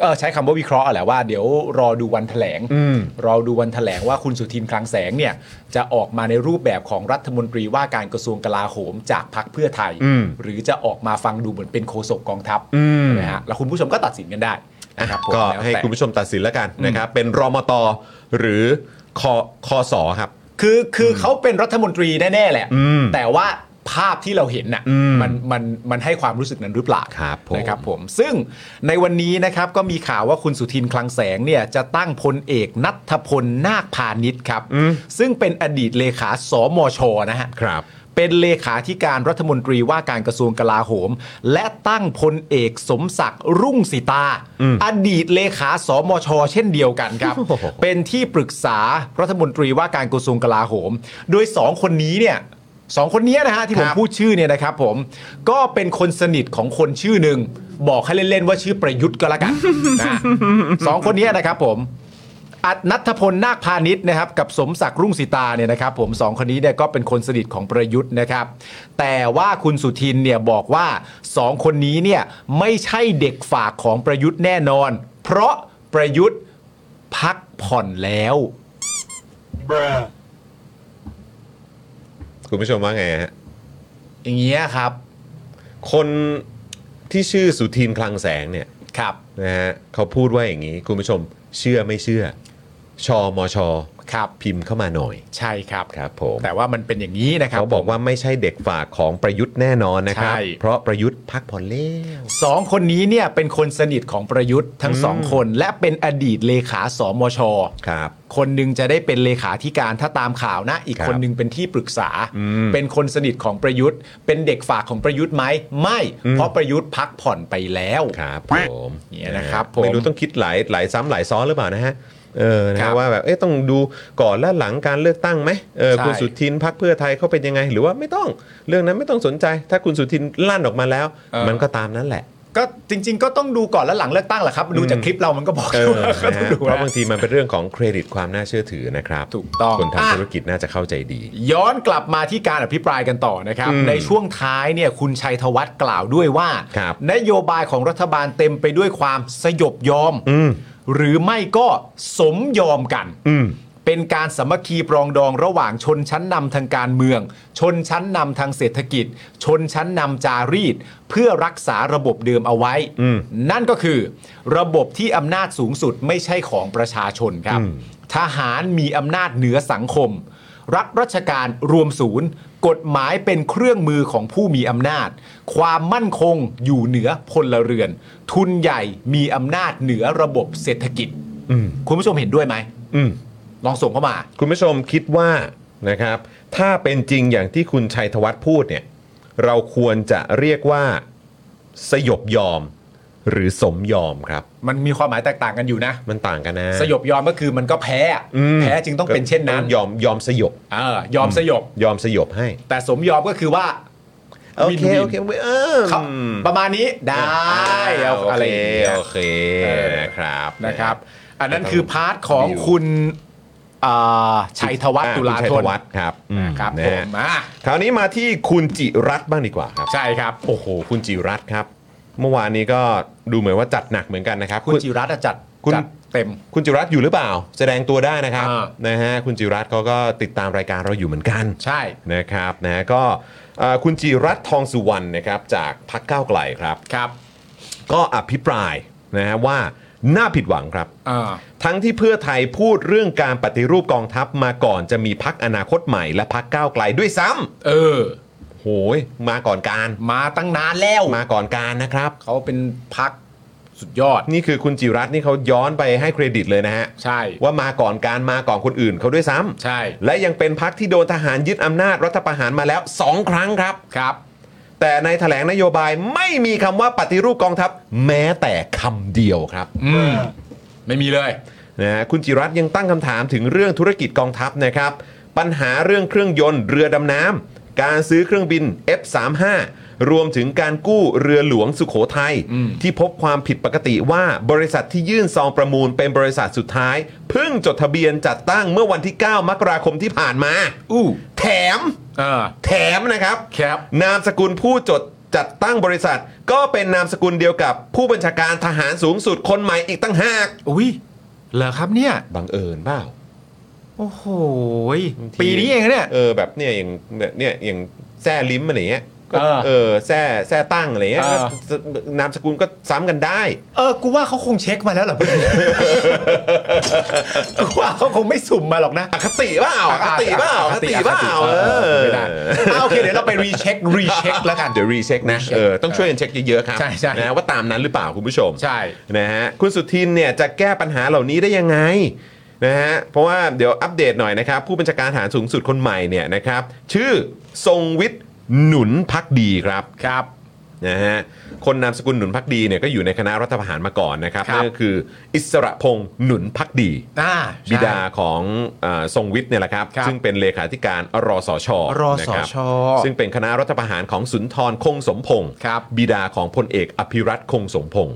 [SPEAKER 2] เออใช้คำว่าวิเคราะห์อะแหละว่าเดี๋ยวรอดูวันแถลง
[SPEAKER 1] อืม
[SPEAKER 2] รอดูวันแถลงว่าคุณสุทินคลังแสงเนี่ยจะออกมาในรูปแบบของรัฐมนตรีว่าการกระทรวงกลาโหมจากพรรคเพื่อไทย
[SPEAKER 1] อืม
[SPEAKER 2] หรือจะออกมาฟังดูเหมือนเป็นโฆษกกองทัพ
[SPEAKER 1] อืม
[SPEAKER 2] นะฮะแล้วคุณผู้ชมก็ตัดสินกันได้นะครับผม
[SPEAKER 1] ก็
[SPEAKER 2] แล้ว
[SPEAKER 1] ให้
[SPEAKER 2] แต่
[SPEAKER 1] คุณผู้ชมตัดสินแล้วกันนะครับ เป็นรมตหรือคอคอสอครับ
[SPEAKER 2] คือคือเขาเป็นรัฐมนตรีแน่ๆแหละ
[SPEAKER 1] อืม
[SPEAKER 2] แต่ว่าภาพที่เราเห็นน่ะ
[SPEAKER 1] อืม
[SPEAKER 2] มันมันมันให้ความรู้สึกนั้นหรือเปล่า
[SPEAKER 1] ครับผม
[SPEAKER 2] นะครับผมซึ่งในวันนี้นะครับก็มีข่าวว่าคุณสุทินคลังแสงเนี่ยจะตั้งพลเอกนัทพลนาคพาณิชย์ครับ ซึ่งเป็นอดีตเลขาสมชนะฮะ
[SPEAKER 1] ครับ
[SPEAKER 2] เป็นเลขาธิการรัฐมนตรีว่าการกระทรวงกลาโหม และตั้งพลเอกสมศักดิ์รุ่งสิตา
[SPEAKER 1] อืม
[SPEAKER 2] อดีตเลขาสมช เช่นเดียวกัน ครับ เป็นที่ปรึกษารัฐมนตรีว่าการกระทรวงกลาโหม โดย 2 คนนี้เนี่ยสองคนเนี้ยนะฮะที่ผมพูดชื่อเนี่ยนะครับผมก็เป็นคนสนิทของคนชื่อหนึ่งบอกให้เล่น ๆ ว่าชื่อประยุทธ์ก็แล้วกันนะสองคนเนี้ยนะครับผม อัดนัทพลนาคพาณิชย์นะครับกับสมศักดิ์รุ่งสิตาเนี่ยนะครับผมสองคนนี้เนี่ยก็เป็นคนสนิทของประยุทธ์นะครับ แต่ว่าคุณสุทินเนี่ยบอกว่าสองคนนี้เนี่ยไม่ใช่เด็กฝากของประยุทธ์แน่นอน เพราะประยุทธ์พักผ่อนแล้ว
[SPEAKER 1] คุณผู้ชมว่าไงฮะ
[SPEAKER 2] อย่างเงี้ยครับ
[SPEAKER 1] คนที่ชื่อสุทินคลังแสงเนี่ย
[SPEAKER 2] ครับ
[SPEAKER 1] นะฮะเขาพูดว่าอย่างนี้ คุณผู้ชมเชื่อไม่เชื่อ ชอมช
[SPEAKER 2] ครับ
[SPEAKER 1] พิมพ์เข้ามาหน่อย
[SPEAKER 2] ใช่ครับ
[SPEAKER 1] ครับผม
[SPEAKER 2] แต่ว่ามันเป็นอย่างนี้นะครับ
[SPEAKER 1] เขาบอกว่าไม่ใช่เด็กฝากของประยุทธ์แน่นอนนะครับ
[SPEAKER 2] ใช่
[SPEAKER 1] เพราะประยุทธ์พักผ่อนเล่ว
[SPEAKER 2] สองคนนี้เนี่ยเป็นคนสนิทของประยุทธ์ทั้งสอง
[SPEAKER 1] อืม
[SPEAKER 2] คน และเป็นอดีตเลขาสมช
[SPEAKER 1] ครับ
[SPEAKER 2] คนหนึ่งจะได้เป็นเลขาธิการถ้าตามข่าวนะ อีก
[SPEAKER 1] ครับ
[SPEAKER 2] คนหนึ่งเป็นที่ปรึกษา
[SPEAKER 1] อืม
[SPEAKER 2] เป็นคนสนิทของประยุทธ์ เป็นเด็กฝากของประยุทธ์ไหมไม่
[SPEAKER 1] อืม
[SPEAKER 2] เพราะประยุทธ์พักผ่อนไปแล้ว
[SPEAKER 1] ครับผม
[SPEAKER 2] เนี่ยนะครับผม
[SPEAKER 1] ไม่รู้ต้องคิดหลายหลายซ้ำหลายซ้อนหรือเปล่านะฮะเออนะ
[SPEAKER 2] ครั
[SPEAKER 1] ฮะ
[SPEAKER 2] บ
[SPEAKER 1] ว่าแบบเอ๊ะต้องดูก่อนและหลังการเลือกตั้งไหมเออ
[SPEAKER 2] ใช่
[SPEAKER 1] คุณสุทินพักเพื่อไทยเขาเป็นยังไง หรือว่าไม่ต้องเรื่องนั้นไม่ต้องสนใจ ถ้าคุณสุทินลั่นออกมาแล้ว มันก็ตามนั้นแหละ
[SPEAKER 2] ก็จริง ๆ ก็ต้องดูก่อนและหลังเลือกตั้งแหละครับ ดูจากคลิปเรามันก็บอก
[SPEAKER 1] เอ
[SPEAKER 2] อยู่
[SPEAKER 1] อ
[SPEAKER 2] ว่าก็ต้องดู
[SPEAKER 1] นะฮะเพราะบาง
[SPEAKER 2] นะ
[SPEAKER 1] ทีมันเป็นเรื่องของเครดิตความน่าเชื่อถือนะครับ
[SPEAKER 2] ถูกต้อง
[SPEAKER 1] คน
[SPEAKER 2] อ่ะ
[SPEAKER 1] ทำธุรกิจน่าจะเข้าใจดี
[SPEAKER 2] ย้อนกลับมาที่การอภิปรายกันต่อนะครับ
[SPEAKER 1] อืม
[SPEAKER 2] ในช่วงท้ายเนี่ยคุณชัยธวัฒน์กล่าวด้วยว่า
[SPEAKER 1] ครับ
[SPEAKER 2] นโยบายของรัฐบาลเต็มไปด้วยความสยบยอม
[SPEAKER 1] อืม
[SPEAKER 2] หรือไม่ก็สมยอมกัน
[SPEAKER 1] อืม
[SPEAKER 2] เป็นการสามัคคีปรองดองระหว่างชนชั้นนำทางการเมือง ชนชั้นนำทางเศรษฐกิจ ชนชั้นนำจารีต เพื่อรักษาระบบเดิมเอาไว้
[SPEAKER 1] อืม
[SPEAKER 2] นั่นก็คือ ระบบที่อำนาจสูงสุดไม่ใช่ของประชาชนครับ ทหารมีอำนาจเหนือสังคม รัฐราชการรวมศูนย์ กฎหมายเป็นเครื่องมือของผู้มีอำนาจ ความมั่นคงอยู่เหนือพลเรือน ทุนใหญ่มีอำนาจเหนือระบบเศรษฐกิจ
[SPEAKER 1] อืม
[SPEAKER 2] คุณผู้ชมเห็นด้วยไหม
[SPEAKER 1] อืม
[SPEAKER 2] ลองส่งเข้ามา
[SPEAKER 1] คุณผู้ชมคิดว่านะครับ ถ้าเป็นจริงอย่างที่คุณชัยธวัฒน์พูดเนี่ย เราควรจะเรียกว่าสยบยอม หรือสมยอมครับ
[SPEAKER 2] มันมีความหมายแตกต่างกันอยู่นะ
[SPEAKER 1] มันต่างกันนะ
[SPEAKER 2] สยบยอมก็คือมันก็แพ้อะ
[SPEAKER 1] อืม
[SPEAKER 2] แพ้จึงต้องเป็นเช่นนั้น
[SPEAKER 1] ยอมยอมสยบ
[SPEAKER 2] เออยอมสยบ
[SPEAKER 1] ยอมสยบให้
[SPEAKER 2] แต่สมยอมก็คือว่า
[SPEAKER 1] โอเค
[SPEAKER 2] วินวิน
[SPEAKER 1] โอเคเออ
[SPEAKER 2] เขาประมาณนี้ได้เอาอะไรอย่างเงี้ย
[SPEAKER 1] โอเค
[SPEAKER 2] เออ
[SPEAKER 1] นะครับ
[SPEAKER 2] นะครับ อันนั้นคือพาร์ทของคุณอ่าชัยธวัฒน์
[SPEAKER 1] อ่ะ
[SPEAKER 2] ตุลา
[SPEAKER 1] คุณชัย
[SPEAKER 2] ธ
[SPEAKER 1] ธ
[SPEAKER 2] น
[SPEAKER 1] วัฒน์ครับอืม
[SPEAKER 2] นะครับ
[SPEAKER 1] นะ
[SPEAKER 2] ผ
[SPEAKER 1] ฮะ
[SPEAKER 2] มมา
[SPEAKER 1] คราวนี้มาที่คุณจิรัตน์บ้างดีกว่าครับ
[SPEAKER 2] ใช่ครับ
[SPEAKER 1] โอ้โห คุณจิรัตน์ครับ เมื่อวานนี้ก็ดูเหมือนว่าจัดหนักเหมือนกันนะครับ
[SPEAKER 2] คุณจิรัตน์อะจัด
[SPEAKER 1] คุณ
[SPEAKER 2] จัดเต็ม
[SPEAKER 1] คุณจิรัตน์อยู่หรือเปล่า แสดงตัวได้นะครับนะฮะคุณจิรัตน์เขาก็ติดตามรายการเราอยู่เหมือนกัน
[SPEAKER 2] ใช่
[SPEAKER 1] นะครับนะฮะก็เอ่อคุณจิรัตน์ทองสุวรรณนะครับจากพักก้าวไกลครับ
[SPEAKER 2] ครับ
[SPEAKER 1] ก็อภิปรายนะฮะว่าน่าผิดหวังครับ
[SPEAKER 2] อ่า
[SPEAKER 1] ทั้งที่เพื่อไทยพูดเรื่องการปฏิรูปกองทัพมาก่อนจะมีพักอนาคตใหม่และพักก้าวไกลด้วยซ้ำ
[SPEAKER 2] เออ
[SPEAKER 1] โหยมาก่อนการ
[SPEAKER 2] มาตั้งนานแล้ว
[SPEAKER 1] มาก่อนการนะครับ
[SPEAKER 2] เขาเป็นพักสุดยอด
[SPEAKER 1] นี่คือคุณจิรัตน์นี่เขาย้อนไปให้เครดิตเลยนะฮะ
[SPEAKER 2] ใช่
[SPEAKER 1] ว่ามาก่อนการมาก่อนคนอื่นเขาด้วยซ้ำ
[SPEAKER 2] ใช่
[SPEAKER 1] และยังเป็นพักที่โดนทหารยึดอำนาจรัฐประหารมาแล้ว 2 ครั้งครับ
[SPEAKER 2] ครับ
[SPEAKER 1] แต่ในแถลงนโยบายไม่มีคำว่าปฏิรูปกองทัพแม้แต่คำเดียวครับ
[SPEAKER 2] อืม ไม่มีเลย
[SPEAKER 1] นะฮะคุณจิรัตน์ยังตั้งคำถามถึงเรื่องธุรกิจกองทัพนะครับ ปัญหาเรื่องเครื่องยนต์เรือดำน้ำการซื้อเครื่องบิน F35 รวมถึงการกู้เรือหลวงสุขโขทัยที่พบความผิดปกติว่าบริษัทที่ยื่นซองประมูลเป็นบริษัทสุดท้าย เพิ่งจดทะเบียนจัดตั้งเมื่อวันที่ 9 มกราคมที่ผ่านมา
[SPEAKER 2] อู้
[SPEAKER 1] แถมแถมนะครับ
[SPEAKER 2] ครับ
[SPEAKER 1] นามสกุลผู้จดจัดตั้งบริษัท ก็เป็นนามสกุลเดียวกับผู้บัญชาการทหารสูงสุดคนใหม่อีกตั้งหาก
[SPEAKER 2] อุ้ยเหรอครับเนี่ย
[SPEAKER 1] บังเอิญเปล่า
[SPEAKER 2] โอ้โห
[SPEAKER 1] ปีนี้เองเนี่ยเออแบบเนี่ยอย่างแบบเนี่ยอย่างแซ่ลิ้มอะไรเงี้ยก็
[SPEAKER 2] เออ
[SPEAKER 1] เออแซ่แซ่ตั้งอะไรเงี้ย
[SPEAKER 2] เออ
[SPEAKER 1] ก็นามสกุลก็ซ้ำกันได้
[SPEAKER 2] เออ กูว่าเขาคงเช็คมาแล้วเหรอ กูว่าเขา คงไม่สุ่มมาหรอกนะ
[SPEAKER 1] อคติเปล่าอคติเปล่าอคติเปล่าเออ
[SPEAKER 2] ไม่ได้อ่ะโอเค เดี๋ยวเราไปรี เช็ค รีเช็คแล้วกัน
[SPEAKER 1] เดี๋ยวรีเช็คนะ
[SPEAKER 2] recheck
[SPEAKER 1] เออต้องช่วยกันเช็คเยอะๆครับ
[SPEAKER 2] ใช่ใช่
[SPEAKER 1] นะว่าตามนั้นหรือเปล่าคุณผู้ชม
[SPEAKER 2] ใช่
[SPEAKER 1] นะฮะคุณสุทินเนี่ยจะแก้ปัญหาเหล่านี้ได้ยังไงนะฮะเพราะว่าเดี๋ยวอัปเดตหน่อยนะครับ ผู้บัญชาการฐานสูงสุดคนใหม่เนี่ยนะครับ ชื่อทรงวิทย์หนุนพักดีครับ
[SPEAKER 2] ครับ
[SPEAKER 1] นะฮะคนนามสกุลหนุนพักดีเนี่ยก็อยู่ในคณะรัฐประหารมาก่อนนะครับ
[SPEAKER 2] ครับ
[SPEAKER 1] นั่นก็คืออิสระพงษ์หนุนพักดี
[SPEAKER 2] อ่าใช่
[SPEAKER 1] บิดาของเออทรงวิทย์เนี่ยแหละครับ
[SPEAKER 2] ครับ
[SPEAKER 1] ซึ่งเป็นเลขาธิการรอสช
[SPEAKER 2] รสช
[SPEAKER 1] นะครับซึ่งเป็นคณะรัฐประหารของสุนทรคงสมพงศ์บิดาของพลเอกอภิรัตคงสมพงศ์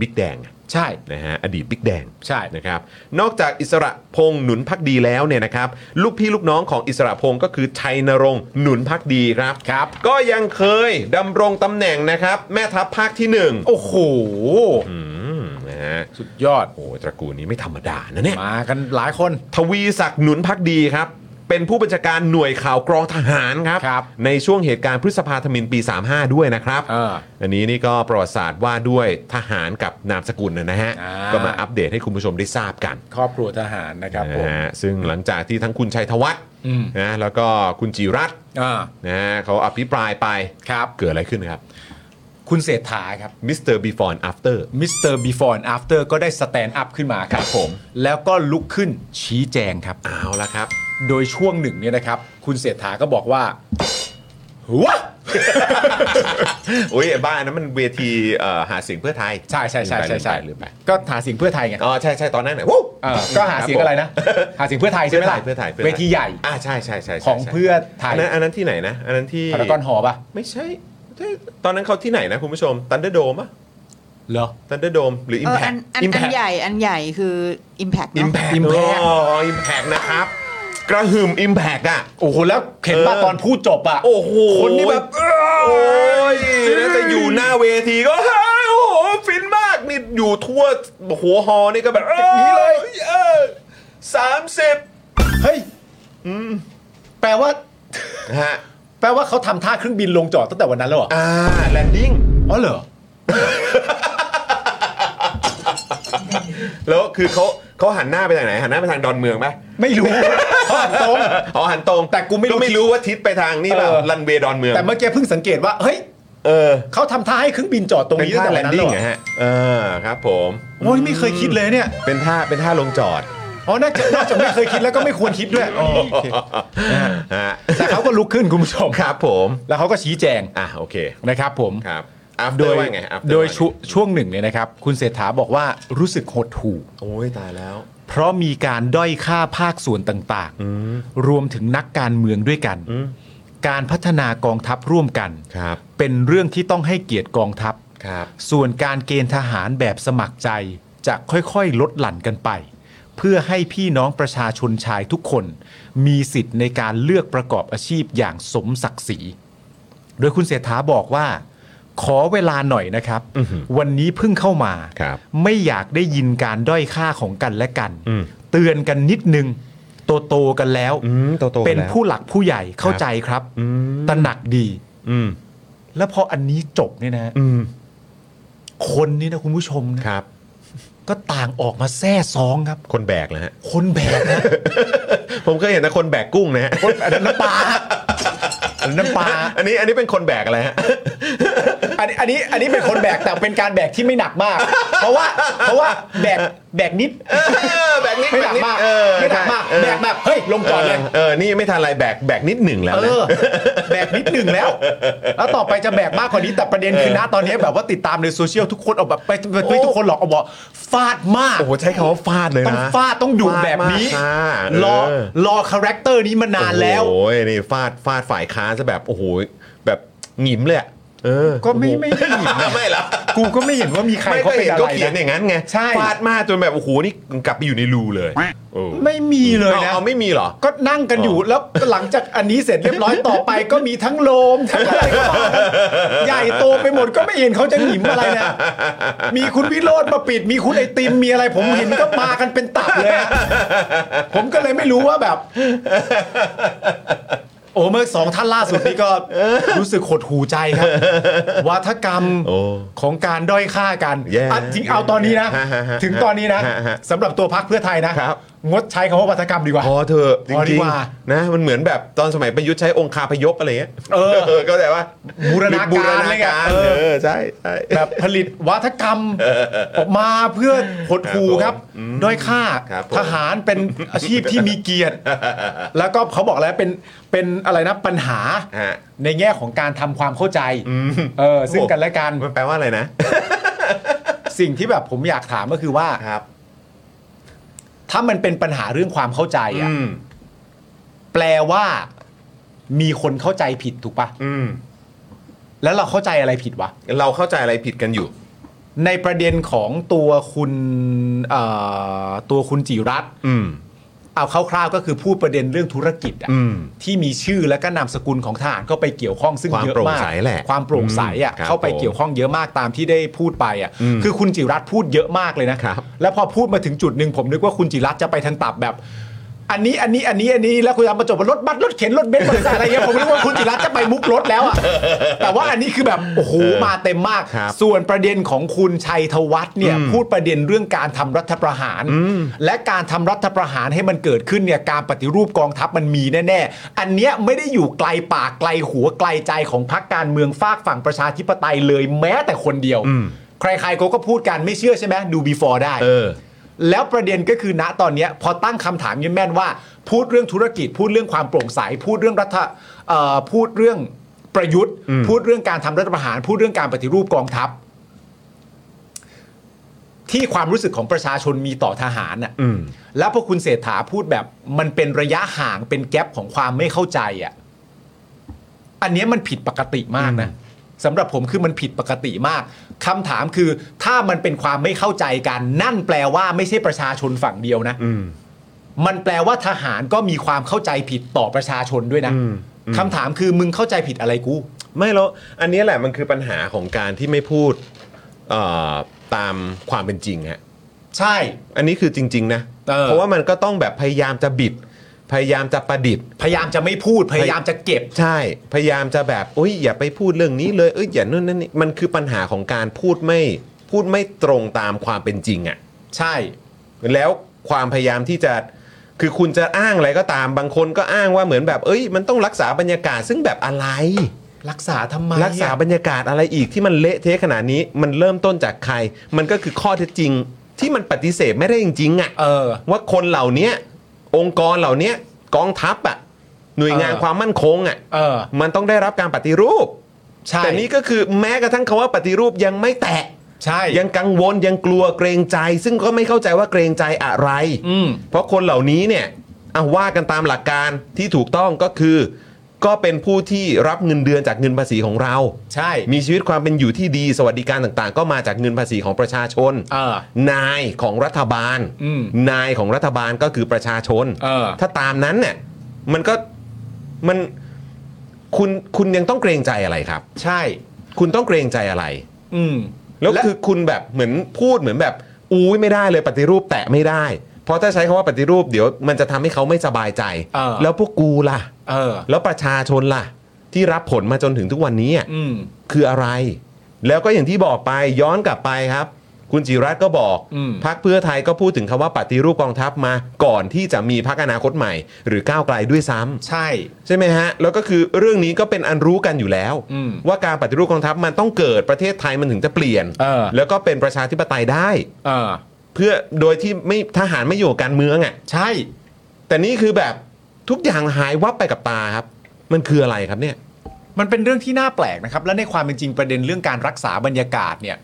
[SPEAKER 1] บิ๊กแดง
[SPEAKER 2] ใช่
[SPEAKER 1] นะฮะอดีตบิ๊กแดง
[SPEAKER 2] ใช่
[SPEAKER 1] นะครับ นอกจากอิสระพงษ์หนุนพักดีแล้วเนี่ยนะครับ ลูกพี่ลูกน้องของอิสระพงษ์ก็คือชัยนรงค์หนุนพักดีครับ ก็ยังเคยดำรงตำแหน่งนะครับ แม่ทัพภาคที่หนึ่ง
[SPEAKER 2] โอ้โห
[SPEAKER 1] อืมนะฮะ
[SPEAKER 2] สุดยอด
[SPEAKER 1] โอ้ตระกูลนี้ไม่ธรรมดานะเนี่ย
[SPEAKER 2] มากันหลายคน
[SPEAKER 1] ทวีศักดิ์หนุนพักดีครับ เป็นผู้บัญชาการหน่วยข่าวกรองทหารครับ ในช่วงเหตุการณ์พฤษภาธมินปี 35 ด้วยนะครับออันนี้นี่ก็ประวัติศาสตร์ว่าด้วยทหารกับนามสกุลนะฮะ ก็มาอัปเดตให้คุณผู้ชมได้ทราบกัน
[SPEAKER 2] ครอบครัวทหารนะครับผม
[SPEAKER 1] นะฮะซึ่งหลังจากที่ทั้งคุณชัยธวัฒน์
[SPEAKER 2] อืม
[SPEAKER 1] นะแล้วก็คุณจิรัตน์
[SPEAKER 2] อ่า
[SPEAKER 1] นะฮะเขาอภิปรายไป
[SPEAKER 2] ครับ
[SPEAKER 1] เกิดอะไรขึ้นครับ
[SPEAKER 2] คุณเศรษฐาครับ
[SPEAKER 1] มิสเตอร์บีฟอนอัฟเตอร์
[SPEAKER 2] มิสเตอร์บีฟอนอัฟเตอร์ก็ได้สแตนด์อัพขึ้นมาครับผม แล้วก็ลุกขึ้นชี้แจงครับ
[SPEAKER 1] เอาละครับ
[SPEAKER 2] โดยช่วงหนึ่งเนี่ยนะครับ คุณเศรษฐาก็บอกว่าหัวะ
[SPEAKER 1] อุ้ยไอ้บ้านนั้นมันเวทีเอ่อหาเสียงเพื่อไทย
[SPEAKER 2] ใช่ใช่ใช่ใช่ใช่
[SPEAKER 1] ลืมไปลืม
[SPEAKER 2] ก็หาเสียงเพื่อไทยไง
[SPEAKER 1] ไปอ๋อใช่ใช่ตอนนั้นเนี่ยวู้
[SPEAKER 2] เออก็หาเสียงอะไรนะหาเสียงเพื่อไทยใช่ไหมล่ะ
[SPEAKER 1] เพื่อไทยพื่อไทย
[SPEAKER 2] เวทีใหญ่
[SPEAKER 1] อ่าใช่ใช่ใช่ใช่
[SPEAKER 2] ของเพื่อไทย
[SPEAKER 1] นนั้นอันนั้นที่ไหนนะอันนั้นที่
[SPEAKER 2] พารากอนหอป่ะ
[SPEAKER 1] ไม่ใช่ ตอนนั้นเขาที่ไหนนะคุณผู้ชมตันเดอร์โดมะ
[SPEAKER 2] เหรอ
[SPEAKER 1] ตันเดอร์โดมหรืออิ
[SPEAKER 5] เอ
[SPEAKER 1] ม
[SPEAKER 5] อ
[SPEAKER 1] แพ
[SPEAKER 5] อั
[SPEAKER 1] คน
[SPEAKER 5] อันอันใหญ่อันใหญ่คือ Impact เนอิมแพค
[SPEAKER 1] อิมแพคอ๋ออิมแพคนะครับ กระหึ่มอิมแพกอ่ะ
[SPEAKER 2] โอ้โหแล้วเห็นป่ะ
[SPEAKER 1] เออ
[SPEAKER 2] ตอนพูดจบอ่ะ
[SPEAKER 1] โอ้โห
[SPEAKER 2] คนนี่แบบ
[SPEAKER 1] โอ้ยแล้วจะอยู่หน้าเวทีก็เฮ้ยโอ้โหฟินมากนี่อยู่ทั่วหัวฮอลล์นี่ก็แบบอย่างนี้เลยสามสิบ
[SPEAKER 2] เฮ้ยแปลว่า
[SPEAKER 1] ฮะ
[SPEAKER 2] แปลว่าเขาทำท่าเครื่องบินลงจอดตั้งแต่วันนั้นแล้วเหรอ
[SPEAKER 1] อ่าแลนดิ้ง
[SPEAKER 2] อ๋อเหรอ
[SPEAKER 1] แล้วคือเขาเขาหันหน้าไปทางไหน หันหน้าไปทางดอนเมืองไหม
[SPEAKER 2] ไม่รู้ หันตรง
[SPEAKER 1] อ๋อหันตรง
[SPEAKER 2] แต่กูไม่รู้
[SPEAKER 1] ก็ไม่รู้ว่าทิศไปทางนี่เปล่า
[SPEAKER 2] เออ
[SPEAKER 1] รันเวย์ดอนเมือง
[SPEAKER 2] แต่เมื่อกี้เพิ่งสังเกตว่าเฮ้ย
[SPEAKER 1] เออ
[SPEAKER 2] เขาทำท่าให้เครื่องบินจอดตรง
[SPEAKER 1] เป็น
[SPEAKER 2] นี้ตั้ง
[SPEAKER 1] ท่า
[SPEAKER 2] แต่
[SPEAKER 1] แล
[SPEAKER 2] วัน
[SPEAKER 1] น
[SPEAKER 2] นั้น
[SPEAKER 1] ดิ้
[SPEAKER 2] เห
[SPEAKER 1] ง
[SPEAKER 2] รอ
[SPEAKER 1] อะฮะเออครับผม
[SPEAKER 2] โอ้ยไม่เคยคิดเลยเนี่ย
[SPEAKER 1] เป็นท่าเป็นท่าลงจอด
[SPEAKER 2] อ๋อน่าจะน่าจะไม่เคยคิดแล้วก็ไม่ควรคิดด้วยอ๋อโอเค
[SPEAKER 1] ฮะ
[SPEAKER 2] แต่เขาก็ลุกขึ้นคุณผู้ชม
[SPEAKER 1] ครับผม
[SPEAKER 2] แล้วเขาก็ชี้แจง
[SPEAKER 1] อ่ะโอเค
[SPEAKER 2] นะครับผม
[SPEAKER 1] ครับ
[SPEAKER 18] After
[SPEAKER 2] โดย
[SPEAKER 18] ว่าไง After
[SPEAKER 2] โดย
[SPEAKER 18] ว่าไง
[SPEAKER 2] ช่วงช่วงหนึ่งเนี่ยนะครับ คุณเศรษฐาบอกว่ารู้สึกหดหู่
[SPEAKER 18] โอ้ยตายแล้ว
[SPEAKER 2] เพราะมีการด้อยค่าภาคส่วนต่างๆ รวมถึงนักการเมืองด้วยกัน การพัฒนากองทัพร่วมกัน เป็นเรื่องที่ต้องให้เกียรติกองทัพ ส่วนการเกณฑ์ทหารแบบสมัครใจจะค่อยๆ ลดหลั่นกันไป เพื่อให้พี่น้องประชาชนชายทุกคน มีสิทธิ์ในการเลือกประกอบอาชีพอย่างสมศักดิ์ศรี โดยคุณเศรษฐาบอกว่า ขอเวลาหน่อยนะครับ วันนี้เพิ่งเข้ามา ไม่อยากได้ยินการด้อยค่าของกันและกัน เตือนกันนิดนึง โตโตๆกันแล้ว
[SPEAKER 1] ๆ
[SPEAKER 2] เป็น
[SPEAKER 1] แล้ว
[SPEAKER 2] ผู้หลักผู้ใหญ่เข้าใจครับตระหนักดี แล้วพออันนี้จบเนี่ยนะ คนนี่นะคุณผู้ชมนะครับ ก็ต่างออกมาแซ่ซองครับ
[SPEAKER 1] คนแบกนะฮะ
[SPEAKER 2] คนแบกนะ
[SPEAKER 1] ผมเคยเห็นนะคนแบกกุ้งนะฮะคน
[SPEAKER 2] น้ำปลาน้ำปลา
[SPEAKER 1] อันนี้อันนี้เป็นคนแบกอะไรฮะ
[SPEAKER 2] อันนี้อันนี้อันนี้เป็นคนแบกแต่เป็นการแบกที่ไม่หนักมาก เพราะว่าเพราะว่าแบกแบกนิด
[SPEAKER 1] แบกนิด
[SPEAKER 2] ไม่หนักมาก
[SPEAKER 1] เออ
[SPEAKER 2] ไม่หนักมาก
[SPEAKER 1] ใช่เออ
[SPEAKER 2] แบกแบบเฮ้ยลงก่อนเลย
[SPEAKER 1] เออ นี่ไม่ทันอะไรแบกแบกนิดหนึ่งแล้ว
[SPEAKER 2] เอ
[SPEAKER 1] นะ
[SPEAKER 2] อ แบกนิดหนึ่งแล้ว แล้วต่อไปจะแบกมากกว่านี้แต่ประเด็นคือนะตอนนี้แบบว่าติดตามในโซเชียลทุกคนเอาแบบไปไปไปทุกคนหลอกเอาบอกฟาดมาก
[SPEAKER 1] โอ้โหใช้คำว่าฟาดเลย
[SPEAKER 2] ต้
[SPEAKER 1] นะ
[SPEAKER 2] องฟาดต้องดุแบบนี้
[SPEAKER 1] ฟาดมากค่ะเออ
[SPEAKER 2] รอรอคาแรคเตอร์นี้มานานแล้ว
[SPEAKER 1] โอ้ยนี่ฟาดฟาดฝ่ายค้านซะแบบ โอ้โห แบบหงิมเลยอะเออ
[SPEAKER 2] ก็ไม่ไม่ได้หยิบไม่
[SPEAKER 1] หรอ
[SPEAKER 2] กูก็ไม่เห็นว่ามีใคร
[SPEAKER 1] ไม่
[SPEAKER 2] เขา
[SPEAKER 1] ก็
[SPEAKER 2] เป็
[SPEAKER 1] เห็
[SPEAKER 2] น
[SPEAKER 1] น
[SPEAKER 2] อะไร
[SPEAKER 1] ก็เขียนอย่างนั้นไง
[SPEAKER 2] ใช่
[SPEAKER 1] ฟาดมากจนแบบโอ้โหนี่กลับไปอยู่ในรูเลยโอ้
[SPEAKER 2] ไม่มีเลยนะ
[SPEAKER 1] อาอาไม่มีเหรอ
[SPEAKER 2] ก็นั่งกันอยู่แล้วหลังจากอันนี้เสร็จเรียบร้อยต่อไป ก็มีทั้งโลมทั้งอะไรก็ว่าใหญ่โตไปหมดก็ไม่เห็นเขาจะหนิมอะไรนะ มีคุณวิโรธมาปิด มีคุณไอติมมีอะไร ผมเห็นก็มากันเป็นตับเลยอะ ผมก็เลยไม่รู้ว่าแบบ โอ้เมื่อสองท่านล่าสุดนี่ก็รู้สึกหดหูใจ ครับวัฒกรรมของการด้อยค่ากัน
[SPEAKER 1] แย่
[SPEAKER 2] อ่ะจริงเอาตอนนี้นะ
[SPEAKER 1] ฮะฮะฮะ
[SPEAKER 2] ถึงตอนนี้นะ
[SPEAKER 1] ฮะฮะ
[SPEAKER 2] สำหรับตัวพักเพื่อไทยนะงดใช้คำว่าวัฒกรรมดีกว่า
[SPEAKER 1] พอเธอะจ
[SPEAKER 2] พอดี
[SPEAKER 1] ริง
[SPEAKER 2] กว่า
[SPEAKER 1] ๆนะมันเหมือนแบบตอนสมัยประยุทธ์ใช้องคาพยพอะไรเงี้ย
[SPEAKER 2] เออ
[SPEAKER 1] ก็แต่ว่า
[SPEAKER 2] บูรณา
[SPEAKER 1] บูร
[SPEAKER 2] การ
[SPEAKER 1] ณา
[SPEAKER 2] เลยอะ
[SPEAKER 1] การ
[SPEAKER 2] เอ
[SPEAKER 1] เอ
[SPEAKER 2] อ
[SPEAKER 1] อใช่ใช่
[SPEAKER 2] แบบผลิตวัฒกรรมออกมาเพื่อหดหูครับด้อยค่า
[SPEAKER 1] ครับผม
[SPEAKER 2] ทหารเป็นอาชีพที่มีเกีย รติ แล้วก็เขาบอกแล้วเป็นเป็นอะไรนะปัญหาในแง่ของการทำความเข้าใจเออซึ่งกันและกัน
[SPEAKER 1] มันแปลว่าอะไรนะ
[SPEAKER 2] สิ่งที่แบบผมอยากถามก็คือว่าถ้ามันเป็นปัญหาเรื่องความเข้าใจอ่ะแปลว่า มีคนเข้าใจผิดถูกปะแล้วเราเข้าใจอะไรผิดวะ
[SPEAKER 1] เราเข้าใจอะไรผิดกันอยู่
[SPEAKER 2] ในประเด็นของตัวคุณเอ่อตัวคุณจิรัตน์
[SPEAKER 1] อืม
[SPEAKER 2] เอาคร่าวๆก็คือพูดประเด็นเรื่องธุรกิจอะ
[SPEAKER 1] อืม
[SPEAKER 2] ที่มีชื่อและก็นามสกุลของทหารเข้าไปเกี่ยวข้องซึ่ง
[SPEAKER 1] ความ
[SPEAKER 2] เยอะ
[SPEAKER 1] โปร่ง
[SPEAKER 2] มาก
[SPEAKER 1] ใสแหละ
[SPEAKER 2] ความโปร่งใสอ่ะ
[SPEAKER 1] อืมครับ
[SPEAKER 2] เข้าไปเกี่ยวข้องเยอะมากตามที่ได้พูดไปอ่ะ
[SPEAKER 1] อืม
[SPEAKER 2] คือคุณจิรัตน์พูดเยอะมากเลยนะแล้วพอพูดมาถึงจุดหนึ่งผมนึกว่าคุณจิรัตน์จะไปทางตับแบบ อันนี้อันนี้อันนี้อันนี้แล้วคุณจะมาจบว่ารถบัสรถเข็นรถเบนซ์รถอะไรเงี้ยผมนึกว่าคุณจิรัตน์จะไปมุกรถแล้วอ่ะ แต่ว่าอันนี้คือแบบโอ้โหมาเต็มมาก
[SPEAKER 1] ครับ
[SPEAKER 2] ส่วนประเด็นของคุณชัยธวัฒน์เนี่ย
[SPEAKER 1] อืม
[SPEAKER 2] พูดประเด็นเรื่องการทำรัฐประหาร และการทำรัฐประหารให้มันเกิดขึ้นเนี่ยการปฏิรูปกองทัพมันมีแน่ๆ อันเนี้ยไม่ได้อยู่ไกลปากไกลหัวไกลใจของพรรคการเมืองฝากฝั่งประชาธิปไตยเลยแม้แต่คนเดียว ใครๆเขาก็พูดกันไม่เชื่อใช่ไหมดู before ได้ แล้วประเด็นก็คือณตอนเนี้ยพอตั้งคำถามยิ้มแม่นว่า พูดเรื่องธุรกิจ พูดเรื่องความโปร่งใส พูดเรื่องรัฐเอ่อพูดเรื่องประยุทธ์
[SPEAKER 1] อืม
[SPEAKER 2] พูดเรื่องการทำรัฐประหาร พูดเรื่องการปฏิรูปกองทัพ ที่ความรู้สึกของประชาชนมีต่อทหารน่ะ
[SPEAKER 1] อืม
[SPEAKER 2] แล้วพอคุณเศรษฐาพูดแบบมันเป็นระยะห่างเป็นแกลบของความไม่เข้าใจอ่ะ อันเนี้ยมันผิดปกติมากนะสำหรับผมคือมันผิดปกติมากคำถามคือ ถ้ามันเป็นความไม่เข้าใจกัน นั่นแปลว่าไม่ใช่ประชาชนฝั่งเดียวนะมันแปลว่าทหารก็มีความเข้าใจผิดต่อประชาชนด้วยนะคำถามคือมึงเข้าใจผิดอะไรกู
[SPEAKER 1] ไม่แล้วอันเนี้ยแหละมันคือปัญหาของการที่ไม่พูดเอ่อตามความเป็นจริงฮะ
[SPEAKER 2] ใช่
[SPEAKER 1] อันนี้คือจริง ๆ นะเเพราะว่ามันก็ต้องแบบพยายามจะบิด พยายามจะประดิษฐ์
[SPEAKER 2] พยายามจะไม่พูด พยายามจะเก็บ
[SPEAKER 1] ใช่ พยายามจะแบบอุ้ยอย่าไปพูดเรื่องนี้เลยเอ้ยอย่านู่นนั่นนี่มันคือปัญหาของการพูดไม่พูดไม่ตรงตามความเป็นจริงอะ่ะ
[SPEAKER 2] ใช่
[SPEAKER 1] แล้วความพยายามที่จะคือคุณจะอ้างอะไรก็ตามบางคนก็อ้างว่าเหมือนแบบ เอ้ย มันต้องรักษาบรรยากาศซึ่งแบบอะไร
[SPEAKER 2] รักษาทำไม
[SPEAKER 1] รักษาบรรยากาศอะไรอีกที่มันเละเทะขนาดนี้มันเริ่มต้นจากใคร มันก็คือข้อเท็จจริงที่มันปฏิเสธไม่ได้จริงๆอะ่ะว่าคนเหล่านี้องค์กรเหล่านี้กองทัพอะ่ะหน่วยงาน
[SPEAKER 2] เออ
[SPEAKER 1] ความมั่นคงอะ่ะ
[SPEAKER 2] เออ
[SPEAKER 1] มันต้องได้รับการปฏิรูป แต่นี่ก็คือแม้กระทั่งคำว่าปฏิรูปยังไม่แตะ
[SPEAKER 2] ใช่
[SPEAKER 1] ยังกังวลยังกลัวเกรงใจ ซึ่งก็ไม่เข้าใจว่าเกรงใจอะไร เพราะคนเหล่านี้เนี่ยเอาว่ากันตามหลักการที่ถูกต้องก็คือ ก็เป็นผู้ที่รับเงินเดือนจากเงินภาษีของเรา
[SPEAKER 2] ใช่
[SPEAKER 1] มีชีวิตความเป็นอยู่ที่ดีสวัสดิการต่างๆ ก็มาจากเงินภาษีของประชาชนนายของรัฐบาล
[SPEAKER 2] อืม
[SPEAKER 1] นายของรัฐบาลก็คือประชาชน ถ้าตามนั้นเนี่ยมันก็มันคุณคุณยังต้องเกรงใจอะไรครับ
[SPEAKER 2] ใช่
[SPEAKER 1] คุณต้องเกรงใจอะไร
[SPEAKER 2] อืม
[SPEAKER 1] แล้วคือคุณแบบเหมือนพูดเหมือนแบบ อุ้ยไม่ได้เลยปฏิรูปแตะไม่ได้ เพราะถ้าใช้คำว่าปฏิรูปเดี๋ยวมันจะทำให้เขาไม่สบายใจ
[SPEAKER 2] เออ
[SPEAKER 1] แล้วพวกกูล่ะ
[SPEAKER 2] เออ
[SPEAKER 1] แล้วประชาชนล่ะ ที่รับผลมาจนถึงทุกวันนี้อะ
[SPEAKER 2] อืม
[SPEAKER 1] คืออะไร แล้วก็อย่างที่บอกไปย้อนกลับไปครับ คุณจิรัตน์ก็บอก
[SPEAKER 2] อืม
[SPEAKER 1] พักเพื่อไทยก็พูดถึงคำว่าปฏิรูปกองทัพมาก่อนที่จะมีพักอนาคตใหม่ หรือก้าวไกลด้วยซ้ำ
[SPEAKER 2] ใช่
[SPEAKER 1] ใช่ไหมฮะ แล้วก็คือเรื่องนี้ก็เป็นอันรู้กันอยู่แล้ว
[SPEAKER 2] อืม
[SPEAKER 1] ว่าการปฏิรูปกองทัพมันต้องเกิดประเทศไทยมันถึงจะเปลี่ยน แล้วก็เป็นประชาธิปไตยได้
[SPEAKER 2] เออ
[SPEAKER 1] เพื่อโดยที่ไม่ทหารไม่อยู่กับการเมืองอ่ะ
[SPEAKER 2] ใช่
[SPEAKER 1] แต่นี่คือแบบทุกอย่างหายวับไปกับตาครับ มันคืออะไรครับเนี่ย
[SPEAKER 2] มันเป็นเรื่องที่น่าแปลกนะครับ และในความเป็นจริงประเด็นเรื่องการรักษาบรรยากาศเนี่ย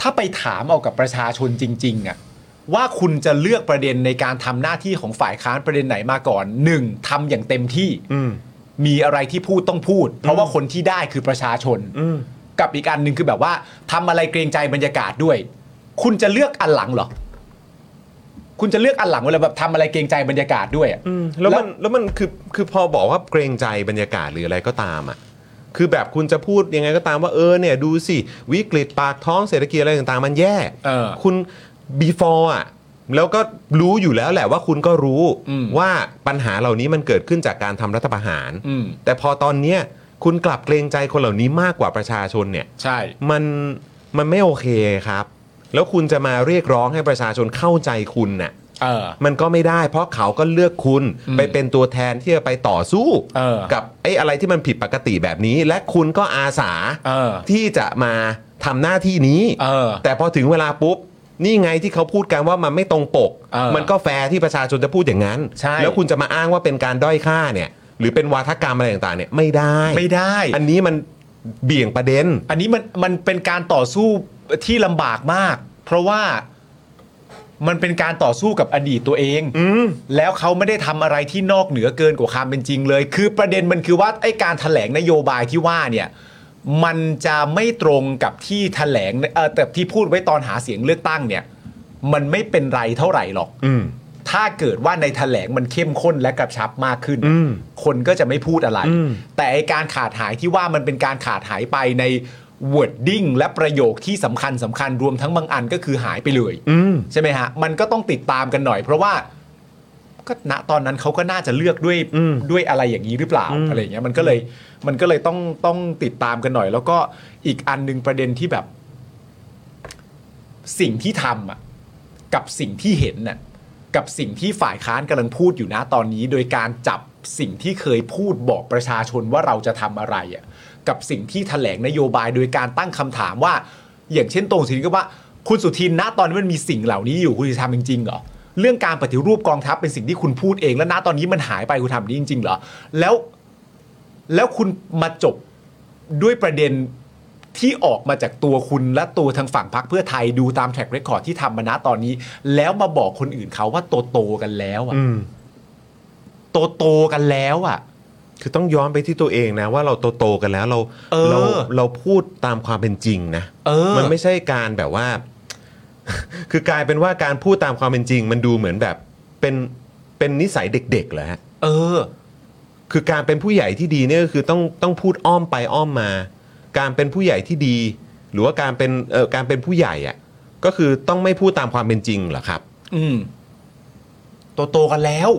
[SPEAKER 2] ถ้าไปถามเอากับประชาชนจริงๆอะว่าคุณจะเลือกประเด็นในการทำหน้าที่ของฝ่ายค้านประเด็นไหนมาก่อนหนึ่งทำอย่างเต็มที่มีอะไรที่พูดต้องพูด เพราะว่าคนที่ได้คือประชาชนกับอีกอันหนึ่งคือแบบว่าทำอะไรเกรงใจบรรยากาศด้วย คุณจะเลือกอันหลังเหรอ คุณจะเลือกอันหลังเวลาแบบทำอะไรเกรงใจบรรยากาศด้วยอะ
[SPEAKER 1] แล้วมันแล้วมันคือคือพอบอกว่าเกรงใจบรรยากาศหรืออะไรก็ตามอ่ะคือแบบคุณจะพูดยังไงก็ตามว่าเออเนี่ยดูสิ วิกฤตปากท้องเศรษฐกิจอะไรต่างๆ มันแย่คุณ before อ่ะแล้วก็รู้อยู่แล้วแหละว่าคุณก็รู้ว่าปัญหาเหล่านี้มันเกิดขึ้นจากการทำรัฐประหาร
[SPEAKER 2] อืม
[SPEAKER 1] แต่พอตอนเนี้ยคุณกลับเกรงใจคนเหล่านี้มากกว่าประชาชนเนี่ย
[SPEAKER 2] ใช่
[SPEAKER 1] มันมันไม่โอเคครับ แล้วคุณจะมาเรียกร้องให้ประชาชนเข้าใจคุณน่ะ
[SPEAKER 2] เออ
[SPEAKER 1] มันก็ไม่ได้ เพราะเขาก็เลือกคุณ
[SPEAKER 2] อืม
[SPEAKER 1] ไปเป็นตัวแทนที่จะไปต่อสู้
[SPEAKER 2] เออ
[SPEAKER 1] กับไอ้อะไรที่มันผิดปกติแบบนี้ และคุณก็อาสา
[SPEAKER 2] เออ
[SPEAKER 1] ที่จะมาทำหน้าที่นี้
[SPEAKER 2] เออ
[SPEAKER 1] แต่พอถึงเวลาปุ๊บ นี่ไงที่เขาพูดกันว่ามันไม่ตรงปก
[SPEAKER 2] เออ
[SPEAKER 1] มันก็แฟร์ที่ประชาชนจะพูดอย่างนั้น
[SPEAKER 2] ใช่
[SPEAKER 1] แล้วคุณจะมาอ้างว่าเป็นการด้อยค่าเนี่ย หรือเป็นวาทกรรมอะไรต่างๆเนี่ยไม่ได้
[SPEAKER 2] ไม่ได้
[SPEAKER 1] อันนี้มันเบี่ยงประเด็น
[SPEAKER 2] อันนี้มันมันเป็นการต่อสู้ที่ลำบากมาก เพราะว่ามันเป็นการต่อสู้กับอดีตตัวเองแล้วเขาไม่ได้ทำอะไรที่นอกเหนือเกินกว่าความเป็นจริงเลย คือประเด็นมันคือว่าไอ้การแถลงนโยบายที่ว่าเนี่ย มันจะไม่ตรงกับที่แถลงเออแต่ที่พูดไว้ตอนหาเสียงเลือกตั้งเนี่ย มันไม่เป็นไรเท่าไหร่หรอก
[SPEAKER 1] อืม
[SPEAKER 2] ถ้าเกิดว่าในแถลงมันเข้มข้นและกระชับมากขึ้น คนก็จะไม่พูดอะไร
[SPEAKER 1] อืม
[SPEAKER 2] แต่ไอการขาดหายที่ว่ามันเป็นการขาดหายไปใน wording และประโยคที่สำคัญสำคัญรวมทั้งบางอันก็คือหายไปเลย
[SPEAKER 1] อืม
[SPEAKER 2] ใช่ไหมฮะ มันก็ต้องติดตามกันหน่อย เพราะว่าก็ณตอนนั้นเขาก็น่าจะเลือกด้วยด้วยอะไรอย่างนี้หรือเปล่าอะไรอย่างเงี้ยมันก็เลยมันก็เลยต้องต้องติดตามกันหน่อย แล้วก็อีกอันหนึงประเด็นที่แบบ สิ่งที่ทำอ่ะกับสิ่งที่เห็นน่ะกับสิ่งที่ฝ่ายค้านกำลังพูดอยู่นะตอนนี้ โดยการจับสิ่งที่เคยพูดบอกประชาชนว่าเราจะทำอะไรอ่ะกับสิ่งที่แถลงนโยบายโดยการตั้งคำถามว่า อย่างเช่นตรงสินก็ว่า คุณสุทินณตอนนี้มันมีสิ่งเหล่านี้อยู่คุณจะทำจริงๆเหรอเรื่องการปฏิรูปกองทัพเป็นสิ่งที่คุณพูดเอง แล้วณตอนนี้มันหายไปคุณทำแบบนี้จริงๆเหรอแล้ว แล้วคุณมาจบด้วยประเด็น ที่ออกมาจากตัวคุณและตัวทางฝั่งพรรคเพื่อไทยดูตามแท็กเรคคอร์ดที่ทำมาณตอนนี้ แล้วมาบอกคนอื่นเขาว่าโตโตๆกันแล้วอะโตโตๆกันแล้วอะ
[SPEAKER 1] คือต้องย้อนไปที่ตัวเองนะ ว่าเราโตโตๆกันแล้วเรา
[SPEAKER 2] เออ
[SPEAKER 1] เราเราพูดตามความเป็นจริงนะ
[SPEAKER 2] เออ
[SPEAKER 1] มันไม่ใช่การแบบว่า คือกลายเป็นว่าการพูดตามความเป็นจริง มันดูเหมือนแบบเป็นเป็นนิสัยเด็กๆเหรอฮะ
[SPEAKER 2] เออ
[SPEAKER 1] คือการเป็นผู้ใหญ่ที่ดีเนี่ยก็คือต้องต้องพูดอ้อมไปอ้อมมา การเป็นผู้ใหญ่ที่ดี หรือว่าการเป็นเออการเป็นผู้ใหญ่อะก็คือต้องไม่พูดตามความเป็นจริงเหรอครับ
[SPEAKER 2] อืมโตโตๆกันแล้ว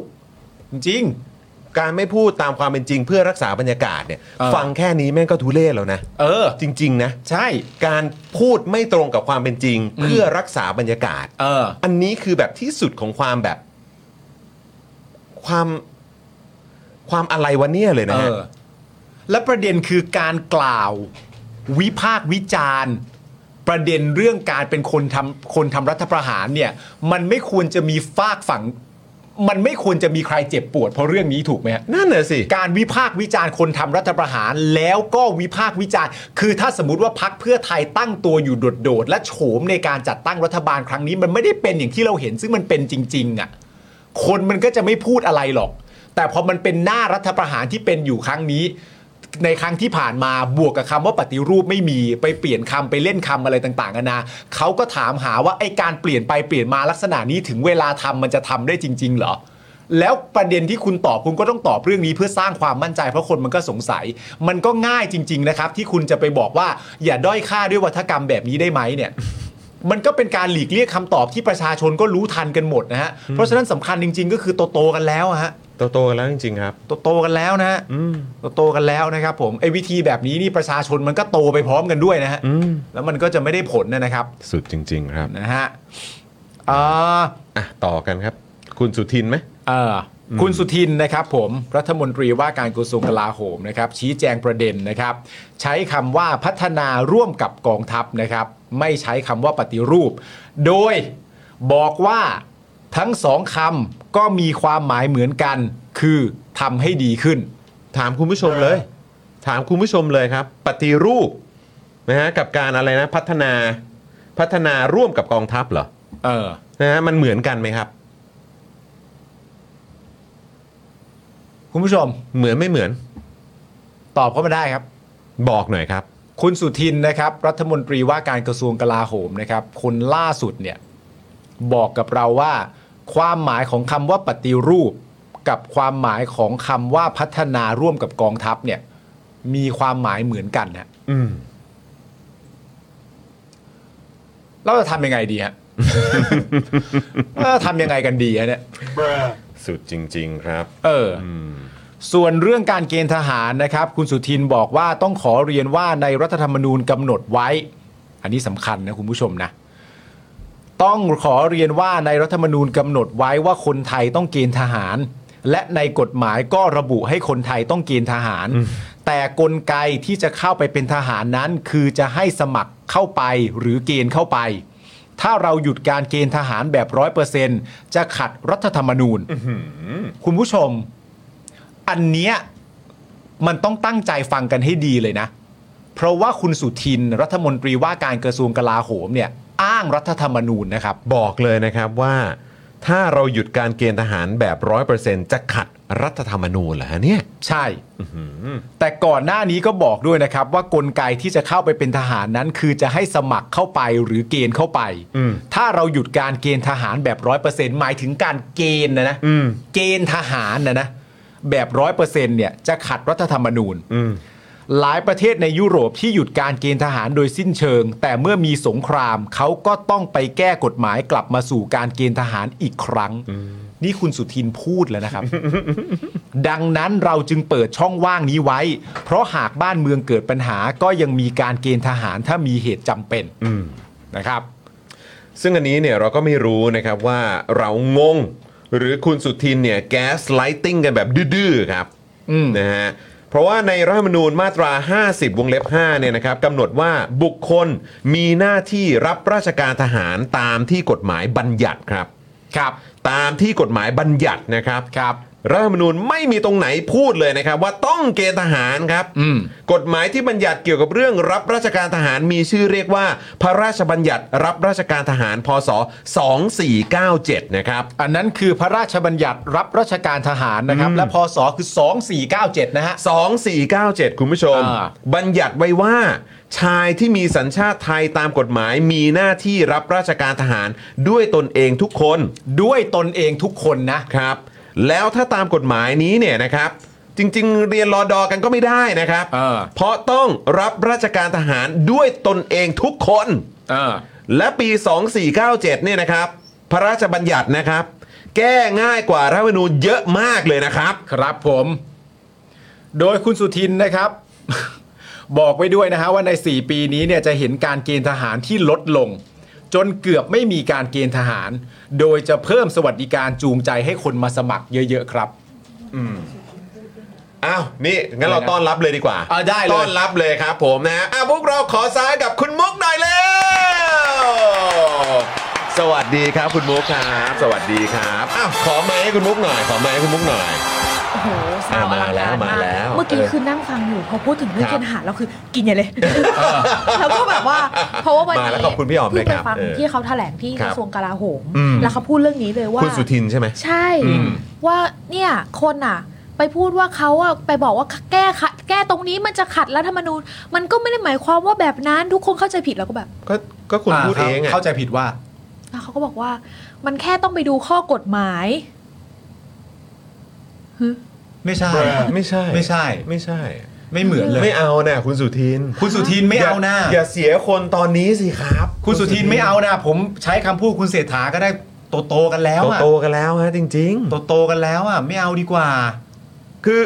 [SPEAKER 2] จริง
[SPEAKER 1] การไม่พูดตามความเป็นจริงเพื่อรักษาบรรยากาศเนี่ย
[SPEAKER 2] เออ
[SPEAKER 1] ฟังแค่นี้แม่งก็ทุเล่แล้วนะ
[SPEAKER 2] เออ
[SPEAKER 1] จริง ๆ นะ
[SPEAKER 2] ใช่
[SPEAKER 1] การพูดไม่ตรงกับความเป็นจริง เพื่อรักษาบรรยากาศ
[SPEAKER 2] เออ
[SPEAKER 1] อันนี้คือแบบที่สุดของความแบบ ความความอะไรวะเนี่ยเลยนะฮะ
[SPEAKER 2] เออและประเด็นคือการกล่าววิพากษ์วิจารณ์ ประเด็นเรื่องการเป็นคนทำคนทำรัฐประหารเนี่ย มันไม่ควรจะมีฝากฝั่ง มันไม่ควรจะมีใครเจ็บปวดเพราะเรื่องนี้ถูกไหม
[SPEAKER 1] นั่นแหละสิ
[SPEAKER 2] การวิพากษ์วิจารณ์คนทำรัฐประหาร แล้วก็วิพากษ์วิจารณ์ คือถ้าสมมติว่าพักเพื่อไทยตั้งตัวอยู่โดดๆและโฉมในการจัดตั้งรัฐบาลครั้งนี้ มันไม่ได้เป็นอย่างที่เราเห็นซึ่งมันเป็นจริง ๆ อ่ะ คนมันก็จะไม่พูดอะไรหรอก แต่พอมันเป็นหน้ารัฐประหารที่เป็นอยู่ครั้งนี้ ในครั้งที่ผ่านมาบวกกับคำว่าปฏิรูปไม่มีไปเปลี่ยนคำไปเล่นคำอะไรต่างๆกันานาเขาก็ถามหาว่าไอการเปลี่ยนไปเปลี่ยนมาลักษณะนี้ถึงเวลาทำมันจะทำได้จริง ๆ เหรอ แล้วประเด็นที่คุณตอบคุณก็ต้องตอบเรื่องนี้เพื่อสร้างความมั่นใจเพราะคนมันก็สงสัย มันก็ง่ายจริง ๆ นะครับ ที่คุณจะไปบอกว่า อย่าด้อยค่าด้วยวัฒกรรมแบบนี้ได้ไหมเนี่ย มันก็เป็นการหลีกเลี่ยงคำตอบที่ประชาชนก็รู้ทันกันหมดนะฮะเพราะฉะนั้นสำคัญจริง ๆ ก็คือโตๆกันแล้วอะฮะ
[SPEAKER 1] โตๆกันแล้วจริงๆครับ
[SPEAKER 2] โตๆกันแล้วนะฮะโตๆกันแล้วนะครับผมไอ้วิธีแบบนี้นี่ประชาชนมันก็โตไปพร้อมกันด้วยนะฮะแล้วมันก็จะไม่ได้ผลนะครับ
[SPEAKER 1] สุดจริง ๆ ครับ
[SPEAKER 2] นะฮะอ่า
[SPEAKER 1] อ่ะต่อกันครับ คุณสุทินไหม
[SPEAKER 2] เออคุณสุทินนะครับผมรัฐมนตรีว่าการกระทรวงกลาโหมนะครับ ชี้แจงประเด็นนะครับ ใช้คำว่าพัฒนาร่วมกับกองทัพนะครับ ไม่ใช้คำว่าปฏิรูป โดยบอกว่าทั้งสองคำก็มีความหมายเหมือนกัน คือทำให้ดีขึ้น
[SPEAKER 1] ถามคุณผู้ชมเลย ถามคุณผู้ชมเลยครับ ปฏิรูปนะฮะกับการอะไรนะพัฒนาพัฒนาร่วมกับกองทัพเหรอ
[SPEAKER 2] เออ
[SPEAKER 1] นะฮะมันเหมือนกันไหมครับ
[SPEAKER 2] คุณผู้ชม
[SPEAKER 1] เหมือนไม่เหมือน
[SPEAKER 2] ตอบเข้ามาได้ครับ
[SPEAKER 1] บอกหน่อยครับ
[SPEAKER 2] คุณสุทินนะครับ รัฐมนตรีว่าการกระทรวงกลาโหมนะครับ คนล่าสุดเนี่ย บอกกับเราว่า ความหมายของคำว่าปฏิรูป กับความหมายของคำว่าพัฒนาร่วมกับกองทัพเนี่ย มีความหมายเหมือนกันฮะ
[SPEAKER 1] อืม
[SPEAKER 2] เราจะทำยังไงดีฮะ เราจะทำยังไงกันดีฮะเนี่ย
[SPEAKER 1] สุดจริง ๆ ครับ
[SPEAKER 2] เอออส่วนเรื่องการเกณฑ์ทหารนะครับ คุณสุทินบอกว่าต้องขอเรียนว่าในรัฐธรรมนูญกำหนดไว้ อันนี้สำคัญนะคุณผู้ชมนะ ต้องขอเรียนว่าในรัฐธรรมนูญกำหนดไว้ว่าคนไทยต้องเกณฑ์ทหาร และในกฎหมายก็ระบุให้คนไทยต้องเกณฑ์ทหาร แต่กลไกที่จะเข้าไปเป็นทหารนั้น คือจะให้สมัครเข้าไปหรือเกณฑ์เข้าไป ถ้าเราหยุดการเกณฑ์ทหารแบบร้อยเปอร์เซ็นจะขัดรัฐธรรมนูญ คุณผู้ชม อันเนี้ยมันต้องตั้งใจฟังกันให้ดีเลยนะ เพราะว่าคุณสุทินรัฐมนตรีว่าการกระทรวงกลาโหมเนี่ย อ้างรัฐธรรมนูญนะครับ
[SPEAKER 1] บอกเลยนะครับว่า ถ้าเราหยุดการเกณฑ์ทหารแบบร้อยเปอร์เซ็นจะขัดรัฐธรรมนูญเหรอฮะเนี่ย
[SPEAKER 2] ใช่ แต่ก่อนหน้านี้ก็บอกด้วยนะครับ ว่ากลไกที่จะเข้าไปเป็นทหารนั้น คือจะให้สมัครเข้าไปหรือเกณฑ์เข้าไป
[SPEAKER 1] อืม
[SPEAKER 2] ถ้าเราหยุดการเกณฑ์ทหารแบบร้อยเปอร์เซ็นต์หมายถึงการเกณฑ์นะนะเกณฑ์ทหารนะนะแบบร้อยเปอร์เซ็นต์เนี่ยจะขัดรัฐธรรมนูญ หลายประเทศในยุโรปที่หยุดการเกณฑ์ทหารโดยสิ้นเชิง แต่เมื่อมีสงครามเขาก็ต้องไปแก้กฎหมายกลับมาสู่การเกณฑ์ทหารอีกครั้ง นี่คุณสุทินพูดแล้วนะครับ ดังนั้นเราจึงเปิดช่องว่างนี้ไว้ เพราะหากบ้านเมืองเกิดปัญหาก็ยังมีการเกณฑ์ทหารถ้ามีเหตุจำเป็นนะครับ
[SPEAKER 1] ซึ่งอันนี้เนี่ยเราก็ไม่รู้นะครับว่าเรางง หรือคุณสุทินเนี่ยแก๊สไลติงกันแบบดื้อๆครับนะฮะเพราะว่าในรัฐธรรมนูญมาตรา 50 วงเล็บ5เนี่ยนะครับกำหนดว่าบุคคลมีหน้าที่รับราชการทหารตามที่กฎหมายบัญญัติครับ
[SPEAKER 2] ครับ
[SPEAKER 1] ตามที่กฎหมายบัญญัตินะครับ
[SPEAKER 2] ครับ
[SPEAKER 1] รัฐธรรมนูญไม่มีตรงไหนพูดเลยนะครับ ว่าต้องเกณฑ์ทหารครับกฎหมายที่บัญญัติเกี่ยวกับเรื่องรับราชการทหารมีชื่อเรียกว่า พระราชบัญญัติรับราชการทหารพศ 2497 นะครับ
[SPEAKER 2] อันนั้นคือพระราชบัญญัติรับราชการทหารนะครับ และพศคือ 2497 นะฮะ
[SPEAKER 1] 2497 คุณผู้ชม บัญญัติไว้ว่า ชายที่มีสัญชาติไทยตามกฎหมายมีหน้าที่รับราชการทหารด้วยตนเองทุกคน
[SPEAKER 2] ด้วยตนเองทุกคนนะครับ
[SPEAKER 1] แล้วถ้าตามกฎหมายนี้เนี่ยนะครับ จริง ๆ เรียนรอดอกันก็ไม่ได้นะครับเพราะต้องรับราชการทหารด้วยตนเองทุกคนและปี 2497 เนี่ยนะครับ พระราชบัญญัตินะครับ แก้ง่ายกว่ารัฐธรรมนูญเยอะมากเลยนะครับ
[SPEAKER 2] ครับผม โดยคุณสุทินนะครับ บอกไว้ด้วยนะฮะว่าใน 4 ปีนี้เนี่ยจะเห็นการเกณฑ์ทหารที่ลดลง จนเกือบไม่มีการเกณฑ์ทหาร โดยจะเพิ่มสวัสดิการจูงใจให้คนมาสมัครเยอะ ๆ ครับ
[SPEAKER 1] อ้าว นี่งั้นเราต้อนรับเลยดีกว่า
[SPEAKER 2] อ่าได้เลย
[SPEAKER 1] ต้อนรับเลยครับผมนะอ่ะพวกเราขอซ้ายกับคุณมุกหน่อยเร็ว สวัสดีครับคุณมุกครับ สวัสดีครับอ้าวขอไมค์ให้คุณมุกหน่อย ขอไมค์ให้คุณมุกหน่อย
[SPEAKER 17] โอ้โหสาวอ
[SPEAKER 1] มา
[SPEAKER 17] ลัง
[SPEAKER 1] แล้
[SPEAKER 17] กาว
[SPEAKER 1] มาม
[SPEAKER 17] ราก
[SPEAKER 1] แล้ว
[SPEAKER 17] เมื่อกี้คือนั่งฟังอยู่พอพูดถึงเรื่องเกณฑ์ทหารเราคือกินใหญ่ เลยแล้วก็แบบว่า เพราะว่าวัน
[SPEAKER 1] มา
[SPEAKER 17] นี้
[SPEAKER 1] แล้วขอบคุณพี่ออม
[SPEAKER 17] เพิ่
[SPEAKER 1] ด้ว
[SPEAKER 17] ง
[SPEAKER 1] ยค
[SPEAKER 17] ไป
[SPEAKER 1] รับ
[SPEAKER 17] ฟัง
[SPEAKER 1] เออ
[SPEAKER 17] ที่เขาแถลงที่
[SPEAKER 1] ค
[SPEAKER 17] ก
[SPEAKER 1] รับ
[SPEAKER 17] ระทรวงกลาโหม
[SPEAKER 1] อืม
[SPEAKER 17] แล้วเขาพูดเรื่องนี้เลยว่า
[SPEAKER 1] คุณสุทินใช่ไหม
[SPEAKER 17] ใช่
[SPEAKER 1] อืม
[SPEAKER 17] ว่าเนี่ยคนอ่ะ ไปพูดว่าเขาอ่ะไปบอกว่าแก้ขัดแก้ตรงนี้มันจะขัดรัฐธรรมนูญ มันก็ไม่ได้หมายความว่าแบบนั้นทุกคนเข้าใจผิดแล้วก็แบบ
[SPEAKER 2] ก็
[SPEAKER 1] ก็คุณพูดเองอะ
[SPEAKER 2] เข้าใจผิดว่า
[SPEAKER 17] แล้วเขาก็บอกว่า มันแค่ต้องไปดูข้อกฎหมาย
[SPEAKER 2] ไม่ใช่
[SPEAKER 1] ไม่ใช่
[SPEAKER 2] ไม่ใช่
[SPEAKER 1] ไม่ใช่
[SPEAKER 2] ไม่เหมือนเลย
[SPEAKER 1] ไม่เอานะคุณสุทิน
[SPEAKER 2] คุณสุทินไม่เอานะ
[SPEAKER 1] ย่อย่าเสียคนตอนนี้สิครับ
[SPEAKER 2] คุณสุทินไม่เอานะผมใช้คำพูดคุณเศรษฐาก็ได้โตโตๆกันแล้วอะ
[SPEAKER 1] โตๆกันแล้วฮะจริง
[SPEAKER 2] ๆ โตโตๆกันแล้วอะไม่เอาดีกว่า
[SPEAKER 1] คือ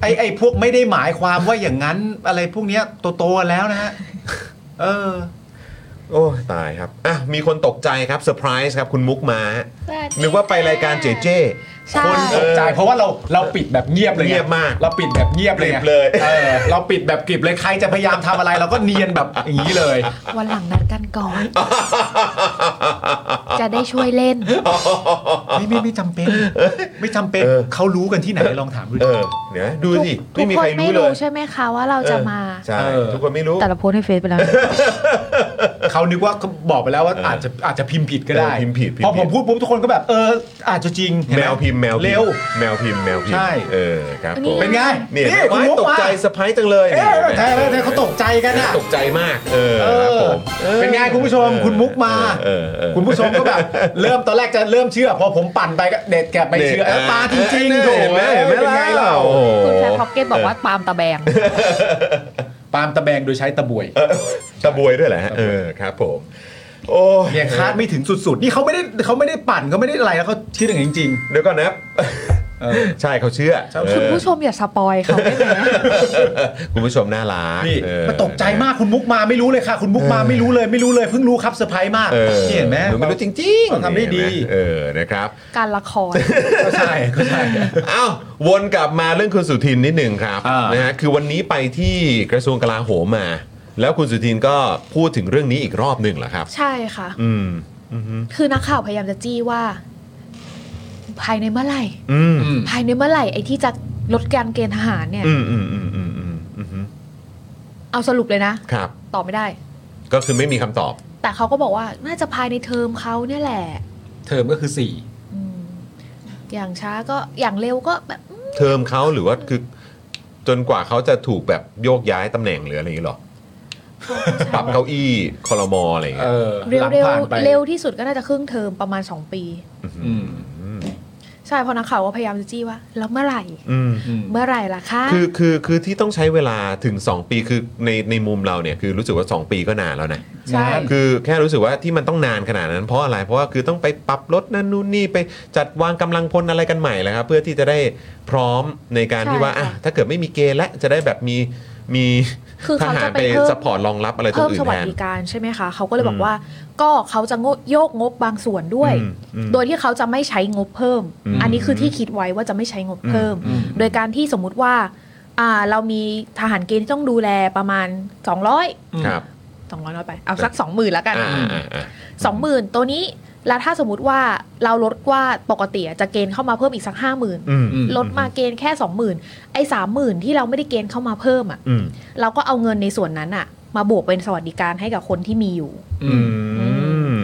[SPEAKER 2] ไอไอพวกไม่ได้หมายความว่าอย่างนั้น อะไรพวกเนี้ยโตโตๆกันแล้วนะฮะเออ
[SPEAKER 1] โอ้ตายครับอ่ะมีคนตกใจครับเซอร์ไพรส์ครับคุณมุกมาฮะนึกว่าไปรายการเจเจ
[SPEAKER 17] ใช่
[SPEAKER 2] คนตกใจเพราะว่าเราเราปิดแบบเงียบเลยไ
[SPEAKER 1] เงียบมาก
[SPEAKER 2] เราปิดแบบเงียบเลยไง
[SPEAKER 1] เลย
[SPEAKER 2] เออเราปิดแบบกริบเลยใครจะพยายามทำอะไร เราก็เนียนแบบอย่างนี้เลย
[SPEAKER 17] วันหลังนัดกันก่อน จะได้ช่วยเล่น
[SPEAKER 2] ไม่ไม่ไม่จำเป็น ไม่จำเป็นเขารู้กันที่ไหนลองถามดูดิ
[SPEAKER 1] เออเดี๋ยวดูสิ
[SPEAKER 17] ทุ
[SPEAKER 1] ไม่
[SPEAKER 17] ก
[SPEAKER 1] มี
[SPEAKER 17] ค
[SPEAKER 1] ใคน ร
[SPEAKER 17] ไม่
[SPEAKER 1] รู้เล
[SPEAKER 17] รู้
[SPEAKER 1] ย
[SPEAKER 17] ใช่ไหมคะว่าเราจะมา
[SPEAKER 1] ใช่ทุกคนไม่รู้
[SPEAKER 17] แต่เราโพสต์ให้เฟซไปแล้ว
[SPEAKER 2] เขานึกว่าเขาบอกไปแล้วว่าอาจจะอาจจะพิมพ์ผิดก็ได้
[SPEAKER 1] เออพิมพ์ผิดพิมพ์
[SPEAKER 2] พอผ
[SPEAKER 1] ผิด
[SPEAKER 2] มพูดปุ๊บทุกคนก็แบบเออ อาจจะจริงเห็นไห
[SPEAKER 1] แมวพิมพ์แมวพิมพ์
[SPEAKER 2] เร็ว
[SPEAKER 1] แมวพิมพ์แมวพิมพ์
[SPEAKER 2] ใช่
[SPEAKER 1] เออครับผม
[SPEAKER 2] เป็นไง
[SPEAKER 1] เนี่ย
[SPEAKER 2] นี่คุณ
[SPEAKER 1] ไม่
[SPEAKER 2] มุก
[SPEAKER 1] ตก
[SPEAKER 2] มา
[SPEAKER 1] ใจเซอร์ไพรส์จังเลย
[SPEAKER 2] เออใช่ใช่ใช่เขาตกใจกันอะ
[SPEAKER 1] ตกใจมาก เออ
[SPEAKER 2] เอ
[SPEAKER 1] ครับ
[SPEAKER 2] อ
[SPEAKER 1] ผม
[SPEAKER 2] เป็นไงคุณผู้ชมคุณมุกมา
[SPEAKER 1] เออเออ
[SPEAKER 2] คุณผู้ชมก็ แบบ เริ่มตอนแรกจะเริ่มเชื่อ พอผมปั่นไปก็เด็ดแกะไปเชื่อ
[SPEAKER 1] เด็ด
[SPEAKER 2] เออปลาจริง
[SPEAKER 1] เอ
[SPEAKER 2] ๆ
[SPEAKER 1] อ
[SPEAKER 2] โถ
[SPEAKER 1] เห็นไหมเห็นไหม
[SPEAKER 2] เป็นไง
[SPEAKER 1] ล่ะ
[SPEAKER 2] เรา
[SPEAKER 1] โอ้โห
[SPEAKER 17] คุณแฟนพ็อกเก็ตบอกว่าปาล์มตะแบง
[SPEAKER 2] ปาล์มตะแบงโดยใช้ตะบวย
[SPEAKER 1] ตะบวยด้วยแหละเออครับผม โอ้
[SPEAKER 2] เนี่ยคาดไม่ถึงสุดๆ นี่เขาไม่ได้เขาไม่ได้ปั่นเขาไม่ได้อะไรแล้วเขาเชื่ออย่างนั้นจริง
[SPEAKER 1] เดี๋ยวก่อนนะใช่เขาเชื่อ
[SPEAKER 17] คุณผู้ชมอย่าสปอยเขาได้ไหม
[SPEAKER 1] คุณผู้ชมน่ารัก
[SPEAKER 2] นี่
[SPEAKER 1] เออ
[SPEAKER 2] มันตกใจมากคุณมุกมาไม่รู้เลยค่ะ คุณมุกมาไม่รู้เลยไม่รู้เลยเพิ่งรู้ครับเซอร์ไพรส์มาก
[SPEAKER 1] เออ
[SPEAKER 2] นี่เห็นไหม
[SPEAKER 1] ไม่รู้จริงๆ
[SPEAKER 2] เขาทำได้ดี
[SPEAKER 1] เห็นหมเออนะครับ
[SPEAKER 17] การละคร
[SPEAKER 2] ก็ใช่ก็ใช่
[SPEAKER 1] เอ้าวนกลับมาเรื่องคุณสุทินนิดหนึ่งครับนะฮะคือวันนี้ไปที่กระทรวงกลาโหมมา แล้วคุณสุทินก็พูดถึงเรื่องนี้อีกรอบหนึ่งเหรอครับ
[SPEAKER 17] ใช่ค่ะ
[SPEAKER 1] อืม อืม
[SPEAKER 17] คือนักข่าวพยายามจะจี้ว่า ภายในเมื่อไหร่
[SPEAKER 1] อืม
[SPEAKER 17] ภายในเมื่อไหร่ไอ้ที่จะลดการเกณฑ์ทหารเนี่ย
[SPEAKER 1] อืมอืมอืมอืมอืมอืม
[SPEAKER 17] เอาสรุปเลยนะ
[SPEAKER 1] ครับ
[SPEAKER 17] ตอบไม่ได้
[SPEAKER 1] ก็คือไม่มีคำตอบ
[SPEAKER 17] แต่เขาก็บอกว่าน่าจะภายในเทอมเขาเนี่ยแหละ
[SPEAKER 2] เทอมก็คือสี่
[SPEAKER 17] อย่างช้าก็อย่างเร็วก็แบบ
[SPEAKER 1] เทอมเขาหรือว่าคือ จนกว่าเขาจะถูกแบบโยกย้ายตำแหน่งหรืออะไรอย่างนี้หรอปรับเก้าอี้คอรมออะไรอย่างเงี้ย
[SPEAKER 17] เร็วเร็วเร็วที่สุดก็น่าจะครึ่งเทอมประมาณ 2 ปี
[SPEAKER 1] อืม
[SPEAKER 17] ใช่เพราะนักข่าวก็พยายามจะจี้ว่า แล้วเมื่อไหร่
[SPEAKER 1] อืม
[SPEAKER 17] เมื่อไหร่ล่ะคะ
[SPEAKER 1] คือคือคือที่ต้องใช้เวลาถึง 2 ปีคือในในมุมเราเนี่ยคือรู้สึกว่า 2 ปีก็นานแล้วนะ
[SPEAKER 17] ใช่
[SPEAKER 1] คือแค่รู้สึกว่าที่มันต้องนานขนาดนั้น เพราะอะไรเพราะว่าคือต้องไปปรับลดนั่นนู่นนี่ไปจัดวางกำลังพลอะไรกันใหม่แหละครับเพื่อที่จะได้พร้อมในการที่ว่าอ่ะถ้าเกิดไม่มีเกณฑ์และจะได้แบบมีมี
[SPEAKER 17] คือ
[SPEAKER 1] ท
[SPEAKER 17] เขา
[SPEAKER 1] หาร
[SPEAKER 17] จะ
[SPEAKER 1] ไป
[SPEAKER 17] ไปเพิ่ม
[SPEAKER 1] สปอร์ตรองรับอะไรตรง
[SPEAKER 17] เพิ่ม
[SPEAKER 1] อื่
[SPEAKER 17] ส
[SPEAKER 1] น
[SPEAKER 17] วั
[SPEAKER 1] แท
[SPEAKER 17] ส
[SPEAKER 1] น
[SPEAKER 17] ดิการใช่ไหมคะเขาก็เลยบอ
[SPEAKER 1] อื
[SPEAKER 17] ก
[SPEAKER 1] ม
[SPEAKER 17] ว่า ก็เขาจะงดโยกงบบางส่วนด้วย
[SPEAKER 1] อืมอืม
[SPEAKER 17] โดยที่เขาจะไม่ใช้งบเพิ่ม
[SPEAKER 1] อืม
[SPEAKER 17] อันนี้คือที่คิดไว้ว่าจะไม่ใช้งบเพิ่ม
[SPEAKER 1] อืมอืม
[SPEAKER 17] โดยการที่สมมุติว่าอ่า เรามีทหารเกณฑ์ที่ต้องดูแลประมาณ 200
[SPEAKER 1] ครับ
[SPEAKER 17] 200น้อยไปเอาสัก 20,000แล้วกัน
[SPEAKER 1] อ่าอ่าอ่า
[SPEAKER 17] สองหมื่นตัวนี้แล้วถ้าสมมติว่าเราลดว่าปกติอะจะเกณฑ์เข้ามาเพิ่มอีกสักห้าหมื่น
[SPEAKER 1] อืมอืม
[SPEAKER 17] ลดมาเกณฑ์แค่สองหมื่นไอ้สามหมื่นที่เราไม่ได้เกณฑ์เข้ามาเพิ่มอ่ะ
[SPEAKER 1] อืม
[SPEAKER 17] เราก็เอาเงินในส่วนนั้นอ่ะ มาบวกเป็นสวัสดิการให้กับคนที่มีอยู่
[SPEAKER 1] อืม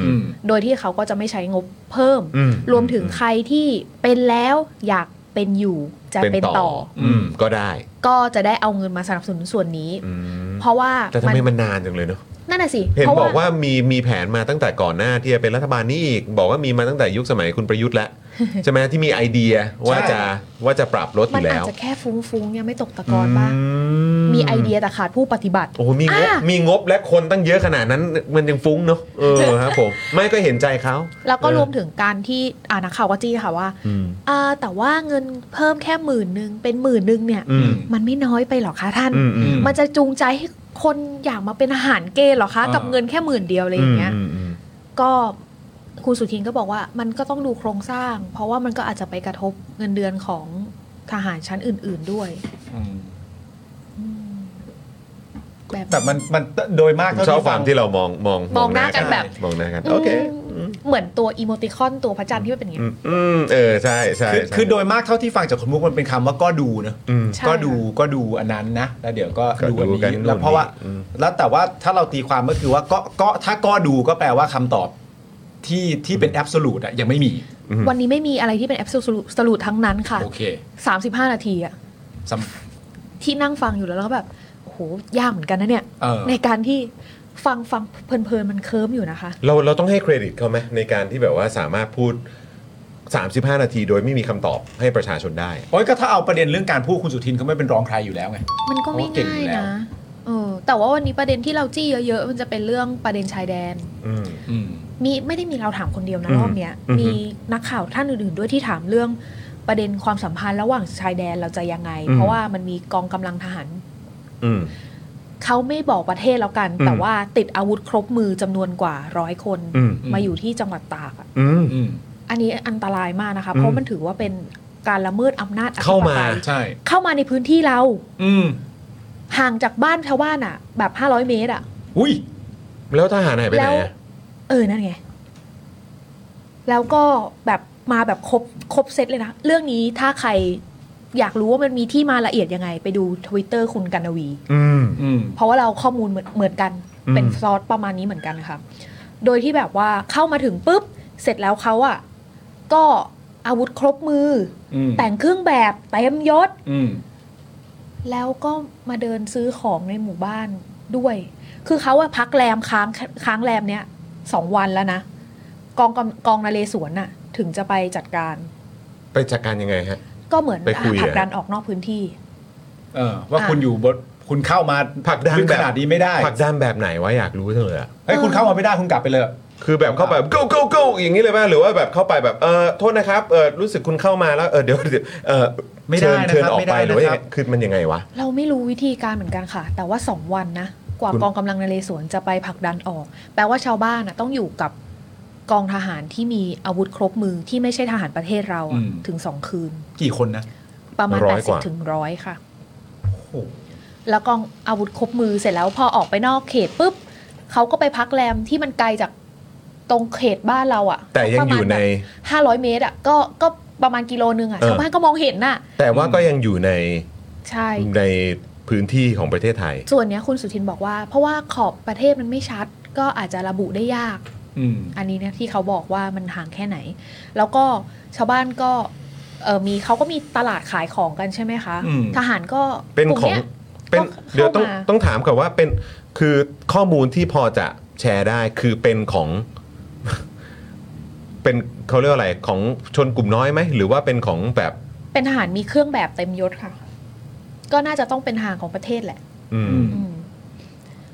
[SPEAKER 17] โดยที่เขาก็จะไม่ใช้งบเพิ่ม
[SPEAKER 1] อืม
[SPEAKER 17] รวมถึงใครที่เป็นแล้วอยากเป็นอยู่จะเป็นต่อ
[SPEAKER 1] อืมก็ได้
[SPEAKER 17] ก็จะได้เอาเงินมาสนับสนุนส่วนนี้
[SPEAKER 1] อืม
[SPEAKER 17] เพราะว่า
[SPEAKER 1] แต่ทำไมมันนานจังเลยเนาะ
[SPEAKER 17] นั่นน่ะสิ
[SPEAKER 1] เห็น
[SPEAKER 17] พระ
[SPEAKER 1] บอกว่ามีมีแผนมาตั้งแต่ก่อนหน้าที่จะเป็นรัฐบาลนี้อีก บอกว่ามีมาตั้งแต่ยุคสมัยคุณประยุท ธ์แล้ว ใช่ไหมที่มีไอเดียว่าจะว่าจะปรับลดอ
[SPEAKER 17] มัน
[SPEAKER 1] ยู่แล้
[SPEAKER 17] อาจ
[SPEAKER 1] ว
[SPEAKER 17] จะแค่ฟุ้งๆยังไม่ตกตะกอนบ้าง มีไอเดียแต่ขาดผู้ปฏิบัติ
[SPEAKER 1] โอ้โหมีงบ
[SPEAKER 17] อ่ะ
[SPEAKER 1] มีงบและคนตั้งเยอะขนาดนั้นมันยังฟุ้งเนาะเออครับผม ไม่ก็เห็นใจเขา
[SPEAKER 17] แล้วก็รวม
[SPEAKER 1] เออ
[SPEAKER 17] ถึงการที่อ่านักข่าวก็จี้ค่ะว่า
[SPEAKER 1] อืม
[SPEAKER 17] อ่า แต่ว่าเงินเพิ่มแค่หมื่นหนึ่งเป็นหมื่นหนึ่งเนี่ย
[SPEAKER 1] อืม
[SPEAKER 17] มันไม่น้อยไปหรอคะท่าน
[SPEAKER 1] อืมอืม
[SPEAKER 17] มันจะจูงใจให้คนอยากมาเป็นอาหารเกณฑ์หรอคะ
[SPEAKER 1] อ่ากั
[SPEAKER 17] กับเงินแค่หมื่นเดียวอะไรอย่างเงี้ย
[SPEAKER 1] มอืม
[SPEAKER 17] ก็คุณสุทินก็บอกว่ามันก็ต้องดูโครงสร้าง เพราะว่ามันก็อาจจะไปกระทบเงินเดือนของทหารชั้นอื่น ๆด้วย
[SPEAKER 2] แต่มันมันโดยมาก
[SPEAKER 1] ผมชอบความที่เรามองมอง
[SPEAKER 17] มองหน้ากันแบบ
[SPEAKER 1] มองหน้ากันโอเค
[SPEAKER 17] อืม เหมือนตัวอีโมติคอนตัวพระจันทร์ที่มันเป็นอย่างเงี้ย
[SPEAKER 1] อืมเออใช่ใช่
[SPEAKER 2] คือ
[SPEAKER 1] ใช่
[SPEAKER 2] คือโดยมากเท่าที่ฟังจากคุณมุกมันเป็นคำว่าก็ดูนะ
[SPEAKER 1] อืมใช่
[SPEAKER 2] ก็ดูก็ดูอันนั้นนะแล้วเดี๋ยวก็
[SPEAKER 1] ก็
[SPEAKER 2] ดูอัน
[SPEAKER 1] ดูกัน
[SPEAKER 2] นี้แล้วเพราะว่า
[SPEAKER 1] อืม
[SPEAKER 2] แล้วแต่ว่าถ้าเราตีความก็คือว่าก็ก็ถ้าก็ดูก็แปลว่าคำตอบที่ที่เป็นแอบสูตอะยังไม่มี
[SPEAKER 17] วันนี้ไม่มีอะไรที่เป็นแอบสรุปทั้งนั้นค่ะ
[SPEAKER 2] โอเค
[SPEAKER 17] 35 นาทีอะ
[SPEAKER 2] สำ
[SPEAKER 17] ที่นั่งฟังอยู่แล้วแล้วก็แบบโอ้โหยากเหมือนกันนะเนี่ย
[SPEAKER 1] เออ
[SPEAKER 17] ในการที่ฟังฟังเพลินๆมันเคิร์มอยู่นะคะ
[SPEAKER 1] เราเราต้องให้เครดิตเขาไหมในการที่แบบว่าสามารถพูด 35 นาทีโดยไม่มีคำตอบให้ประชาชนได้
[SPEAKER 2] โอ้ยก็ถ้าเอาประเด็นเรื่องการพูดคุณสุทินเขาไม่เป็นรองใครอยู่แล้วไง
[SPEAKER 17] มันก็ไม่
[SPEAKER 2] เขาเก่ง
[SPEAKER 17] ง่า
[SPEAKER 2] อยู่
[SPEAKER 17] ย
[SPEAKER 2] แล้ว
[SPEAKER 17] นะเออแต่ว่าวันนี้ประเด็นที่เราจี้เยอะๆ มันจะเป็นเรื่องประเด็นชายแดน
[SPEAKER 1] อืม
[SPEAKER 2] อืม
[SPEAKER 17] มีไม่ได้มีเราถามคนเดียวนะ
[SPEAKER 1] อืม
[SPEAKER 17] รอบเนี้ย
[SPEAKER 1] อือฮึ
[SPEAKER 17] มีนักข่าวท่านอื่นๆ ด้วยที่ถามเรื่องประเด็นความสัมพันธ์ระหว่างชายแดนเราจะยังไง เพราะว่ามันมีกองกำลังทหาร
[SPEAKER 1] อืม
[SPEAKER 17] เขาไม่บอกประเทศแล้วกัน
[SPEAKER 1] อืม
[SPEAKER 17] แต่ว่าติดอาวุธครบมือจำนวนกว่าร้อยคน
[SPEAKER 1] อืม
[SPEAKER 17] มาอยู่ที่จังหวัดตากอะ
[SPEAKER 1] อืม
[SPEAKER 17] อันนี้อันตรายมากนะคะ
[SPEAKER 1] อืม
[SPEAKER 17] เพราะมันถือว่าเป็นการละเมิดอำนาจอธิ
[SPEAKER 1] เข้า
[SPEAKER 17] ป
[SPEAKER 1] มา
[SPEAKER 17] ไตย
[SPEAKER 1] ใช่
[SPEAKER 17] เข้ามาในพื้นที่เรา
[SPEAKER 2] อืม
[SPEAKER 17] ห่างจากบ้านชาวบ้านอะแบบ 500 เมตรอะ
[SPEAKER 2] อุ้ย
[SPEAKER 1] แล้วทหารไหนไปไหน
[SPEAKER 17] แล้ว
[SPEAKER 1] อะ
[SPEAKER 17] เออ นั่นไง แล้วก็แบบมาแบบครบครบเซตเลยนะ เรื่องนี้ถ้าใครอยากรู้ว่ามันมีที่มาละเอียดยังไง ไปดูทวิตเตอร์คุณกันนวี
[SPEAKER 1] อืม
[SPEAKER 2] อืม
[SPEAKER 17] เพราะว่าเราข้อมูลเหมือนเหมือนกัน
[SPEAKER 1] อืม
[SPEAKER 17] เป็นซอสประมาณนี้เหมือนกันค่ะ โดยที่แบบว่าเข้ามาถึงปุ๊บ เสร็จแล้วเขาอะก็อาวุธครบมืออ
[SPEAKER 2] ม
[SPEAKER 17] แต่งเครื่องแบบเต็มยศ
[SPEAKER 2] อืม
[SPEAKER 17] แล้วก็มาเดินซื้อของในหมู่บ้านด้วย คือเขาอะพักแรมค้างค้างแรมเนี้ยสองวันแล้วนะ กองกำกองนาเลสวนน่ะ ถึงจะไปจัดการ
[SPEAKER 1] ไปจัดการยังไงฮะ
[SPEAKER 17] ก็เหมือน
[SPEAKER 1] ไปคุยอะ
[SPEAKER 17] ผลักดันออกนอกพื้นที่
[SPEAKER 2] เออว่า
[SPEAKER 17] อ่ะ
[SPEAKER 2] คุณอยู่บนคุณเข้ามา
[SPEAKER 1] ผลักดัน
[SPEAKER 2] ลึก
[SPEAKER 1] แบ
[SPEAKER 2] ข
[SPEAKER 1] บ
[SPEAKER 2] นาดนี้ไม่ได้
[SPEAKER 1] ผลักดันแบบไหนวะอยากรู้จังเลยอะ
[SPEAKER 2] เฮ้ยคุณเข้ามาไม่ได้คุณกลับไปเลย
[SPEAKER 1] คือแบบเข้าไป go go go อย่างนี้เลยป่ะหรือว่าแบบเข้าไปแบบเออโทษนะครับเออรู้สึกคุณเข้ามาแล้วเออเดี๋ยวเดี๋ยวเออ
[SPEAKER 2] ไม่ได้
[SPEAKER 1] เชิญ
[SPEAKER 2] นะครับ
[SPEAKER 1] เชิญออก
[SPEAKER 2] ไม่ได้
[SPEAKER 1] ไปหรือว่ายัง
[SPEAKER 2] นะค
[SPEAKER 1] ไง
[SPEAKER 2] รับ
[SPEAKER 1] คือมันยังไงวะ
[SPEAKER 17] เราไม่รู้วิธีการเหมือนกันค่ะ แต่ว่าสองวันนะ กว่า
[SPEAKER 1] คุณ
[SPEAKER 17] กองกำลังนาเลสวนจะไปผลักดันออก แปลว่าชาวบ้านน่ะต้องอยู่กับกองทหารที่มีอาวุธครบมือที่ไม่ใช่ทหารประเทศเราอะ
[SPEAKER 2] อืม
[SPEAKER 17] ถึงสองคืน
[SPEAKER 2] กี่คนนะ
[SPEAKER 17] ประมาณ
[SPEAKER 2] ร้อยกว่า
[SPEAKER 17] 80 ถึงร้อยค่ะ แล้วกองอาวุธครบมือเสร็จแล้วพอออกไปนอกเขตปุ๊บเขาก็ไปพักแรมที่มันไกลจากตรงเขตบ้านเราอะ่ะ
[SPEAKER 1] แต่ยังอยู่ใน
[SPEAKER 17] ห้าร้อยเมตรอะ่ะก็ก็ประมาณกิโลนึงอะ่ะ
[SPEAKER 1] เออ
[SPEAKER 17] ชาวบ้านก็มองเห็นน่ะ
[SPEAKER 1] แต่ว่าก็ยังอยู่ใน
[SPEAKER 17] ใช่
[SPEAKER 1] ในพื้นที่ของประเทศไทย
[SPEAKER 17] ส่วนเนี้ยคุณสุทินบอกว่า เพราะว่าขอบประเทศมันไม่ชัด ก็อาจจะระบุได้ยาก
[SPEAKER 2] อืม
[SPEAKER 17] อันนี้เนี่ยที่เขาบอกว่ามันห่างแค่ไหน แล้วก็ชาวบ้านก็เออมีเขาก็มีตลาดขายของกันใช่ไหมคะ
[SPEAKER 1] อืม
[SPEAKER 17] ทหารก็
[SPEAKER 1] เป็น
[SPEAKER 17] กลุ่ม
[SPEAKER 1] ของ
[SPEAKER 17] ย
[SPEAKER 1] เป็นเดี๋ยว
[SPEAKER 17] เข้า
[SPEAKER 1] ต้อง
[SPEAKER 17] มา
[SPEAKER 1] ต้องถามก่อนว่าเป็นคือข้อมูลที่พอจะแชร์ได้คือเป็นของ เป็นเขาเรียกว่าอะไรของชนกลุ่มน้อยไหมหรือว่าเป็นของแบบ
[SPEAKER 17] เป็นทหารมีเครื่องแบบเต็มยศค่ะ ก็น่าจะต้องเป็นทหารของประเทศแหละ
[SPEAKER 1] อืม
[SPEAKER 17] อืม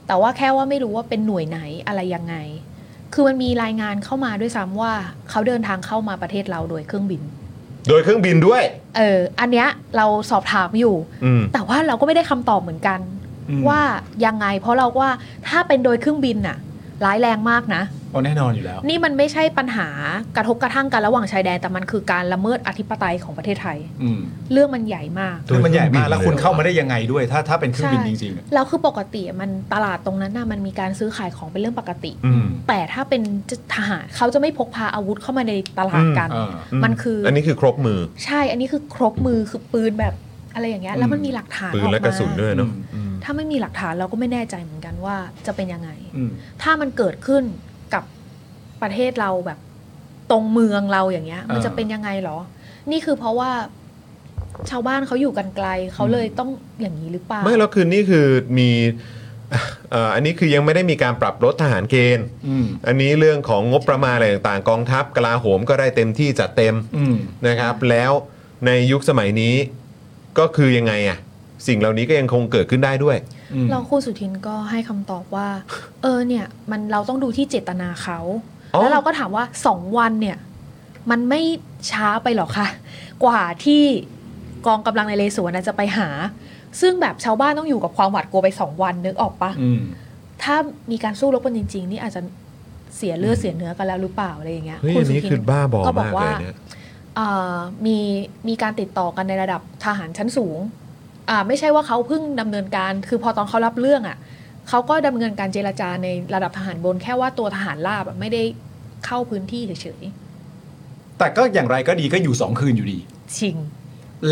[SPEAKER 17] แต่ว่าแค่ว่าไม่รู้ว่าเป็นหน่วยไหนอะไรยังไง คือมันมีรายงานเข้ามาด้วยซ้ำว่าเขาเดินทางเข้ามาประเทศเราโดยเครื่องบิน
[SPEAKER 1] โดยเครื่องบินด้วย
[SPEAKER 17] เออ อันเนี้ยเราสอบถามอยู่
[SPEAKER 1] อืม
[SPEAKER 17] แต่ว่าเราก็ไม่ได้คำตอบเหมือนกัน
[SPEAKER 1] อืม
[SPEAKER 17] ว่ายังไง เพราะเราว่าถ้าเป็นโดยเครื่องบินน่ะ ร้ายแรงมากนะ
[SPEAKER 2] ก็แน่นอนอยู่แล้ว
[SPEAKER 17] นี่มันไม่ใช่ปัญหากระทบกระทั่งกันระหว่างชายแดน แต่มันคือการละเมิดอธิปไตยของประเทศไทย
[SPEAKER 2] อืม
[SPEAKER 17] เรื่องมันใหญ่มาก
[SPEAKER 2] คือมันใหญ่มากแล้วคุณเข้ามาได้ยังไงด้วย ถ้าถ้าเป็นเครื่องบิน
[SPEAKER 17] ใช่
[SPEAKER 2] จริงๆอะ
[SPEAKER 17] แล้วคือปกติอะมันตลาดตรงนั้นน่ะมันมีการซื้อขายของเป็นเรื่องปกติ
[SPEAKER 1] อืม
[SPEAKER 17] แต่ถ้าเป็นทหารเขาจะไม่พกพาอาวุธเข้ามาในตลาดกัน
[SPEAKER 1] อืม
[SPEAKER 17] มัคือ
[SPEAKER 1] อั
[SPEAKER 17] อั
[SPEAKER 1] นนี้คือครบมือ
[SPEAKER 17] ใช่ อันนี้คือครบมือคือปืนแบบอะไรอย่างเงี้ย แล้วมันมีหลักฐาน
[SPEAKER 1] ปื
[SPEAKER 17] อน อก
[SPEAKER 1] และกระสุน
[SPEAKER 17] มา
[SPEAKER 1] ด้วยเนาะอืม
[SPEAKER 17] ถ้าไม่มีหลักฐานเราก็ไม่แน่ใจเหมือนกันว่าจะเป็นยังไง
[SPEAKER 2] อืม
[SPEAKER 17] ถ้ามันเกิดขึ้นกับประเทศเราแบบตรงเมืองเราอย่างเงี้ย
[SPEAKER 2] อ่ามั
[SPEAKER 17] มันจะเป็นยังไงเหรอ นี่คือเพราะว่าชาวบ้านเขาอยู่กันไกลเขาเลยต้องอย่างนี้หรือเปล่า
[SPEAKER 1] ไม่แล้วคือนี่คือมี เอ่ออันนี้คือยังไม่ได้มีการปรับลดทหารเกณฑ์
[SPEAKER 2] อืม
[SPEAKER 1] อันนี้เรื่องของงบประมาณอะไรต่างๆ กองทัพกลาโหมก็ได้เต็มที่จัดเต็ม
[SPEAKER 2] อืม
[SPEAKER 1] นะครับแล้วในยุคสมัยนี้ก็คือยังไงอะสิ่งเหล่านี้ก็ยังคงเกิดขึ้นได้ด้วย
[SPEAKER 17] เราคุณสุทินก็ให้คำตอบว่า เออเนี่ย มันเราต้องดูที่เจตนาเขา
[SPEAKER 1] อ๋อ
[SPEAKER 17] แล้วเราก็ถามว่าสองวันเนี่ย มันไม่ช้าไปหรอคะ กว่าที่กองกำลังในเลสวนนะจะไปหา ซึ่งแบบชาวบ้านต้องอยู่กับความหวาดกลัวไปสองวันนึกออกปะ
[SPEAKER 2] อืม
[SPEAKER 17] ถ้ามีการสู้รบกันจริง ๆ นี่อาจจะเสียเลือดเสียเนื้อกันแล้วหรือเปล่าอะไรอย่างเงี้ย
[SPEAKER 1] เฮ้ย
[SPEAKER 17] คุ
[SPEAKER 1] อั
[SPEAKER 17] ณ
[SPEAKER 1] น
[SPEAKER 17] สุ
[SPEAKER 1] นี้
[SPEAKER 17] ทิน
[SPEAKER 1] คือบ้าบอ
[SPEAKER 17] ก็บอ
[SPEAKER 1] มากก
[SPEAKER 17] ว่า
[SPEAKER 1] เลยเนี่ย
[SPEAKER 17] เอ่อมีมีการติดต่อกันในระดับทหารชั้นสูงอ่าไม่ใช่ว่าเขาเพิ่งดำเนินการ คือพอตอนเขารับเรื่องอะ่ะเขาก็ดำเนินการเจรจาในระดับทหารบน แค่ว่าตัวทหารราบอะไม่ได้ เข้าพื้นที่เฉย
[SPEAKER 2] แต่ก็อย่างไรก็ดีก็อยู่ 2 คืนอยู่ดี
[SPEAKER 17] ๆชิง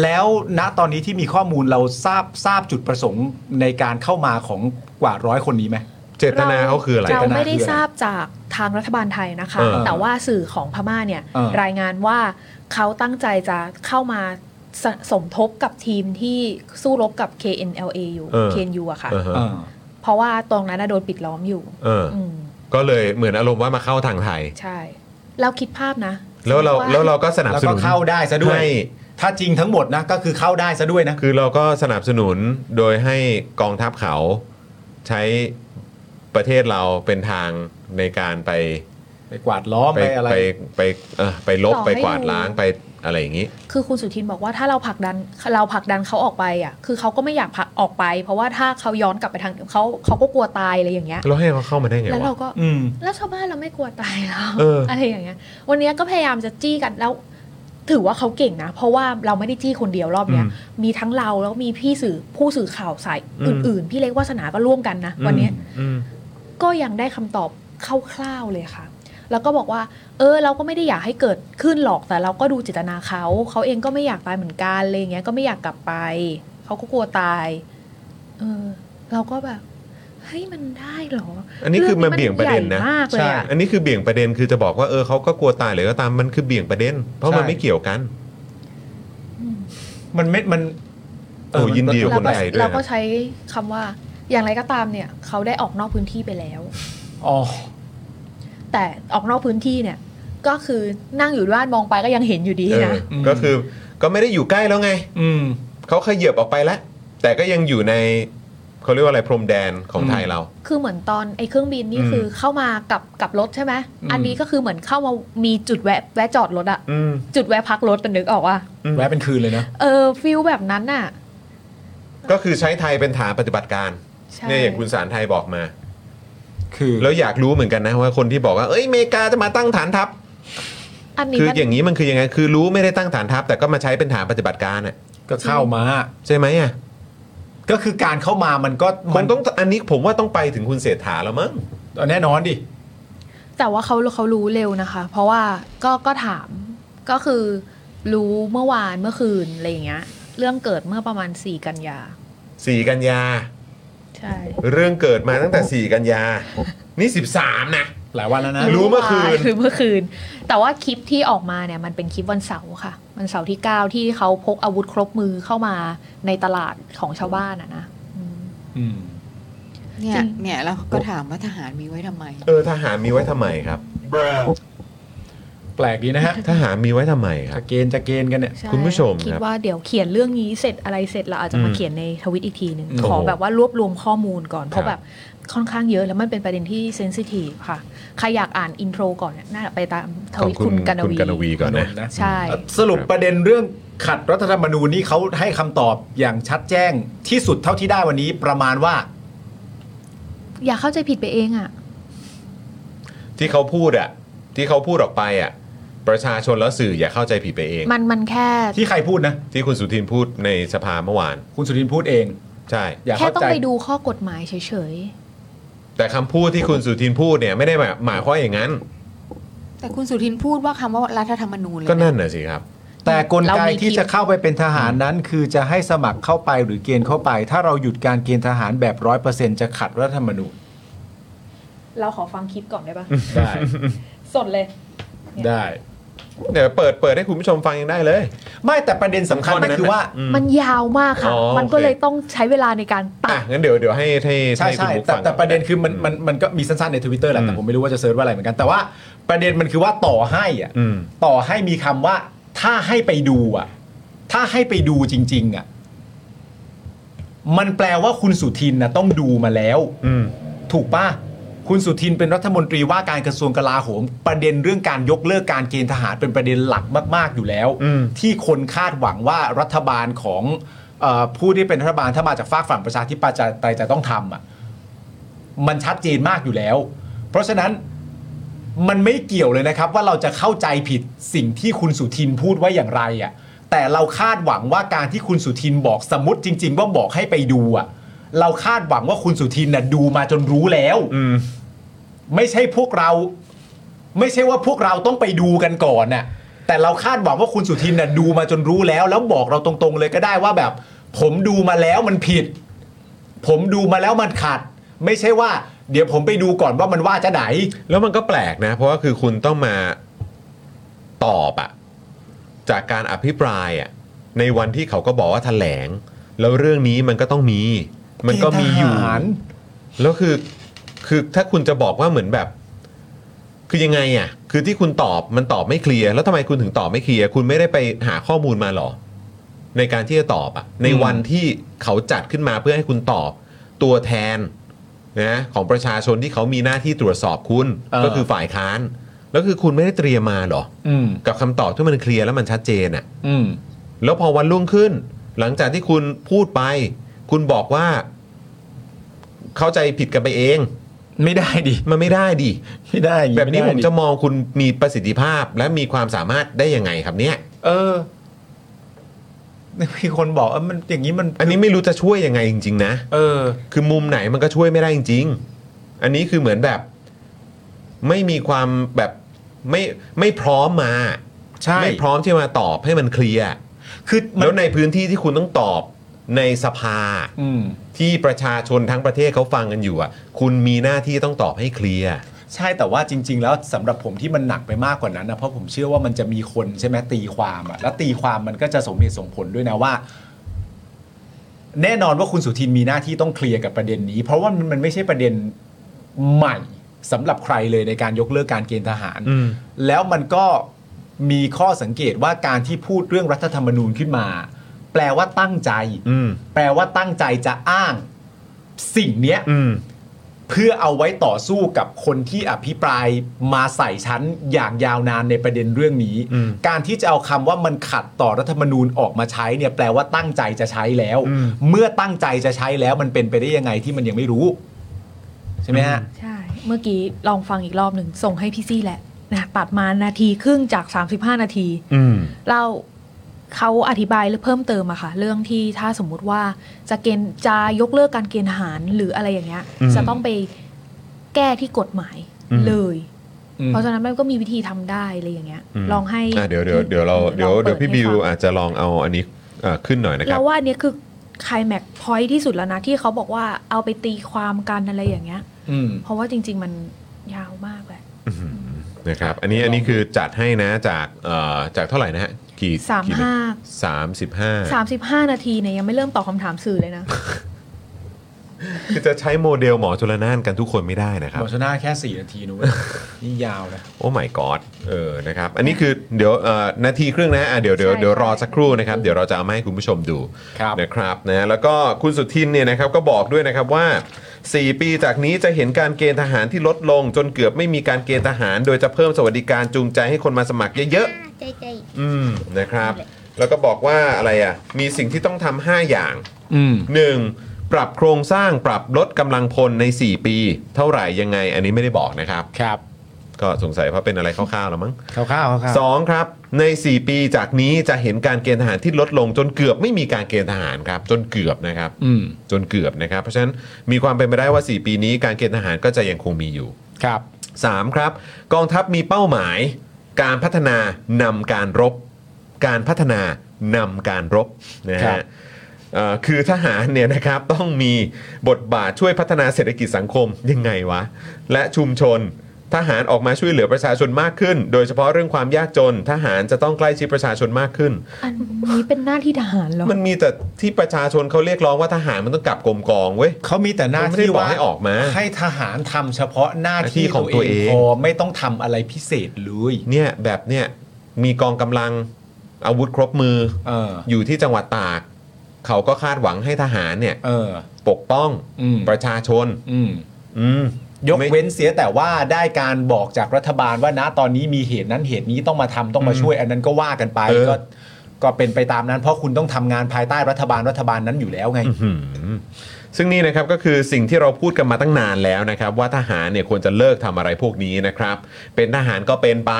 [SPEAKER 2] แล้วณตอนนี้ที่มีข้อมูลเราทราบทราบจุดประสงค์ในการเข้ามาของกว่าร้อยคนนี้ไหม
[SPEAKER 1] เจตนาเขาคืออะไร
[SPEAKER 2] จ
[SPEAKER 17] เรา
[SPEAKER 2] ตน
[SPEAKER 17] ไม่ได้
[SPEAKER 2] คืออะ
[SPEAKER 17] ทราบจากทางรัฐบาลไทยนะคะ
[SPEAKER 2] เออ
[SPEAKER 17] แต่ว่าสื่อของพม่าเนี่ย
[SPEAKER 2] เออ
[SPEAKER 17] รายงานว่าเขาตั้งใจจะเข้ามาสสมทบกับทีมที่สู้รบกับ KNLA อยู่
[SPEAKER 1] เออ
[SPEAKER 17] KNU อะค่ะ
[SPEAKER 1] อ่าฮะ
[SPEAKER 17] เพราะว่าตรงนั้นนะโดนปิดล้อมอยู่
[SPEAKER 1] เอออ
[SPEAKER 17] ม
[SPEAKER 1] ก็เลยเหมือนอารมณ์ว่ามาเข้าทางไทย
[SPEAKER 17] ใช่เราคิดภาพนะ
[SPEAKER 1] แล้วเราแล้วเราก็สนับสนุน
[SPEAKER 2] แล้วก็เข้าได้ซะด้วย ถ้าจริงทั้งหมดนะก็คือเข้าได้ซะด้วยนะ
[SPEAKER 1] คือเราก็สนับสนุนโดยให้กองทัพเขาใช้ประเทศเราเป็นทางในการไป
[SPEAKER 2] ไปกวาดล้อมไปอะไร
[SPEAKER 1] ไปไปเอ่อไปลบไปกวาดล้างไปอะไรอย่างนี้
[SPEAKER 17] คือคุณสุทินบอกว่าถ้าเราผลักดันเราผลักดันเขาออกไปอ่ะคือเขาก็ไม่อยากผลักออกไป เพราะว่าถ้าเขาย้อนกลับไปทางเขาเขาก็กลัวตายอะไรอย่างเงี้ย
[SPEAKER 1] เราให้เขาเข้ามาได้ไง
[SPEAKER 17] แล้ว
[SPEAKER 1] วะ
[SPEAKER 17] เราก็
[SPEAKER 1] อืม
[SPEAKER 17] แล้วชาวบ้านเราไม่กลัวตายแล้ว
[SPEAKER 1] เอออ
[SPEAKER 17] อะไรอย่างเงี้ย วันเนี้ยก็พยายามจะจี้กันแล้ว ถือว่าเขาเก่งนะ เพราะว่าเราไม่ได้จี้คนเดียวรอบเนี้ย
[SPEAKER 5] อืม
[SPEAKER 17] มีทั้งเราแล้วมีพี่สื่อผู้สื่อข่าวสาย
[SPEAKER 5] อืม
[SPEAKER 17] อื่น ๆ พี่เล็กวาสนาก็ร่วมกันนะ วันเนี้ย
[SPEAKER 1] อืม
[SPEAKER 17] ก็ยังได้คำตอบคร่าวๆเลยค่ะ แล้วก็บอกว่า เออ เราก็ไม่ได้อยากให้เกิดขึ้นหรอกแต่เราก็ดูเจิตนาเขาเขาเองก็ไม่อยากตายเหมือนกันอะไรอย่างเงี้ยก็ไม่อยากกลับไปเขาก็กลัวตาย เออ เราก็แบบเฮ้ยมันได้เหรอ
[SPEAKER 1] อันนี้คือมันเบี่ยงประเด็นนะ
[SPEAKER 17] รื่องมันใหญ่มากเลยอะ
[SPEAKER 1] อันนี้คือเบี่ยงประเด็นคือจะบอกว่าเออเขาก็กลัวตายหรือก็ตามมันคือเบี่ยงประเด็น เพราะมัน
[SPEAKER 2] ใช่
[SPEAKER 1] ไม่เกี่ยวกัน
[SPEAKER 2] มันเม็ดมัน
[SPEAKER 1] โอ้ยินดีกับคนไทยด้วย
[SPEAKER 17] เราก็
[SPEAKER 1] นะ
[SPEAKER 17] ใช้คำว่าอย่างไรก็ตามเนี่ยเขาได้ออกนอกพื้นที่ไปแล้ว
[SPEAKER 2] อ๋อ
[SPEAKER 17] แต่ออกนอกพื้นที่เนี่ย ก็คือนั่งอยู่บ้านมองไปก็ยังเห็นอยู่ดี
[SPEAKER 1] เออ
[SPEAKER 17] นะ
[SPEAKER 1] ก็คือก็ไม่ได้อยู่ใกล้แล้วไง
[SPEAKER 2] อืม
[SPEAKER 1] เขาขยับออกไปแล้ว แต่ก็ยังอยู่ในเขาเรียกว่าอะไรพรมแดนของไทยเรา
[SPEAKER 17] คือเหมือนตอนไอ้เครื่องบินนี่
[SPEAKER 1] อืม
[SPEAKER 17] คือเข้ามากับกับรถใช่ไหม
[SPEAKER 1] อืม
[SPEAKER 17] อันนี้ก็คือเหมือนเข้ามามีจุดแวะแวะจอดรถอะ
[SPEAKER 1] อืม
[SPEAKER 17] จุดแวะพักรถตันึกออกว่า
[SPEAKER 2] แวะเป็นคืนเลยนะ
[SPEAKER 17] เออฟิลแบบนั้นน่ะ
[SPEAKER 1] ก็คือใช้ไทยเป็นฐานปฏิบัติการ
[SPEAKER 17] ใช่
[SPEAKER 1] เนี่ยอย่างคุณสารไทยบอกมา
[SPEAKER 2] คือ
[SPEAKER 1] แล้วอยากรู้เหมือนกันนะว่าคนที่บอกว่าเอ้ยอเมริกาจะมาตั้งฐานทัพ
[SPEAKER 17] อันนี้
[SPEAKER 1] คือ
[SPEAKER 17] มัน
[SPEAKER 1] อย่างนี้มันคือยังไงคือรู้ไม่ได้ตั้งฐานทัพ แต่ก็มาใช้เป็นฐานปฏิบัติการอ่ะ
[SPEAKER 2] ก็เข้ามา
[SPEAKER 1] ใช่ไหมอ่ะ
[SPEAKER 2] ก็คือการเข้ามามันก็
[SPEAKER 1] มันต้องอันนี้ผมว่าต้องไปถึงคุณเศรษฐาแล้วมั้ง
[SPEAKER 2] แน่นอนดิ
[SPEAKER 17] แต่ว่าเขาเขารู้เร็วนะคะ เพราะว่าก็ก็ถามก็คือรู้เมื่อวานเมื่อคืนอะไรอย่างเงี้ย เรื่องเกิดเมื่อประมาณ4กันยา
[SPEAKER 1] สี่กันยา
[SPEAKER 17] ใช่
[SPEAKER 1] เรื่องเกิดมาตั้งแต่ 4 กันยา นี่ 13 นะ
[SPEAKER 2] หลายวันแล้วนะ
[SPEAKER 1] รู้เมื่อคืน
[SPEAKER 17] รู้เมื่อคืน แต่ว่าคลิปที่ออกมาเนี่ยมันเป็นคลิปวันเสาร์ค่ะ วันเสาร์ที่ 9 ที่เขาพกอาวุธครบมือเข้ามาในตลาดของชาวบ้านอะนะ
[SPEAKER 5] เนี่
[SPEAKER 17] จ
[SPEAKER 5] ย
[SPEAKER 17] ริง
[SPEAKER 5] เนี่ยเราก็ถามว่าทหารมีไว้ทำไม
[SPEAKER 1] เออทหารมีไว้ทำไมครับ
[SPEAKER 2] แปลกดีนะฮะ
[SPEAKER 1] ทหารมีไว้ทำไมครับ
[SPEAKER 2] จะเกณฑ์จะเกณฑ์กันเนี่ย
[SPEAKER 17] ใช่
[SPEAKER 1] คุณผู้ชมค
[SPEAKER 17] คิด
[SPEAKER 1] รับ
[SPEAKER 17] ว่าเดี๋ยวเขียนเรื่องนี้เสร็จอะไรเสร็จเราอาจจะมา
[SPEAKER 1] อืม
[SPEAKER 17] เขียนในทวิตอีกทีหนึ่ง
[SPEAKER 1] โอ้โห
[SPEAKER 17] ขอแบบว่ารวบรวมข้อมูลก่อน เพ
[SPEAKER 1] ครั
[SPEAKER 17] ราะ
[SPEAKER 1] บ
[SPEAKER 17] แบบค่อนข้างเยอะแล้วมันเป็นประเด็นที่เซนซิทีฟค่ะ ใครอยากอ่านอินโทรก่อนเนี่ยน่าจะไปตามท
[SPEAKER 1] ของ
[SPEAKER 17] วิต
[SPEAKER 1] คุ
[SPEAKER 17] คุณณกัน
[SPEAKER 1] คุณกนวีก่อนนะ
[SPEAKER 17] ใช่
[SPEAKER 2] สรุปประเด็นเรื่องขัดรัฐธรรมนูญนี่เขาให้คำตอบอย่างชัดแจ้งที่สุดเท่าที่ได้วันนี้ประมาณว่า
[SPEAKER 17] อย่าเข้าใจผิดไปเองอ่ะ
[SPEAKER 1] ที่เขาพูดอะที่เขาพูดออกไปอะประชาชนแล้วสื่ออย่าเข้าใจผิดไปเอง
[SPEAKER 17] มันมันแค่
[SPEAKER 2] ที่ใครพูดนะ
[SPEAKER 1] ที่คุณสุทินพูดในสภาเมื่อวาน
[SPEAKER 2] คุณสุทินพูดเอง
[SPEAKER 1] ใช่
[SPEAKER 17] แค่ต้องไปดูข้อกฎหมายเฉย
[SPEAKER 1] แต่คำพูดที่คุณสุทินพูดเนี่ยไม่ได้หมายหมายความอย่างนั้น
[SPEAKER 5] แต่คุณสุทินพูดว่าคำว่ารัฐธรรมนูญเลย
[SPEAKER 1] ก็นั่นน่ะสิครับ
[SPEAKER 2] แต่กลไกที่จะเข้าไปเป็นทหารนั้น คือจะให้สมัครเข้าไปหรือเกณฑ์เข้าไป ถ้าเราหยุดการเกณฑ์ทหารแบบร้อยเปอร์เซ็นจะขัดรัฐธรรมนูญ
[SPEAKER 17] ๆ เราขอฟังคลิปก่อนได้ปะ
[SPEAKER 2] ได้
[SPEAKER 17] สดเลย
[SPEAKER 2] ได้
[SPEAKER 1] เดี๋ยวเปิดเปิดให้คุณผู้ชมฟังยังได้เลย
[SPEAKER 2] ไม่แต่ประเด็นสำคัญก็คือว่า
[SPEAKER 17] มันยาวมากค่ะ
[SPEAKER 1] อ๋อ
[SPEAKER 17] มันก็
[SPEAKER 1] โอเค
[SPEAKER 17] เลยต้องใช้เวลาในการตัด
[SPEAKER 1] อ่ะงั้นเดี๋ยวเดี๋ยวให้ให้
[SPEAKER 2] ใช่
[SPEAKER 1] ให้คุณ
[SPEAKER 2] ใช่
[SPEAKER 1] บุ๊ก
[SPEAKER 2] แต่
[SPEAKER 1] ฟัง
[SPEAKER 2] แต่ประเด็นคือมันมันมันก็มีสั้นๆในทวิตเตอร์แหละแต่ผมไม่รู้ว่าจะเซิร์ชว่าอะไรเหมือนกัน แต่ว่าประเด็นมันคือว่าต่อให้อ่ะ
[SPEAKER 1] อืม
[SPEAKER 2] ต่อให้มีคำว่า ถ้าให้ไปดูอ่ะ ถ้าให้ไปดูจริง ๆ อ่ะ มันแปลว่าคุณสุทินนะต้องดูมาแล้วถูกป่ะคุณสุทินเป็นรัฐมนตรีว่าการกระทรวงกลาโหม ประเด็นเรื่องการยกเลิกการเกณฑ์ทหารเป็นประเด็นหลักมาก ๆอยู่แล้ว ที่คนคาดหวังว่ารัฐบาลของเออผู้ที่เป็นรัฐบาลถ้ามาจากฝากฝั่งประชาธิปไตยจะต้องทำอ่ะ มันชัดเจนมากอยู่แล้ว เพราะฉะนั้นมันไม่เกี่ยวเลยนะครับ ว่าเราจะเข้าใจผิดสิ่งที่คุณสุทินพูดว่าอย่างไรอะ่ะ แต่เราคาดหวังว่าการที่คุณสุทินบอกสมมติจริง ๆ ว่าบอกให้ไปดูอะ่ะ เราคาดหวังว่าคุณสุทินน่ะดูมาจนรู้แล้วไม่ใช่พวกเรา ไม่ใช่ว่าพวกเราต้องไปดูกันก่อนน่ะแต่เราคาดหวังว่าคุณสุทินน่ะดูมาจนรู้แล้ว แล้วบอกเราตรงๆเลยก็ได้ว่าแบบ ผมดูมาแล้วมันผิด ผมดูมาแล้วมันขัด ไม่ใช่ว่า เดี๋ยวผมไปดูก่อนว่ามันว่าจะไหน
[SPEAKER 1] แล้วมันก็แปลกนะ เพราะว่าคือคุณต้องมาตอบอะจากการอภิปรายอะในวันที่เขาก็บอกว่าแถลง แล้วเรื่องนี้มันก็ต้องมี มันก็มีอยู่
[SPEAKER 2] เกณฑ์ทหาร
[SPEAKER 1] แล้วคือคือถ้าคุณจะบอกว่าเหมือนแบบ คือยังไงอะคือที่คุณตอบมันตอบไม่เคลียร์แล้วทำไมคุณถึงตอบไม่เคลียร์คุณไม่ได้ไปหาข้อมูลมาหรอ ในการที่จะตอบอะในวันที่เขาจัดขึ้นมาเพื่อให้คุณตอบตัวแทนนะของประชาชนที่เขามีหน้าที่ตรวจสอบคุณ
[SPEAKER 2] เออ
[SPEAKER 1] ก็คือฝ่ายค้าน แล้วคือคุณไม่ได้เตรียมมาหรอ
[SPEAKER 2] อืม
[SPEAKER 1] กับคำตอบที่มันเคลียร์แล้วมันชัดเจนอะ
[SPEAKER 2] อืม
[SPEAKER 1] แล้วพอวันรุ่งขึ้น หลังจากที่คุณพูดไป คุณบอกว่า เข้าใจผิดกันไปเอง
[SPEAKER 2] ไม่ได้ดิ
[SPEAKER 1] มันไม่ได้ดิ
[SPEAKER 2] ไม่ได้
[SPEAKER 1] แบบนี้
[SPEAKER 2] ไม่ได้ดิ
[SPEAKER 1] ผมจะมองคุณมีประสิทธิภาพและมีความสามารถได้ยังไงครับเนี่ย
[SPEAKER 2] เออ มีคนบอกว่ามันอย่างนี้มัน
[SPEAKER 1] อันนี้ไม่รู้จะช่วยยังไงจริง ๆ นะ
[SPEAKER 2] เออ
[SPEAKER 1] คือมุมไหนมันก็ช่วยไม่ได้จริง ๆ อันนี้คือเหมือนแบบ ไม่มีความแบบไม่ไม่พร้อมมา
[SPEAKER 2] ใช่
[SPEAKER 1] ไม่พร้อมที่จะมาตอบให้มันเคลียร์
[SPEAKER 2] คือ
[SPEAKER 1] แล้วในพื้นที่ที่คุณต้องตอบในสภา
[SPEAKER 2] อืม
[SPEAKER 1] ที่ประชาชนทั้งประเทศเขาฟังกันอยู่อ่ะ คุณมีหน้าที่ต้องตอบให้เคลียร์
[SPEAKER 2] ใช่แต่ว่าจริง ๆ แล้วสำหรับผมที่มันหนักไปมากกว่านั้นนะเพราะผมเชื่อว่ามันจะมีคนใช่ไหมตีความอะแล้วตีความมันก็จะสมเหตุสมผลด้วยนะว่า แน่นอนว่าคุณสุทินมีหน้าที่ต้องเคลียร์กับประเด็นนี้ เพราะว่ามันไม่ใช่ประเด็นใหม่สำหรับใครเลยในการยกเลิกการเกณฑ์ทหาร
[SPEAKER 1] อืม
[SPEAKER 2] แล้วมันก็มีข้อสังเกตว่าการที่พูดเรื่องรัฐธรรมนูญขึ้นมา แปลว่าตั้งใจ
[SPEAKER 1] อืม
[SPEAKER 2] แปลว่าตั้งใจจะอ้างสิ่งเนี้ย
[SPEAKER 1] อืม
[SPEAKER 2] เพื่อเอาไว้ต่อสู้กับคนที่อภิปรายมาใส่ชั้นอย่างยาวนานในประเด็นเรื่องนี้ การที่จะเอาคำว่ามันขัดต่อรัฐธรรมนูญออกมาใช้เนี่ยแปลว่าตั้งใจจะใช้แล้ว เมื่อตั้งใจจะใช้แล้วมันเป็นไปได้ยังไงที่มันยังไม่รู้ ใช่ไหมฮะ
[SPEAKER 17] ใช่ เมื่อกี้ลองฟังอีกรอบหนึ่งส่งให้พี่ซี่แหละนะตัดมานาทีครึ่งจาก 35 นาที
[SPEAKER 1] อืม
[SPEAKER 17] เราเขาอธิบายเพิ่มเติมอะค่ะ เรื่องที่ถ้าสมมุติว่าจะเกณฑ์จะยกเลิกการเกณฑ์ทหารหรืออะไรอย่างเงี้ย
[SPEAKER 19] อืม
[SPEAKER 17] จะต้องไปแก้ที่กฎหมาย
[SPEAKER 1] อืม
[SPEAKER 17] เลย
[SPEAKER 1] อืม
[SPEAKER 17] เพราะฉะนั้นมันก็มีวิธีทำได้อะไรอย่างเงี้ย
[SPEAKER 1] ม
[SPEAKER 17] ลองให้
[SPEAKER 1] ะเดี๋ยวเดี๋ยวเดี๋ยวเราเดี๋ยว
[SPEAKER 17] ลองเปิด
[SPEAKER 1] เดี๋ยวพี่
[SPEAKER 17] ให้
[SPEAKER 1] บิว
[SPEAKER 17] ฟัง
[SPEAKER 1] อาจจะลองเอาอันนี้เอ่อขึ้นหน่อยนะครับ
[SPEAKER 17] เราว่าอันเนี้ยคือคลายแม็กพอยที่สุดแล้วนะที่เขาบอกว่าเอาไปตีความกันอะไรอย่างเงี้ย
[SPEAKER 2] อืม
[SPEAKER 17] เพราะว่าจริง ๆ มันยาวมากแหละ
[SPEAKER 1] นะครับ อันนี้อันนี้คือจัดให้นะจากเอ่อจากเท่าไหร่นะฮะกี่
[SPEAKER 17] สามห้า
[SPEAKER 1] สามสิบห้า
[SPEAKER 17] 35 นาทีเนี่ยยังไม่เริ่มตอบคำถามสื่อเลยนะ
[SPEAKER 1] คือจะใช้โมเดลหมอชลนานกันทุกคนไม่ได้นะ
[SPEAKER 2] ห
[SPEAKER 1] ครับ
[SPEAKER 2] มอชนาแค่สี่นาทีนู้นนี่ยาวนะ
[SPEAKER 1] โอ้ my god เออ นะครับ อันนี้คือเดี๋ยวเอ่อนาทีครึ่งนะอ่ะเดี๋ยวเดี๋ยวเดี๋ยวรอสักครู่นะครับ เดี๋ยวเราจะเอามาให้คุณผู้ชมดูนะครับนะ แล้วก็คุณสุทินเนี่ยนะครับก็บอกด้วยนะครับว่า 4 ปีจากนี้จะเห็นการเกณฑ์ทหารที่ลดลง จนเกือบไม่มีการเกณฑ์ทหาร โดยจะเพิ่มสวัสดิการจูงใจให้คนมาสมัครเยอะๆ
[SPEAKER 19] ใจใจ
[SPEAKER 1] อืมนะครับ แล้วก็บอกว่าอะไรอ่ะ มีสิ่งที่ต้องทำห้าอย่าง
[SPEAKER 2] อืม
[SPEAKER 1] 1. ปรับโครงสร้างปรับลดกำลังพลใน 4 ปี เท่าไหร่ยังไง อันนี้ไม่ได้บอกนะครับ
[SPEAKER 2] ครับ
[SPEAKER 1] ก็สงสัยเพราะเป็นอะไรคร่าวๆแล้วมั้ง
[SPEAKER 2] คร่าวๆคร่าวๆ
[SPEAKER 1] สองครับ ใน 4 ปีจากนี้จะเห็นการเกณฑ์ทหารที่ลดลง จนเกือบไม่มีการเกณฑ์ทหารครับ จนเกือบนะครับ
[SPEAKER 2] อืม
[SPEAKER 1] จนเกือบนะครับ เพราะฉะนั้นมีความเป็นไปได้ว่า 4 ปีนี้การเกณฑ์ทหารก็จะยังคงมีอยู่
[SPEAKER 2] ครับ
[SPEAKER 1] 3ครับ กองทัพมีเป้าหมาย การพัฒนานำการรบ การพัฒนานำการรบนะ
[SPEAKER 2] ครั
[SPEAKER 1] ฮะ
[SPEAKER 2] บ
[SPEAKER 1] เอ่อคือทหารเนี่ยนะครับต้องมีบทบาทช่วยพัฒนาเศรษฐกิจสังคมยังไงวะ และชุมชน ทหารออกมาช่วยเหลือประชาชนมากขึ้น โดยเฉพาะเรื่องความยากจน ทหารจะต้องใกล้ชิดประชาชนมากขึ้น
[SPEAKER 17] อัน นี้เป็นหน้าที่ทหารเหรอ
[SPEAKER 1] มันมีแต่ที่ประชาชนเขาเรียกร้องว่าทหารมันต้องกลับกรมกองเว้ย
[SPEAKER 2] เขามีแต่หน้า
[SPEAKER 1] ไม่
[SPEAKER 2] ที่
[SPEAKER 1] ได้บอก
[SPEAKER 2] ว่า
[SPEAKER 1] ให้ออกมา
[SPEAKER 2] ให้ทหารทำเฉพาะหน้าที่
[SPEAKER 1] หน้าที่ของตัวเอง
[SPEAKER 2] พอไม่ต้องทำอะไรพิเศษเลย
[SPEAKER 1] เนี่ยแบบเนี่ยมีกองกำลังอาวุธครบมือ
[SPEAKER 2] เออ
[SPEAKER 1] อยู่ที่จังหวัดตาก เขาก็คาดหวังให้ทหารเนี่ย
[SPEAKER 2] เออ
[SPEAKER 1] ปกป้อง
[SPEAKER 2] อืม
[SPEAKER 1] ประชาชน
[SPEAKER 2] อืม
[SPEAKER 1] อืม
[SPEAKER 2] ยกเว้นเสียแต่ว่าได้การบอกจากรัฐบาลว่านะตอนนี้มีเหตุนั้นเหตุนี้ต้องมาทำต้องมาช่วย อันนั้นก็ว่ากันไป
[SPEAKER 1] เออ
[SPEAKER 2] ก็ก็เป็นไปตามนั้น เพราะคุณต้องทำงานภายใต้รัฐบาลรัฐบาลนั้นอยู่แล้วไง
[SPEAKER 1] อื้อหือซึ่งนี่นะครับก็คือสิ่งที่เราพูดกันมาตั้งนานแล้วนะครับ ว่าทหารเนี่ยควรจะเลิกทำอะไรพวกนี้นะครับ เป็นทหารก็เป็นไป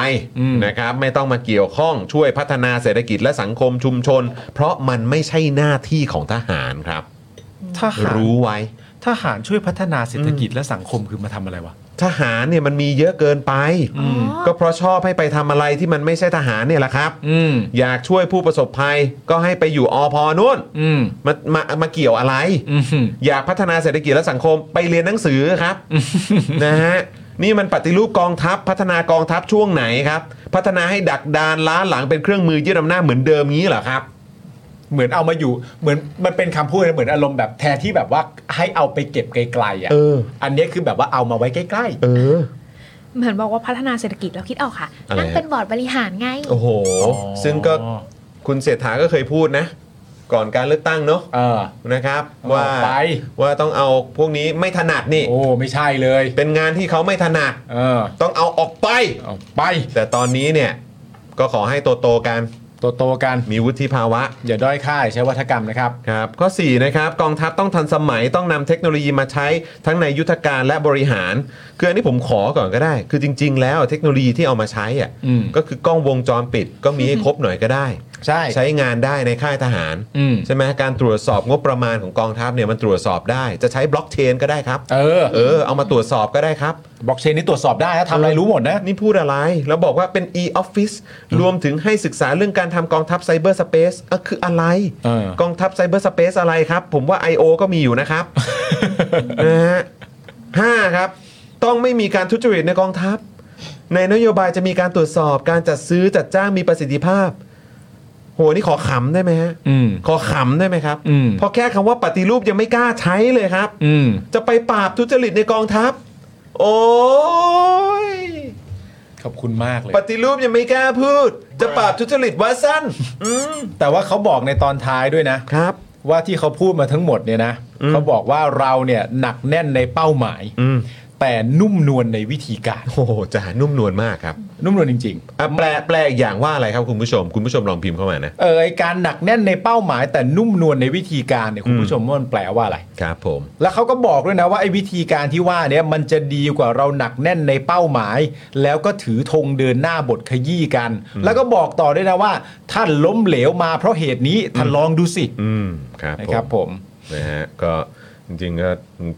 [SPEAKER 1] นะครับ ไม่ต้องมาเกี่ยวข้องช่วยพัฒนาเศรษฐกิจและสังคมชุมชน เพราะมันไม่ใช่หน้าที่ของทหารครับ
[SPEAKER 2] ทหาร
[SPEAKER 1] รู้ไว้
[SPEAKER 2] ทหารช่วยพัฒนาเศรษฐกิจและสังคมคือมาทำอะไรวะ
[SPEAKER 1] ทหารเนี่ยมันมีเยอะเกินไป ก็เพราะชอบให้ไปทำอะไรที่มันไม่ใช่ทหารเนี่ยแหละครับอยากช่วยผู้ประสบภัยก็ให้ไปอยู่อพนู่นมามามาเกี่ยวอะไร อยากพัฒนาเศรษฐกิจและสังคมไปเรียนหนังสือครับ นะฮะนี่มันปฏิรูปกองทัพพัฒนากองทัพช่วงไหนครับ พัฒนาให้ดักดานล้าหลังเป็นเครื่องมือยึดอำนาจเหมือนเดิมงี้เหรอครับ
[SPEAKER 2] เหมือนเอามาอยู่เหมือนมันเป็นคำพูดนะเหมือนอารมณ์แบบแทนที่แบบว่าให้เอาไปเก็บไกลๆอ่ะ
[SPEAKER 1] เออ
[SPEAKER 2] อันเนี้ยคือแบบว่าเอามาไว้ใกล้ๆ
[SPEAKER 1] เออ
[SPEAKER 17] เหมือนบอกว่าพัฒนาเศรษฐกิจเราคิดออกค่ะ
[SPEAKER 1] อะไร
[SPEAKER 17] นั่งเป็นบอร์ดบริหารไง
[SPEAKER 1] โอ้โห ซึ่งก็คุณเศรษฐาก็เคยพูดนะ ก่อนการเลือกตั้งเนอะนะครับ ว่า
[SPEAKER 2] ไป
[SPEAKER 1] ว่าต้องเอาพวกนี้ไม่ถนัดนี่ โอ้ไม่ใช่เลย เป็นงานที่เขาไม่ถนัดต้องเอาออกไปออกไป แต่ตอนนี้เนี่ยก็ขอให้โตโตๆกันโตโตกันมีวุฒิภาวะ อย่าด้อยค่ายใช้วัฒกรรมนะครับครับข้อ4นะครับกองทัพต้องทันสมัยต้องนำเทคโนโลยีมาใช้ทั้งในยุทธการและบริหาร คืออันนี้ผมขอก่อนก็ได้ คือจริง ๆ แล้วเทคโนโลยีที่เอามาใช้อ่ะ
[SPEAKER 2] อืม
[SPEAKER 1] ก็คือกล้องวงจรปิดก็มีให้ครบหน่อยก็ได้ ใช่ใช้งานได้ในค่ายทหาร
[SPEAKER 2] อืม
[SPEAKER 1] ใช่ไหมการตรวจสอบงบประมาณของกองทัพเนี่ยมันตรวจสอบได้ จะใช้บล็อกเชนก็ได้ครับ เออ เออเอามาตรวจสอบก็ได้ครับบล็อกเชนนี่ตรวจสอบได้ทำอะไรรู้หมดนะนี่พูดอะไร แล้วบอกว่าเป็น e-office รวมถึงให้ศึกษาเรื่องการทำกองทัพไซเบอร์สเปซอ่ะคืออะไร
[SPEAKER 2] เออ
[SPEAKER 1] กองทัพไซเบอร์สเปซอะไรครับ ผมว่า I.O. ก็มีอยู่ นะครับ นะฮะห้าครับ ต้องไม่มีการทุจริตในกองทัพ ในนโยบายจะมีการตรวจสอบการจัดซื้อจัดจ้างมีประสิทธิภาพ โหนี่ขอขำได้ไหมฮะ
[SPEAKER 2] อืม
[SPEAKER 1] ขอขำได้ไหมครับ
[SPEAKER 2] อืม
[SPEAKER 1] เพอแค่คำว่าปฏิรูปยังไม่กล้าใช้เลยครับ
[SPEAKER 2] อืม
[SPEAKER 1] จะไปปราบทุจริตในกองทัพ โอ้ย
[SPEAKER 2] ขอบคุณมากเลย
[SPEAKER 1] ปฏิรูปยังไม่กล้าพูด จะปราบทุจริตวะสั้น อืม
[SPEAKER 2] แต่ว่าเขาบอกในตอนท้ายด้วยนะ
[SPEAKER 1] ครับ
[SPEAKER 2] ว่าที่เขาพูดมาทั้งหมดเนี่ยนะเขาบอกว่าเราเนี่ยหนักแน่นในเป้าหมาย แต่นุ่มนวลในวิธีการ
[SPEAKER 1] โอ้โหจะนุ่มนวลมากครับ
[SPEAKER 2] นุ่มนวลจริง
[SPEAKER 1] อ่ะแปลแปลอีกอย่างว่าอะไรครับคุณผู้ชม คุณผู้ชมลองพิมพ์เข้ามานะ
[SPEAKER 2] ๆ เออไอการหนักแน่นในเป้าหมาย แต่นุ่มนวลในวิธีการเนี่ยคุณผู้ชมว่ามันแปลว่าอะไร
[SPEAKER 1] ครับผม
[SPEAKER 2] แล้วเขาก็บอกด้วยนะว่าไอ้วิธีการที่ว่าเนี่ยมันจะดีกว่าเราหนักแน่นในเป้าหมาย แล้วก็ถือธงเดินหน้าบทขยี้กัน แล้วก็บอกต่อด้วยนะว่าท่านล้มเหลวมาเพราะเหตุนี้ท่านลองดูสิ
[SPEAKER 1] อืม ครับ
[SPEAKER 2] นะครับผม
[SPEAKER 1] นะฮะ ก็จริงๆก็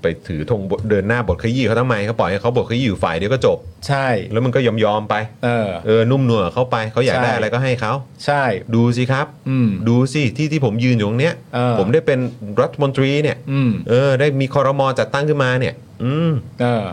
[SPEAKER 1] ไปถือธงบทเดินหน้าบทขยี้เขาทำไมเขาปล่อยให้เขาบทขยี้อยู่ฝ่ายเดียวก็จบ
[SPEAKER 2] ใช่
[SPEAKER 1] แล้วมันก็ยอมยอมๆไป
[SPEAKER 2] เออ
[SPEAKER 1] เออ นุ่มนวลกับเขาไปเขาอยาก
[SPEAKER 2] ใช่
[SPEAKER 1] ได้อะไรก็ให้เขา
[SPEAKER 2] ใช่
[SPEAKER 1] ดูสิครับ
[SPEAKER 2] อืม
[SPEAKER 1] ดูสิที่ที่ผมยืนอยู่ตรงเนี้ย
[SPEAKER 2] เออ
[SPEAKER 1] ผมได้เป็นรัฐมนตรีเนี่ย
[SPEAKER 2] อืม
[SPEAKER 1] เออ ได้มีคอรมอจัดตั้งขึ้นมาเนี่ย อืม
[SPEAKER 2] เออ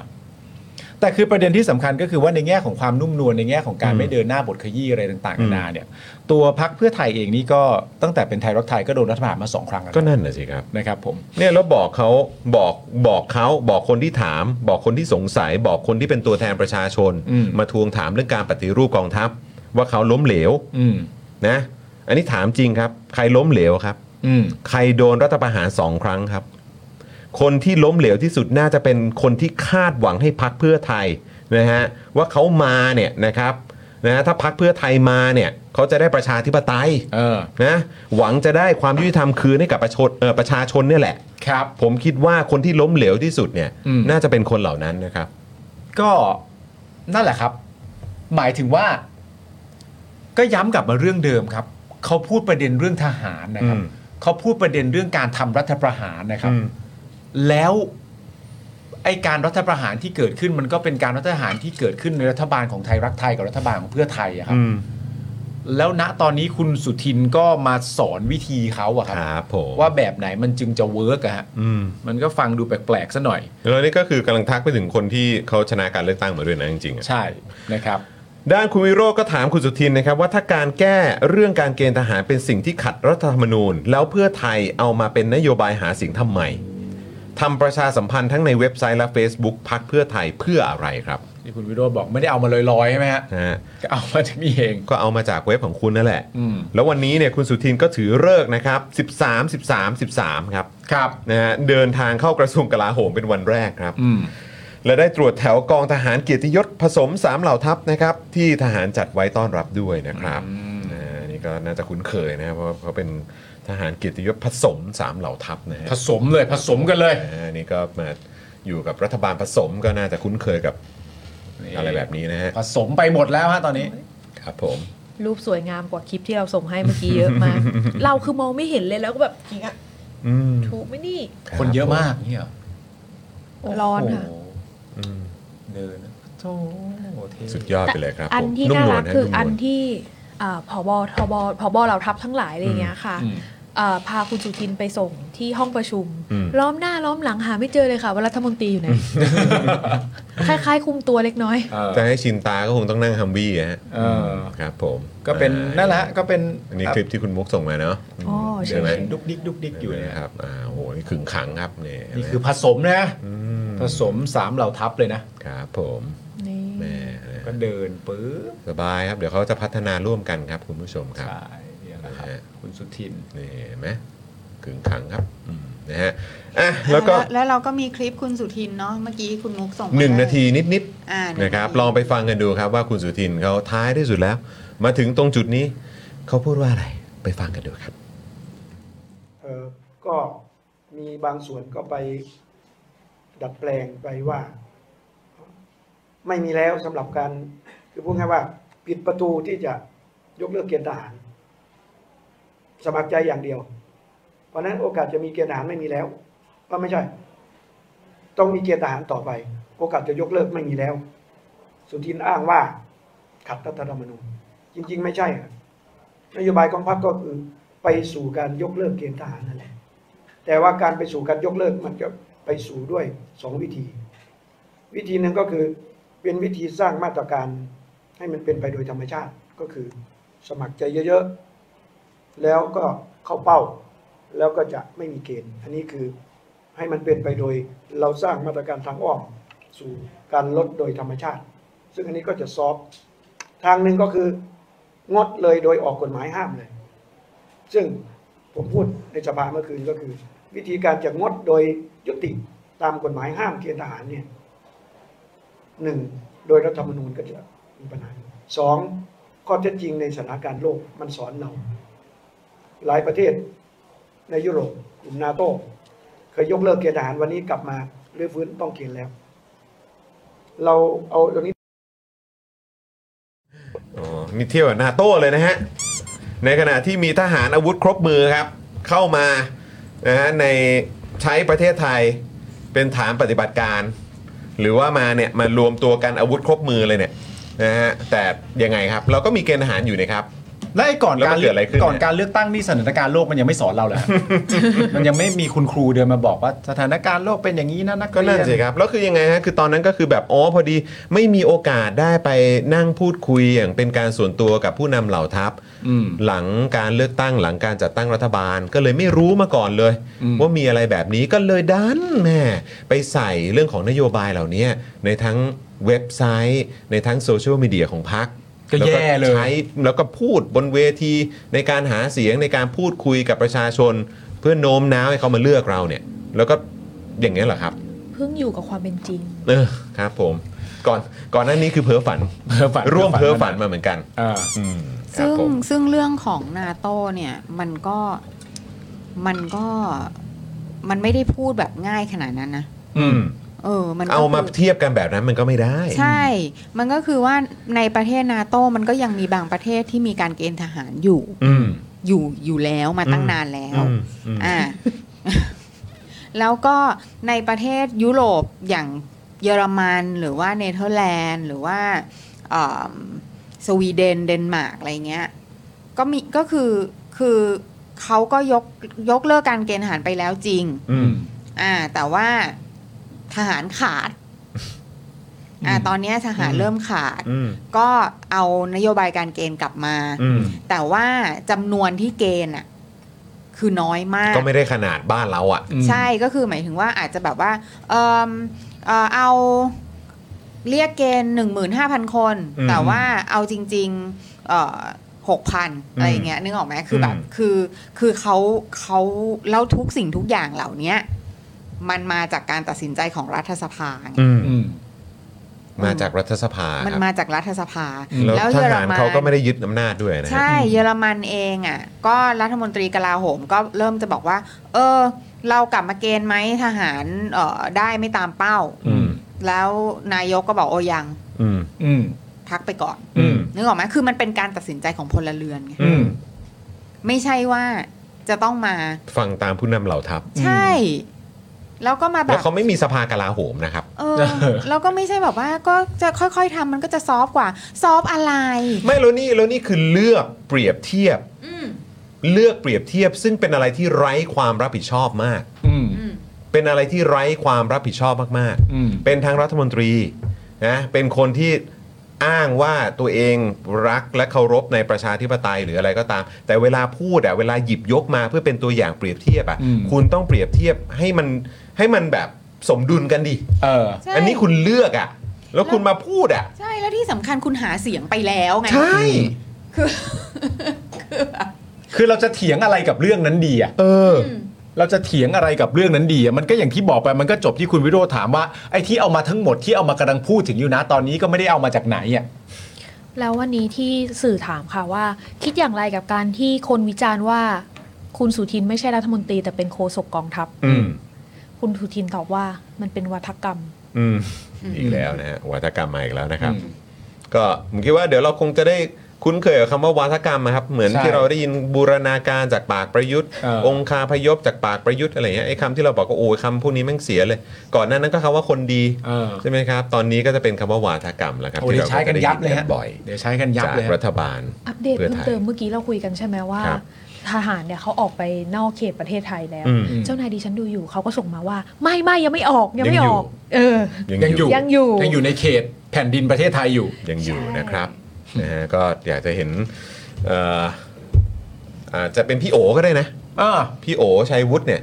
[SPEAKER 2] แต่คือประเด็นที่สำคัญก็คือว่าในแง่ของความนุ่มนวลในแง่ของการ
[SPEAKER 1] อืม
[SPEAKER 2] ไม่เดินหน้าบทขยี้อะไรต่างๆนานาเนี่ย ตัวพักเพื่อไทยเองนี่ก็ตั้งแต่เป็นไทยรักไทยก็โดนรัฐประหารมาสองครั้งแล้ว
[SPEAKER 1] ก็นั่นแหละสิครับ
[SPEAKER 2] นะครับผม
[SPEAKER 1] เนี่ยแล้วบอกเขาบอกบอกเขาบอกคนที่ถาม บอกคนที่สงสัย บอกคนที่เป็นตัวแทนประชาชน
[SPEAKER 2] อืม
[SPEAKER 1] มาทวงถามเรื่องการปฏิรูปกองทัพ ว่าเขาล้มเหลว
[SPEAKER 2] อืม
[SPEAKER 1] นะอันนี้ถามจริงครับ ใครล้มเหลวครับ
[SPEAKER 2] อืม
[SPEAKER 1] ใครโดนรัฐประหารสองครั้งครับ คนที่ล้มเหลวที่สุดน่าจะเป็นคนที่คาดหวังให้พักเพื่อไทยนะฮะว่าเขามาเนี่ยนะครับนะฮะถ้าพักเพื่อไทยมาเนี่ยเขาจะได้ประชาธิปไตยนะหวังจะได้ความยุติธรรมคืนให้กับประชาชนเอ่อประชาชนเนี่ยแหละ
[SPEAKER 2] ครับ
[SPEAKER 1] ผมคิดว่าคนที่ล้มเหลวที่สุดเนี่ย
[SPEAKER 2] อืม
[SPEAKER 1] น่าจะเป็นคนเหล่านั้นนะครับ
[SPEAKER 2] ก็นั่นแหละครับ หมายถึงว่า ก็ย้ำกลับมาเรื่องเดิมครับ เขาพูดประเด็นเรื่องทหารนะครับ
[SPEAKER 1] อืม
[SPEAKER 2] เขาพูดประเด็นเรื่องการทำรัฐประหารนะครับ แล้วไอการรัฐประหารที่เกิดขึ้นมันก็เป็นการรัฐประหารที่เกิดขึ้นในรัฐบาลของไทยรักไทยกับรัฐบาลของเพื่อไทยอะครับ แล้วณตอนนี้คุณสุทินก็มาสอนวิธีเขาอะครับ
[SPEAKER 1] ครับผม
[SPEAKER 2] ว่าแบบไหนมันจึงจะเวิร์กอะฮะ
[SPEAKER 1] อืม
[SPEAKER 2] มันก็ฟังดูแปลกๆซะหน่อย
[SPEAKER 1] แล้วนี่ก็คือกำลังทักไปถึงคนที่เขาชนะการเลือกตั้งมาด้วยนะจริงๆ
[SPEAKER 2] ใช่นะครับ
[SPEAKER 1] ด้านคุณวิโรจน์ก็ถามคุณสุทินนะครับ ว่าถ้าการแก้เรื่องการเกณฑ์ทหารเป็นสิ่งที่ขัดรัฐธรรมนูญ แล้วเพื่อไทยเอามาเป็นนโยบายหาเสียงทำไมทำประชาสัมพันธ์ทั้งในเว็บไซต์และ Facebook พักเพื่อไทยเพื่ออะไรครับ
[SPEAKER 2] ที่คุณวิโรจน์บอกไม่ได้เอามาลอยๆใช่ไหมฮะ
[SPEAKER 1] นะฮะ
[SPEAKER 2] ก็เอามาจากนี่เอง
[SPEAKER 1] ก็เอามาจากเว็บของคุณนั่นแหละ
[SPEAKER 2] อืม
[SPEAKER 1] แล้ววันนี้เนี่ยคุณสุทินก็ถือเลิกษ์นะครับ 13 13 13 ครับ
[SPEAKER 2] ครับ
[SPEAKER 1] นะฮะเดินทางเข้ากระทรวงกลาโหมเป็นวันแรกครับ
[SPEAKER 2] อืม
[SPEAKER 1] และได้ตรวจแถวกองทหารเกียรติยศผสม 3 เหล่าทัพนะครับ ที่ทหารจัดไว้ต้อนรับด้วยนะครับอ่านี่ก็น่าจะคุ้นเคยนะครับเพราะเขาเป็นทหารเกียรติยศผสม 3 เหล่าทัพนะฮะ
[SPEAKER 2] ผสมเลยผสมกันเลย
[SPEAKER 1] อ่านี่ก็มาอยู่กับรัฐบาลผสมก็น่าจะคุ้นเคยกับอะไรแบบนี้นะฮะ
[SPEAKER 2] ผสมไปหมดแล้วฮะตอนนี้
[SPEAKER 1] ครับผม
[SPEAKER 17] รูปสวยงามกว่าคลิปที่เราส่งให้เมื่อกี้เยอะมาก เราคือมองไม่เห็นเลยแล้วก็แบบจริงอะ
[SPEAKER 1] อืม
[SPEAKER 17] ถูกไหมนี่
[SPEAKER 2] คนเยอะมากเนี่ยเหรอ
[SPEAKER 17] ร้อน
[SPEAKER 2] โอ้
[SPEAKER 17] ค่ะ
[SPEAKER 2] โห เดินโธ่เท่
[SPEAKER 1] สุดยอดไปเลยครับ
[SPEAKER 17] อัน
[SPEAKER 1] ผม
[SPEAKER 17] ที่
[SPEAKER 1] ม
[SPEAKER 17] น่าน
[SPEAKER 1] ว
[SPEAKER 17] รั
[SPEAKER 1] ล
[SPEAKER 17] ก
[SPEAKER 1] ฮะ
[SPEAKER 17] คือ
[SPEAKER 1] ม
[SPEAKER 17] อัน
[SPEAKER 1] วล
[SPEAKER 17] ที่อ่าผบทบผบเหล่าทัพทั้งหลายอะไรอย่างเงี้ยค่ะ
[SPEAKER 1] อืม
[SPEAKER 17] เอ่อพาคุณสุทินไปส่งที่ห้องประชุม
[SPEAKER 1] อืม
[SPEAKER 17] ล้อมหน้าล้อมหลังหาไม่เจอเลยค่ะว่ารัฐมนตรีอยู่ไหน คล้ายๆคุมตัวเล็กน้อย
[SPEAKER 1] จะให้ชินตาก็คงต้องนั่งฮัมวี่อะฮะ
[SPEAKER 2] เอออื
[SPEAKER 1] มครับผม
[SPEAKER 2] ก็เป็น
[SPEAKER 1] อ่า
[SPEAKER 2] นั่นแหละก็เป็น
[SPEAKER 1] อันนี้คลิปที่คุณมุกส่งมาเนาะ
[SPEAKER 17] อ๋อ
[SPEAKER 1] ม
[SPEAKER 17] ใช่
[SPEAKER 1] ใช่ไหม
[SPEAKER 2] ดุกดิกดุกดิกอยู่เนี่ย
[SPEAKER 1] ครับอ่าโอ้โหนี่ขึงขังครับเนี่ย
[SPEAKER 2] นี่คือผสมนะผสมสามเหล่าทัพเลยนะครับ
[SPEAKER 1] ผม
[SPEAKER 17] แห
[SPEAKER 1] ม่
[SPEAKER 2] ก็เดินปื๊บ
[SPEAKER 1] สบายครับ เดี๋ยวเขาจะพัฒนาร่วมกันครับคุณผู้ชมครับ
[SPEAKER 2] ใช่เนี่ยแหละครับคุณสุทิน
[SPEAKER 1] นี่เห็นไหมขึงขังครับอืมนะฮะอ่ะแล้วก็
[SPEAKER 5] แล้วเราก็มีคลิปคุณสุทินเนาะเมื่อกี้คุณมุกส่งม
[SPEAKER 1] หนึ่ง
[SPEAKER 5] ให้
[SPEAKER 1] นาทีนิด
[SPEAKER 5] อ่าห
[SPEAKER 1] ๆ
[SPEAKER 5] นึ่งนาที
[SPEAKER 1] นะครับลองไปฟังกันดูครับว่าคุณสุทินเขาท้ายที่สุดแล้ว มาถึงตรงจุดนี้ เขาพูดว่าอะไรไปฟังกันดูครับ
[SPEAKER 12] เอ่อก็มีบางส่วนก็ไปดัดแปลงไปว่า ไม่มีแล้วสำหรับการคือพูดง่ายๆว่า ปิดประตูที่จะยกเลิกเกณฑ์ทหาร สมัครใจอย่างเดียว เพราะฉะนั้นโอกาสจะมีเกณฑ์ทหารไม่มีแล้วก็ไม่ใช่ ต้องมีเกณฑ์ทหารต่อไป โอกาสจะยกเลิกไม่มีแล้ว สุทินอ้างว่า ขัดรัฐธรรมนูญจริง ๆ ไม่ใช่ครับนโยบายของพรรคก็คือ ไปสู่การยกเลิกเกณฑ์ทหารนั่นแหละ แต่ว่าการไปสู่การยกเลิกมันจะไปสู่ด้วยสองวิธี วิธีหนึ่งก็คือเป็นวิธีสร้างมาตรการให้มันเป็นไปโดยธรรมชาติก็คือสมัครใจเยอะๆ แล้วก็เข้าเป้า แล้วก็จะไม่มีเกณฑ์ อันนี้คือให้มันเป็นไปโดยเราสร้างมาตรการทางอ้อมสู่การลดโดยธรรมชาติ ซึ่งอันนี้ก็จะซอฟต์ทางหนึ่งก็คืองดเลยโดยออกกฎหมายห้ามเลย ซึ่งผมพูดในสภาเมื่อคืนก็คือ วิธีการจะงดโดยยุติตามกฎหมายห้ามเกณฑ์ทหารเนี่ยหนึ่งโดยรัฐธรรมนูญก็จะมีปัญหาสองข้อเท็จจริงในสถานการณ์โลกมันสอนเรา หลายประเทศในยุโรปกลุ่มนาโต้เคยยกเลิกเกณฑ์ทหารวันนี้กลับมาเรื้อฟื้นต้องเกณฑ์แล้ว เราเอาตรงนี้
[SPEAKER 1] อ๋อนี่เที่ยวกับนาโต้เลยนะฮะ ในขณะที่มีทหารอาวุธครบมือครับ เข้ามานะฮะในใช้ประเทศไทยเป็นฐานปฏิบัติการ หรือว่ามาเนี่ยมารวมตัวกันอาวุธครบมือเลยเนี่ยนะฮะแต่ยังไงครับ เราก็มีเกณฑ์ทหารอยู่นะครับ
[SPEAKER 2] และไอ้ก่อน
[SPEAKER 1] แล้ว
[SPEAKER 2] กา
[SPEAKER 1] มั
[SPEAKER 2] ร
[SPEAKER 1] นเกิดอะไรขึ้น
[SPEAKER 2] ก่อนการเลือกตั้งนี่สถานการณ์โลกมันยังไม่สอนเราเลย มันยังไม่มีคุณครูเดินมาบอกว่าสถานการณ์โลกเป็นอย่างนี้นะนัก
[SPEAKER 1] ก็
[SPEAKER 2] เรียน
[SPEAKER 1] นั่นสิครับแล้วคือยังไงฮะคือตอนนั้นก็คือแบบอ๋อพอดีไม่มีโอกาสได้ไปนั่งพูดคุยอย่างเป็นการส่วนตัวกับผู้นำเหล่าทัพ
[SPEAKER 2] อืม
[SPEAKER 1] หลังการเลือกตั้งหลังการจัดตั้งรัฐบาลก็เลยไม่รู้มาก่อนเลย ว่ามีอะไรแบบนี้ก็เลยดันแหม่ไปใส่เรื่องของนโยบายเหล่านี้ในทั้งเว็บไซต์ ในทั้งโซเชียลมีเดียของพรรค
[SPEAKER 2] ก็แย่เลย
[SPEAKER 1] ใช้แล้วก็พูดบนเวทีในการหาเสียงในการพูดคุยกับประชาชน เพื่อโน้มน้าวให้เขามาเลือกเราเนี่ย แล้วก็อย่างนี้ยเหรอครับ
[SPEAKER 17] เพิ่งอยู่กับความเป็นจริง
[SPEAKER 1] เออครับผม ก่อนก่อนหน้านี้คือเพ้อฝัน
[SPEAKER 2] เพ้อฝัน
[SPEAKER 1] ร่วม
[SPEAKER 2] เพ้
[SPEAKER 1] เพ้
[SPEAKER 2] อ
[SPEAKER 1] อ
[SPEAKER 2] ฝั
[SPEAKER 1] ฝั
[SPEAKER 2] น
[SPEAKER 1] นมาเหมือนกัน
[SPEAKER 2] อ่า
[SPEAKER 1] อืมครับ
[SPEAKER 5] ซึ่ง
[SPEAKER 1] ผม
[SPEAKER 5] ซึ่งเรื่องของนาโตเนี่ยมันก็มันก็มันไม่ได้พูดแบบง่ายขนาดนั้นนะ
[SPEAKER 1] อืม
[SPEAKER 5] เออ มันก็
[SPEAKER 1] เอามา
[SPEAKER 5] คื
[SPEAKER 1] เทียบกันแบบนั้นมันก็ไม่ได้
[SPEAKER 5] ใช่ มันก็คือว่าในประเทศนาโตมันก็ยังมีบางประเทศที่มีการเกณฑ์ทหารอยู่
[SPEAKER 1] อืม
[SPEAKER 5] อยู่อยู่แล้วมาตั้ง
[SPEAKER 1] อืม
[SPEAKER 5] นานแล้ว
[SPEAKER 1] อืมอืม
[SPEAKER 5] อ่า แล้วก็ในประเทศยุโรปอย่างเยอรมันหรือว่าเนเธอร์แลนด์ หรือว่าเอิ่มสวีเดนเดนมาร์กอะไรเงี้ย ก็มีก็คือคือเขาก็ยกยกเลิกการเกณฑ์ทหารไปแล้วจริง
[SPEAKER 1] อืม
[SPEAKER 5] อ่า แต่ว่าทหารขา ด อ่า ตอนเนี้ยทหารเริ่มขาด
[SPEAKER 1] อืม
[SPEAKER 5] ก็เอานโยบายการเกณฑ์กลับมา
[SPEAKER 1] อืม
[SPEAKER 5] แต่ว่าจำนวนที่เกณฑ์อ่ะ คือน้อยมาก
[SPEAKER 1] ก็ไม่ได้ขนาดบ้านเราอ่ะ
[SPEAKER 5] ใช่ก็คือหมายถึงว่าอาจจะแบบว่า เอมเอ่อเอาเรียกเกณฑ์หนึ่งหมื่นห้าพันคน
[SPEAKER 4] อืม
[SPEAKER 5] แต่ว่าเอาจริงๆเอ่อหกพันอะไรอย่างเงี้ยนึกออกไหมคือแบบ
[SPEAKER 4] อืม
[SPEAKER 5] คือคือเขาเขาเล่าทุกสิ่งทุกอย่างเหล่าเนี้ยมันมาจากการตัดสินใจของรัฐสภาไง
[SPEAKER 1] อืมมาจากรัฐสภา
[SPEAKER 5] มัน
[SPEAKER 1] ครับ
[SPEAKER 5] มาจากรัฐสภา
[SPEAKER 1] แล้วท
[SPEAKER 5] เยอ
[SPEAKER 1] หาร ร
[SPEAKER 5] มัน
[SPEAKER 1] เขาก็ไม่ได้ยึดอำนาจด้วยนะฮะ
[SPEAKER 5] ใช่เยอรมันเองอ่ะ ก็รัฐมนตรีกลาโหมก็เริ่มจะบอกว่า เออ เรากลับมาเกณฑ์ไหมทหารเออได้ไม่ตามเป้า
[SPEAKER 1] อืม
[SPEAKER 5] แล้วนายกก็บอกโอ้ยัง
[SPEAKER 1] อืม
[SPEAKER 2] อืม
[SPEAKER 5] พักไปก่อน
[SPEAKER 2] อืม
[SPEAKER 5] นึกออกไหมคือมันเป็นการตัดสินใจของพลเรือนไง
[SPEAKER 1] อืม
[SPEAKER 5] ไม่ใช่ว่าจะต้องมา
[SPEAKER 1] ฟังตามผู้นำเหล่าทัพ
[SPEAKER 5] ใช่ แล้วก็มาแบ
[SPEAKER 1] แล้ว
[SPEAKER 5] บ
[SPEAKER 1] เขาไม่มีสภากลาโหมนะครับ
[SPEAKER 5] เออ แล้วก็ไม่ใช่แบบว่าก็จะค่อยๆทำมันก็จะซอฟต์กว่า ซอฟต์อะไร
[SPEAKER 1] ไม่แล้วนี่แล้วนี่คือเลือกเปรียบเทียบ
[SPEAKER 5] อืม
[SPEAKER 1] เลือกเปรียบเทียบ ซึ่งเป็นอะไรที่ไร้ความรับผิดชอบมาก
[SPEAKER 5] อืม
[SPEAKER 1] เป็นอะไรที่ไร้ความรับผิดชอบมากๆ เป็นทั้งรัฐมนตรีนะเป็นคนที่อ้างว่าตัวเองรักและเคารพในประชาธิปไตยหรืออะไรก็ตาม แต่เวลาพูดอะเวลาหยิบยกมาเพื่อเป็นตัวอย่างเปรียบเทียบอะ
[SPEAKER 2] อืม
[SPEAKER 1] คุณต้องเปรียบเทียบให้มันให้มันแบบสมดุลกันดิ
[SPEAKER 2] เออ
[SPEAKER 1] อันนี้คุณเลือกอะแล้วคุณมาพูดอะ
[SPEAKER 5] ใช่แล้วที่สำคัญคุณหาเสียงไปแล้วไง
[SPEAKER 1] ใช่
[SPEAKER 2] คือเราจะเถียงอะไรกับเรื่องนั้นดีอ่ะ
[SPEAKER 1] เอ
[SPEAKER 2] อ เราจะเถียงอะไรกับเรื่องนั้นดีอ่ะ มันก็อย่างที่บอกไปมันก็จบที่คุณวิโรธถามว่าไอ้ที่เอามาทั้งหมดที่เอามากำลังพูดถึงอยู่นะตอนนี้ก็ไม่ได้เอามาจากไหนอ่ะ
[SPEAKER 17] แล้ววันนี้ที่สื่อถามค่ะว่า คิดอย่างไรกับการที่คนวิจารณ์ว่า คุณสุทินไม่ใช่รัฐมนตรี แต่เป็นโฆษกกองทัพ
[SPEAKER 1] อืม
[SPEAKER 17] คุณสุทินตอบว่ามันเป็นวัฒกรรม
[SPEAKER 1] อืมอีกแล้วนะฮะวัฒกรรมมาอีกแล้วนะครับ ก็ผมคิดว่าเดี๋ยวเราคงจะได้คุ้นเคยกับคำว่าวัฒกรรมนะครับ เหมือน
[SPEAKER 2] ใช่
[SPEAKER 1] ที่เราได้ยินบูรณาการจากปากประยุทธ์
[SPEAKER 2] เออ
[SPEAKER 1] องคาพยพจากปากประยุทธ์อะไรเงี้ยไอ้คำที่เราบอกก็โอ้ยคำพวกนี้แม่งเสียเลย ก่อนหน้านั้นก็คำว่าคนดีใช่ไหมครับ ตอนนี้ก็จะเป็นคำว่าวัฒกรรมแล้วครับ
[SPEAKER 2] โอ้ย
[SPEAKER 1] ที่
[SPEAKER 2] เดี๋ยว
[SPEAKER 1] เรา
[SPEAKER 2] ใช้กันยับเลย
[SPEAKER 1] ได้
[SPEAKER 2] ฮะ
[SPEAKER 1] นบ่อย
[SPEAKER 2] เดี๋ยวใช้กันยับ
[SPEAKER 1] จาก
[SPEAKER 2] เลยฮะ
[SPEAKER 1] รัฐบาล
[SPEAKER 17] อัปเดต
[SPEAKER 1] เพื่อไทย
[SPEAKER 17] เพิ่มเติมเมื่อกี้เราคุยกันใช่ไหมว่า
[SPEAKER 1] ครับ
[SPEAKER 17] ทหารเนี่ยเขาออกไปนอกเขตประเทศไทยแล้ว
[SPEAKER 1] อืม
[SPEAKER 17] เจ้านายดิฉันดูอยู่เขาก็ส่งมาว่า ไม่ไม่ยังไม่ออกยังไม่ออก เออ
[SPEAKER 2] ยังอยู่
[SPEAKER 17] ยังอยู่
[SPEAKER 2] ยังอยู่ในเขตแผ่นดินประเทศไทยอยู่
[SPEAKER 1] ยังอยู่นะครับนะฮะก็อยากจะเห็นเอ่ออาจจะเป็นพี่โอก็ได้นะพี่โอชัยวุฒิเนี่ย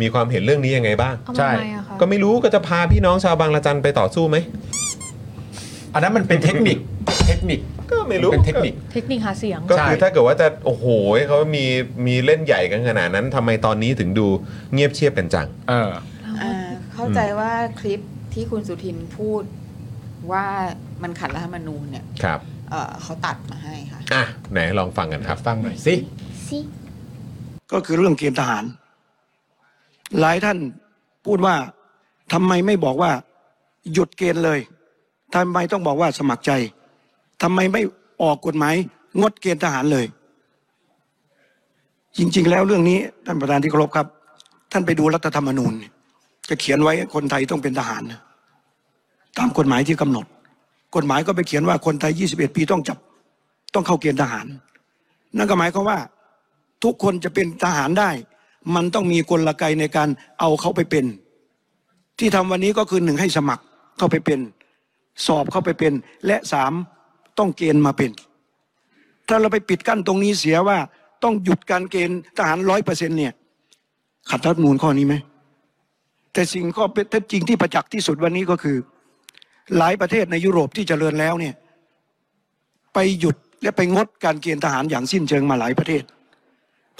[SPEAKER 1] มีความเห็นเรื่องนี้ยังไงบ้าง
[SPEAKER 17] เอามาใช่ทำไมอะคะ
[SPEAKER 1] ก็ไม่รู้ก็จะพาพี่น้องชาวบางละจันไปต่อสู้ไหม
[SPEAKER 2] อันนั้นมันเป็นเทคนิคเทคนิค
[SPEAKER 1] ก็ไม่รู้
[SPEAKER 2] เป็นเทคนิค
[SPEAKER 17] เทคนิคหาเสียง
[SPEAKER 1] ก็คือถ้าเกิดว่าจะโอ้โหเขามีมีเล่นใหญ่กันขนาดนั้นทำไมตอนนี้ถึงดูเงียบเชียบกันจัง
[SPEAKER 5] อ่าเข้าใจว่าคลิปที่คุณสุทินพูดว่ามันขัดรัฐธรรมนูญเนี่ย
[SPEAKER 1] ครับ
[SPEAKER 5] เอ่อเขาตัดมาให้ค่ะ
[SPEAKER 1] อ่ะ ไหนลองฟังกันครับ
[SPEAKER 2] ฟังหน่อยสิ
[SPEAKER 12] ก็คือเรื่องเกณฑ์ทหาร หลายท่านพูดว่าทำไมไม่บอกว่า หยุดเกณฑ์เลยทำไมต้องบอกว่าสมัครใจทำไมไม่ออกกฎหมายงดเกณฑ์ทหารเลย จริง ๆ แล้วเรื่องนี้ท่านประธานที่เคารพครับ ท่านไปดูรัฐธรรมนูญ จะเขียนไว้คนไทยต้องเป็นทหารนะตามกฎหมายที่กำหนด กฎหมายก็ไปเขียนว่าคนไทย 21 ปีต้องจับ ต้องเข้าเกณฑ์ทหาร นั่นก็หมายความว่า ทุกคนจะเป็นทหารได้ มันต้องมีกลไกในการเอาเขาไปเป็น ที่ทำวันนี้ก็คือหนึ่งให้สมัครเข้าไปเป็น สอบเข้าไปเป็น และสามต้องเกณฑ์มาเป็น ถ้าเราไปปิดกั้นตรงนี้เสียว่า ต้องหยุดการเกณฑ์ทหารร้อยเปอร์เซ็นเนี่ยขัดรัฐธรรมนูญข้อนี้ไหม แต่สิ่งข้อเป็นเท็จจริงที่ประจักษ์ที่สุดวันนี้ก็คือ หลายประเทศในยุโรปที่เจริญแล้วเนี่ยไปหยุดและไปงดการเกณฑ์ทหารอย่างสิ้นเชิงมาหลายประเทศ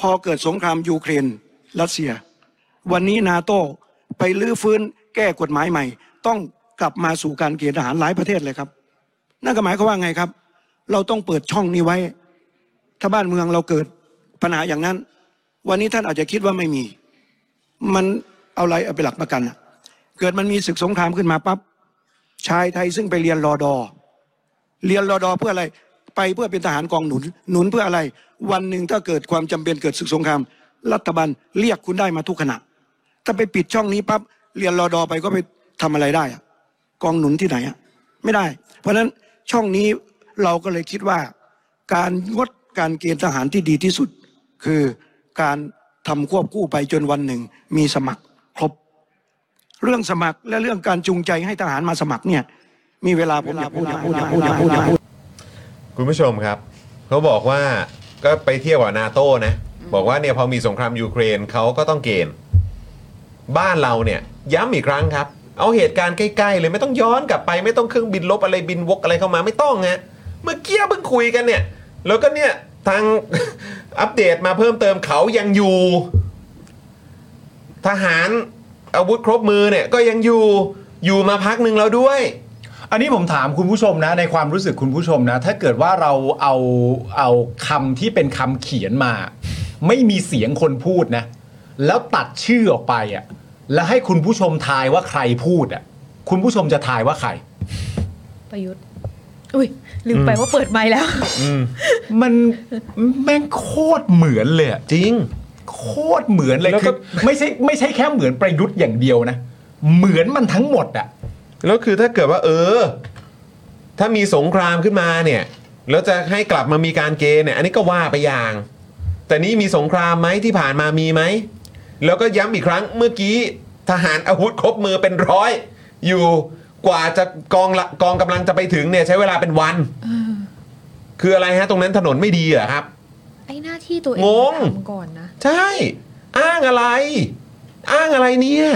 [SPEAKER 12] พอเกิดสงครามยูเครนรัสเซีย วันนี้นาโต้ไปลื้อฟื้นแก้กฎหมายใหม่ ต้องกลับมาสู่การเกณฑ์ทหารหลายประเทศเลยครับ นั่นก็หมายความว่าไงครับ เราต้องเปิดช่องนี้ไว้ ถ้าบ้านเมืองเราเกิดปัญหาอย่างนั้น วันนี้ท่านอาจจะคิดว่าไม่มี มันเอาอะไรเอาไปนหลักประกันอะเกิดมันมีศึกสงครามขึ้นมาปั๊บชายไทยซึ่งไปเรียนรอดอ เรียนรอดอเพื่ออะไร ไปเพื่อเป็นทหารกองหนุน หนุนเพื่ออะไร วันหนึ่งถ้าเกิดความจำเป็นเกิดศึกสงคราม รัฐบาลเรียกคุณได้มาทุกขณะ ถ้าไปปิดช่องนี้ปั๊บเรียนรอดอไปก็ไปทำอะไรได้อะกองหนุนที่ไหนอะไม่ได้ เพราะฉะนั้นช่องนี้เราก็เลยคิดว่า การงดการเกณฑ์ทหารที่ดีที่สุด คือการทำควบคู่ไปจนวันหนึ่ง มีสมัครครบ เรื่องสมัครและเรื่องการจูงใจให้ทหารมาสมัครเนี่ย มีเวลาผมอยากพูดอยากพูดอยากพูดอยากพูดอยากพูด
[SPEAKER 1] คุณผู้ชมครับ เขาบอกว่าก็ไปเที่ยวกับนาโต้นะ บอกว่าเนี่ยพอมีสงครามยูเครนเขาก็ต้องเกณฑ์ บ้านเราเนี่ย ย้ำอีกครั้งครับ เอาเหตุการณ์ใกล้ๆเลยไม่ต้องย้อนกลับไปไม่ต้องเครื่องบินลบอะไรบินวกอะไรเข้ามาไม่ต้องฮะเมื่อกี้เพิ่งคุยกันเนี่ย แล้วก็เนี่ยทาง อัปเดตมาเพิ่มเติมเขายังอยู่ ทหารอาวุธครบมือเนี่ย ก็ยังอยู่อยู่มาพักหนึ่งแล้วด้วย
[SPEAKER 2] อันนี้ผมถามคุณผู้ชมนะ ในความรู้สึกคุณผู้ชมนะ ถ้าเกิดว่าเราเอาเอาคำที่เป็นคำเขียนมา ไม่มีเสียงคนพูดนะ แล้วตัดชื่อออกไปอ่ะแล้วให้คุณผู้ชมทายว่าใครพูดอ่ะคุณผู้ชมจะทายว่าใคร
[SPEAKER 17] ประยุทธ์ อุ้ยลืมไปว่าเปิดไม้แล้ว
[SPEAKER 2] มันแม่งโคตรเหมือนเลยอะ
[SPEAKER 1] จริง
[SPEAKER 2] โคตรเหมือนเลยคือไม่ใช่ไม่ใช่แค่เหมือนประยุทธ์อย่างเดียวนะ เหมือนมันทั้งหมดอะ
[SPEAKER 1] แล้วคือถ้าเกิดว่า เออ ถ้ามีสงครามขึ้นมาเนี่ย แล้วจะให้กลับมามีการเกณฑ์เนี่ย อันนี้ก็ว่าไปอย่าง แต่นี่มีสงครามไหมที่ผ่านมามีไหม แล้วก็ย้ำอีกครั้งเมื่อกี้ทหารอาวุธครบมือเป็นร้อย อยู่กว่าจะกองละกองกำลังจะไปถึงเนี่ยใช้เวลาเป็นวัน คืออะไรฮะ ตรงนั้นถนนไม่ดีเหรอครับ
[SPEAKER 17] ไอ้หน้าที่ตัวเอง
[SPEAKER 1] งง
[SPEAKER 17] ทำก่อนนะ
[SPEAKER 1] ใช่ อ้างอะไร อ้างอะไรเนี่ย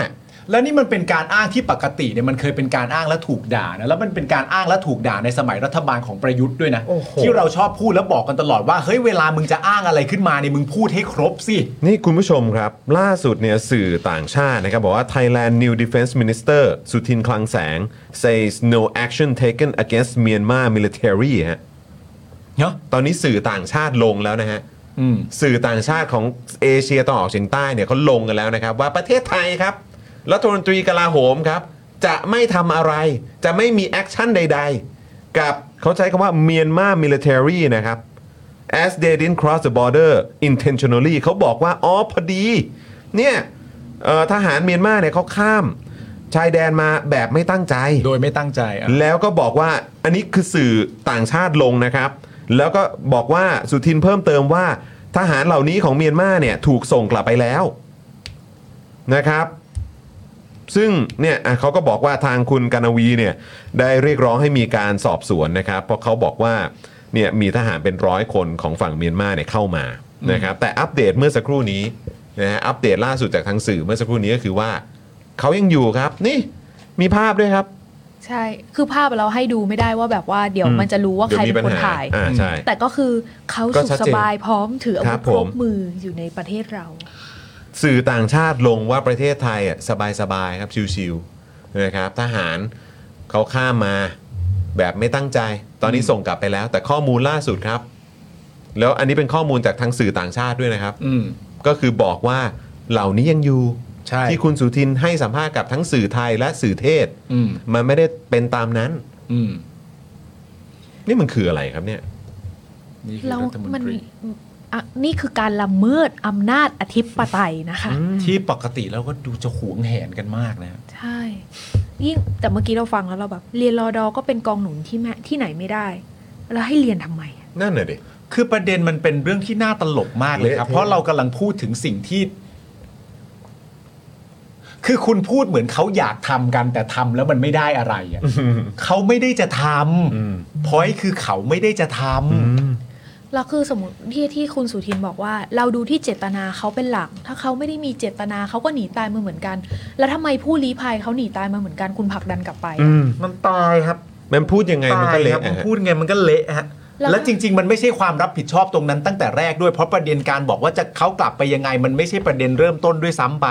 [SPEAKER 2] แล้วนี่มันเป็นการอ้างที่ปกติเนี่ยมันเคยเป็นการอ้างและถูกด่านะแล้วมันเป็นการอ้างและถูกด่าในสมัยรัฐบาลของประยุทธ์ด้วยนะที่เราชอบพูดแล้วบอกกันตลอดว่าเฮ้ยเวลามึงจะอ้างอะไรขึ้นมาเนี่ยมึงพูดให้ครบสิ
[SPEAKER 1] นี่คุณผู้ชมครับ ล่าสุดเนี่ยสื่อต่างชาตินะครับ บอกว่า Thailand New Defense Minister สุทินคลังแสง says no action taken against Myanmar military ฮะตอนนี้สื่อต่างชาติลงแล้วนะฮะ สื่อต่างชาติของเอเชียตะวันออกเฉียงใต้เนี่ยเขาลงกันแล้วนะครับ ว่าประเทศไทยครับรัฐมนตรีกลาโหมครับ จะไม่ทำอะไร จะไม่มีแอคชั่นใด ๆ กับเขาใช้คำว่าเมียนมา military นะครับ as they didn't cross the border intentionally เขาบอกว่า อ๋อ พอดี เนี่ยเอ่อทหารเมียนมาเนี่ยเขาข้าม ชายแดนมาแบบไม่ตั้งใจ
[SPEAKER 2] โดยไม่ตั้งใจ
[SPEAKER 1] แล้วก็บอกว่าอันนี้คือสื่อต่างชาติลงนะครับ แล้วก็บอกว่าสุทินเพิ่มเติมว่า ทหารเหล่านี้ของเมียนมาเนี่ยถูกส่งกลับไปแล้วนะครับ ซึ่งเนี่ยอ่ะเขาก็บอกว่าทางคุณกานวีเนี่ยได้เรียกร้องให้มีการสอบสวนนะครับ เพราะเขาบอกว่าเนี่ยมีทหารเป็นร้อยคนของฝั่งเมียนมาเนี่ยเข้ามานะครับแต่อัปเดตเมื่อสักครู่นี้นะฮะอัปเดตล่าสุดจากทางสื่อเมื่อสักครู่นี้ก็คือว่าเขายังอยู่ครับ นี่มีภาพด้วยครับ
[SPEAKER 17] ใช่ คือภาพเราให้ดูไม่ได้ว่าแบบว่าเดี๋ยว
[SPEAKER 1] อืม
[SPEAKER 17] มันจะรู้ว่า
[SPEAKER 1] เดี๋
[SPEAKER 17] ใค
[SPEAKER 1] ยว
[SPEAKER 17] ร
[SPEAKER 1] มี
[SPEAKER 17] เป็นคน
[SPEAKER 1] ปัญหา
[SPEAKER 17] ถ่าย
[SPEAKER 1] อ่าใช่
[SPEAKER 17] แต่ก็คือเขา
[SPEAKER 1] ก็
[SPEAKER 17] สุข
[SPEAKER 1] ชัด
[SPEAKER 17] ส
[SPEAKER 1] เจน
[SPEAKER 17] บายพร้อมถืออา
[SPEAKER 1] ค
[SPEAKER 17] วุ
[SPEAKER 1] รับ
[SPEAKER 17] ธคร
[SPEAKER 1] ผม
[SPEAKER 17] บมืออยู่ในประเทศเรา
[SPEAKER 1] สื่อต่างชาติลงว่าประเทศไทยอ่ะสบายๆครับชิวๆนะครับทหารเขาข้ามมาแบบไม่ตั้งใจ ตอนนี้ส่งกลับไปแล้ว แต่ข้อมูลล่าสุดครับ แล้วอันนี้เป็นข้อมูลจากทางสื่อต่างชาติด้วยนะครับ ก็คือบอกว่าเหล่านี้ยังอยู่ที่คุณสุทินให้สัมภาษณ์กับทั้งสื่อไทยและสื่อเทศ
[SPEAKER 2] อืม
[SPEAKER 1] มันไม่ได้เป็นตามนั้น
[SPEAKER 2] อืม
[SPEAKER 1] นี่มันคืออะไรครับเนี่ย
[SPEAKER 17] เรา มันมีอ่ะนี่คือการละเมิดอำนาจอธิปไตยนะคะ
[SPEAKER 2] ที่ปกติแล้วก็ดูจะหวงแหนกันมากนะ
[SPEAKER 17] ใช่ ยิ่งแต่เมื่อกี้เราฟังแล้วเราแบบ เรียนรอดอก็เป็นกองหนุนที่แม่ที่ไหนไม่ได้ แล้วให้เรียนทำไม
[SPEAKER 1] นั่นน่ะดิ
[SPEAKER 2] คือประเด็นมันเป็นเรื่องที่น่าตลกมากเลยครับ
[SPEAKER 1] เละเทะ
[SPEAKER 2] เพราะเรากำลังพูดถึงสิ่งที่ คือคุณพูดเหมือนเขาอยากทำกัน แต่ทำแล้วมันไม่ได้อะไรอะเขาไม่ได้จะทำพอยคือเขาไม่ได้จะทำ
[SPEAKER 17] แล้วคือสมมติที่ที่คุณสุทินบอกว่า เราดูที่เจตนาเขาเป็นหลัก ถ้าเขาไม่ได้มีเจตนาเขาก็หนีตายมาเหมือนกัน แล้วทำไมผู้ลี้ภัยเขาหนีตายมาเหมือนกันคุณผลักดันกลับไปอะ
[SPEAKER 2] มันตายครับ
[SPEAKER 1] มันพูดยังไงมันก็
[SPEAKER 2] ตายค
[SPEAKER 1] เละ
[SPEAKER 2] รับ
[SPEAKER 1] อะ
[SPEAKER 2] มัน
[SPEAKER 1] ฮะ
[SPEAKER 2] พูดไงมันก็เละฮะ
[SPEAKER 17] แล้ว
[SPEAKER 2] และจริง ๆ มันไม่ใช่ความรับผิดชอบตรงนั้นตั้งแต่แรกด้วยเพราะประเด็นการบอกว่าจะเขากลับไปยังไง มันไม่ใช่ประเด็นเริ่มต้นด้วยซ้ำไป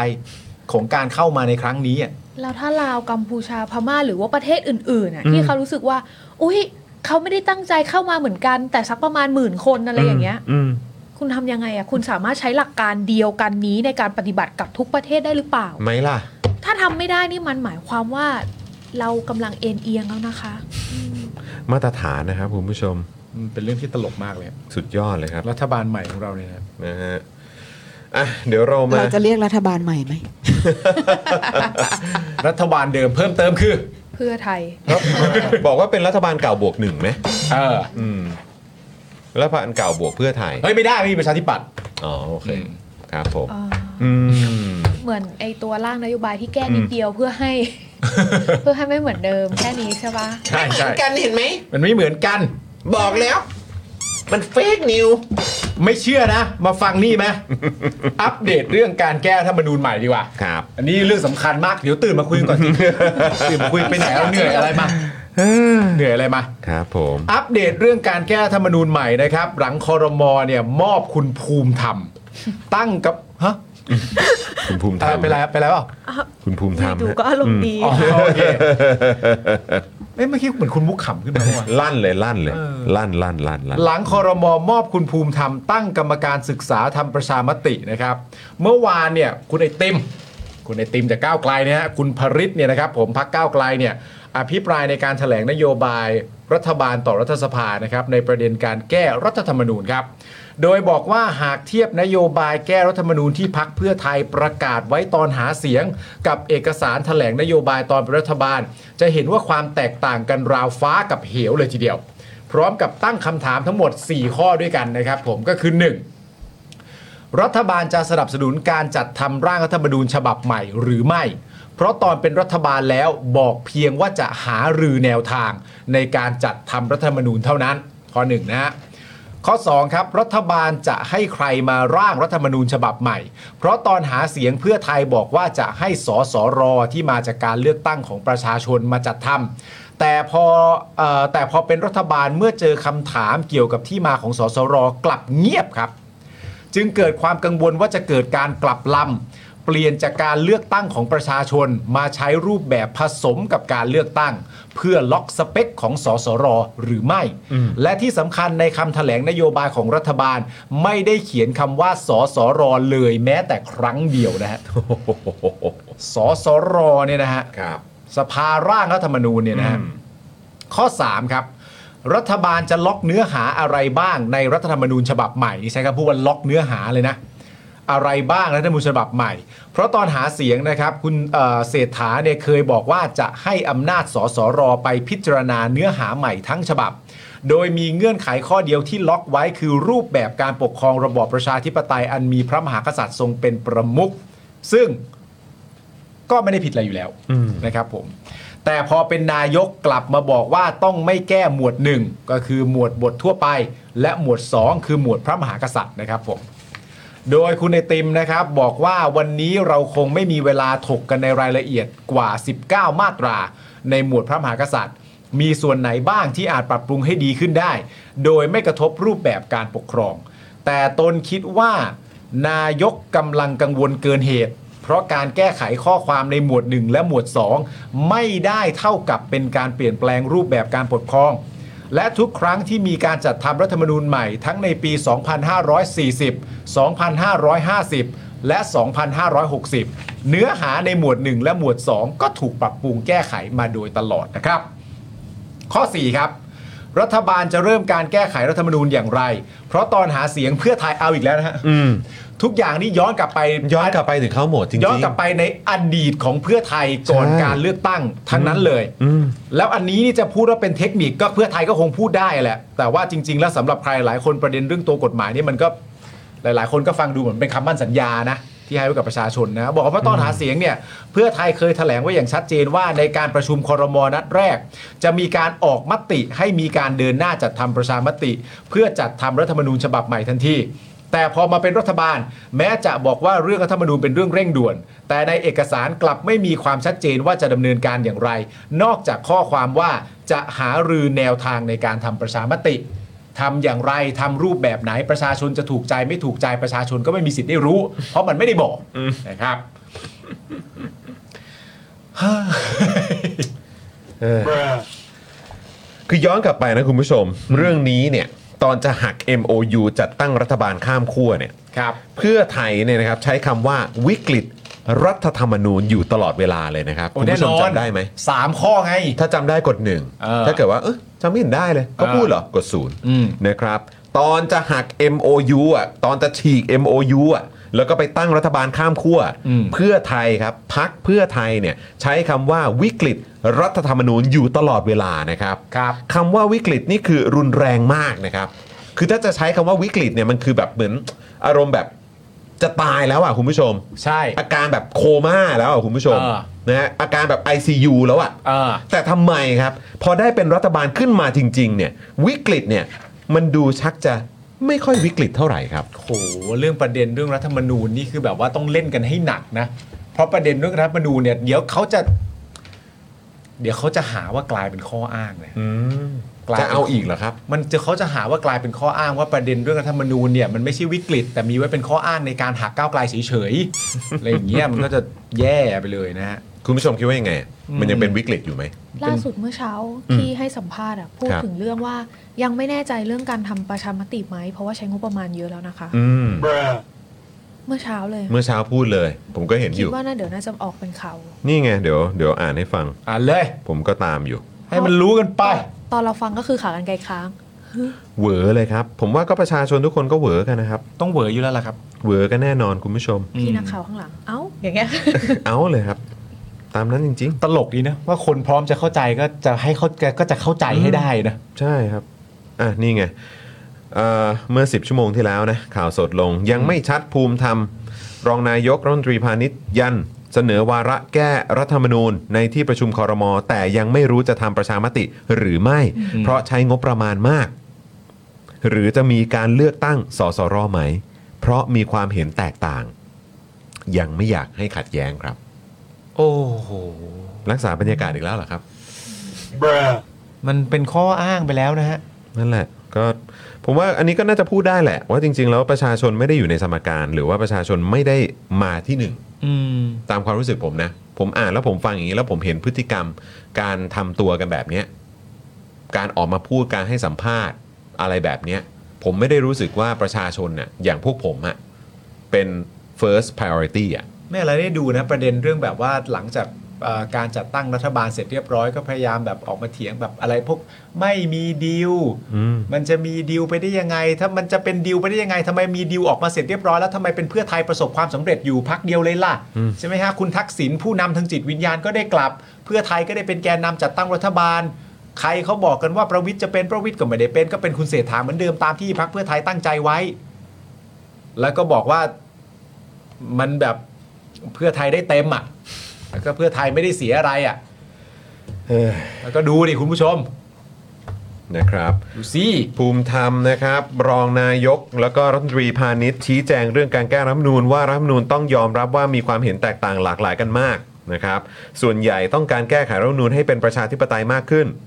[SPEAKER 2] ของการเข้ามาในครั้งนี้อ่ะ
[SPEAKER 17] แล้วถ้าลาวกัมพูชาพม่าหรือว่าประเทศอื่นๆน่ะ
[SPEAKER 2] อืม
[SPEAKER 17] ที่เขารู้สึกว่า อุ้ยเขาไม่ได้ตั้งใจเข้ามาเหมือนกัน แต่สักประมาณหมื่นคนอะไรอย่างเงี้ย คุณทำยังไงอ่ะคุณสามารถใช้หลักการเดียวกันนี้ในการปฏิบัติกับทุกประเทศได้หรือเปล่า
[SPEAKER 1] ไหมล่ะ
[SPEAKER 17] ถ้าทำไม่ได้นี่มันหมายความว่าเรากำลังเอ็นเอียงแล้วนะคะ
[SPEAKER 1] มาตรฐานนะครับคุณผู้ชม
[SPEAKER 2] เป็นเรื่องที่ตลกมากเลย
[SPEAKER 1] สุดยอดเลยครับ
[SPEAKER 2] รัฐบาลใหม่ของเราเนี่ย
[SPEAKER 1] นะฮะอ่ะเดี๋ยวเรามา
[SPEAKER 5] เราจะเรียกรัฐบาลใหม่ไหม
[SPEAKER 2] รัฐบาลเดิมเพิ่มเติมคือ
[SPEAKER 17] เพื่อไทย
[SPEAKER 1] บอกว่าเป็นรัฐบาลเก่าบวกหนึ่งไหม
[SPEAKER 2] เออ
[SPEAKER 1] อืมรัฐบาลเก่าบวกเพื่อไทย
[SPEAKER 2] เฮ้ยไม่ได้ไม่มีประชาธิปัตย์
[SPEAKER 1] อ๋อโอเคครับผม
[SPEAKER 17] อ่า
[SPEAKER 1] อืม
[SPEAKER 17] เหมือนไอตัวร่างนโยบายที่แก้
[SPEAKER 1] อืม
[SPEAKER 17] นิดเดียวเพื่อ ให้ เพื่อให้ไม่เหมือนเดิมแค่นี้ใช่ปะ
[SPEAKER 2] ใช่ใช่กันเห็นไหมมันไม่เหมือนกัน บอกแล้ว มันเฟกนิวไม่เชื่อนะ มาฟังนี่ ไหม อัปเดตเรื่องการแก้รัฐธรรมนูญใหม่ดีกว่า
[SPEAKER 1] ครับ
[SPEAKER 2] อันนี้เรื่องสำคัญมาก เดี๋ยวตื่นมาคุยกันก่อนสิ ตื่นมาคุยไปไหนแล้วเหนื่อย อะไรมา เหนื่อยอะไรมา
[SPEAKER 1] ครับผม
[SPEAKER 2] อัปเดตเรื่องการแก้รัฐธรรมนูญใหม่นะครับ หลังคอรมอเนี่ยมอบคุณภูมิธรรม ตั้งกับฮะ
[SPEAKER 1] คุณภูมิธรรม
[SPEAKER 2] ไปแล้วไปแล้วเปล่า
[SPEAKER 1] คุณภูมิธรรม
[SPEAKER 17] ดูก็อารมณ์ดี
[SPEAKER 2] อ๋อโอเค
[SPEAKER 1] เอ้
[SPEAKER 2] ยเมื่อกี้เหมือนคุณมุกขำขึ้นมาเมื่อวาน
[SPEAKER 1] ลั่นเลยลั่นเลย ลั่นลั่นลั่นลั่น
[SPEAKER 2] หลังคอรมอมอบคุณภูมิธรรมตั้งกรรมการศึกษาทำประชามตินะครับ เมื่อวานเนี่ยคุณไอติม คุณไอติมจากก้าวไกลนะฮะคุณภริษเนี่ยนะครับผมพักก้าวไกลเนี่ยอภิปรายในการถแถลงนโยบายรัฐบาลต่อรัฐสภานะครับในประเด็นการแก้รัฐธรรมนูญครับ โดยบอกว่าหากเทียบนโยบายแก้รัฐธรรมนูญที่พักเพื่อไทยประกาศไว้ตอนหาเสียง กับเอกสารถแถลงนโยบายตอนเป็นรัฐบาล จะเห็นว่าความแตกต่างกันราวฟ้ากับเหวเลยทีเดียว พร้อมกับตั้งคำถามทั้งหมด 4 ข้อด้วยกันนะครับ ผมก็คือ 1 รัฐบาลจะสนับสนุนการจัดทำร่างรัฐธรรมนูญฉบับใหม่หรือไม่ เพราะตอนเป็นรัฐบาลแล้วบอกเพียงว่าจะหารือแนวทางในการจัดทำรัฐธรรมนูญเท่านั้น ข้อ1นงนะฮะข้อ 2 ครับ รัฐบาลจะให้ใครมาร่างรัฐธรรมนูญฉบับใหม่ เพราะตอนหาเสียงเพื่อไทยบอกว่าจะให้สสรที่มาจากการเลือกตั้งของประชาชนมาจัดทำ แต่พอเออแต่พอเป็นรัฐบาลเมื่อเจอคำถามเกี่ยวกับที่มาของสสรกลับเงียบครับ จึงเกิดความกังวลว่าจะเกิดการกลับลำเปลี่ยนจากการเลือกตั้งของประชาชน มาใช้รูปแบบผสมกับการเลือกตั้ง เพื่อล็อกสเปคของสสรหรือไม่ และที่สำคัญในคำแถลงนโยบายของรัฐบาล ไม่ได้เขียนคำว่าสสรเลยแม้แต่ครั้งเดียวนะฮะสสรเนี่ยนะฮะสภาร่างรัฐธรรมนูญเนี่ยนะฮะ ข้อ 3 ครับ รัฐบาลจะล็อกเนื้อหาอะไรบ้างในรัฐธรรมนูญฉบับใหม่นี่ใช้คำพูดว่าล็อกเนื้อหาเลยนะ อะไรบ้างรัฐธรรมนูญฉบับใหม่ เพราะตอนหาเสียงนะครับ คุณเอ่อเศรษฐาเนี่ยเคยบอกว่าจะให้อำนาจสสรไปพิจารณาเนื้อหาใหม่ทั้งฉบับ โดยมีเงื่อนไขข้อเดียวที่ล็อกไว้คือรูปแบบการปกครองระบอบประชาธิปไตยอันมีพระมหากษัตริย์ทรงเป็นประมุขซึ่ง ก็ไม่ได้ผิดอะไรอยู่แล้วนะครับผม แต่พอเป็นนายกกลับมาบอกว่าต้องไม่แก้หมวด 1 ก็คือหมวดบททั่วไป และหมวด 2 คือหมวดพระมหากษัตริย์นะครับผม โดยคุณไอติมนะครับ บอกว่าวันนี้เราคงไม่มีเวลาถกกันในรายละเอียดกว่า 19 มาตรา ในหมวดพระมหากษัตริย์ มีส่วนไหนบ้างที่อาจปรับปรุงให้ดีขึ้นได้ โดยไม่กระทบรูปแบบการปกครอง แต่ตนคิดว่านายกกำลังกังวลเกินเหตุ เพราะการแก้ไขข้อความในหมวด 1 และหมวด 2 ไม่ได้เท่ากับเป็นการเปลี่ยนแปลงรูปแบบการปกครอง และทุกครั้งที่มีการจัดทำรัฐธรรมนูญใหม่ทั้งในปี 2540 2550 และ 2560 เนื้อหาในหมวด 1 และหมวด 2 ก็ถูกปรับปรุงแก้ไขมาโดยตลอดนะครับ ข้อ 4 ครับ รัฐบาลจะเริ่มการแก้ไขรัฐธรรมนูญอย่างไร เพราะตอนหาเสียงเพื่อไทยเอาอีกแล้วนะฮะทุกอย่างนี่ย้อนกลับไปย้อนกลับไปถึงเขาหมดจริงย้อนกลับไปในอดีตของเพื่อไทยก่อนการเลือกตั้งทั้งนั้นเลย แล้วอันนี้นี่จะพูดว่าเป็นเทคนิคก็เพื่อไทยก็คงพูดได้แหละ แต่ว่าจริง ๆ แล้วสำหรับใครหลายคนประเด็นเรื่องตัวกฎหมายนี่มันก็หลาย ๆ คนก็ฟังดูเหมือนเป็นคำมั่นสัญญานะที่ให้ไว้กับประชาชนนะบอกว่าตอนหาเสียงเนี่ยเพื่อไทยเคยแถลงไว้อย่างชัดเจนว่าในการประชุมคอรมอนัดแรก จะมีการออกมติให้มีการเดินหน้าจัดทำประชามติ เพื่อจัดทำรัฐธรรมนูญฉบับใหม่ทันทีแต่พอมาเป็นรัฐบาล แม้จะบอกว่าเรื่องรัฐธรรมนูญเป็นเรื่องเร่งด่วน แต่ในเอกสารกลับไม่มีความชัดเจนว่าจะดำเนินการอย่างไร นอกจากข้อความว่าจะหารือแนวทางในการทำประชามติ ทำอย่างไรทำรูปแบบไหนประชาชนจะถูกใจไม่ถูกใจประชาชนก็ไม่มีสิทธิ์ได้รู้ เพราะมันไม่ได้บอกนะครับ
[SPEAKER 1] เออคือย้อนกลับไปนะคุณผู้ชม เรื่องนี้เนี่ยตอนจะหัก MOU จัดตั้งรัฐบาลข้ามขั้วเนี่ยเพื่อไทยเนี่ยนะครับใช้คำว่าวิกฤตรัฐธรรมนูญอยู่ตลอดเวลาเลยนะครับ
[SPEAKER 2] โอ้
[SPEAKER 1] คุณผู้ชม
[SPEAKER 2] แน่นอน
[SPEAKER 1] จำได้ไหม
[SPEAKER 2] สามข้อไง
[SPEAKER 1] ถ้าจำได้กดหนึ่งถ้าเกิดว่าเอยจำไม่เห็นได้เลยก็พูดเหรอกดศูนย์นะครับตอนจะหัก MOU อ่ะตอนจะฉีก MOU อ่ะแล้วก็ไปตั้งรัฐบาลข้ามขั้วเพื่อไทยครับพักเพื่อไทยเนี่ยใช้คำว่าวิกฤตรัฐธรรมนูญอยู่ตลอดเวลานะครับคำว่าวิกฤตนี่คือรุนแรงมากนะครับ คือถ้าจะใช้คำว่าวิกฤตเนี่ยมันคือแบบเหมือนอารมณ์แบบจะตายแล้วอ่ะคุณผู้ชม
[SPEAKER 2] ใช่
[SPEAKER 1] อาการแบบโคม่าแล้วอ่ะคุณผู้ชม
[SPEAKER 2] เออ
[SPEAKER 1] นะฮะอาการแบบ ICU แล้วอ่ะแต่ทำไมครับ พอได้เป็นรัฐบาลขึ้นมาจริง ๆ เนี่ย วิกฤตเนี่ย มันดูชักจะไม่ค่อยวิกฤตเท่าไหร่ครับ
[SPEAKER 2] โหเรื่องประเด็นเรื่องรัฐธรรมนูญนี่คือแบบว่าต้องเล่นกันให้หนักนะ เพราะประเด็นเรื่องรัฐธรรมนูญเนี่ยเดี๋ยวเขาจะ เดี๋ยวเขาจะหาว่ากลายเป็นข้ออ้างนะกลยป็น
[SPEAKER 1] จะเอาอีกเหรอครับ
[SPEAKER 2] มันจะเขาจะหาว่ากลายเป็นข้ออ้างว่าประเด็นเรื่องรัฐธรรมนูญเนี่ยมันไม่ใช่วิกฤต แต่มีไว้เป็นข้ออ้างในการหักก้าวไกลเฉยๆอะไรอย่างเงี้ยมันก็จะแย่ไปเลยนะฮะ
[SPEAKER 1] คุณผู้ชมคิดว่ายังไง มันยังเป็นวิกฤตอยู่ไหม
[SPEAKER 17] ล่าสุดเมื่อเช้า
[SPEAKER 1] อืม
[SPEAKER 17] ที่ให้สัมภาษณ์อะพูด
[SPEAKER 1] ครับ
[SPEAKER 17] ถึงเรื่องว่ายังไม่แน่ใจเรื่องการทำประชามติไหมเพราะว่าใช้งบประมาณเยอะแล้วนะคะ
[SPEAKER 1] อืม
[SPEAKER 17] เมื่อเช้าเลย
[SPEAKER 1] เมื่อเช้าพูดเลย ผมก็เห็นอ
[SPEAKER 17] คิด
[SPEAKER 1] ยู่
[SPEAKER 17] ว่าน่าเดี๋ยวน่าจะออกเป็นข่าว
[SPEAKER 1] นี่ไง เดี๋ยวเดี๋ยวอ่านให้ฟัง
[SPEAKER 2] อ่านเลย
[SPEAKER 1] ผมก็ตามอยู่
[SPEAKER 2] ให้มันรู้กันไป
[SPEAKER 17] ตอนเราฟังก็คือขากันไกลค้าง
[SPEAKER 1] เหวอเลยครับ ผมว่าก็ประชาชนทุกคนก็เหวอกันนะครับ
[SPEAKER 2] ต้องเหวออยู่แล้วล่ะครับ
[SPEAKER 1] เหวอกันแน่นอนคุณผู้ชม
[SPEAKER 17] พี่นักข่าวข้างหลัง เอ้า อย่างเงี้ย
[SPEAKER 1] เอาเลยครับ ตามนั้นจริง
[SPEAKER 2] ๆ ตลกดีนะ ว่าคนพร้อมจะเข้าใจก็จะให้เขาก็จะเข้าใจให้ได้นะ
[SPEAKER 1] ใช่ครับ อ่ะ นี่ไงเอ่อเมื่อ 10 ชั่วโมงที่แล้วนะ ข่าวสดลงยังไม่ชัดภูมิธรรม รองนายกรัฐมนตรีพาณิชย์ยัน เสนอวาระแก้รัฐธรรมนูญในที่ประชุมคอรมอแต่ยังไม่รู้จะทำประชามติหรือไม่ เพราะใช้งบประมาณมาก หรือจะมีการเลือกตั้งสสรไหม เพราะมีความเห็นแตกต่าง ยังไม่อยากให้ขัดแย้งครับ
[SPEAKER 2] โอ้โห
[SPEAKER 1] รักษาบรรยากาศอีกแล้วเหรอครับ
[SPEAKER 2] มันเป็นข้ออ้างไปแล้วนะฮะ
[SPEAKER 1] นั่นแหละก็ผมว่าอันนี้ก็น่าจะพูดได้แหละ ว่าจริง ๆ แล้วประชาชนไม่ได้อยู่ในสมการ หรือว่าประชาชนไม่ได้มาที่หนึ่ง
[SPEAKER 2] อืม
[SPEAKER 1] ตามความรู้สึกผมนะ ผมอ่านแล้วผมฟังอย่างนี้แล้วผมเห็นพฤติกรรม การทำตัวกันแบบเนี้ยการออกมาพูดการให้สัมภาษณ์อะไรแบบเนี้ยผมไม่ได้รู้สึกว่าประชาชนน่ะอย่างพวกผมอะเป็น first priority อะ
[SPEAKER 2] แม่อะไรได้ดูนะประเด็นเรื่องแบบว่าหลังจากเอ่อการจัดตั้งรัฐบาลเสร็จเรียบร้อยก็พยายามแบบออกมาเถียงแบบอะไรพวกไม่มีดีล
[SPEAKER 1] อืม
[SPEAKER 2] มันจะมีดีลไปได้ยังไง ถ้ามันจะเป็นดีลไปได้ยังไงทำไมมีดีลออกมาเสร็จเรียบร้อยแล้วทำไมเป็นเพื่อไทยประสบความสำเร็จอยู่พักเดียวเลยล่ะ
[SPEAKER 1] อืม
[SPEAKER 2] ใช่ไหมฮะคุณทักษิณผู้นำทางจิตวิญญาณก็ได้กลับ เพื่อไทยก็ได้เป็นแกนนำจัดตั้งรัฐบาล ใครเขาบอกกันว่าประวิทย์จะเป็นประวิทย์ก็ไม่ได้เป็น ก็เป็นคุณเศรษฐาเหมือนเดิมตามที่พักเพื่อไทยตั้งใจไว้ แล้วก็บอกว่ามันแบบเพื่อไทยได้เต็มอ่ะแล้วก็เพื่อไทยไม่ได้เสียอะไรอ่ะแล้วก็ดูดิคุณผู้ชม
[SPEAKER 1] นะครับภูมิธรรมนะครับ รองนายกแล้วก็รัฐมนตรีพาณิชย์ชี้แจงเรื่องการแก้รัฐธรรมนูญว่ารัฐธรรมนูญต้องยอมรับว่ามีความเห็นแตกต่างหลากหลายกันมากนะครับ ส่วนใหญ่ต้องการแก้ไขรัฐธรรมนูญให้เป็นประชาธิปไตยมากขึ้น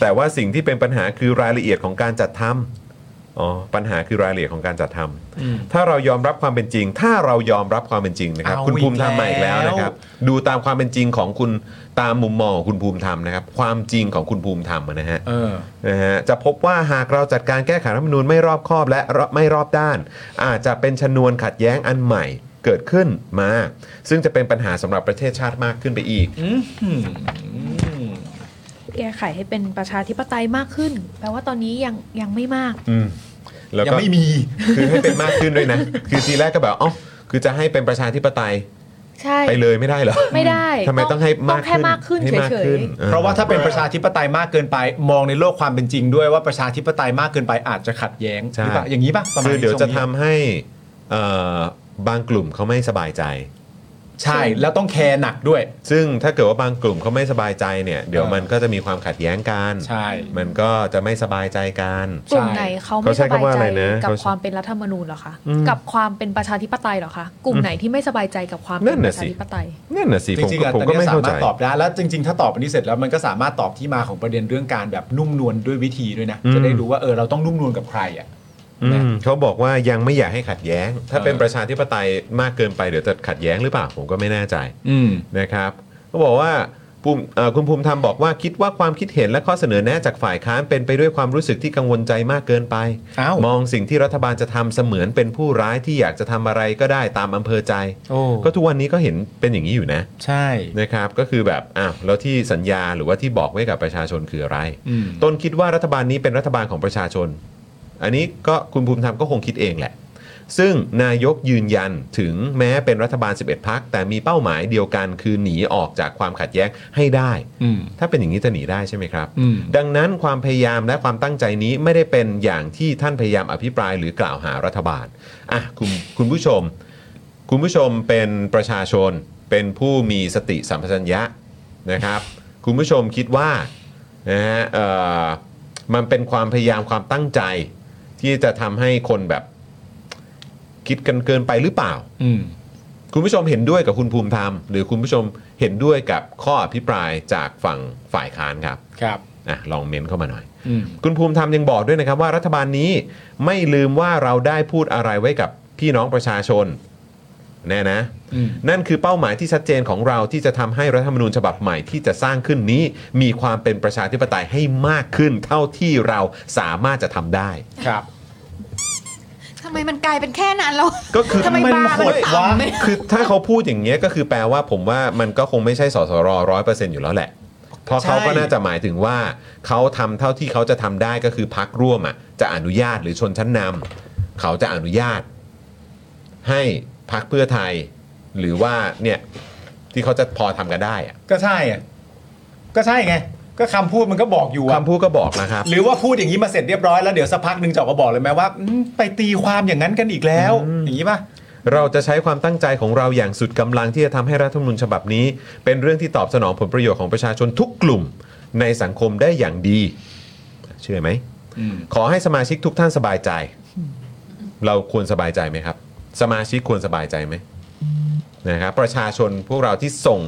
[SPEAKER 1] แต่ว่าสิ่งที่เป็นปัญหาคือรายละเอียดของการจัดทำอ๋อปัญหาคือรายละเอียดของการจัดทำถ้าเรายอมรับความเป็นจริง ถ้าเรายอมรับความเป็นจริงนะครับ
[SPEAKER 2] เอา
[SPEAKER 1] คุณภูมิธรรม
[SPEAKER 2] อีก
[SPEAKER 1] มาอีกแล้ว
[SPEAKER 2] แล้ว
[SPEAKER 1] นะครับ ดูตามความเป็นจริงของคุณตามมุมมองของคุณภูมิธรรมนะครับ ความจริงของคุณภูมิธรรมนะฮะ
[SPEAKER 2] เออ
[SPEAKER 1] นะฮะจะพบว่าหากเราจัดการแก้ไขรัฐธรรมนูญไม่รอบคอบและไม่รอบด้าน อาจจะเป็นชนวนขัดแย้งอันใหม่เกิดขึ้นมา ซึ่งจะเป็นปัญหาสำหรับประเทศชาติมากขึ้นไปอีก
[SPEAKER 17] แก้ไขให้เป็นประชาธิปไตยมากขึ้น แปลว่าตอนนี้ยังยังไม่มาก
[SPEAKER 1] อืมแล้วก็
[SPEAKER 2] ยังไม่มี
[SPEAKER 1] คือให้เป็นมากขึ้นด้วยนะ คือทีแรกก็แบบเอ๋อคือจะให้เป็นประชาธิปไตย
[SPEAKER 17] ใช่
[SPEAKER 1] ไปเลยไม่ได้เหรอ
[SPEAKER 17] ไม่ได้
[SPEAKER 1] ทำไมต้องให้มาก
[SPEAKER 17] ต้องแค่มากขึ้น
[SPEAKER 1] ให้มาก
[SPEAKER 17] เฉยๆ
[SPEAKER 1] ขึ้นออ
[SPEAKER 2] เพราะว่าถ้าเป็นประชาธิปไตยมากเกินไป มองในโลกความเป็นจริงด้วยว่าประชาธิปไตยมากเกินไปอาจจะขัดแย้ง
[SPEAKER 1] ใช่
[SPEAKER 2] หรือเปล่าอย่างนี้ป่ะประมาณ
[SPEAKER 1] คือเดี๋ยว
[SPEAKER 2] นี้
[SPEAKER 1] จะทำให้เอ่อบางกลุ่มเขาไม่สบายใจ
[SPEAKER 2] ใช่แล้วต้องแคร์หนักด้วย
[SPEAKER 1] ซึ่งถ้าเกิดว่าบางกลุ่มเขาไม่สบายใจเนี่ยเดี๋ยวมันก็จะมีความขัดแย้งกัน
[SPEAKER 2] ใช่
[SPEAKER 1] มันก็จะไม่สบายใจกัน
[SPEAKER 17] กลุ่มไหนเขาไม่ส
[SPEAKER 1] ใช้
[SPEAKER 17] บาย
[SPEAKER 1] คำว่
[SPEAKER 17] ใจ
[SPEAKER 1] อะไรนะ
[SPEAKER 17] กับ
[SPEAKER 1] เข
[SPEAKER 17] ความเป็นรัฐธรรมนูญเหรอคะ
[SPEAKER 1] อืม
[SPEAKER 17] กับความเป็นประชาธิปไตยเหรอคะกลุ่มไหนที่ไม่สบายใจกับความ
[SPEAKER 1] นั่
[SPEAKER 17] เป็นนป
[SPEAKER 1] น่ะ
[SPEAKER 17] ระ
[SPEAKER 1] สิ
[SPEAKER 17] ชาธิปไตย
[SPEAKER 1] นั่นน่ะสิ
[SPEAKER 2] จ
[SPEAKER 1] ผม
[SPEAKER 2] ริง
[SPEAKER 1] ก็
[SPEAKER 2] ๆอ่ะ
[SPEAKER 1] ผ
[SPEAKER 2] ต
[SPEAKER 1] ม
[SPEAKER 2] อน
[SPEAKER 1] ก็
[SPEAKER 2] เนี้
[SPEAKER 1] ไม่
[SPEAKER 2] ยสา
[SPEAKER 1] เข้าใจ
[SPEAKER 2] มารถตอบได้แล้วจริง ๆ ถ้าตอบอันนี้เสร็จแล้วมันก็สามารถตอบที่มาของประเด็นเรื่องการแบบนุ่มนวลด้วยวิธีด้วยนะ
[SPEAKER 1] อืม
[SPEAKER 2] จะได้รู้ว่าเออเราต้องนุ่มนวลกับใครอ่ะ
[SPEAKER 1] อืมเขาบอกว่ายังไม่อยากให้ขัดแย้ง ถ้า
[SPEAKER 2] เออ
[SPEAKER 1] เป็นประชาธิปไตยมากเกินไปเดี๋ยวจะขัดแย้งหรือเปล่าผมก็ไม่แน่ใจ
[SPEAKER 2] อืม
[SPEAKER 1] นะครับเขาบอกว่าภูมิเอ่อคุณภูมิธรรมบอกว่าคิดว่าความคิดเห็นและข้อเสนอแนะจากฝ่ายค้านเป็นไปด้วยความรู้สึกที่กังวลใจมากเกินไป มองสิ่งที่รัฐบาลจะทำเสมือนเป็นผู้ร้ายที่อยากจะทำอะไรก็ได้ตามอำเภอใจ
[SPEAKER 2] โอ้
[SPEAKER 1] ก็ทุกวันนี้ก็เห็นเป็นอย่างนี้อยู่นะ
[SPEAKER 2] ใช่
[SPEAKER 1] นะครับก็คือแบบอ้าวแล้วที่สัญญาหรือว่าที่บอกไว้กับประชาชนคืออะไร
[SPEAKER 2] อืม
[SPEAKER 1] ตนคิดว่ารัฐบาลนี้เป็นรัฐบาลของประชาชน อันนี้ก็คุณภูมิธรรมก็คงคิดเองแหละ ซึ่งนายกยืนยันถึงแม้เป็นรัฐบาล 11 พัก แต่มีเป้าหมายเดียวกันคือหนีออกจากความขัดแย้งให้ได้
[SPEAKER 2] อืม
[SPEAKER 1] ถ้าเป็นอย่างนี้จะหนีได้ใช่ไหมครับ
[SPEAKER 2] อืม
[SPEAKER 1] ดังนั้นความพยายามและความตั้งใจนี้ไม่ได้เป็นอย่างที่ท่านพยายามอภิปรายหรือกล่าวหารัฐบาลอ่ะคุณคุณผู้ชม คุณผู้ชมเป็นประชาชนเป็นผู้มีสติสัมปชัญญะนะครับ คุณผู้ชมคิดว่านะฮะเอ่อมันเป็นความพยายามความตั้งใจ ที่จะทำให้คนแบบคิดกันเกินไปหรือเปล่า
[SPEAKER 2] อืม
[SPEAKER 1] คุณผู้ชมเห็นด้วยกับคุณภูมิธรรม หรือคุณผู้ชมเห็นด้วยกับข้ออภิปรายจากฝั่งฝ่ายค้านครับ
[SPEAKER 2] ครับ
[SPEAKER 1] อ่ะลองเม้นเข้ามาหน่อย
[SPEAKER 2] อืม
[SPEAKER 1] คุณภูมิธรรมยังบอกด้วยนะครับว่ารัฐบาลนี้ไม่ลืมว่าเราได้พูดอะไรไว้กับพี่น้องประชาชนแน่นะ
[SPEAKER 2] อืม
[SPEAKER 1] นั่นคือเป้าหมายที่ชัดเจนของเราที่จะทำให้รัฐธรรมนูญฉบับใหม่ที่จะสร้างขึ้นนี้ มีความเป็นประชาธิปไตยให้มากขึ้น เท่าที่เราสามารถจะทำได้
[SPEAKER 2] ครับ
[SPEAKER 5] ทำไมมันกลายเป็นแค่นั้นแล้ว
[SPEAKER 1] ก็คือ
[SPEAKER 5] ทำไมบาร์มันต่ำเนี่ย
[SPEAKER 1] คือถ้าเขาพูดอย่างเงี้ยก็คือแปลว่าผมว่ามันก็คงไม่ใช่สสรร้อยเปอร์เซ็นต์อยู่แล้วแหละ เพราะเขาก็น่าจะหมายถึงว่าเขาทำเท่าที่เขาจะทำได้ก็คือพักร่วมอ่ะจะอนุญาตหรือชนชั้นนำเขาจะอนุญาต ให้พักเพื่อไทย หรือว่าเนี่ยที่เขาจะพอทำกันได้อ่ะ
[SPEAKER 2] ก็ใช่อะก็ใช่ไง ก็คำพูดมันก็บอกอยู่
[SPEAKER 1] คำพูดก็บอกนะครับ
[SPEAKER 2] หรือว่าพูดอย่างนี้มาเสร็จเรียบร้อยแล้วเดี๋ยวสักพักหนึ่งจะออกมาบอกเลยไหมว่าอืมไปตีความอย่างนั้นกันอีกแล้ว อย่างนี้ป่ะ
[SPEAKER 1] เราจะใช้ความตั้งใจของเราอย่างสุดกำลังที่จะทำให้รัฐธรรมนูญฉบับนี้ เป็นเรื่องที่ตอบสนองผลประโยชน์ของประชาชนทุกกลุ่มในสังคมได้อย่างดี เชื่อไหม ขอให้สมาชิกทุกท่านสบายใจ เราควรสบายใจไหมครับ สมาชิกควรสบายใจไหมนะครับประชาชนพวกเราที่ส่ง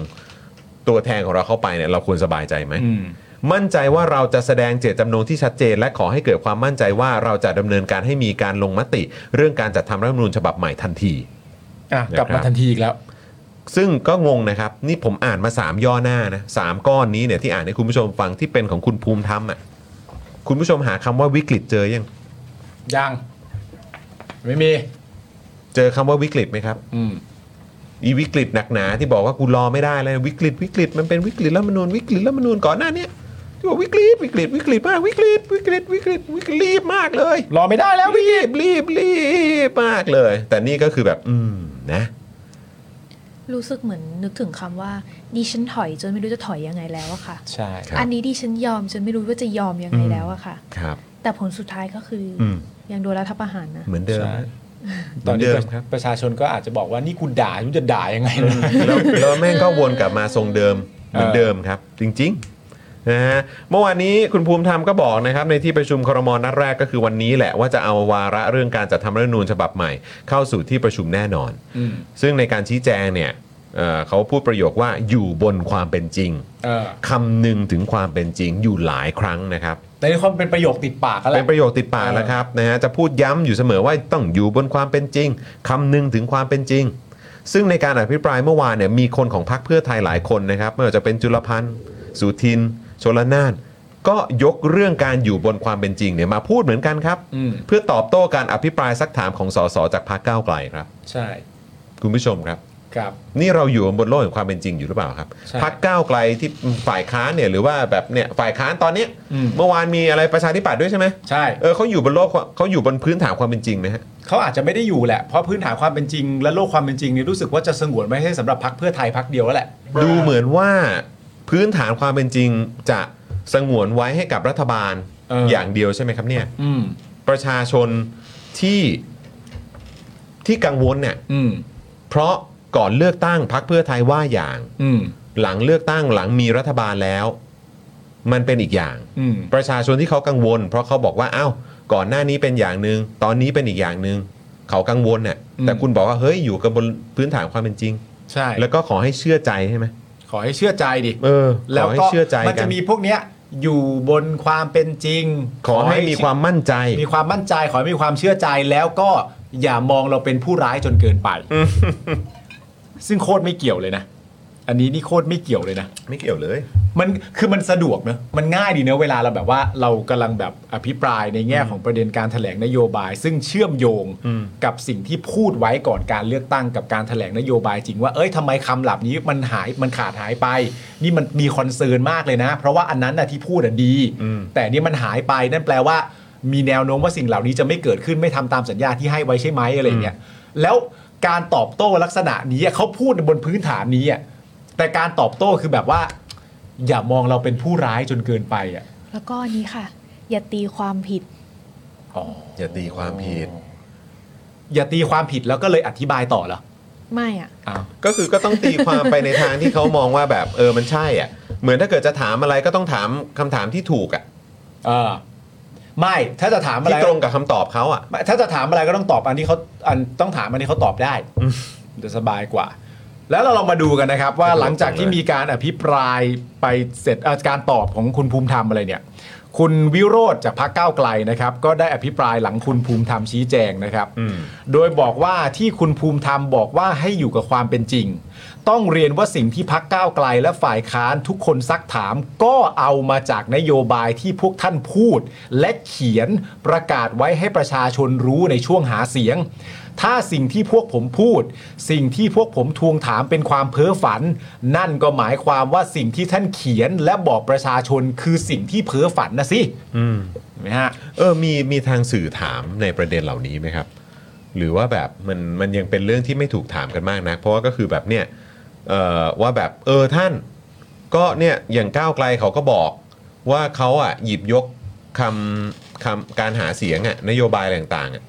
[SPEAKER 1] ตัวแทนของเราเข้าไปเนี่ยเราควรสบายใจไหม มั่นใจว่าเราจะแสดงเจตจำนงที่ชัดเจน และขอให้เกิดความมั่นใจว่าเราจะดำเนินการให้มีการลงมติ เรื่องการจัดทำรัฐธรรมนูญฉบับใหม่ทันที
[SPEAKER 2] กลับมาทันทีอีกแล้ว
[SPEAKER 1] ซึ่งก็งงนะครับ นี่ผมอ่านมา 3 ย่อหน้านะสามก้อนนี้เนี่ยที่อ่านให้คุณผู้ชมฟังที่เป็นของคุณภูมิธรรมอ่ะคุณผู้ชมหาคำว่าวิกฤตเจอยัง
[SPEAKER 2] ยัง ไม่มี
[SPEAKER 1] เจอคำว่าวิกฤตไหมครับ
[SPEAKER 2] อืม
[SPEAKER 1] อีวิกฤตหนักหนาที่บอกว่ากูรอไม่ได้แล้ววิกฤตวิกฤตมันเป็นวิกฤตแล้วมนูนวิกฤตแล้วมนูนก่อนหน้าเนี้ยที่บอกวิกฤตวิกฤตวิกฤตมากวิกฤตวิกฤตวิกฤตวิกฤตรีบมากเลย
[SPEAKER 2] รอไม่ได้แล้ว
[SPEAKER 1] รีบรีบรีบมากเลย แต่นี่ก็คือแบบ อืมนะ
[SPEAKER 17] รู้สึกเหมือนนึกถึงคำว่าดิฉันถอยจนไม่รู้จะถอยยังไงแล้วอะค่ะ
[SPEAKER 1] ใช่ครับ
[SPEAKER 17] อันนี้ดิฉันยอมจนไม่รู้ว่าจะยอมยังไงแล้วอะค่ะ
[SPEAKER 1] ครับ
[SPEAKER 17] แต่ผลสุดท้ายก็คืออ
[SPEAKER 1] ม
[SPEAKER 17] ยังโดนรัฐประหารนะ
[SPEAKER 1] เหมือนเดิมฮะ
[SPEAKER 2] ตอนนี้
[SPEAKER 1] เหมือนเดิมครับ
[SPEAKER 2] ประชาชนก็อาจจะบอกว่านี่กูด่ากูจะด่ายังไงนะ
[SPEAKER 1] แล้วแล้วแม่งก็วนกลับมาทรงเดิมเหมือนเดิมครับ จริงๆนะฮะเมื่อวานนี้คุณภูมิธรรมก็บอกนะครับ ในที่ประชุมครมนัดแรกก็คือวันนี้แหละว่าจะเอาวาระเรื่องการจัดทำรัฐธรรมนูญฉบับใหม่ เข้าสู่ที่ประชุมแน่นอน
[SPEAKER 2] อืม
[SPEAKER 1] ซึ่งในการชี้แจงเนี่ยเอ่อเขาพูดประโยคว่าอยู่บนความเป็นจริง
[SPEAKER 2] เออ
[SPEAKER 1] คำนึงถึงความเป็นจริงอยู่หลายครั้งนะครับ
[SPEAKER 2] แต่ในความเป็นประโยคติดปากอะไร
[SPEAKER 1] เป็นประโยคติดปากแล้วครับนะฮะจะพูดย้ำอยู่เสมอว่าต้องอยู่บนความเป็นจริงคำนึงถึงความเป็นจริง ซึ่งในการอภิปรายเมื่อวานเนี่ยมีคนของพรรคเพื่อไทยหลายคนนะครับไม่ว่าจะเป็นจุลพันธ์สุทิน ชลนาน ก็ยกเรื่องการอยู่บนความเป็นจริงเนี่ยมาพูดเหมือนกันครับ
[SPEAKER 2] อืม
[SPEAKER 1] เพื่อตอบโต้การอภิปรายซักถามของสสจากพรรคก้าวไกลครับ
[SPEAKER 2] ใช่
[SPEAKER 1] คุณผู้ชมครับ
[SPEAKER 2] ครับ
[SPEAKER 1] นี่เราอยู่บนโลกแห่งความเป็นจริงอยู่หรือเปล่าครับ
[SPEAKER 2] ใช่
[SPEAKER 1] พักก้าวไกลที่ฝ่ายค้านเนี่ยหรือว่าแบบเนี่ยฝ่ายค้านตอนเนี้ยเมื่อวานมีอะไรประชาธิปัตย์ด้วยใช่ไหม
[SPEAKER 2] ใช่
[SPEAKER 1] เออเขาอยู่บนโลกเขาอยู่บนพื้นฐานความเป็นจริงไหมฮะ
[SPEAKER 2] เขาอาจจะไม่ได้อยู่แหละ เพราะพื้นฐานความเป็นจริง และโลกความเป็นจริงเนี่ยรู้สึกว่าจะสงวนไว้ให้สำหรับพักเพื่อไทยพักเดียวแล้วแหละ
[SPEAKER 1] ดูเหมือนว่าพื้นฐานความเป็นจริงจะสงวนไว้ให้กับรัฐบาล
[SPEAKER 2] เออ
[SPEAKER 1] อ
[SPEAKER 2] อ
[SPEAKER 1] ย่างเดียวใช่ไหมครับเนี่ย
[SPEAKER 2] อืม
[SPEAKER 1] ประชาชนที่ที่กังวลเนี่ย
[SPEAKER 2] อืม
[SPEAKER 1] เพราะก่อนเลือกตั้งพักเพื่อไทยว่าอย่าง
[SPEAKER 2] อืม
[SPEAKER 1] หลังเลือกตั้งหลังมีรัฐบาลแล้ว มันเป็นอีกอย่าง
[SPEAKER 2] อืม
[SPEAKER 1] ประชาชนที่เขากังวล เพราะเขาบอกว่าอ้าวก่อนหน้านี้เป็นอย่างหนึ่งตอนนี้เป็นอีกอย่างหนึ่งเขากังวลเนี่ยแต่คุณบอกว่าเฮ้ยอยู่กันบนพื้นฐานความเป็นจริง
[SPEAKER 2] ใช่
[SPEAKER 1] แล้วก็ขอให้เชื่อใจใช่ไหม
[SPEAKER 2] ขอให้เชื่อใจดิ
[SPEAKER 1] เออ
[SPEAKER 2] แล้
[SPEAKER 1] ข
[SPEAKER 2] ว
[SPEAKER 1] อให้
[SPEAKER 2] ก็
[SPEAKER 1] เชื่อใจ
[SPEAKER 2] มัน
[SPEAKER 1] กั
[SPEAKER 2] จะ
[SPEAKER 1] น
[SPEAKER 2] มีพวกเนี้ยอยู่บนความเป็นจริง
[SPEAKER 1] ขอให้มีความมั่นใจ
[SPEAKER 2] มีความมั่นใจขอให้มีความเชื่อใจแล้วก็อย่ามองเราเป็นผู้ร้ายจนเกินไป ซึ่งโคตรไม่เกี่ยวเลยนะ อันนี้นี่โคตรไม่เกี่ยวเลยนะ
[SPEAKER 1] ไม่เกี่ยวเลย
[SPEAKER 2] มันคือมันสะดวกเนอะมันง่ายดีเนอะเวลาเราแบบว่าเรากำลังแบบอภิปรายในแง่ของประเด็นการแถลงนโยบาย ซึ่งเชื่อมโยง
[SPEAKER 1] อืม
[SPEAKER 2] กับสิ่งที่พูดไว้ก่อนการเลือกตั้งกับการแถลงนโยบายจริงว่าเอ้ยทำไมคำเหลับนี้มันหายมันขาดหายไป นี่มันมีคอนเซิร์นมากเลยนะ เพราะว่าอันนั้นน่ะที่พูดอ่ะดี แต่นี่มันหายไปนั่นแปลว่า มีแนวโน้มว่าสิ่งเหล่านี้จะไม่เกิดขึ้นไม่ทำตามสัญญาที่ให้ไว้ใช่ไหมอะไรเงี้ยแล้วการตอบโต้ลักษณะนี้อะเขาพูดบนพื้นฐานนี้อะแต่การตอบโต้คือแบบว่า อย่ามองเราเป็นผู้ร้ายจนเกินไปอ่ะ
[SPEAKER 17] แล้วก็อันนี้ค่ะ อย่าตีความผิด
[SPEAKER 1] อย่าตีความผิด
[SPEAKER 2] อย่าตีความผิดแล้วก็เลยอธิบายต่อเหรอ
[SPEAKER 17] ไม่อ่ะ
[SPEAKER 2] อ้าว
[SPEAKER 1] ก็คือก็ต้องตีความไปในทางที่เขามองว่าแบบเออมันใช่อ่ะ เหมือนถ้าเกิดจะถามอะไรก็ต้องถามคำถามที่ถูกอ่ะ
[SPEAKER 2] เออไม่ถ้าจะถามอะไร
[SPEAKER 1] ที่ตรงกับคำตอบเขาอ่ะ
[SPEAKER 2] ไม่ถ้าจะถามอะไรก็ต้องตอบอันที่เขาอันต้องถามอันที่เขาตอบได้จะสบายกว่า แล้วเราลองมาดูกันนะครับ ว่าหลังจากที่มีการอภิปรายไปเสร็จเอ่อการตอบของคุณภูมิธรรมอะไรเนี่ย คุณวิโรธจากพรรคก้าวไกลนะครับ ก็ได้อภิปรายหลังคุณภูมิธรรมชี้แจงนะครับ โดยบอกว่าที่คุณภูมิธรรมบอกว่าให้อยู่กับความเป็นจริง ต้องเรียนว่าสิ่งที่พักก้าวไกลและฝ่ายค้านทุกคนซักถาม ก็เอามาจากนโยบายที่พวกท่านพูด และเขียนประกาศไว้ให้ประชาชนรู้ในช่วงหาเสียง ถ้าสิ่งที่พวกผมพูด สิ่งที่พวกผมทวงถามเป็นความเพ้อฝัน นั่นก็หมายความว่าสิ่งที่ท่านเขียนและบอกประชาชนคือสิ่งที่เพ้อฝันนะสิ
[SPEAKER 1] อืม
[SPEAKER 2] นะฮะ
[SPEAKER 1] เออมีมีทางสื่อถามในประเด็นเหล่านี้ไหมครับ หรือว่าแบบมันมันยังเป็นเรื่องที่ไม่ถูกถามกันมากนะ เพราะว่าก็คือแบบเนี่ยเอ่อว่าแบบเออท่าน ก็เนี่ยอย่างก้าวไกลเขาก็บอกว่าเขาอ่ะหยิบยกคำคำการหาเสียงอ่ะนโยบายอะไรต่างๆอะ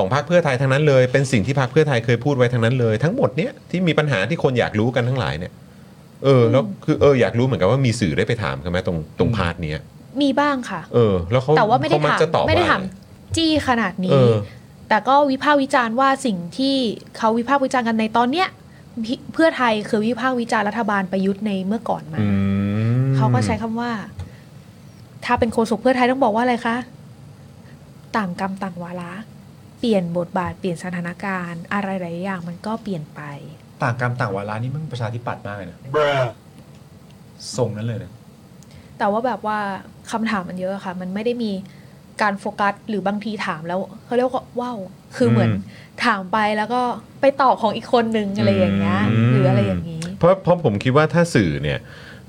[SPEAKER 1] ของพรรคเพื่อไทยทั้งนั้นเลย เป็นสิ่งที่พรรคเพื่อไทยเคยพูดไว้ทั้งนั้นเลย ทั้งหมดเนี่ยที่มีปัญหาที่คนอยากรู้กันทั้งหลายเนี่ย เออแล้วคือเอออยากรู้เหมือนกันว่ามีสื่อได้ไปถามกันไหมตรงตรงพาร์ทเนี้ย
[SPEAKER 17] มีบ้างค่ะ
[SPEAKER 1] เออแล้วเขา
[SPEAKER 17] แต่ว่าไม่ได้
[SPEAKER 1] เขก
[SPEAKER 17] ถาม
[SPEAKER 1] จะตอบ
[SPEAKER 17] ไม่ได้
[SPEAKER 1] ว่
[SPEAKER 17] ถามจี้ขนาด
[SPEAKER 1] เอ
[SPEAKER 17] นี้
[SPEAKER 1] อ
[SPEAKER 17] แต่ก็วิพากษ์วิจารณ์ว่าสิ่งที่เขาวิพากษ์วิจารณ์กันในตอนเนี้ยพิเพื่อไทยคือวิพากษ์วิจารณ์รัฐบาลประยุทธ์ในเมื่อก่อนมา เขาก็ใช้คำว่า ถ้าเป็นโฆษกเพื่อไทยต้องบอกว่าอะไรคะ ต่างกรรมต่างวาระ เปลี่ยนบทบาทเปลี่ยนสถานการณ์ อะไรหลายอย่างมันก็เปลี่ยนไป
[SPEAKER 2] ต่างกรรมต่างวาระนี่มันประชาธิปัตย์มากเลยนะทรงนั้นเลยนะ
[SPEAKER 17] แต่ว่าแบบว่าคำถามมันเยอะค่ะ มันไม่ได้มีการโฟกัสหรือบางทีถามแล้วเขาเรียกว่าว้าวคือเหมือน ถามไปแล้วก็ไปตอบของอีกคนนึงอะไรอย่างเงี้ย
[SPEAKER 1] อืม
[SPEAKER 17] หรืออะไรอย่างนี้
[SPEAKER 1] เพราะเพราะผมคิดว่าถ้าสื่อเนี่ย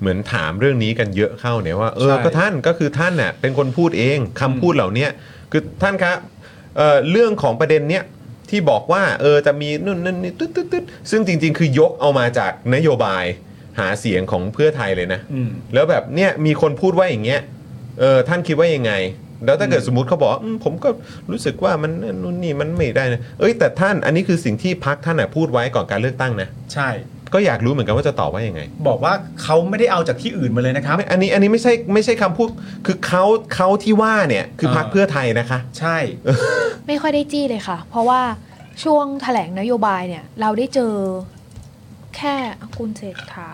[SPEAKER 1] เหมือนถามเรื่องนี้กันเยอะเข้าเนี่ยว่าเออ
[SPEAKER 2] ใช่
[SPEAKER 1] ก็ท่านก็คือท่านเนี่ยเป็นคนพูดเองคำพูดเหล่าเนี้ยคือท่านครับเอ่อเรื่องของประเด็นเนี้ยที่บอกว่าเออจะมีนู่นนั่นนี่ตึ๊ดตึ๊ดตึ๊ดซึ่งจริง ๆ คือยกเอามาจากนโยบายหาเสียงของเพื่อไทยเลยนะ
[SPEAKER 2] อืม
[SPEAKER 1] แล้วแบบเนี่ยมีคนพูดว่าอย่างเงี้ยเออท่านคิดว่ายังไง แล้วถ้าเกิดสมมติเขาบอกอืมผมก็รู้สึกว่ามันนู่นนี่มันไม่ได้นะเอ้ยแต่ท่านอันนี้คือสิ่งที่พักท่านน่ะพูดไว้ก่อนการเลือกตั้งนะ
[SPEAKER 2] ใช่
[SPEAKER 1] ก็อยากรู้เหมือนกันว่าจะตอบว่ายังไง
[SPEAKER 2] บอกว่าเขาไม่ได้เอาจากที่อื่นมาเลยนะครับ
[SPEAKER 1] อันนี้อันนี้ไม่ใช่ไม่ใช่คำพูดคือเขาเขาที่ว่าเนี่ยคือพักเพื่อไทยนะคะ
[SPEAKER 2] ใช่
[SPEAKER 17] ไม่ค่อยได้จี้เลยค่ะ เพราะว่าช่วงแถลงนโยบายเนี่ย เราได้เจอแค่คุณเศรษฐา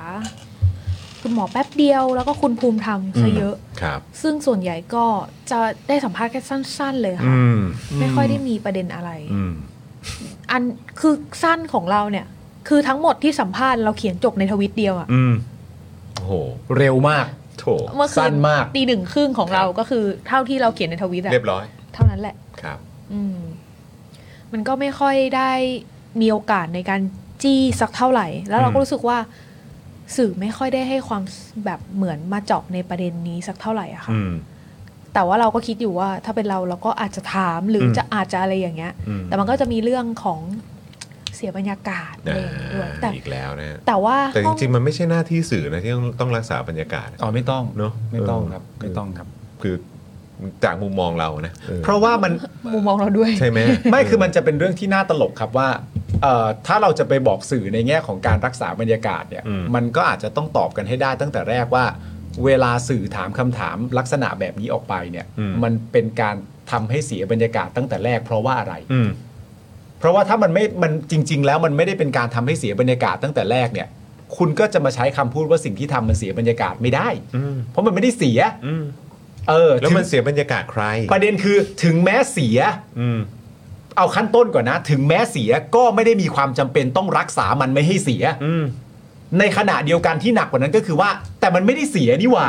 [SPEAKER 17] คุณหมอแป๊บเดียว แล้วก็คุณภูมิธรรมซะเยอะ
[SPEAKER 1] ครับ
[SPEAKER 17] ซึ่งส่วนใหญ่ก็จะได้สัมภาษณ์แค่สั้น ๆ เลยค่ะ
[SPEAKER 1] อืม
[SPEAKER 17] ไม่ค่อยได้มีประเด็นอะไร
[SPEAKER 1] อืม
[SPEAKER 17] อันคือสั้นของเราเนี่ย คือทั้งหมดที่สัมภาษณ์เราเขียนจบในทวิตเดียวอะ
[SPEAKER 1] อืมโอ้โห
[SPEAKER 2] เร็วมาก
[SPEAKER 1] โถ
[SPEAKER 17] เมื่อคืนตีหนึ่งครึ่งของเราก็คือเท่าที่เราเขียนในทวิตอะ
[SPEAKER 1] เรียบร้อย
[SPEAKER 17] เท่านั้นแหละ
[SPEAKER 1] ครับ
[SPEAKER 17] อืมมันก็ไม่ค่อยได้มีโอกาสในการจี้สักเท่าไหร่ แล้วเรา
[SPEAKER 1] อื
[SPEAKER 17] ก็
[SPEAKER 1] ม
[SPEAKER 17] รู้สึกว่าสื่อไม่ค่อยได้ให้ความแบบเหมือนมาเจาะในประเด็นนี้สักเท่าไหร่อะค่ะ
[SPEAKER 1] อืม
[SPEAKER 17] แต่ว่าเราก็คิดอยู่ว่าถ้าเป็นเราเราก็อาจจะถามหรืออ
[SPEAKER 1] ม
[SPEAKER 17] จะอาจจะอะไรอย่างเงี้ย
[SPEAKER 1] อืม
[SPEAKER 17] แต่มันก็จะมีเรื่องของเสียบรรยากาศ
[SPEAKER 1] อ่า
[SPEAKER 17] ด้วยแต่
[SPEAKER 1] อีกแล้วนะฮะ
[SPEAKER 17] แต่ว่า
[SPEAKER 1] แต่จ
[SPEAKER 17] ห้อง
[SPEAKER 1] ริงๆมันไม่ใช่หน้าที่สื่อนะที่ต้องต้องรักษาบรรยากาศ
[SPEAKER 2] อ๋อไม่ต้อง
[SPEAKER 1] เนาะ
[SPEAKER 2] ไม่ต้องครับไม่ต้องครับ
[SPEAKER 1] คือจากมุมมองเรานะออ
[SPEAKER 2] เพราะว่ามัน
[SPEAKER 17] มุมมองเราด้วย
[SPEAKER 1] ใช่ไหม
[SPEAKER 2] ไม่คือมันจะเป็นเรื่องที่น่าตลกครับว่าเอ่อถ้าเราจะไปบอกสื่อในแง่ของการรักษาบรรยากาศเนี่ย มันก็อาจจะต้องตอบกันให้ได้ตั้งแต่แรกว่า เวลาสื่อถามคำถามลักษณะแบบนี้ออกไปเนี่ย
[SPEAKER 1] อืม
[SPEAKER 2] นเป็นการทำให้เสียบรรยากาศตั้งแต่แรกเพราะว่าอะไร
[SPEAKER 1] อืม
[SPEAKER 2] เพราะว่าถ้ามันไม่ มันจริง ๆ แล้วมันไม่ได้เป็นการทำให้เสียบรรยากาศตั้งแต่แรกเนี่ย คุณก็จะมาใช้คำพูดว่าสิ่งที่ทำมันเสียบรรยากาศไม่ได้
[SPEAKER 1] อืม
[SPEAKER 2] เพราะมันไม่ได้เสีย เออ
[SPEAKER 1] แล้วมัน
[SPEAKER 2] ถึง
[SPEAKER 1] เสียบรรยากาศใคร
[SPEAKER 2] ประเด็นคือถึงแม้เสีย
[SPEAKER 1] อืม
[SPEAKER 2] เอาขั้นต้นก่อนนะ ถึงแม้เสียก็ไม่ได้มีความจำเป็นต้องรักษามันไม่ให้เสียในขณะเดียวกันที่หนักกว่านั้นก็คือว่า แต่มันไม่ได้เสียนี่หว่า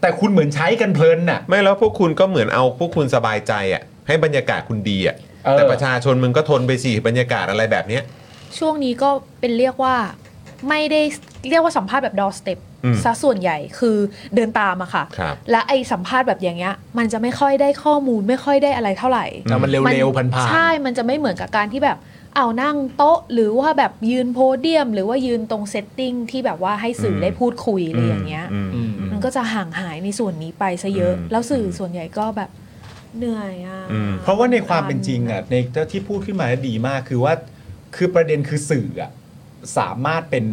[SPEAKER 2] แต่คุณเหมือนใช้กันเพลินน่ะ
[SPEAKER 1] ไม่แล้วพวกคุณก็เหมือนเอาพวกคุณสบายใจอะ่ะ ให้บรรยากาศคุณดีอะ่ะ แต่ประชาชนมึงก็ทนไปสิบรรยากาศอะไรแบบเนี้ย
[SPEAKER 17] ช่วงนี้ก็เป็นเรียกว่าไม่ได้เรียกว่าสัมภาษณ์แบบดอสเต็ป
[SPEAKER 1] อืม
[SPEAKER 17] ซะส่วนใหญ่คือเดินตามอะค่ะ
[SPEAKER 1] ครับ
[SPEAKER 17] และไอสัมภาษณ์แบบอย่างเงี้ย มันจะไม่ค่อยได้ข้อมูลไม่ค่อยได้อะไรเท่าไหร่
[SPEAKER 2] แต่มันเร็วๆผ่านๆ
[SPEAKER 17] ใช่ มันจะไม่เหมือนกับการที่แบบ เอานั่งโต๊ะ หรือว่าแบบยืนโพเดียม หรือว่ายืนตรงเซตติ้งที่แบบว่าให้สื่ออ
[SPEAKER 1] ม
[SPEAKER 17] ได้พูดคุยอะไรอย่างเงี้ย
[SPEAKER 1] อืม
[SPEAKER 17] มันก็จะห่างหายในส่วนนี้ไปซะเยอะ
[SPEAKER 1] อืม
[SPEAKER 17] แล้วสื่อส่วนใหญ่ก็แบบเหนื่อยอ่ะ
[SPEAKER 2] เพราะว่าในความเป็นจริงอ่ะในที่พูดขึ้นมาดีมากคือว่า คือประเด็นคือสื่ออ่ะสามารถเป็น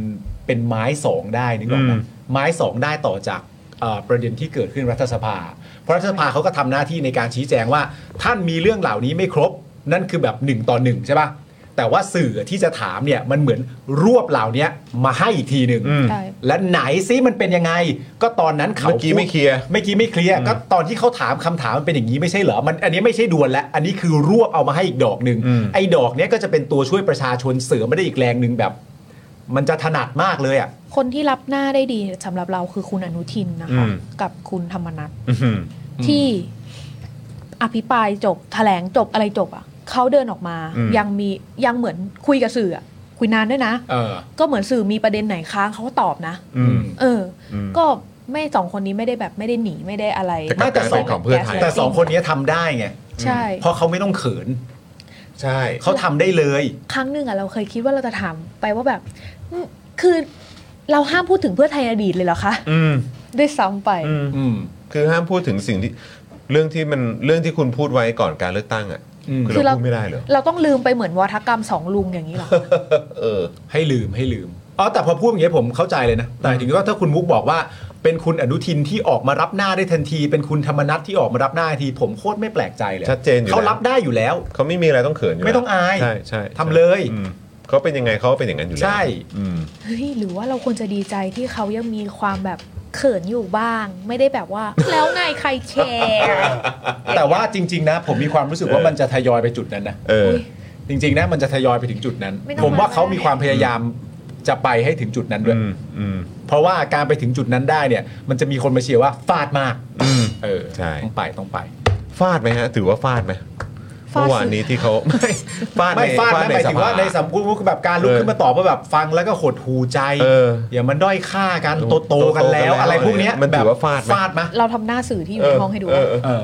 [SPEAKER 2] เป็นไม้สองได้นึกออกไหม
[SPEAKER 1] อืม
[SPEAKER 2] ไม้สองได้ต่อจากเอ่อประเด็นที่เกิดขึ้นรัฐสภา เพราะรัฐสภาเขาก็ทำหน้าที่ในการชี้แจงว่า ท่านมีเรื่องเหล่านี้ไม่ครบ นั่นคือแบบหนึ่งต่อหนึ่งใช่ป่ะแต่ว่าสื่อที่จะถามเนี่ยมันเหมือนรวบเหล่านี้มาให้อีกทีหนึ่ง
[SPEAKER 17] ใช่
[SPEAKER 2] และไหนซิมันเป็นยังไง ก็ตอนนั้นเขา
[SPEAKER 1] เมื่อกี้ไม่เคลียร์
[SPEAKER 2] เมื่อกี้ไม่เคลียร์ก็ตอนที่เขาถามคำถามมันเป็นอย่างนี้ไม่ใช่เหรอมันอันนี้ไม่ใช่ดวนแล้ว อันนี้คือรวบเอามาให้อีกดอกหนึ่งไอ้ดอกเนี้ยก็จะเป็นตัวช่วยประชาชนเสริมไม่ได้อีกแรงหนึ่งแบบ มันจะถนัดมากเลยอ่ะ
[SPEAKER 17] คนที่รับหน้าได้ดีสำหรับเราคือคุณอนุทินนะคะ
[SPEAKER 2] อืม
[SPEAKER 17] กับคุณธรรมนัท
[SPEAKER 2] อื้อหือ
[SPEAKER 17] ที่อภิปรายจบแถลงจบอะไรจบอ่ะเขาเดินออกมา
[SPEAKER 2] อืม
[SPEAKER 17] ยังมียังเหมือนคุยกับสื่ออะคุยนานด้วยนะ
[SPEAKER 2] เออ
[SPEAKER 17] ก็เหมือนสื่อมีประเด็นไหนค้างเขาก็ตอบนะ
[SPEAKER 2] อืม
[SPEAKER 17] เอออ
[SPEAKER 2] ม
[SPEAKER 17] ก็ไม่สองคนนี้ไม่ได้แบบไม่ได้หนีไม่ได้อะไร
[SPEAKER 2] ไม่แต่สองแต่สองคนนี้ทำได้ไง
[SPEAKER 17] ใช่
[SPEAKER 2] เพราะเขาไม่ต้องเขิน
[SPEAKER 1] ใช่
[SPEAKER 2] เขาทำได้เลย
[SPEAKER 17] ครั้งหนึ่งอะเราเคยคิดว่าเราจะถามไปว่าแบบอืมคือเราห้ามพูดถึงเพื่อไทยอดีตเลยเหรอคะ
[SPEAKER 1] อืม
[SPEAKER 17] ด้วยซ้ำไป
[SPEAKER 1] อืมคือห้ามพูดถึงสิ่งที่เรื่องที่มันเรื่องที่คุณพูดไว้ก่อนการเลือกตั้งอ่ะคือ
[SPEAKER 17] คือเรา
[SPEAKER 1] เราพูดไม่ได้เหรอ
[SPEAKER 17] เราต้องลืมไปเหมือนวัฒกรรมสองลุงอย่างนี้เหรอ
[SPEAKER 1] เออ
[SPEAKER 2] ให้ลืมให้ลืมอ๋อแต่พอพูดอย่างเงี้ยผมเข้าใจเลยนะ แต่ถึงว่าถ้าคุณมุกบอกว่า เป็นคุณอนุทินที่ออกมารับหน้าได้ทันที เป็นคุณธรรมนัทที่ออกมารับหน้าทันที ผมโคตรไม่แปลกใจเลย
[SPEAKER 1] ชัดเจนอยู่แล้ว
[SPEAKER 2] เขารับได้อยู่แล้ว
[SPEAKER 1] เขาไม่มีอะไรต้องเขินอยู่แล้ว
[SPEAKER 2] ไม่ต้องอาย
[SPEAKER 1] ใช่ใช่
[SPEAKER 2] ทำเลย
[SPEAKER 1] อืมเขาเป็นยังไงเขาก็เป็นอย่างนั้นอยู่แล้ว
[SPEAKER 2] ใช่
[SPEAKER 1] อืม
[SPEAKER 17] เฮ้ยหรือว่าเราควรจะดีใจที่เขายังมีความแบบเขินอยู่บ้าง ไม่ได้แบบว่า แล้วไงใครแคร์
[SPEAKER 2] แต่ว่าจริง ๆ นะ ผมมีความรู้สึกว่ามันจะทยอยไปจุดนั้นนะจริง ๆ นะมันจะทยอยไปถึงจุดนั้น
[SPEAKER 1] ไม่ต้อง
[SPEAKER 2] ผมว่าเขามีความพยายามจะไปให้ถึงจุดนั้นด้วย
[SPEAKER 1] อืม
[SPEAKER 2] เพราะว่าการไปถึงจุดนั้นได้เนี่ย มันจะมีคนมาเชียร์ว่าฟาดมาก
[SPEAKER 1] อืม
[SPEAKER 2] เออ
[SPEAKER 1] ใช่
[SPEAKER 2] ต้องไปต้องไป
[SPEAKER 1] ฟาดไหมฮะ ถือว่าฟาดไหมเมื่อวานนี้ที่เขา ฟาด
[SPEAKER 2] ไม่
[SPEAKER 1] ใน
[SPEAKER 2] ฟาด
[SPEAKER 1] ฟาด
[SPEAKER 2] นะ
[SPEAKER 1] ใน
[SPEAKER 2] หมายถึง
[SPEAKER 1] สภา
[SPEAKER 2] ว่าในสัมพูดแบบการลุกขึ้นมาตอบว่าแบบฟังแล้วก็หดหูใจอย่ามันด้อยค่ากันโตโตๆกันแล้ว
[SPEAKER 1] โตๆกันแล้ว
[SPEAKER 2] อะไรพวกเนี้ย
[SPEAKER 1] มันถือว่าฟาดไหม
[SPEAKER 2] ฟาดมะ
[SPEAKER 17] เราทำหน้าสื่อที่อยู่ในห้องให้ดู
[SPEAKER 2] เออ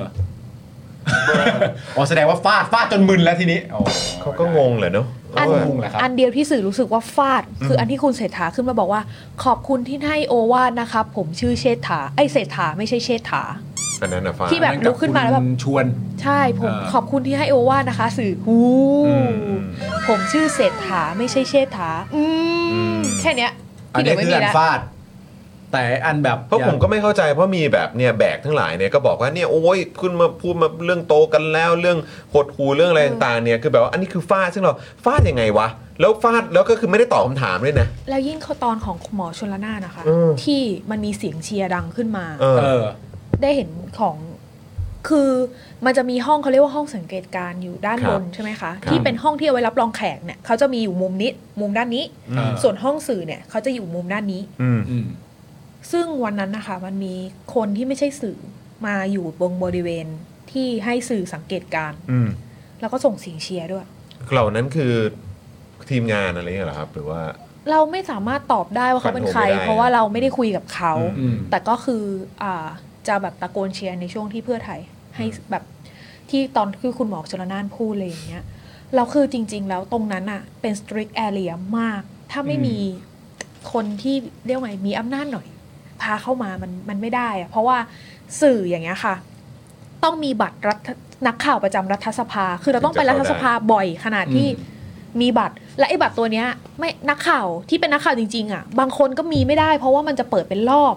[SPEAKER 2] อ๋อแสดงว่าฟาดฟาดจนมึนแล้วทีนี้
[SPEAKER 1] เขาก็งงเหรอเนาะ
[SPEAKER 17] อัน
[SPEAKER 1] เขาก็
[SPEAKER 2] งงแหละครับ
[SPEAKER 17] อันเดียวที่สื่อรู้สึกว่าฟาด
[SPEAKER 1] อืม
[SPEAKER 17] คืออันที่คุณเศรษฐาขึ้นมาบอกว่า ขอบคุณที่ให้โอวาทนะครับผมชื่อเชษฐาไอยเศรษฐาไม่ใช่เชษฐา
[SPEAKER 1] อันนั้นนะฟาด
[SPEAKER 17] ที่แบบลุกขึ้นมาแล้วแบบ
[SPEAKER 2] ชวน
[SPEAKER 17] ใช่ผม
[SPEAKER 1] เออ
[SPEAKER 17] ขอบคุณที่ให้โอวาทนะคะ สื่อหูผมชื่อเศรษฐาไม่ใช่เชษฐาอืมแค่เนี้ย
[SPEAKER 2] อัน
[SPEAKER 17] ที่เห
[SPEAKER 2] นี้
[SPEAKER 17] ลือไม่
[SPEAKER 2] คือ
[SPEAKER 17] มี
[SPEAKER 2] อัน
[SPEAKER 17] แล้ว
[SPEAKER 2] ฟาด แต่อันแบบ
[SPEAKER 1] เพราะผมก็ไม่เข้าใจเพราะมีแบบเนี่ยแบกทั้งหลายเนี่ยก็บอกว่าเนี่ยโอ้ยขึ้นมาพูดมาเรื่องโตกันแล้วเรื่องหดหูเรื่องอะไรต่างๆเนี่ยคือแบบว่าอันนี้คือฟาดซึ่งเราฟาดยังไงวะ แล้วฟาดแล้วก็คือไม่ได้ตอบคำถามด้วยนะ
[SPEAKER 17] แล้วยิ่งเขาตอนของหมอชนละนานนะคะ
[SPEAKER 1] อืม
[SPEAKER 17] ที่มันมีเสียงเชียร์ดังขึ้นมา
[SPEAKER 1] เอ
[SPEAKER 2] อ
[SPEAKER 17] ได้เห็นของคือมันจะมีห้องเขาเรียกว่าห้องสังเกตการณ์อยู่ด้าน
[SPEAKER 5] ครับ บ
[SPEAKER 17] นใช่ไหมคะ
[SPEAKER 5] ครับ
[SPEAKER 17] ที่เป็นห้องที่เอาไว้รับรองแขกเนี่ยเขาจะมีอยู่มุมนี้ มุมด้านนี้
[SPEAKER 5] อืม
[SPEAKER 17] ส่วนห้องสื่อเนี่ยเขาจะอยู่มุมด้านนี้
[SPEAKER 1] อืม
[SPEAKER 17] ซึ่งวันนั้นนะคะ มันมีคนที่ไม่ใช่สื่อมาอยู่บงบริเวณที่ให้สื่อสังเกตการณ์
[SPEAKER 1] อืม
[SPEAKER 17] แล้วก็ส่งเสียงเชียร์ด้วย
[SPEAKER 1] เหล่านั้นคือทีมงานอะไรเงี้ยเหรอครับ หรือว่า
[SPEAKER 17] เราไม่สามารถตอบได้ว่าเขาเป็นใคร
[SPEAKER 1] ฟันธงไม่ได้
[SPEAKER 17] เพราะว่าเราไม่ได้คุยกับเขา
[SPEAKER 1] อืม
[SPEAKER 17] แต่ก็คืออ่าจะแบบตะโกนเชียร์ในช่วงที่เพื่อไทย ให้แบบที่ตอนคือคุณหมอชลนานพูดเลยอย่างเงี้ยเราคือจริง ๆ แล้วตรงนั้นอ่ะ เป็น strict area มาก ถ้าไม่
[SPEAKER 5] อืม
[SPEAKER 17] มีคนที่เรียกว่าไงมีอำนาจหน่อย พาเข้ามามันมันไม่ได้อะเพราะว่าสื่ออย่างเงี้ยค่ะ ต้องมีบัตรรัฐนักข่าวประจำรัฐสภา คือเราต้องไปรัฐสภาบ่อยขนาดที่ มีบัตรและไอ้บัตรตัวเนี้ยไม่นักข่าวที่เป็นนักข่าวจริงๆอ่ะบางคนก็มีไม่ได้เพราะว่ามันจะเปิดเป็นรอบ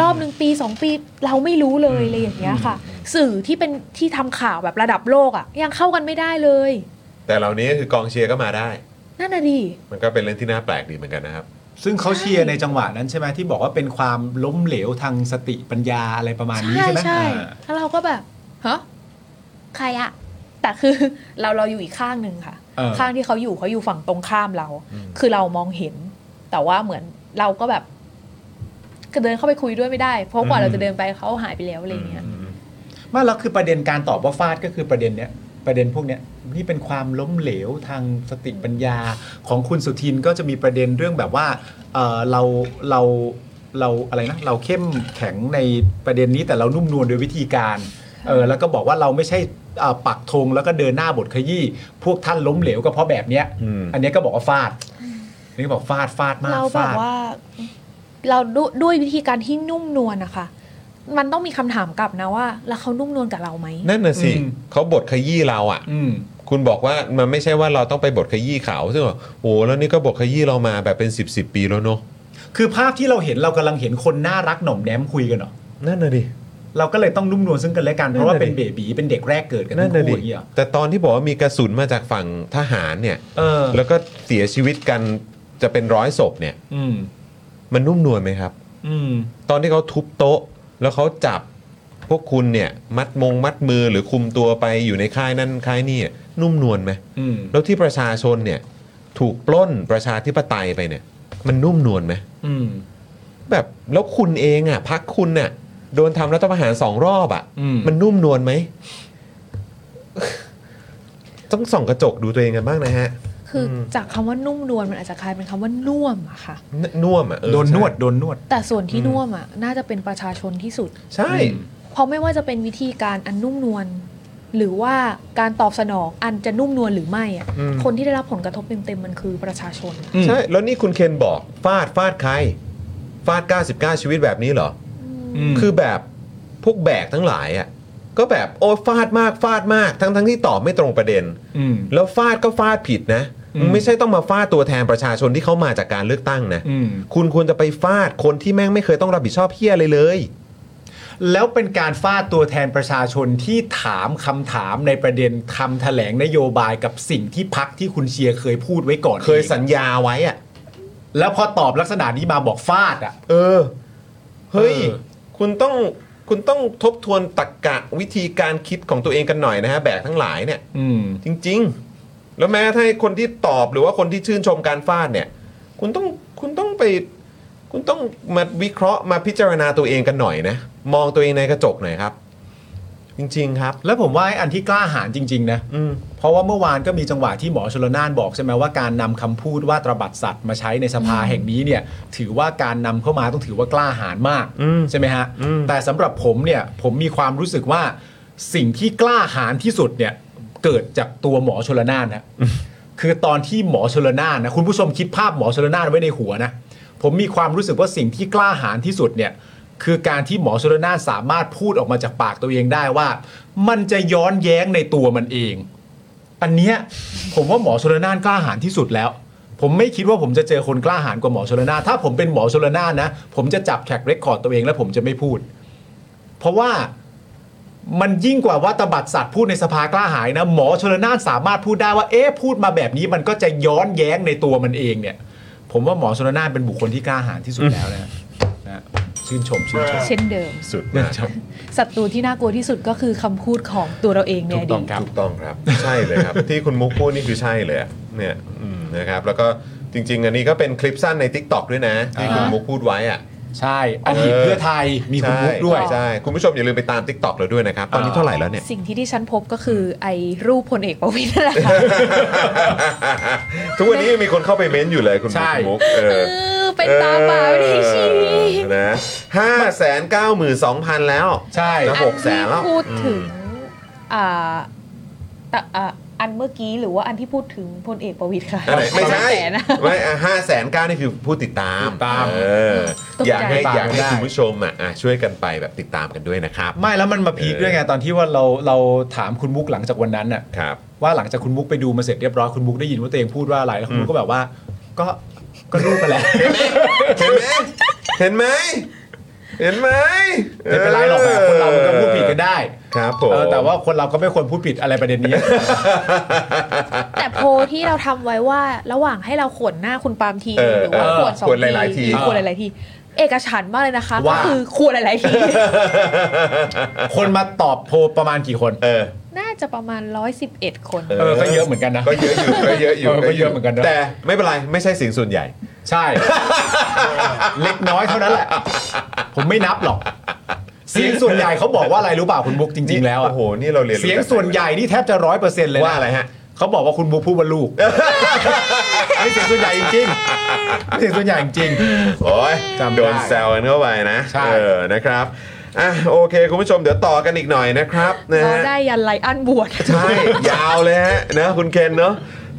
[SPEAKER 17] รอบหนึ่งปีสองปีเราไม่รู้เลยอะไรอย่างเงี้ยค่ะ สื่อที่เป็นที่ทำข่าวแบบระดับโลกอ่ะยังเข้ากันไม่ได้เลย
[SPEAKER 1] แต่เหล่านี้ก็คือกองเชียร์ก็มาได้
[SPEAKER 17] นั่นน่ะดิ
[SPEAKER 1] มันก็เป็นเรื่องที่น่าแปลกดีเหมือนกันนะครับ
[SPEAKER 2] ซึ่งเขาเชียร์ในจังหวะนั้นใช่ไหมที่บอกว่าเป็นความล้มเหลวทางสติปัญญาอะไรประมาณนี้
[SPEAKER 17] ใช่
[SPEAKER 2] ใช่ไหม
[SPEAKER 17] ใช่
[SPEAKER 2] อ่า
[SPEAKER 17] แล้วเราก็แบบฮะใครอะแต่คือ เราเราอยู่อีกข้างหนึ่งค่ะ
[SPEAKER 5] เออ
[SPEAKER 17] ข้างที่เขาอยู่เขาอยู่ฝั่งตรงข้ามเรา คือเรามองเห็น แต่ว่าเหมือนเราก็แบบก็เดินเข้าไปคุยด้วยไม่ได้ เพราะกว่า
[SPEAKER 2] อืม
[SPEAKER 17] เราจะเดินไปเขาหายไปแล้วอะไรอย่างเงี้ย
[SPEAKER 2] ไม่แล้วคือประเด็นการตอบว่าฟาดก็คือประเด็นเนี้ยประเด็นพวกเนี้ยนี่เป็นความล้มเหลวทางสติปัญญาของคุณสุทินก็จะมีประเด็นเรื่องแบบว่าเอ่อเราเราเราอะไรนะเราเข้มแข็งในประเด็นนี้แต่เรานุ่มนวลโดยวิธีการเออแล้วก็บอกว่าเราไม่ใช่เอ่อปักธงแล้วก็เดินหน้าบทขยี้พวกท่านล้มเหลวก็เพราะแบบเนี้ย
[SPEAKER 1] อืม
[SPEAKER 2] อันเนี้ยก็บอกว่าฟาดอันนี่บอกฟาดฟาดมาก
[SPEAKER 17] เราแบ
[SPEAKER 2] ฟา
[SPEAKER 17] บ
[SPEAKER 2] ด
[SPEAKER 17] ว่าเราดด้วยวิธีการที่นุ่มนวลนะคะ มันต้องมีคำถามกลับนะว่า แล้วเขานุ่มนวลกับเราไหม
[SPEAKER 1] นั่นน่ะสิเขาบทขยี้เราอ่ะคุณบอกว่ามันไม่ใช่ว่าเราต้องไปบทขยี้เขาซึ่งแบบโอ้โหแล้วนี่ก็บทขยี้เรามาแบบเป็น 10บสปีแล้วเนอะ
[SPEAKER 2] คือภาพที่เราเห็นเรากำลังเห็นคนน่ารักหน่อมแนมคุยกันเหรอ
[SPEAKER 1] นั่นน่ะดิ
[SPEAKER 2] เราก็เลยต้องนุ่มนวลซึ่งกันและกัน เพราะว่าเป็นเบบีเป็นเด็กแรกเกิดกันทั้
[SPEAKER 1] นั่
[SPEAKER 2] ง
[SPEAKER 1] น
[SPEAKER 2] คู่
[SPEAKER 1] น่ะดิ
[SPEAKER 2] อย่างเงี้ยเหรอ
[SPEAKER 1] แต่ตอนที่บอกว่ามีกระสุนมาจากฝั่งทหารเนี่ย
[SPEAKER 2] เออ
[SPEAKER 1] แล้วก็เสียชีวิตกันจะเป็นร้อยศพเนี่ย
[SPEAKER 2] อืม
[SPEAKER 1] มันนุ่มนวลไหมครับ
[SPEAKER 2] อืม
[SPEAKER 1] ตอนที่เขาทุบโต๊ะ แล้วเขาจับพวกคุณเนี่ย มัดมงมัดมือหรือคุมตัวไปอยู่ในค่ายนั่นค่ายนี่อะนุ่มนวลไหม
[SPEAKER 2] อืม
[SPEAKER 1] แล้วที่ประชาชนเนี่ย ถูกปล้นประชาธิปไตยไปเนี่ย มันนุ่มนวลไหม
[SPEAKER 2] อืม
[SPEAKER 1] แบบแล้วคุณเองอ่ะพักคุณน่ะโดนทำรัฐประหารสองรอบอ่ะ
[SPEAKER 2] อืม
[SPEAKER 1] มันนุ่มนวลไหม ต้องส่องกระจกดูตัวเองกันบ้างนะฮะ
[SPEAKER 17] คืออจากคำว่านุ่มนวลมันอาจจะกลายเป็นคำว่าน่วมอะค่ะ
[SPEAKER 1] นน่วมอ่ะเออ
[SPEAKER 2] โดนนวด
[SPEAKER 1] ใช่
[SPEAKER 2] โดนนวด
[SPEAKER 17] แต่ส่วนที่
[SPEAKER 1] อืม
[SPEAKER 17] น่วมอะน่าจะเป็นประชาชนที่สุด
[SPEAKER 1] ใช่
[SPEAKER 17] เพราะไม่ว่าจะเป็นวิธีการอันนุ่มนวลหรือว่าการตอบสนองอันจะนุ่มนวลหรือไม่อะ
[SPEAKER 1] อืม
[SPEAKER 17] คนที่ได้รับผลกระทบเต็มๆมันคือประชาชน
[SPEAKER 1] ใช่ แล้วนี่คุณเคนบอกฟาดฟาดใคร ฟาด 99 ชีวิตแบบนี้เหรออคือแบบพวกแบกทั้งหลายอ่ะก็แบบโอ้ฟาดมากฟาดมากทั้งทั้งที่ตอบไม่ตรงประเด็น
[SPEAKER 2] อืม
[SPEAKER 1] แล้วฟาดก็ฟาดผิดนะ
[SPEAKER 2] อืม
[SPEAKER 1] ไม่ใช่ต้องมาฟาดตัวแทนประชาชนที่เขามาจากการเลือกตั้งนะ
[SPEAKER 2] อืม
[SPEAKER 1] คุณควรจะไปฟาดคนที่แม่งไม่เคยต้องรับผิดชอบเฮียอะไรเลย
[SPEAKER 2] แล้วเป็นการฟาดตัวแทนประชาชนที่ถามคำถามในประเด็นคำแถลงนโยบายกับสิ่งที่พักที่คุณเชียร์เคยพูดไว้ก่อน
[SPEAKER 1] เคยสัญญาไว้อะ
[SPEAKER 2] แล้วพอตอบลักษณะนี้มาบอกฟาดอ่ะ
[SPEAKER 1] เออ เฮ้ย คุณต้องคุณต้องทบทวนตรกกะวิธีการคิดของตัวเองกันหน่อยนะฮะ แบกทั้งหลายเนี่ย
[SPEAKER 2] อืม
[SPEAKER 1] จริง ๆ แล้วแม้ถ้าคนที่ตอบหรือว่าคนที่ชื่นชมการฟาดเนี่ย คุณต้องคุณต้องไป คุณต้องมาวิเคราะห์มาพิจารณาตัวเองกันหน่อยนะ มองตัวเองในกระจกหน่อยครับ จริง ๆ ครับ
[SPEAKER 2] แล้วผมว่าไอ้อันที่กล้าหาญจริง ๆ นะเพราะว่าเมื่อวานก็มีจังหวะที่หมอชลนานบอกใช่ไหมว่าการนำคำพูดว่าตระบัดสัตว์มาใช้ในสภาแห่งนี้เนี่ย ถือว่าการนำเข้ามาต้องถือว่ากล้าหาญมากใช่ไหมฮะแต่สำหรับผมเนี่ยผมมีความรู้สึกว่าสิ่งที่กล้าหาญที่สุดเนี่ยเกิดจากตัวหมอชลนานนะ คือตอนที่หมอชลนานนะคุณผู้ชมคิดภาพหมอชลนานไว้ในหัวนะผมมีความรู้สึกว่าสิ่งที่กล้าหาญที่สุดเนี่ยคือการที่หมอชลนานสามารถพูดออกมาจากปากตัวเองได้ว่า มันจะย้อนแย้งในตัวมันเอง อันเนี้ยผมว่าหมอชลนานกล้าหาญที่สุดแล้ว ผมไม่คิดว่าผมจะเจอคนกล้าหาญกว่าหมอชลนานถ้าผมเป็นหมอชลนานนะ ผมจะจับแทร็กเรคคอร์ดตัวเองแล้วผมจะไม่พูด เพราะว่า มันยิ่งกว่าว่าตบัดสัตว์พูดในสภากล้าหายนะ หมอชลนานสามารถพูดได้ว่าเอ๊ะพูดมาแบบนี้มันก็จะย้อนแย้งในตัวมันเองเนี่ย ผมว่าหมอชลนานเป็นบุคคลที่กล้าหาญที่สุดแล้วนะฮะนะชื่นชมชื่นชม
[SPEAKER 17] เช่นเดิม
[SPEAKER 1] สุด
[SPEAKER 2] นะับ
[SPEAKER 17] ศัตรูที่น่ากลัวที่สุดก็คือคำพูดของตัวเราเองในอดีต
[SPEAKER 1] ถูกต้องครับ ใช่เลยครับ ที่คุณมุกพูดนี่คือใช่เลยอะเนี่ยอืมนะครับ แล้วก็จริง ๆ อันนี้ก็เป็นคลิปสั้นใน Tik t o อกด้วยนะ ที่คุณ
[SPEAKER 2] อ่ามุ
[SPEAKER 1] มุกพูดไว้อะ
[SPEAKER 2] ใช่อดีตเพื่อไทยมีคุณมุกด้วย
[SPEAKER 1] ใช่ใช่คุณผู้ชมอย่าลืมไปตาม Tik t o อกเราด้วยนะครับ ตอนนี้เท่าไหร่แล้วเนี่ย
[SPEAKER 17] สิ่งที่ที่ฉันพบก็คือไอ้รูปพลเอกประวิตรนั่นแหละค่ะ
[SPEAKER 1] ทุกวันนี้ยังมีคนเข้าไปเม้นต์อยู่เลยคุณมุกคุณมุกเออ
[SPEAKER 17] เออเป็นตาเปล่าไม่ได้ชี้
[SPEAKER 1] เออนะห้าแสนเก้าหมื่นสองพันแล้ว
[SPEAKER 2] ใช่
[SPEAKER 1] จะหกแสนแล้ว
[SPEAKER 17] พูด
[SPEAKER 1] อื
[SPEAKER 17] ถึง
[SPEAKER 1] ม
[SPEAKER 17] อ่าตะอ่าอันเมื่อกี้หรือว่าอันที่พูดถึงพลเอกประวิตรค่ะ
[SPEAKER 1] อะไรไม่ใช่
[SPEAKER 17] ห้าแสนนะ
[SPEAKER 1] ไม่ห้าแสนเก้านี่คือผู้ติดตาม
[SPEAKER 2] ตาม
[SPEAKER 1] เออ
[SPEAKER 17] ตกใจ
[SPEAKER 1] อยากให้
[SPEAKER 2] ตาม
[SPEAKER 1] อยากให้
[SPEAKER 2] ได้
[SPEAKER 1] คุณผู้ชมอ่ะอ่ะช่วยกันไปแบบติดตามกันด้วยนะครับ
[SPEAKER 2] ไม่แล้วมันมาพีคด้วยไงตอนที่ว่าเราเราถามคุณมุกหลังจากวันนั้นน่ะว่าหลังจากคุณมุกไปดูมาเสร็จเรียบร้อยคุณมุกได้ยินว่าตัวเองพูดว่าอะไรแล้วคุณมุกก็แบบว่า ก็ก็รู้ไปแหล้ว
[SPEAKER 1] เห็นไหมเห็นไหม
[SPEAKER 2] ไม่เป็นไรหรอกแบบคนเรามันก็พูดผิดกันได้
[SPEAKER 1] ครับผม
[SPEAKER 2] เออแต่ว่าคนเราก็ไม่ควรพูดผิดอะไรประเด็นนี้
[SPEAKER 17] แต่โพลที่เราทำไว้ว่าระหว่างให้เราขวนหน้าคุณปาล์มที
[SPEAKER 2] เออ
[SPEAKER 17] หรือว่า
[SPEAKER 2] เออ
[SPEAKER 17] ขวนสอง
[SPEAKER 2] ขวนหลายๆ
[SPEAKER 17] ที
[SPEAKER 2] ที
[SPEAKER 17] ขวนหลายๆที เอกฉันท์มากเลยนะคะก็
[SPEAKER 2] ว่า
[SPEAKER 17] คือขวนหลายๆที
[SPEAKER 2] คนมาตอบโพลประมาณกี่คน
[SPEAKER 1] เออ
[SPEAKER 17] น่าจะประมาณ 111 คน
[SPEAKER 2] ก็เยอะเหมือนกันนะ
[SPEAKER 1] ก็เยอะอยู่ก็เยอะอยู่
[SPEAKER 2] ก็เยอะเหมือนกันนะ
[SPEAKER 1] แต่ไม่เป็นไรไม่ใช่เสิ่งส่วนใหญ่
[SPEAKER 2] ใช่ เล็กน้อยเท่านั้นแหละ ผมไม่นับหรอก เสียงส่วนใหญ่เขาบอกว่าอะไรรู้เปล่าคุณมุกจริง ๆ แล้วโอ้โห
[SPEAKER 1] นี่เราเรียนรู้
[SPEAKER 2] เสียงส่วนใหญ่นี่แทบจะร้อยเปอร์เซ็นต์เลยว่าอะไร
[SPEAKER 1] ฮะ
[SPEAKER 2] เขาบอกว่าคุณมุกพูดว่าลูก นี่เสียงส่วนใหญ่จริงๆเสียงส่วนใหญ่จริง
[SPEAKER 1] โอ้ยโดนแซวกันเข้าไปนะเออนะครับอ่ะโอเค คุณผู้ชมเดี๋ยวต่อกันอีกหน่อยนะครับนะ
[SPEAKER 17] เรา
[SPEAKER 1] ฮะ
[SPEAKER 17] ได้ยันไลอันบวช
[SPEAKER 1] ใช่ ยาวเลยฮะนะคุณเคนเนาะ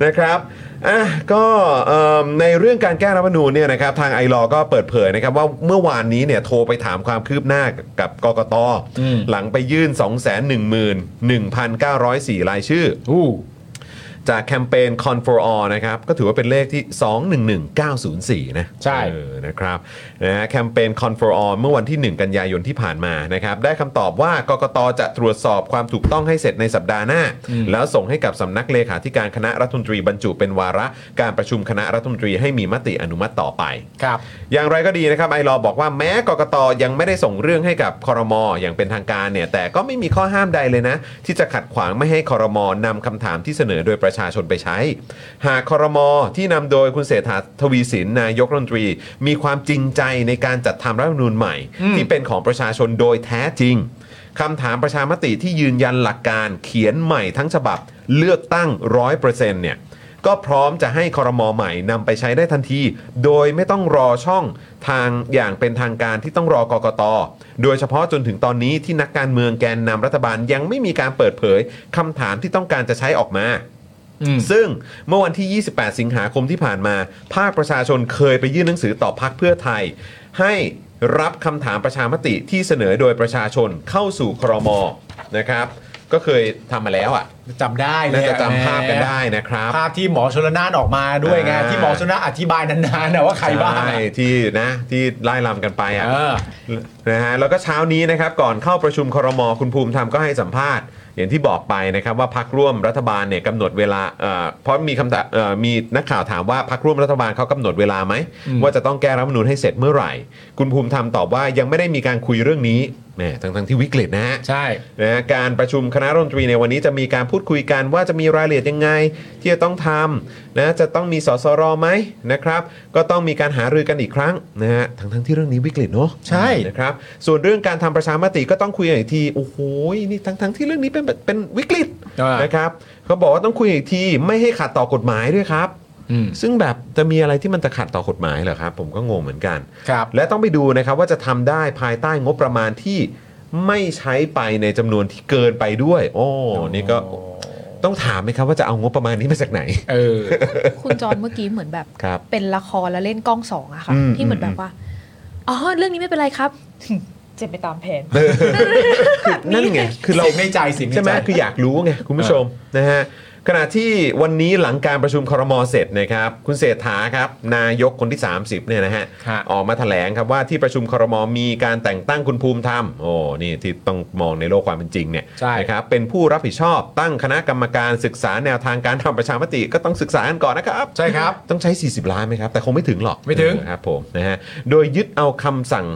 [SPEAKER 1] นะครับอ่ะก็เอิ่มในเรื่องการแก้รัฐธรรมนูญเนี่ยนะครับทางไอรอว์ก็เปิดเผยนะครับว่าเมื่อวานนี้เนี่ยโทรไปถามความคืบหน้ากับกกตหลังไปยื่น 211,904 รายชื่อ จากแคมเปญ Con for All นะครับก็ถือว่าเป็นเลขที่ 211904 นะใช่นะครับนะฮะแคมเปญ Con for All เมื่อวันที่ 1 กันยายนที่ผ่านมานะครับได้คำตอบว่ากกตจะตรวจสอบความถูกต้องให้เสร็จในสัปดาห์หน้า
[SPEAKER 2] อืม
[SPEAKER 1] แล้วส่งให้กับสำนักเลขาธิการคณะรัฐมนตรีบรรจุเป็นวาระการประชุมคณะรัฐมนตรีให้มีมติอนุมัติต่อไป
[SPEAKER 2] ครับ
[SPEAKER 1] อย่างไรก็ดีนะครับไอรอว์บอกว่าแม้กกตยังไม่ได้ส่งเรื่องให้กับคอรมออย่างเป็นทางการเนี่ยแต่ก็ไม่มีข้อห้ามใดเลยนะ ที่จะขัดขวางไม่ให้คอรมอนำคำถามที่เสนอโดยประ ประชาชนไปใช้ หากคอรมอที่นำโดยคุณเศรษฐาทวีสินนายกรัฐมนตรี มีความจริงใจในการจัดทำรัฐธรรมนูญใหม่ ที่เป็นของประชาชนโดยแท้จริง คำถามประชามติที่ยืนยันหลักการเขียนใหม่ทั้งฉบับเลือกตั้ง 100%เนี่ยก็พร้อมจะให้คอรมอใหม่นำไปใช้ได้ทันที โดยไม่ต้องรอช่องทางอย่างเป็นทางการที่ต้องรอกกต โดยเฉพาะจนถึงตอนนี้ที่นักการเมืองแกนนำรัฐบาลยังไม่มีการเปิดเผยคำถามที่ต้องการจะใช้ออกมา ซึ่งเมื่อวันที่ 28 สิงหาคมที่ผ่านมา ภาคประชาชนเคยไปยื่นหนังสือต่อพักเพื่อไทย ให้รับคำถามประชามติที่เสนอโดยประชาชนเข้าสู่ครมนะครับ ก็เคยทำมาแล้วอ่ะ
[SPEAKER 2] จำได้เลย
[SPEAKER 1] น่าจะจำ
[SPEAKER 2] แหม
[SPEAKER 1] ภาพกันได้นะครับ
[SPEAKER 2] ภาพที่หมอชลนานออกมาด้วยไง
[SPEAKER 1] อ่า
[SPEAKER 2] ที่หมอชลนานอธิบายนานๆนะว่าใครบ้าง
[SPEAKER 1] ใช่
[SPEAKER 2] อะ
[SPEAKER 1] ที่นะที่ไล่ลำกันไปอ่ะ
[SPEAKER 2] เออ
[SPEAKER 1] นะฮะแล้วก็เช้านี้นะครับก่อนเข้าประชุมครมคุณภูมิธรรมก็ให้สัมภาษณ์ อย่างที่บอกไปนะครับว่าพักร่วมรัฐบาลเนี่ยกำหนดเวลาเอ่อเพราะมีคำถามเอ่อมีนักข่าวถามว่าพักร่วมรัฐบาลเขากำหนดเวลาไหม ว่าจะต้องแก้รัฐธรรมนูญให้เสร็จเมื่อไหร่ คุณภูมิธรรมตอบว่ายังไม่ได้มีการคุยเรื่องนี้แหมทั้งทั้งๆที่วิกฤตนะฮะ
[SPEAKER 2] ใช่
[SPEAKER 1] นะฮะการประชุมคณะรัฐมนตรีในวันนี้จะมีการพูดคุยกันว่าจะมีรายละเอียดยังไง ที่จะต้องทำนะจะต้องมีสสรไหมนะครับ ก็ต้องมีการหารือกันอีกครั้งนะฮะทั้งทั้งๆที่เรื่องนี้วิกฤตเนาะใช่นะครับส่วนเรื่องการทำประชามติก็ต้องคุยกันอีกทีโอ้โหนี่ทั้งทั้งๆที่เรื่องนี้เป็นเป็นวิกฤตนะครับเขาบอกว่าต้องคุยอีกทีไม่ให้ขัดต่อกฎหมายด้วยครับ ซึ่งแบบจะมีอะไรที่มันจะขัดต่อกฎหมายเหรอครับ ผมก็งงเหมือนกัน และต้องไปดูนะครับว่าจะทำได้ภายใต้งบประมาณที่ไม่ใช้ไปในจำนวนที่เกินไปด้วย โอ้นี่ก็ต้องถามไหมครับว่าจะเอางบประมาณนี้มาจากไหน
[SPEAKER 2] เออ
[SPEAKER 17] คุณจอนเมื่อกี้เหมือนแบบ
[SPEAKER 1] ครับ
[SPEAKER 17] เป็นละครแล้วเล่นกล้องสองอะค่ะ
[SPEAKER 1] อืม
[SPEAKER 17] ที่เหมือนแบบว่า อ๋อ เรื่องนี้ไม่เป็นไรครับ เจ็บไปตามแผน
[SPEAKER 1] นั่นไง คือเราไม่ใจสิใช่ไหมคืออยากรู้ไง คุณผู้ชมนะฮะขณะที่วันนี้หลังการประชุมครมเสร็จนะครับ คุณเศรษฐาครับ นายกคนที่ 30เนี่ยนะฮะออกมาแถลงครับว่าที่ประชุมครมมีการแต่งตั้งคุณภูมิธรรม โอ้นี่ที่ต้องมองในโลกความเป็นจริงเนี่ย
[SPEAKER 2] ใช่
[SPEAKER 1] นะครับเป็นผู้รับผิดชอบตั้งคณะกรรมการศึกษาแนวทางการทำประชามติก็ต้องศึกษากันก่อนนะครับ ใช่ครับ ต้องใช้ 40 ล้านไหมครับ แต่คงไม่ถึงหรอก
[SPEAKER 2] ไม่ถึง
[SPEAKER 1] เออครับผมนะฮะโดยยึดเอาคำสั่ง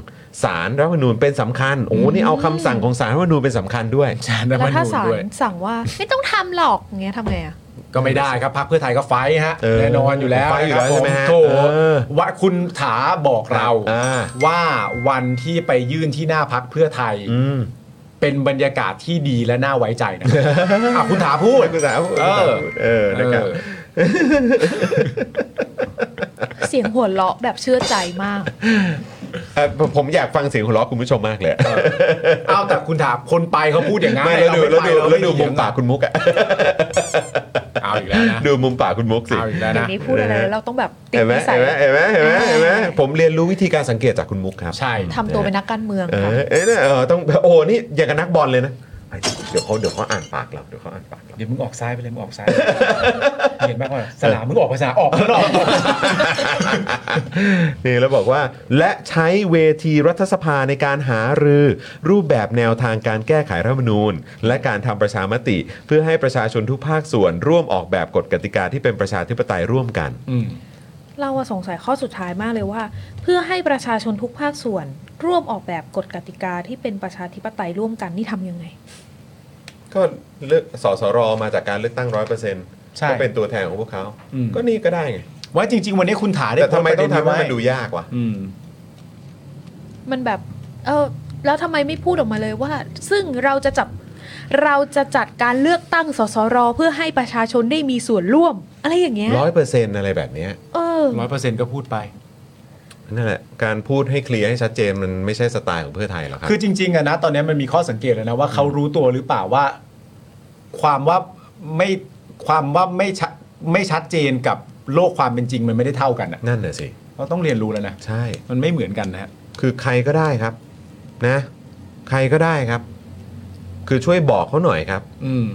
[SPEAKER 1] สารรัฐธรรมนูญเป็นสำคัญโอ้โหนี่เอาคำสั่งของสารรัฐธรรมนูญเป็นสำคัญด้วยสารรัฐธร
[SPEAKER 17] แล้ว
[SPEAKER 1] รมนู
[SPEAKER 17] ถ้า
[SPEAKER 1] ญ
[SPEAKER 17] ศาล
[SPEAKER 1] ด้วย
[SPEAKER 17] สั่งว่า ไม่ต้องทำหรอกอย่างเงี้ยทำไงอะ
[SPEAKER 2] ก็ไม่ได้ครับพักเพื่อไทยก็ไฟท์ฮะ
[SPEAKER 1] เออ
[SPEAKER 2] แน่นอนอยู่แล้ว
[SPEAKER 1] ไฟท์อยู่แล้ว
[SPEAKER 2] นะครับ
[SPEAKER 1] ใช่ไหมฮะ
[SPEAKER 2] ผโถ
[SPEAKER 1] เออ
[SPEAKER 2] ว่าคุณถาบอกเรา
[SPEAKER 1] อ่า
[SPEAKER 2] ว่าวันที่ไปยื่นที่หน้าพักเพื่อไทยเป็นบรรยากาศที่ดีและน่าไว้ใจ นะ อ่ะคุณถาพูด
[SPEAKER 1] คุณถาพูด
[SPEAKER 2] เออ
[SPEAKER 1] เออนะครับ
[SPEAKER 17] เสียงหัวเราะแบบเชื่อใจมาก
[SPEAKER 1] เอ่อผมผมอยากฟังเสียงหัวเราะคุณผู้ชมมากเลย
[SPEAKER 2] เอาแต่คุณถาคนไปเขาพูดอย่างนั้น
[SPEAKER 1] ไม่แล้วดู
[SPEAKER 2] เรา
[SPEAKER 1] แล้ว
[SPEAKER 2] ไม่ไป
[SPEAKER 1] ดู
[SPEAKER 2] เรา
[SPEAKER 1] แล้ว
[SPEAKER 2] ไม่
[SPEAKER 1] ดู
[SPEAKER 2] เถี
[SPEAKER 1] มุ
[SPEAKER 2] ย
[SPEAKER 1] ม
[SPEAKER 2] ง
[SPEAKER 1] ปากคุณมุกอะเอาอีกแล้วนะดูมุมปากคุณมุกสิเอาอีกแล้ว
[SPEAKER 17] เดี๋ย
[SPEAKER 1] นะ
[SPEAKER 17] วนี้พูดอะไรแล้วเราต้องแบบติด
[SPEAKER 1] เห็นไหม
[SPEAKER 17] นิสั
[SPEAKER 1] เห็
[SPEAKER 17] ย
[SPEAKER 1] นไหมเห็นไหมเห็นไหมเห็นไหมผมเรียนรู้วิธีการสังเกตจากคุณมุกครับใช่
[SPEAKER 17] ทำตัวเป็นนักการเมือง
[SPEAKER 1] เอ
[SPEAKER 17] ค่ะ
[SPEAKER 1] อเอ้ยเนี่ยเออต้องโอ้นี่อย่างกับนักบอลเลยนะไอ้เดี๋ยวเขาเดี๋ยวเขาอ่านปากเราเดี๋ยวเขาอ่านปากเรา
[SPEAKER 2] เดี๋ยวมึงออกซ้ายไปเลยมึงออกซ้าย เห็นไหมว่าสนามมึงออกภาษาออกข้างนอก
[SPEAKER 1] นี่แล้วบอกว่า และใช้เวทีรัฐสภาในการหารือ รูปแบบแนวทางการแก้ไขรัฐธรรมนูญ และการทำประชามติ เพื่อให้ประชาชนทุกภาคส่วน ร่วมออกแบบกฎกติกาที่เป็นประชาธิปไตยร่วมกัน
[SPEAKER 17] เราอะสงสัยข้อสุดท้ายมากเลยว่า เพื่อให้ประชาชนทุกภาคส่วน ร่วมออกแบบกฎกติกาที่เป็นประชาธิปไตยร่วมกันนี่ทำยังไง
[SPEAKER 1] ก็เลือกสสรมาจากการเลือกตั้งร้อยเปอร์เซ็นต์
[SPEAKER 2] ใช่
[SPEAKER 1] ก็เป็นตัวแทนของพวกเขาก็นี่ก็ได้ไง
[SPEAKER 2] ว่าจริง ๆ วันนี้คุณถาได้
[SPEAKER 1] แต่ทำไมต้องทำให้มั
[SPEAKER 2] โพส
[SPEAKER 1] น
[SPEAKER 2] ต์ประเนนี้ว้
[SPEAKER 1] ดูยากวะ
[SPEAKER 2] อืม
[SPEAKER 17] มันแบบ เออแล้วทำไมไม่พูดออกมาเลยว่า ซึ่งเราจะจับเราจะจัดการเลือกตั้งสสรเพื่อให้ประชาชนได้มีส่วนร่วม อะไรอย่างเงี้ย
[SPEAKER 1] ร้อยเปอร์เซ็นต์อะไรแบบเนี้ย
[SPEAKER 17] เออ
[SPEAKER 1] ร้อยเปอร์เซ็นต์ก็พูดไป นั่นแหละ การพูดให้เคลียร์ให้ชัดเจนมันไม่ใช่สไตล์ของเพื่อไทยหรอกครับ
[SPEAKER 2] คือจริงๆอะนะ ตอนนี้มันมีข้อสังเกตแล้วนะ ว่าเขารู้ตัวหรือเปล่าว่า ความว่าไม่ความว่าไม่ชัดไม่ชัดเจนกับโลกความเป็นจริงมันไม่ได้เท่ากัน
[SPEAKER 1] นั่นน่ะสิ
[SPEAKER 2] เราต้องเรียนรู้แล้วนะ
[SPEAKER 1] ใช่
[SPEAKER 2] มันไม่เหมือนกันนะฮะ
[SPEAKER 1] คือใครก็ได้ครับ นะ ใครก็ได้ครับ คือช่วยบอกเขาหน่อยครับ
[SPEAKER 2] อืม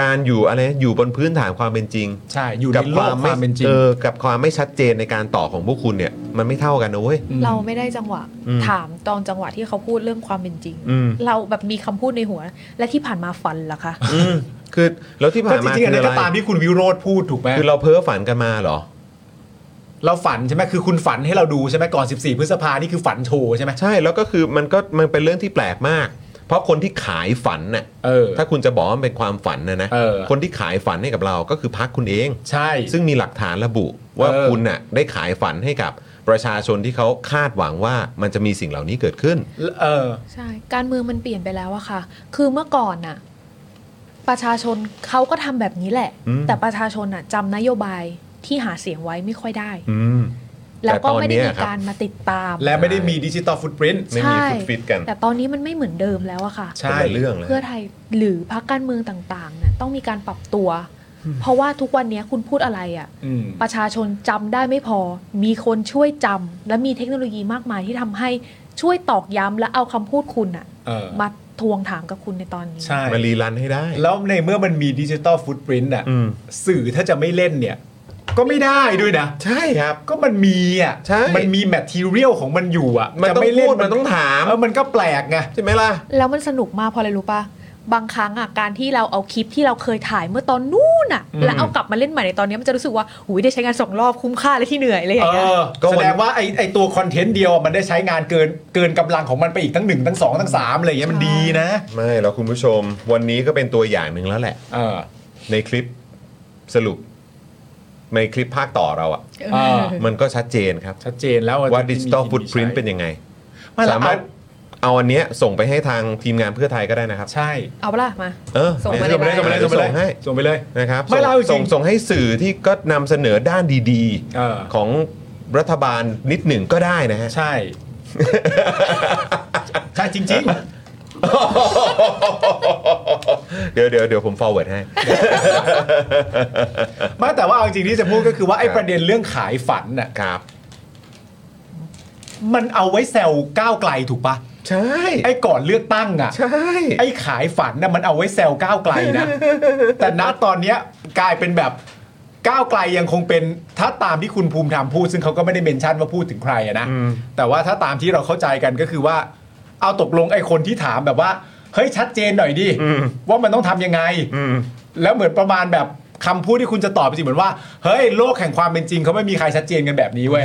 [SPEAKER 1] การอยู่อะไรอยู่บนพื้นฐานความเป็นจริง
[SPEAKER 2] ใช่ อยู่ในโลกความเป็นจริง
[SPEAKER 1] เออกับความไม่ชัดเจนในการต่อของพวกคุณเนี่ย มันไม่เท่ากันนะเว้ย
[SPEAKER 17] เราไม่ได้จังหวะ
[SPEAKER 1] อืม
[SPEAKER 17] ถามตอนจังหวะที่เขาพูดเรื่องความเป็นจริง
[SPEAKER 1] อืม
[SPEAKER 17] เราแบบมีคำพูดในหัว และที่ผ่านมาฟันล่ะคะ
[SPEAKER 1] อืมคือแล้วที่ผ่านมา
[SPEAKER 2] ก็จริงๆอันนั้นก็ตามที่คุณวิโรธพูดถูกไหม
[SPEAKER 1] คือเราเพ้อฝันกันมาเหรอ
[SPEAKER 2] เราฝันใช่ไหมคือคุณฝันให้เราดูใช่ไหมก่อน 14 พฤษภานี่คือฝันโชว์ใช่ไหม
[SPEAKER 1] ใช่แล้วก็คือมันก็มันเป็นเรื่องที่แปลกมาก เพราะคนที่ขายฝันน่ะถ้าคุณจะบอกว่ามันเป็นความฝันนะนะคนที่ขายฝันให้กับเราก็คือพักคุณเอง
[SPEAKER 2] ใช่
[SPEAKER 1] ซึ่งมีหลักฐานระบุว่า
[SPEAKER 2] เออ
[SPEAKER 1] คุณน่ะได้ขายฝันให้กับประชาชนที่เขาคาดหวังว่ามันจะมีสิ่งเหล่านี้เกิดขึ้น
[SPEAKER 2] เออ
[SPEAKER 17] ใช่ การเมืองมันเปลี่ยนไปแล้วอะค่ะ คือเมื่อก่อนน่ะ ประชาชนเขาก็ทำแบบนี้แหละ
[SPEAKER 1] อืม
[SPEAKER 17] แต่ประชาชนน่ะจำนโยบายที่หาเสียงไว้ไม่ค่อยได้
[SPEAKER 1] อืม
[SPEAKER 17] แล้วก็
[SPEAKER 1] ต่ตอน
[SPEAKER 17] ไม่ได้
[SPEAKER 1] เนี้ย
[SPEAKER 17] มี
[SPEAKER 1] ครับ
[SPEAKER 17] การมาติดตาม
[SPEAKER 2] และไม่ได้มีดิจิตอลฟุตปรินต์
[SPEAKER 17] ใช่ แต่ตอนนี้มันไม่เหมือนเดิมแล้วอะค่ะ
[SPEAKER 2] ใช่คนละเรื่องเลย
[SPEAKER 17] เพื่อไทยหรือพรรคการเมืองต่างๆน่ะต้องมีการปรับตัว เพราะว่าทุกวันเนี้ยคุณพูดอะไรอะ
[SPEAKER 2] อืม
[SPEAKER 17] ประชาชนจำได้ไม่พอ มีคนช่วยจำและมีเทคโนโลยีมากมายที่ทำให้ช่วยตอกย้ำและเอาคำพูดคุณอะ
[SPEAKER 2] เออ
[SPEAKER 17] มาทวงถามกับคุณในตอนนี้
[SPEAKER 2] ใช่
[SPEAKER 1] มารีรันให้ได้
[SPEAKER 2] แล้วในเมื่อมันมีดิจิตอลฟุตปรินต์อ่ะ
[SPEAKER 1] อืม
[SPEAKER 2] สื่อถ้าจะไม่เล่นเนี่ย ก็ไม่ได้ด้วยนะ
[SPEAKER 1] ใช่ครับ
[SPEAKER 2] ก็มันมีอ่ะ
[SPEAKER 1] ใช่
[SPEAKER 2] มันมีแมททีเรียลของมันอยู่อ่ะ
[SPEAKER 1] มัน
[SPEAKER 2] จะ
[SPEAKER 1] ต้อง
[SPEAKER 2] ไม่เล่น
[SPEAKER 1] พูดมันต้องถาม
[SPEAKER 2] เออมันก็แปลกไง
[SPEAKER 1] ใช่ไหมล่ะ
[SPEAKER 17] แล้วมันสนุกมากเพราะอะไรรู้ปะบางครั้งอ่ะการที่เราเอาคลิปที่เราเคยถ่ายเมื่อตอนนู้นอ่ะ
[SPEAKER 2] อืม
[SPEAKER 17] แล้วเอากลับมาเล่นใหม่ในตอนนี้มันจะรู้สึกว่าหูยได้ใช้งานสองรอบคุ้มค่าและที่เหนื่อยอะไรอย่าง
[SPEAKER 2] เอ
[SPEAKER 17] เงี้ย
[SPEAKER 2] อแสดงว่าไอไอตัวคอนเทนต์เดียวอะมันได้ใช้งานเกินเกินกำลังของมันไปอีกทั้งหนึ่งทั้งสองทั้งสามอะไรอย่างเงี้ยมันดีนะ
[SPEAKER 1] ไม่แล้วคุณผู้ชม วันนี้ก็เป็นตัวอย่างหนึ่งแล้วแหละในคลิปสรุป ในคลิปภาคต่อเราอะ
[SPEAKER 2] เออ
[SPEAKER 1] มันก็ชัดเจนครับ
[SPEAKER 2] ชัดเจนแล้ว
[SPEAKER 1] ว่าดิจิตอลฟุตพิ้นเป็นยังไง
[SPEAKER 2] ไม่ละ
[SPEAKER 1] สามารถเอาอันเนี้ยส่งไปให้ทางทีมงานเพื่อไทยก็ได้นะครับ
[SPEAKER 2] ใช่
[SPEAKER 17] เอาปะล่ะมา
[SPEAKER 1] เออ
[SPEAKER 17] ส่งมา
[SPEAKER 1] เอ
[SPEAKER 17] เล
[SPEAKER 1] อย
[SPEAKER 17] นะ
[SPEAKER 1] ส่งไปเลยส่งให้
[SPEAKER 2] ส่งไปเลย
[SPEAKER 1] นะครับ
[SPEAKER 2] ไม่เราจริง
[SPEAKER 1] ส่งส่งให้สื่อที่ก็นำเสนอด้านดีๆของรัฐบาลนิดหนึ่งก็ได้นะฮะ
[SPEAKER 2] ใช่ ใช่จริง
[SPEAKER 1] เดี๋ยวเดี๋ยวเดี๋ยวผม forward ให้
[SPEAKER 2] ๆไม่แต่ว่าเอาจริงที่จะพูดก็คือว่าไอ้ประเด็นเรื่องขายฝันน่ะ
[SPEAKER 1] ครับ
[SPEAKER 2] มันเอาไว้แซวก้าวไกลถูกปะ
[SPEAKER 1] ใช่
[SPEAKER 2] ไอ้ก่อนเลือกตั้งอ่ะ
[SPEAKER 1] ใช่
[SPEAKER 2] ไอ้ขายฝันน่ะมันเอาไว้แซวก้าวไกล นะ แต่ณตอนเนี้ยกลายเป็นแบบก้าวไกลยังคงเป็นถ้าตามที่คุณภูมิธรรมพูด ซึ่งเขาก็ไม่ได้เมนชั่นว่าพูดถึงใครอะนะแต่ว่าถ้าตามที่เราเข้าใจกันก็คือว่า เอาตกลงไอ้คนที่ถามแบบว่าเฮ้ยชัดเจนหน่อยดิว่ามันต้องทำยังไงแล้วเหมือนประมาณแบบคำพูดที่คุณจะตอบจริงเหมือนว่าเฮ้ยโลกแห่งความเป็นจริงเขาไม่มีใครชัดเจนกันแบบนี้ เว้ย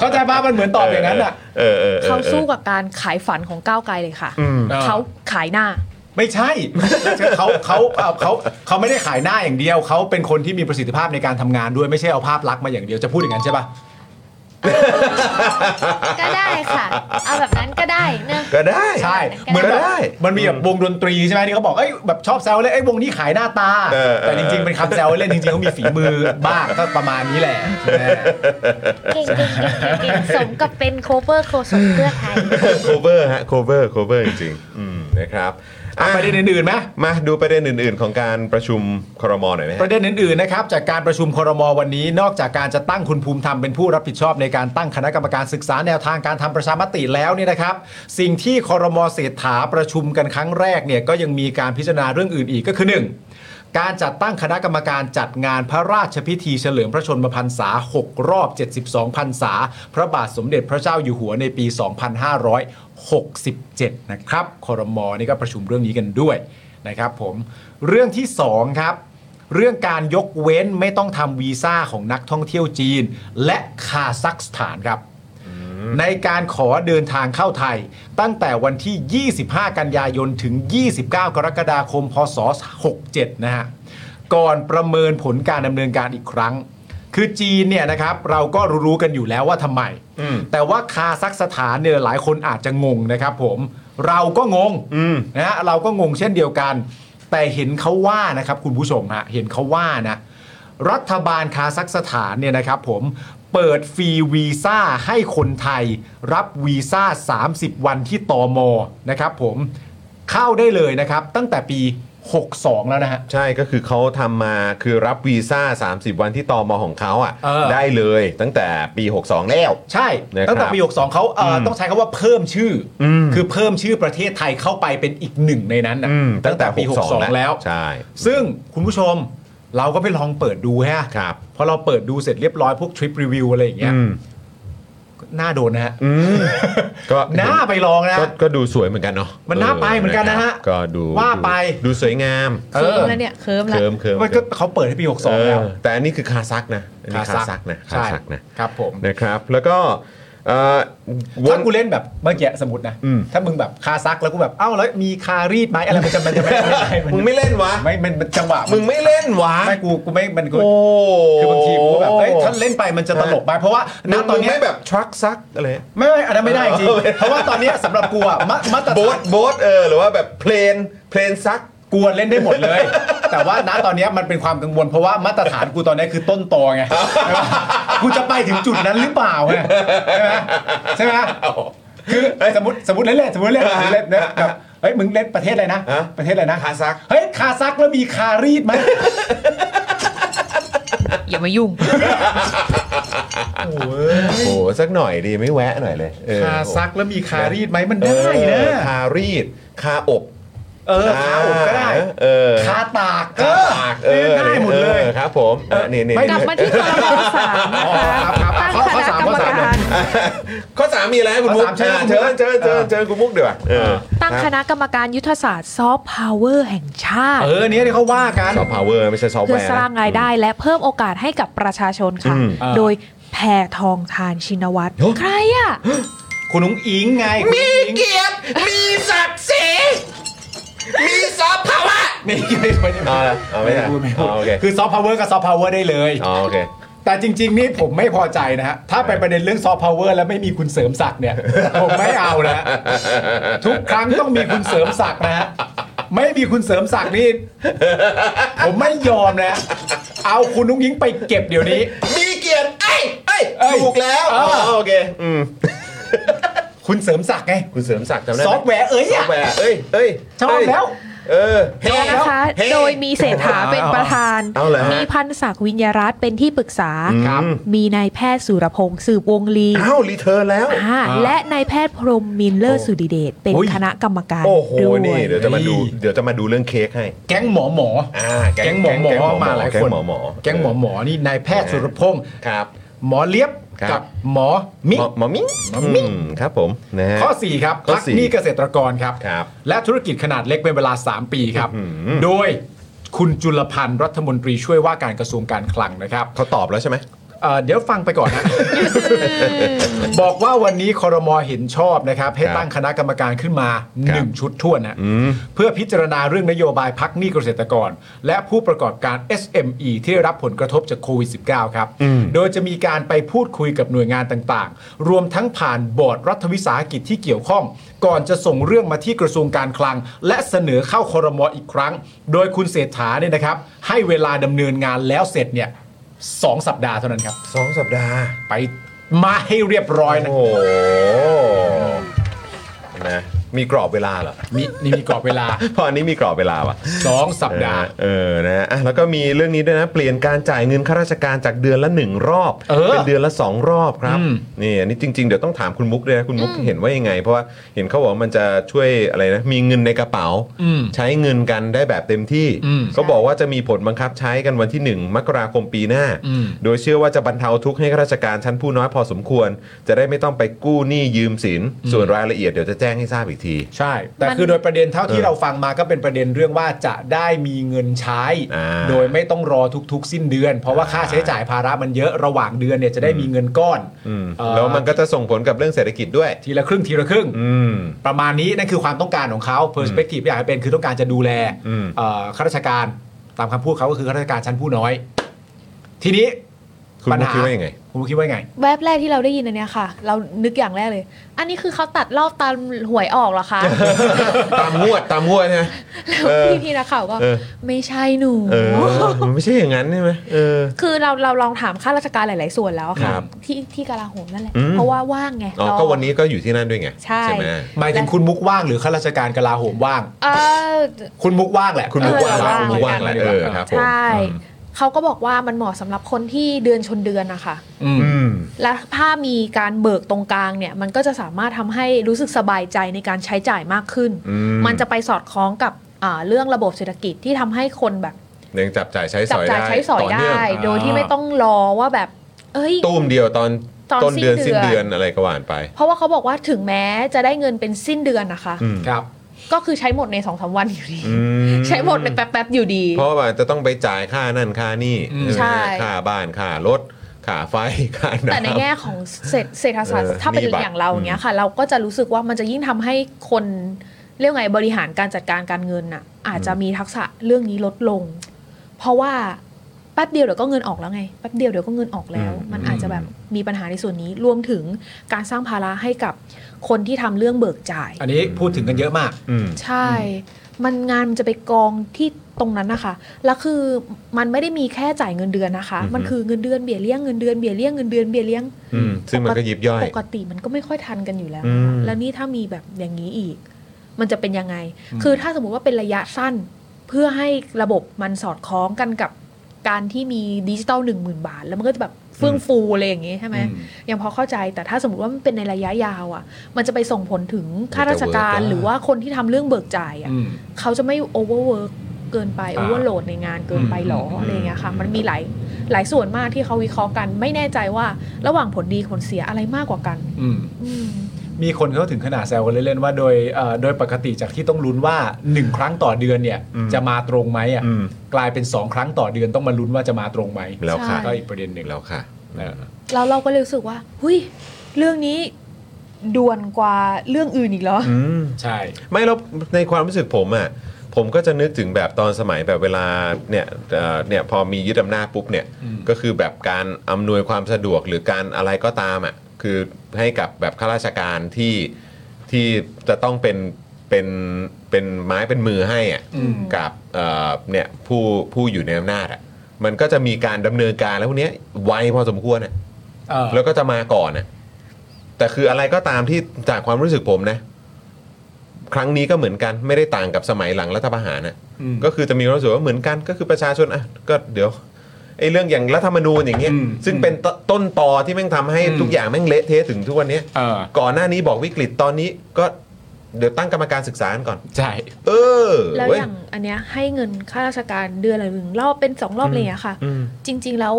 [SPEAKER 2] เข้าใจป่ะมันเหมือนตอบอย่างนั้นอ่ะ
[SPEAKER 1] เออเออออ
[SPEAKER 17] เขาสู้กับการขายฝันของก้าวไกลเลยค่ะ
[SPEAKER 1] อืม
[SPEAKER 17] เขาขายหน้า
[SPEAKER 2] ไม่ใช่ เขาเขาเอ่อเขาเขาไม่ได้ขายหน้าอย่างเดียว เขาเป็นคนที่มีประสิทธิภาพในการทำงานด้วยไม่ใช่เอาภาพลักษณ์มาอย่างเดียวจะพูดอย่างนั้นใช่ปะ
[SPEAKER 13] ก็ได้ค่ะ เอาแบบนั้นก็ได้เนอะ
[SPEAKER 1] ก็ได้
[SPEAKER 2] ใช่
[SPEAKER 13] ก็ได้
[SPEAKER 2] เหมือนแบบมันมีแบบวงดนตรีใช่ไหมที่เขาบอกเอ้ยแบบชอบแซวเลยไอ้ยวงนี้ขายหน้าตา
[SPEAKER 1] เออเออ
[SPEAKER 2] แต่จริงๆเป็นคำแซวเล่นจริงๆเขามีฝีมือบ้างก็ประมาณนี้แหละ
[SPEAKER 13] เก่งเก่งเก่งเก่งเก่งสมกับเป็นโคเวอร์โคสมเพื่อไทย
[SPEAKER 1] โคเวอร์ฮะโคเวอร์โคเวอร์จริงๆอืมนะครับประเด็น
[SPEAKER 2] อื่นๆไหม
[SPEAKER 1] มาดูประเด็นอื่น ๆ ของการประชุมครมหน่อยไหมฮะ
[SPEAKER 2] ประเด็นอื่นๆนะครับจากการประชุมครมวันนี้ นอกจากการจะตั้งคุณภูมิธรรมเป็นผู้รับผิดชอบในการตั้งคณะกรรมการศึกษาแนวทางการทำประชามติแล้วเนี่ยนะครับ สิ่งที่ครมเศรษฐาประชุมกันครั้งแรกเนี่ยก็ยังมีการพิจารณาเรื่องอื่นอีกก็คือ 1. การจัดตั้งคณะกรรมการจัดงานพระราชพิธีเฉลิมพระชนมพรรษา 6 รอบ 72พรรษา พระบาทสมเด็จพระเจ้าอยู่หัวในปี 2567 นะครับครมนี่ก็ประชุมเรื่องนี้กันด้วยนะครับผมเรื่องที่สองครับ เรื่องการยกเว้นไม่ต้องทำวีซ่าของนักท่องเที่ยวจีน และคาซัคสถานครับ ในการขอเดินทางเข้าไทย ตั้งแต่วันที่ 25 กันยายนถึง 29 กรกฎาคม พศ 67 นะฮะ ก่อนประเมินผลการดำเนินการอีกครั้ง คือจีนเนี่ยนะครับ เราก็รู้ๆกันอยู่แล้วว่าทำไม
[SPEAKER 15] Mm.
[SPEAKER 2] แต่ว่าคาซัคสถานเนี่ยหลายคนอาจจะงงนะครับผมเราก็งงนะฮะเราก็งงเช่นเดียวกัน แต่เห็นเขาว่านะครับคุณผู้ชมฮะเห็นเขาว่านะ รัฐบาลคาซัคสถานเนี่ยนะครับผมเปิดฟรีวีซ่าให้คนไทย รับวีซ่า 30 วันที่ตอมนะครับผมเข้าได้เลยนะครับ ตั้งแต่ปี 62 แล้วนะฮะ
[SPEAKER 1] ใช่ก็คือเขาทำมาคือรับวีซ่า 30 วันที่ตอมของเขาอ่ะ
[SPEAKER 2] เออ
[SPEAKER 1] ได้เลยตั้งแต่ปี 62 แล้ว
[SPEAKER 2] ใช่
[SPEAKER 1] นะครับ
[SPEAKER 2] ตั้งแต่ปี 62เขาเอ่ออ
[SPEAKER 1] ม
[SPEAKER 2] ต้องใช้คำว่าเพิ่มชื่ออคือเพิ่มชื่อประเทศไทยเข้าไปเป็นอีกหนึ่งในนั้นนะตั้งแต่ปี 62 แล้ว
[SPEAKER 1] ใช่
[SPEAKER 2] ซึ่งคุณผู้ชมเราก็ไปลองเปิดดูฮะพอเราเปิดดูเสร็จเรียบร้อยพวกทริปรีวิวอะไรอย่างเงี้ย
[SPEAKER 1] อืม
[SPEAKER 2] น่าโดนนะฮะ
[SPEAKER 1] ก็
[SPEAKER 2] น่าไปลองนะ
[SPEAKER 1] ก็ก็ดูสวยเหมือนกันเนาะ
[SPEAKER 2] มันน่าไปเหมือนกันนะฮะ
[SPEAKER 1] ครับก็ดู
[SPEAKER 2] ว่าไป
[SPEAKER 1] ดูดูสวยงาม
[SPEAKER 17] เคิร์มแล้วเนี่ยเคิร์มแล้ว
[SPEAKER 1] เคิมเคิม
[SPEAKER 2] มันก็เขาเปิดให้ปี 62 แล้ว
[SPEAKER 1] แต่อันนี้คือคาซักนะอันนี้
[SPEAKER 2] คาซัค
[SPEAKER 1] คาซักนะ
[SPEAKER 2] ใช่
[SPEAKER 1] คาซักนะครับ
[SPEAKER 2] ผม
[SPEAKER 1] นะครับ แล้วก็
[SPEAKER 2] ถ้ากูเล่นแบบเมื่อกี้สมมตินะ ถ้ามึงแบบคาซักแล้วกูแบบเอ้าแล้วมีคารีดไหมอะไรมันจะมันจะไม่ได้
[SPEAKER 1] มึงไม่เล่นวะ
[SPEAKER 2] ไม่มันมันจังหวะ
[SPEAKER 1] มึงไม่เล่นวะ
[SPEAKER 2] ไม่กูกูไม่มันกู
[SPEAKER 1] โอ้
[SPEAKER 2] คือบางทีกูก็แบบเอ้ยถ้าเล่นไปมันจะตลกไปเพราะว่าณตอนเนี้ย
[SPEAKER 1] แบบทรัคซักอะไร
[SPEAKER 2] ไม่ไม่อันนั้นไม่ได้จริงเพราะว่าตอนเนี้ยสำหรับกู อะมามาตรฐาน
[SPEAKER 1] โบ๊ทโบ๊ทเออหรือว่าแบบเพลนเพลนซัก
[SPEAKER 2] กวนเล่นได้หมดเลย แต่ว่าณตอนเนี้ยมันเป็นความกังวลเพราะว่ามาตรฐานกูตอนเนี้ยคือต้นตอ ไง กูจะไปถึงจุดนั้นหรือเปล่าไงใช่ไหมใช่ไหมคือสมมติสมมติเล่นเล่นสมมติเล่นเล่นสมมุติเล่นนะแบบเฮ้ยมึงเล่นประเทศอะไรนะประเทศอะไรนะคาซักเฮ้ยคาซักแล้วมีคารีดไหม
[SPEAKER 5] อย่ามายุ่ง
[SPEAKER 2] โอ้โห
[SPEAKER 1] โอ้โหสักหน่อยดีไม่แวะหน่อยเลยเออ
[SPEAKER 2] คาซักแล้วมีคารีดไหมมันได้
[SPEAKER 1] เอ
[SPEAKER 2] นะ
[SPEAKER 1] อคารีดคาอบ
[SPEAKER 2] เออคาอบก็ได้
[SPEAKER 1] เออ
[SPEAKER 2] คาตาก
[SPEAKER 1] คาตากเออ
[SPEAKER 2] ได้หมดเลย
[SPEAKER 1] ออครับผมอ่ะนี่นี่
[SPEAKER 2] กลับมาที่ข้อ
[SPEAKER 1] สามนะคะตั้งคณะกรรมการข้อสามมีอะไรให้คุณมุก
[SPEAKER 2] ข้อสามใช่ไหม
[SPEAKER 1] เชิญเชิญเชิญเชิญคุณมุกเดี๋ยวาเออ
[SPEAKER 17] ตั้งคณะกรรมการยุทธศาสตร์ซอฟต์พาวเวอร์แห่งชาติ
[SPEAKER 1] เออ
[SPEAKER 2] เนี่ยที่เขาว่ากัน
[SPEAKER 1] ซอฟต์พาวเวอร์ไม่ใช่ซอฟต์
[SPEAKER 17] เพื่
[SPEAKER 1] แว
[SPEAKER 17] อ
[SPEAKER 1] ร์
[SPEAKER 17] สร้าง
[SPEAKER 1] นะ
[SPEAKER 17] รายได้และเพิ่มโอกาสให้กับประชาชนค่ะ
[SPEAKER 1] อืมอ่า
[SPEAKER 17] โดยแพทองทานชินวัตรใครอ่ะ
[SPEAKER 2] คุณนุ้งอิงไง
[SPEAKER 17] มีเกียรติ
[SPEAKER 1] มีศักดิ์ศรีมีซอฟต์พาวเวอร์
[SPEAKER 2] ไม่ไม่ไม่ได้
[SPEAKER 1] เอาละเอาไม่ได้เอาโอเค
[SPEAKER 2] คือซอฟต์พาวเวอร์กับซอฟต์พาวเวอร์ได้เลย
[SPEAKER 1] อ๋อโอเค
[SPEAKER 2] แต่จริง ๆ นี่ผมไม่พอใจนะฮะ ถ้าไปประเด็นเรื่องซอฟต์พาวเวอร์แล้วไม่มีคุณเสริมศักดิ์เนี่ย ผมไม่เอานะ ทุกครั้งต้องมีคุณเสริมศักดิ์นะฮะ ไม่มีคุณเสริมศักดิ์นี่ ผมไม่ยอมนะ เอาคุณนุ้งยิงไปเก็บเดี๋ยวนี้
[SPEAKER 1] มีเกียรติไอ้ไอ้ย
[SPEAKER 2] เอ้ย
[SPEAKER 1] ถูกแล้ว
[SPEAKER 2] เออ
[SPEAKER 1] โอเคอืม
[SPEAKER 2] คุณเสริมศักดิ์ไง
[SPEAKER 1] คุณเสริมศักดิ์จำได้ไหม
[SPEAKER 2] ซอฟต์แวร์เอ้ย
[SPEAKER 1] ซ
[SPEAKER 2] อะ
[SPEAKER 1] อฟต์แวร์เอ้ยเอ้ย
[SPEAKER 2] ชอบแล้ว
[SPEAKER 1] เออเฮ้
[SPEAKER 17] โดยนะคะ
[SPEAKER 1] เฮ้
[SPEAKER 17] โดยมีเศรษฐาเป็นประธาน
[SPEAKER 1] เอาเหรอฮะ
[SPEAKER 17] มีพันศักดิ์วิญญารัตน์เป็นที่ปรึกษา
[SPEAKER 1] ครับ
[SPEAKER 17] มีนายแพทย์สุรพงศ์สืบวงลี
[SPEAKER 1] อ้าวรีเทิร์นแล้ว
[SPEAKER 17] อ่าและนายแพทย์พรหมมินเลอร์สุดิเดชเป็นคณะกรรมการ
[SPEAKER 1] โอ้โห
[SPEAKER 17] ด้วย
[SPEAKER 1] นี่ เดี๋ยวจะมาดู เดี๋ยวจะมาดูเรื่องเค้กให้
[SPEAKER 2] แก๊งหมอหมอ
[SPEAKER 1] อ่าแก๊ง
[SPEAKER 2] แก๊งหมอหมอ
[SPEAKER 1] แก๊งหมอหมอ
[SPEAKER 2] มาหลายคน
[SPEAKER 1] แก๊งหมอหมอ
[SPEAKER 2] แก๊งหมอหมอนี่นายแพทย์สุรพงศ์
[SPEAKER 1] ครับ
[SPEAKER 2] หมอเลียบ
[SPEAKER 1] ครับ
[SPEAKER 2] กับหมอมิง
[SPEAKER 1] หมอมิ้ง
[SPEAKER 2] หมอมิ้ง
[SPEAKER 1] อืมครับผม นะฮะ
[SPEAKER 2] ข้อ 4 ครับ
[SPEAKER 1] ข้อ
[SPEAKER 2] พัก
[SPEAKER 1] สี่
[SPEAKER 2] หนี้เกษตรกรครับ
[SPEAKER 1] ครับ
[SPEAKER 2] และธุรกิจขนาดเล็กเป็นเวลา 3 ปีครับ โดยคุณจุลพันธ์รัฐมนตรีช่วยว่าการกระทรวงการคลังนะครับ
[SPEAKER 1] เขาตอบแล้วใช่ไหม
[SPEAKER 2] เดี๋ยวฟังไปก่ อนนะ บอกว่าวันนี้คอรมอเห็นชอบนะครับ ให้ตั้งคณะกรรมการขึ้นมา 1 ชุดท่วนนะเพื่อพิจารณาเรื่องนโยบายพักหนี้เกษตรกร และผู้ประกอบการ SME ที่ได้รับผลกระทบจากโควิด -19 ครับ
[SPEAKER 1] อืม
[SPEAKER 2] โดยจะมีการไปพูดคุยกับหน่วยงานต่างๆ รวมทั้งผ่านบอร์ดรัฐวิสาหกิจที่เกี่ยวข้อง ก่อนจะส่งเรื่องมาที่กระทรวงการคลัง และเสนอเข้าคอรมออีกครั้ง โดยคุณเศรษฐาเนี่ยนะครับ ให้เวลาดำเนินงานแล้วเสร็จเนี่ยสองสัปดาห์เท่านั้นครับ
[SPEAKER 1] สองสัปดาห์
[SPEAKER 2] ไปมาให้เรียบร้อยนะ
[SPEAKER 1] โอ้โหนะ มีกรอบเวลาเหรอ
[SPEAKER 2] มีนี่มีกรอบเวลา
[SPEAKER 1] พออันนี้มีกรอบเวลาว่ะ
[SPEAKER 2] สองสัปดาห์
[SPEAKER 1] เออ นะฮะอ่ะแล้วก็มีเรื่องนี้ด้วยนะ เปลี่ยนการจ่ายเงินข้าราชการจากเดือนละ 1 รอบ
[SPEAKER 2] เออ
[SPEAKER 1] เป็นเดือนละ 2 รอบครับ นี่อันนี้จริง ๆ เดี๋ยวต้องถามคุณมุกด้วยนะ คุณมุกเห็นว่ายังไง เพราะว่าเห็นเขาบอกว่ามันจะช่วยอะไรนะ มีเงินในกระเป๋า
[SPEAKER 2] อืม
[SPEAKER 1] ใช้เงินกันได้แบบเต็มที่
[SPEAKER 2] อืม
[SPEAKER 1] ก็บอกว่าจะมีผลบังคับใช้กันวันที่ 1 มกราคมปีหน้า
[SPEAKER 2] อืม
[SPEAKER 1] โดยเชื่อว่าจะบรรเทาทุกข์ให้ข้าราชการชั้นผู้น้อยพอสมควร จะได้ไม่ต้องไปกู้หนี้ยืมสิน ส่วนรายละเอียดเดี๋ยวจะแจ้งให้ทราบอีกที
[SPEAKER 2] ใช่ แต่คือโดยประเด็นเท่าที่เราฟังมาก็เป็นประเด็นเรื่องว่าจะได้มีเงินใช้ โดยไม่ต้องรอทุกๆ สิ้นเดือน เพราะว่าค่าใช้จ่ายภาระมันเยอะระหว่างเดือนเนี่ยจะได้มีเงินก้อน
[SPEAKER 1] อืม
[SPEAKER 2] เอ่อ
[SPEAKER 1] แล้วมันก็จะส่งผลกับเรื่องเศรษฐกิจด้วย
[SPEAKER 2] ทีละครึ่งทีละครึ่ง
[SPEAKER 1] อืม
[SPEAKER 2] ประมาณนี้นั่นคือความต้องการของเขาเพอร์สเปกทีฟที่อยากให้เป็นคือต้องการจะดูแล
[SPEAKER 1] อืม
[SPEAKER 2] เอ่อข้าราชการตามคำพูดเขาก็คือข้าราชการชั้นผู้น้อย ทีนี้
[SPEAKER 1] คุณ
[SPEAKER 2] ปัญ
[SPEAKER 1] มุก
[SPEAKER 2] หา
[SPEAKER 1] คิดว่ายังไง
[SPEAKER 2] คุณมุกคิดว่ายังไง
[SPEAKER 17] แวบแรกที่เราได้ยินอันเนี้ยค่ะ เรานึกอย่างแรกเลย อันนี้คือเขาตัดรอบตามหวยออกเหรอคะ
[SPEAKER 1] ตามงวดตามงวดใช่ไหม
[SPEAKER 17] แล้ว
[SPEAKER 1] เออ
[SPEAKER 17] พี่พี่นักข่าวก็
[SPEAKER 1] เออ
[SPEAKER 17] ไม่ใช่หนู
[SPEAKER 1] เออ มันไม่ใช่อย่างนั้นใช่ไหมเออ
[SPEAKER 17] คือเราเราลองถามข้าราชการหลาย ๆ ส่วนแล้วอะค่ะ
[SPEAKER 1] ครับ
[SPEAKER 17] ที่ที่กลาโหมนั่นแหละ
[SPEAKER 1] อืม
[SPEAKER 17] เพราะว่าว่างไง
[SPEAKER 1] อ๋อ
[SPEAKER 17] ร
[SPEAKER 1] ก็วันนี้ก็อยู่ที่นั่นด้วยไง
[SPEAKER 17] ใช่
[SPEAKER 1] ไหม
[SPEAKER 2] หมายถึงคุณมุกว่างหรือข้าราชการกลาโหมว่าง
[SPEAKER 17] เออ
[SPEAKER 2] คุณมุกว่างแหละ
[SPEAKER 1] คุณมุกว่าง
[SPEAKER 2] เออ
[SPEAKER 1] คุณมุกว่างแหละ
[SPEAKER 2] ดีก
[SPEAKER 1] เออครับ ผม
[SPEAKER 17] ใช่เขาก็บอกว่ามันเหมาะสำหรับคนที่เดือนชนเดือนนะคะ
[SPEAKER 2] อืม
[SPEAKER 1] ม
[SPEAKER 17] และถ้ามีการเบิกตรงกลางเนี่ย มันก็จะสามารถทำให้รู้สึกสบายใจในการใช้จ่ายมากขึ้น
[SPEAKER 1] อืม
[SPEAKER 17] มันจะไปสอดคล้องกับอ่าเรื่องระบบเศรษฐกิจที่ทำให้คนแบบ
[SPEAKER 1] ยังจับจ่ายใช้ส
[SPEAKER 17] จั
[SPEAKER 1] อย
[SPEAKER 17] จ่าย
[SPEAKER 1] ได้
[SPEAKER 17] ใช้สอย
[SPEAKER 1] ต่
[SPEAKER 17] ได้
[SPEAKER 1] เนื่ง
[SPEAKER 17] โดยที่ไม่ต้องรอว่าแบบ เอ้ย
[SPEAKER 1] ตู้มเดียวตอน
[SPEAKER 17] ตอน
[SPEAKER 1] ต้นเดือน
[SPEAKER 17] สิ้
[SPEAKER 1] สิ้น
[SPEAKER 17] นเดื
[SPEAKER 1] เดือ
[SPEAKER 17] อน น
[SPEAKER 1] อะไรก็หวานไป
[SPEAKER 17] เพราะว่าเขาบอกว่าถึงแม้จะได้เงินเป็นสิ้นเดือนนะคะ
[SPEAKER 1] อืม
[SPEAKER 2] ครับ
[SPEAKER 17] ก็คือใช้หมดในสองสาวันอยู่ดี
[SPEAKER 1] อืม
[SPEAKER 17] ใช้หมดในแป๊บๆอยู่ดี
[SPEAKER 1] เพราะว่าจะต้องไปจ่ายค่านั่นค่านี่
[SPEAKER 17] ใช่
[SPEAKER 1] ค่าบ้านค่ารถ ขาไฟขาน้ำ
[SPEAKER 17] แต่ในแง่ของเศรษฐเศรษฐศาสตร์
[SPEAKER 1] เออ
[SPEAKER 17] ถ้าเป็น
[SPEAKER 1] มีบัตร
[SPEAKER 17] อย่างเราอย่างเงี้ยค่ะ เราก็จะรู้สึกว่ามันจะยิ่งทำให้คนเรียกไงบริหารการจัดการการเงินน่ะ อาจจะมีทักษะเรื่องนี้ลดลง เพราะว่าแป๊บเดียวเดี๋ยวก็เงินออกแล้วไงแป๊บเดียวเดี๋ยวก็เงินออกแล้ว
[SPEAKER 1] อืม
[SPEAKER 17] มันอาจจะแบบมีปัญหาในส่วนนี้รวมถึงการสร้างภาระให้กับคนที่ทำเรื่องเบิกจ่าย
[SPEAKER 2] อันนี้พูดถึงกันเยอะมาก
[SPEAKER 17] ใช่ มันงานมันจะไปกองที่ตรงนั้นนะคะ แล้วคือมันไม่ได้มีแค่จ่ายเงินเดือนนะคะ
[SPEAKER 1] อือฮึ
[SPEAKER 17] มันคือเงินเดือนเบี้ยเลี้ยงเงินเดือนเบี้ยเลี้ยงเงินเดือนเบี้ยเลี้ยง
[SPEAKER 1] อืมซึ่งมันก็ยิบย่อย
[SPEAKER 17] ปกติมันก็ไม่ค่อยทันกันอยู่แล้ว
[SPEAKER 1] อื
[SPEAKER 17] นะคะ
[SPEAKER 1] ม
[SPEAKER 17] แล้วนี่ถ้ามีแบบอย่างนี้อีก มันจะเป็นยังไง
[SPEAKER 1] อืม
[SPEAKER 17] คือถ้าสมมุติว่าเป็นระยะสั้น เพื่อให้ระบบมันสอดคล้องกันกับการที่มีดิจิตอลหนึ่งหมื่นบาท แล้วมันก็จะแบบเฟื่องฟูอะไรอย่างนี้ใช่ไหมยังพอเข้าใจแต่ถ้าสมมติว่ามันเป็นในระยะยาวอ่ะ มันจะไปส่งผลถึงข้าราชการหรือว่าคนที่ทำเรื่องเบิกจ่ายอ่ะ
[SPEAKER 2] อืม
[SPEAKER 17] เขาจะไม่โอเวอร์เวิร์กเกินไปโอ
[SPEAKER 2] อ่า
[SPEAKER 17] เวอร์โหลดในงานเกินไปหรอ
[SPEAKER 2] อืม
[SPEAKER 17] อะไรอย่างเงี้ยค่ะ มันมีหลายหลายส่วนมากที่เขาวิเคราะห์กัน ไม่แน่ใจว่าระหว่างผลดีผลเสียอะไรมากกว่ากัน
[SPEAKER 2] อืม
[SPEAKER 17] อืม
[SPEAKER 2] มีคนเขาถึงขนาดแซวกันเล่นๆว่าโดยเอ่อโดยปกติจากที่ต้องลุ้นว่า 1 ครั้งต่อเดือนเนี่ย
[SPEAKER 1] อืม
[SPEAKER 2] จะมาตรงไหมอ่ะ
[SPEAKER 1] อืม
[SPEAKER 2] กลายเป็น 2 ครั้งต่อเดือนต้องมาลุ้นว่าจะมาตรงไหม
[SPEAKER 1] แล้วค่ะ
[SPEAKER 17] ใช่
[SPEAKER 2] ก็อีกประเด็นหนึ่ง
[SPEAKER 1] แล้วค่ะ
[SPEAKER 17] แล้วเราก็เลยรู้สึกว่าหุยเรื่องนี้ด่วนกว่าเรื่องอื่นอีกเหรอ
[SPEAKER 2] ใช่
[SPEAKER 1] ไม่แล้วในความรู้สึกผมอ่ะผมก็จะนึกถึงแบบตอนสมัยแบบเวลาเนี่ยเอ่อเนี่ยพอมียึดอำนาจปุ๊บเนี่ย
[SPEAKER 2] อืม
[SPEAKER 1] ก็คือแบบการอำนวยความสะดวกหรือการอะไรก็ตามอ่ะคือให้กับแบบข้าราชการที่ที่จะต้องเป็นเป็นเป็นไม้เป็นมือให้อ่ะ
[SPEAKER 2] อืม
[SPEAKER 1] กับเอ่อเนี่ยผู้ผู้อยู่ในอำนาจอ่ะมันก็จะมีการดำเนินการแล้วพวกเนี้ยไวพอสมควรอ่ะ
[SPEAKER 2] เออ
[SPEAKER 1] แล้วก็จะมาก่อนนะแต่คืออะไรก็ตามที่จากความรู้สึกผมนะ ครั้งนี้ก็เหมือนกันไม่ได้ต่างกับสมัยหลังรัฐประหารนะ
[SPEAKER 2] อืม
[SPEAKER 1] ก็คือจะมีความรู้สึกว่าเหมือนกันก็คือประชาชนอ่ะก็เดี๋ยวไอ้เรื่องอย่างรัฐธรรมนูญอย่างเงี้ยซึ่งเป็นตต้นตอที่แม่งทำให้ทุกอย่างแม่งเละเทะถึงทุกวันเนี้ยก่อนหน้านี้บอกวิกฤตตอนนี้ก็เดี๋ยวตั้งกรรมการศึกษากันก่อน
[SPEAKER 2] ใช่
[SPEAKER 1] เออ
[SPEAKER 17] แล้ว
[SPEAKER 1] เว้
[SPEAKER 17] อย่างอันเนี้ยให้เงินข้าราชการเดือนละหนึ่งรอบเป็นสองรอบอะไรอย่างเงี้ยค่ะ
[SPEAKER 1] อืม
[SPEAKER 17] จริง ๆ แล้ว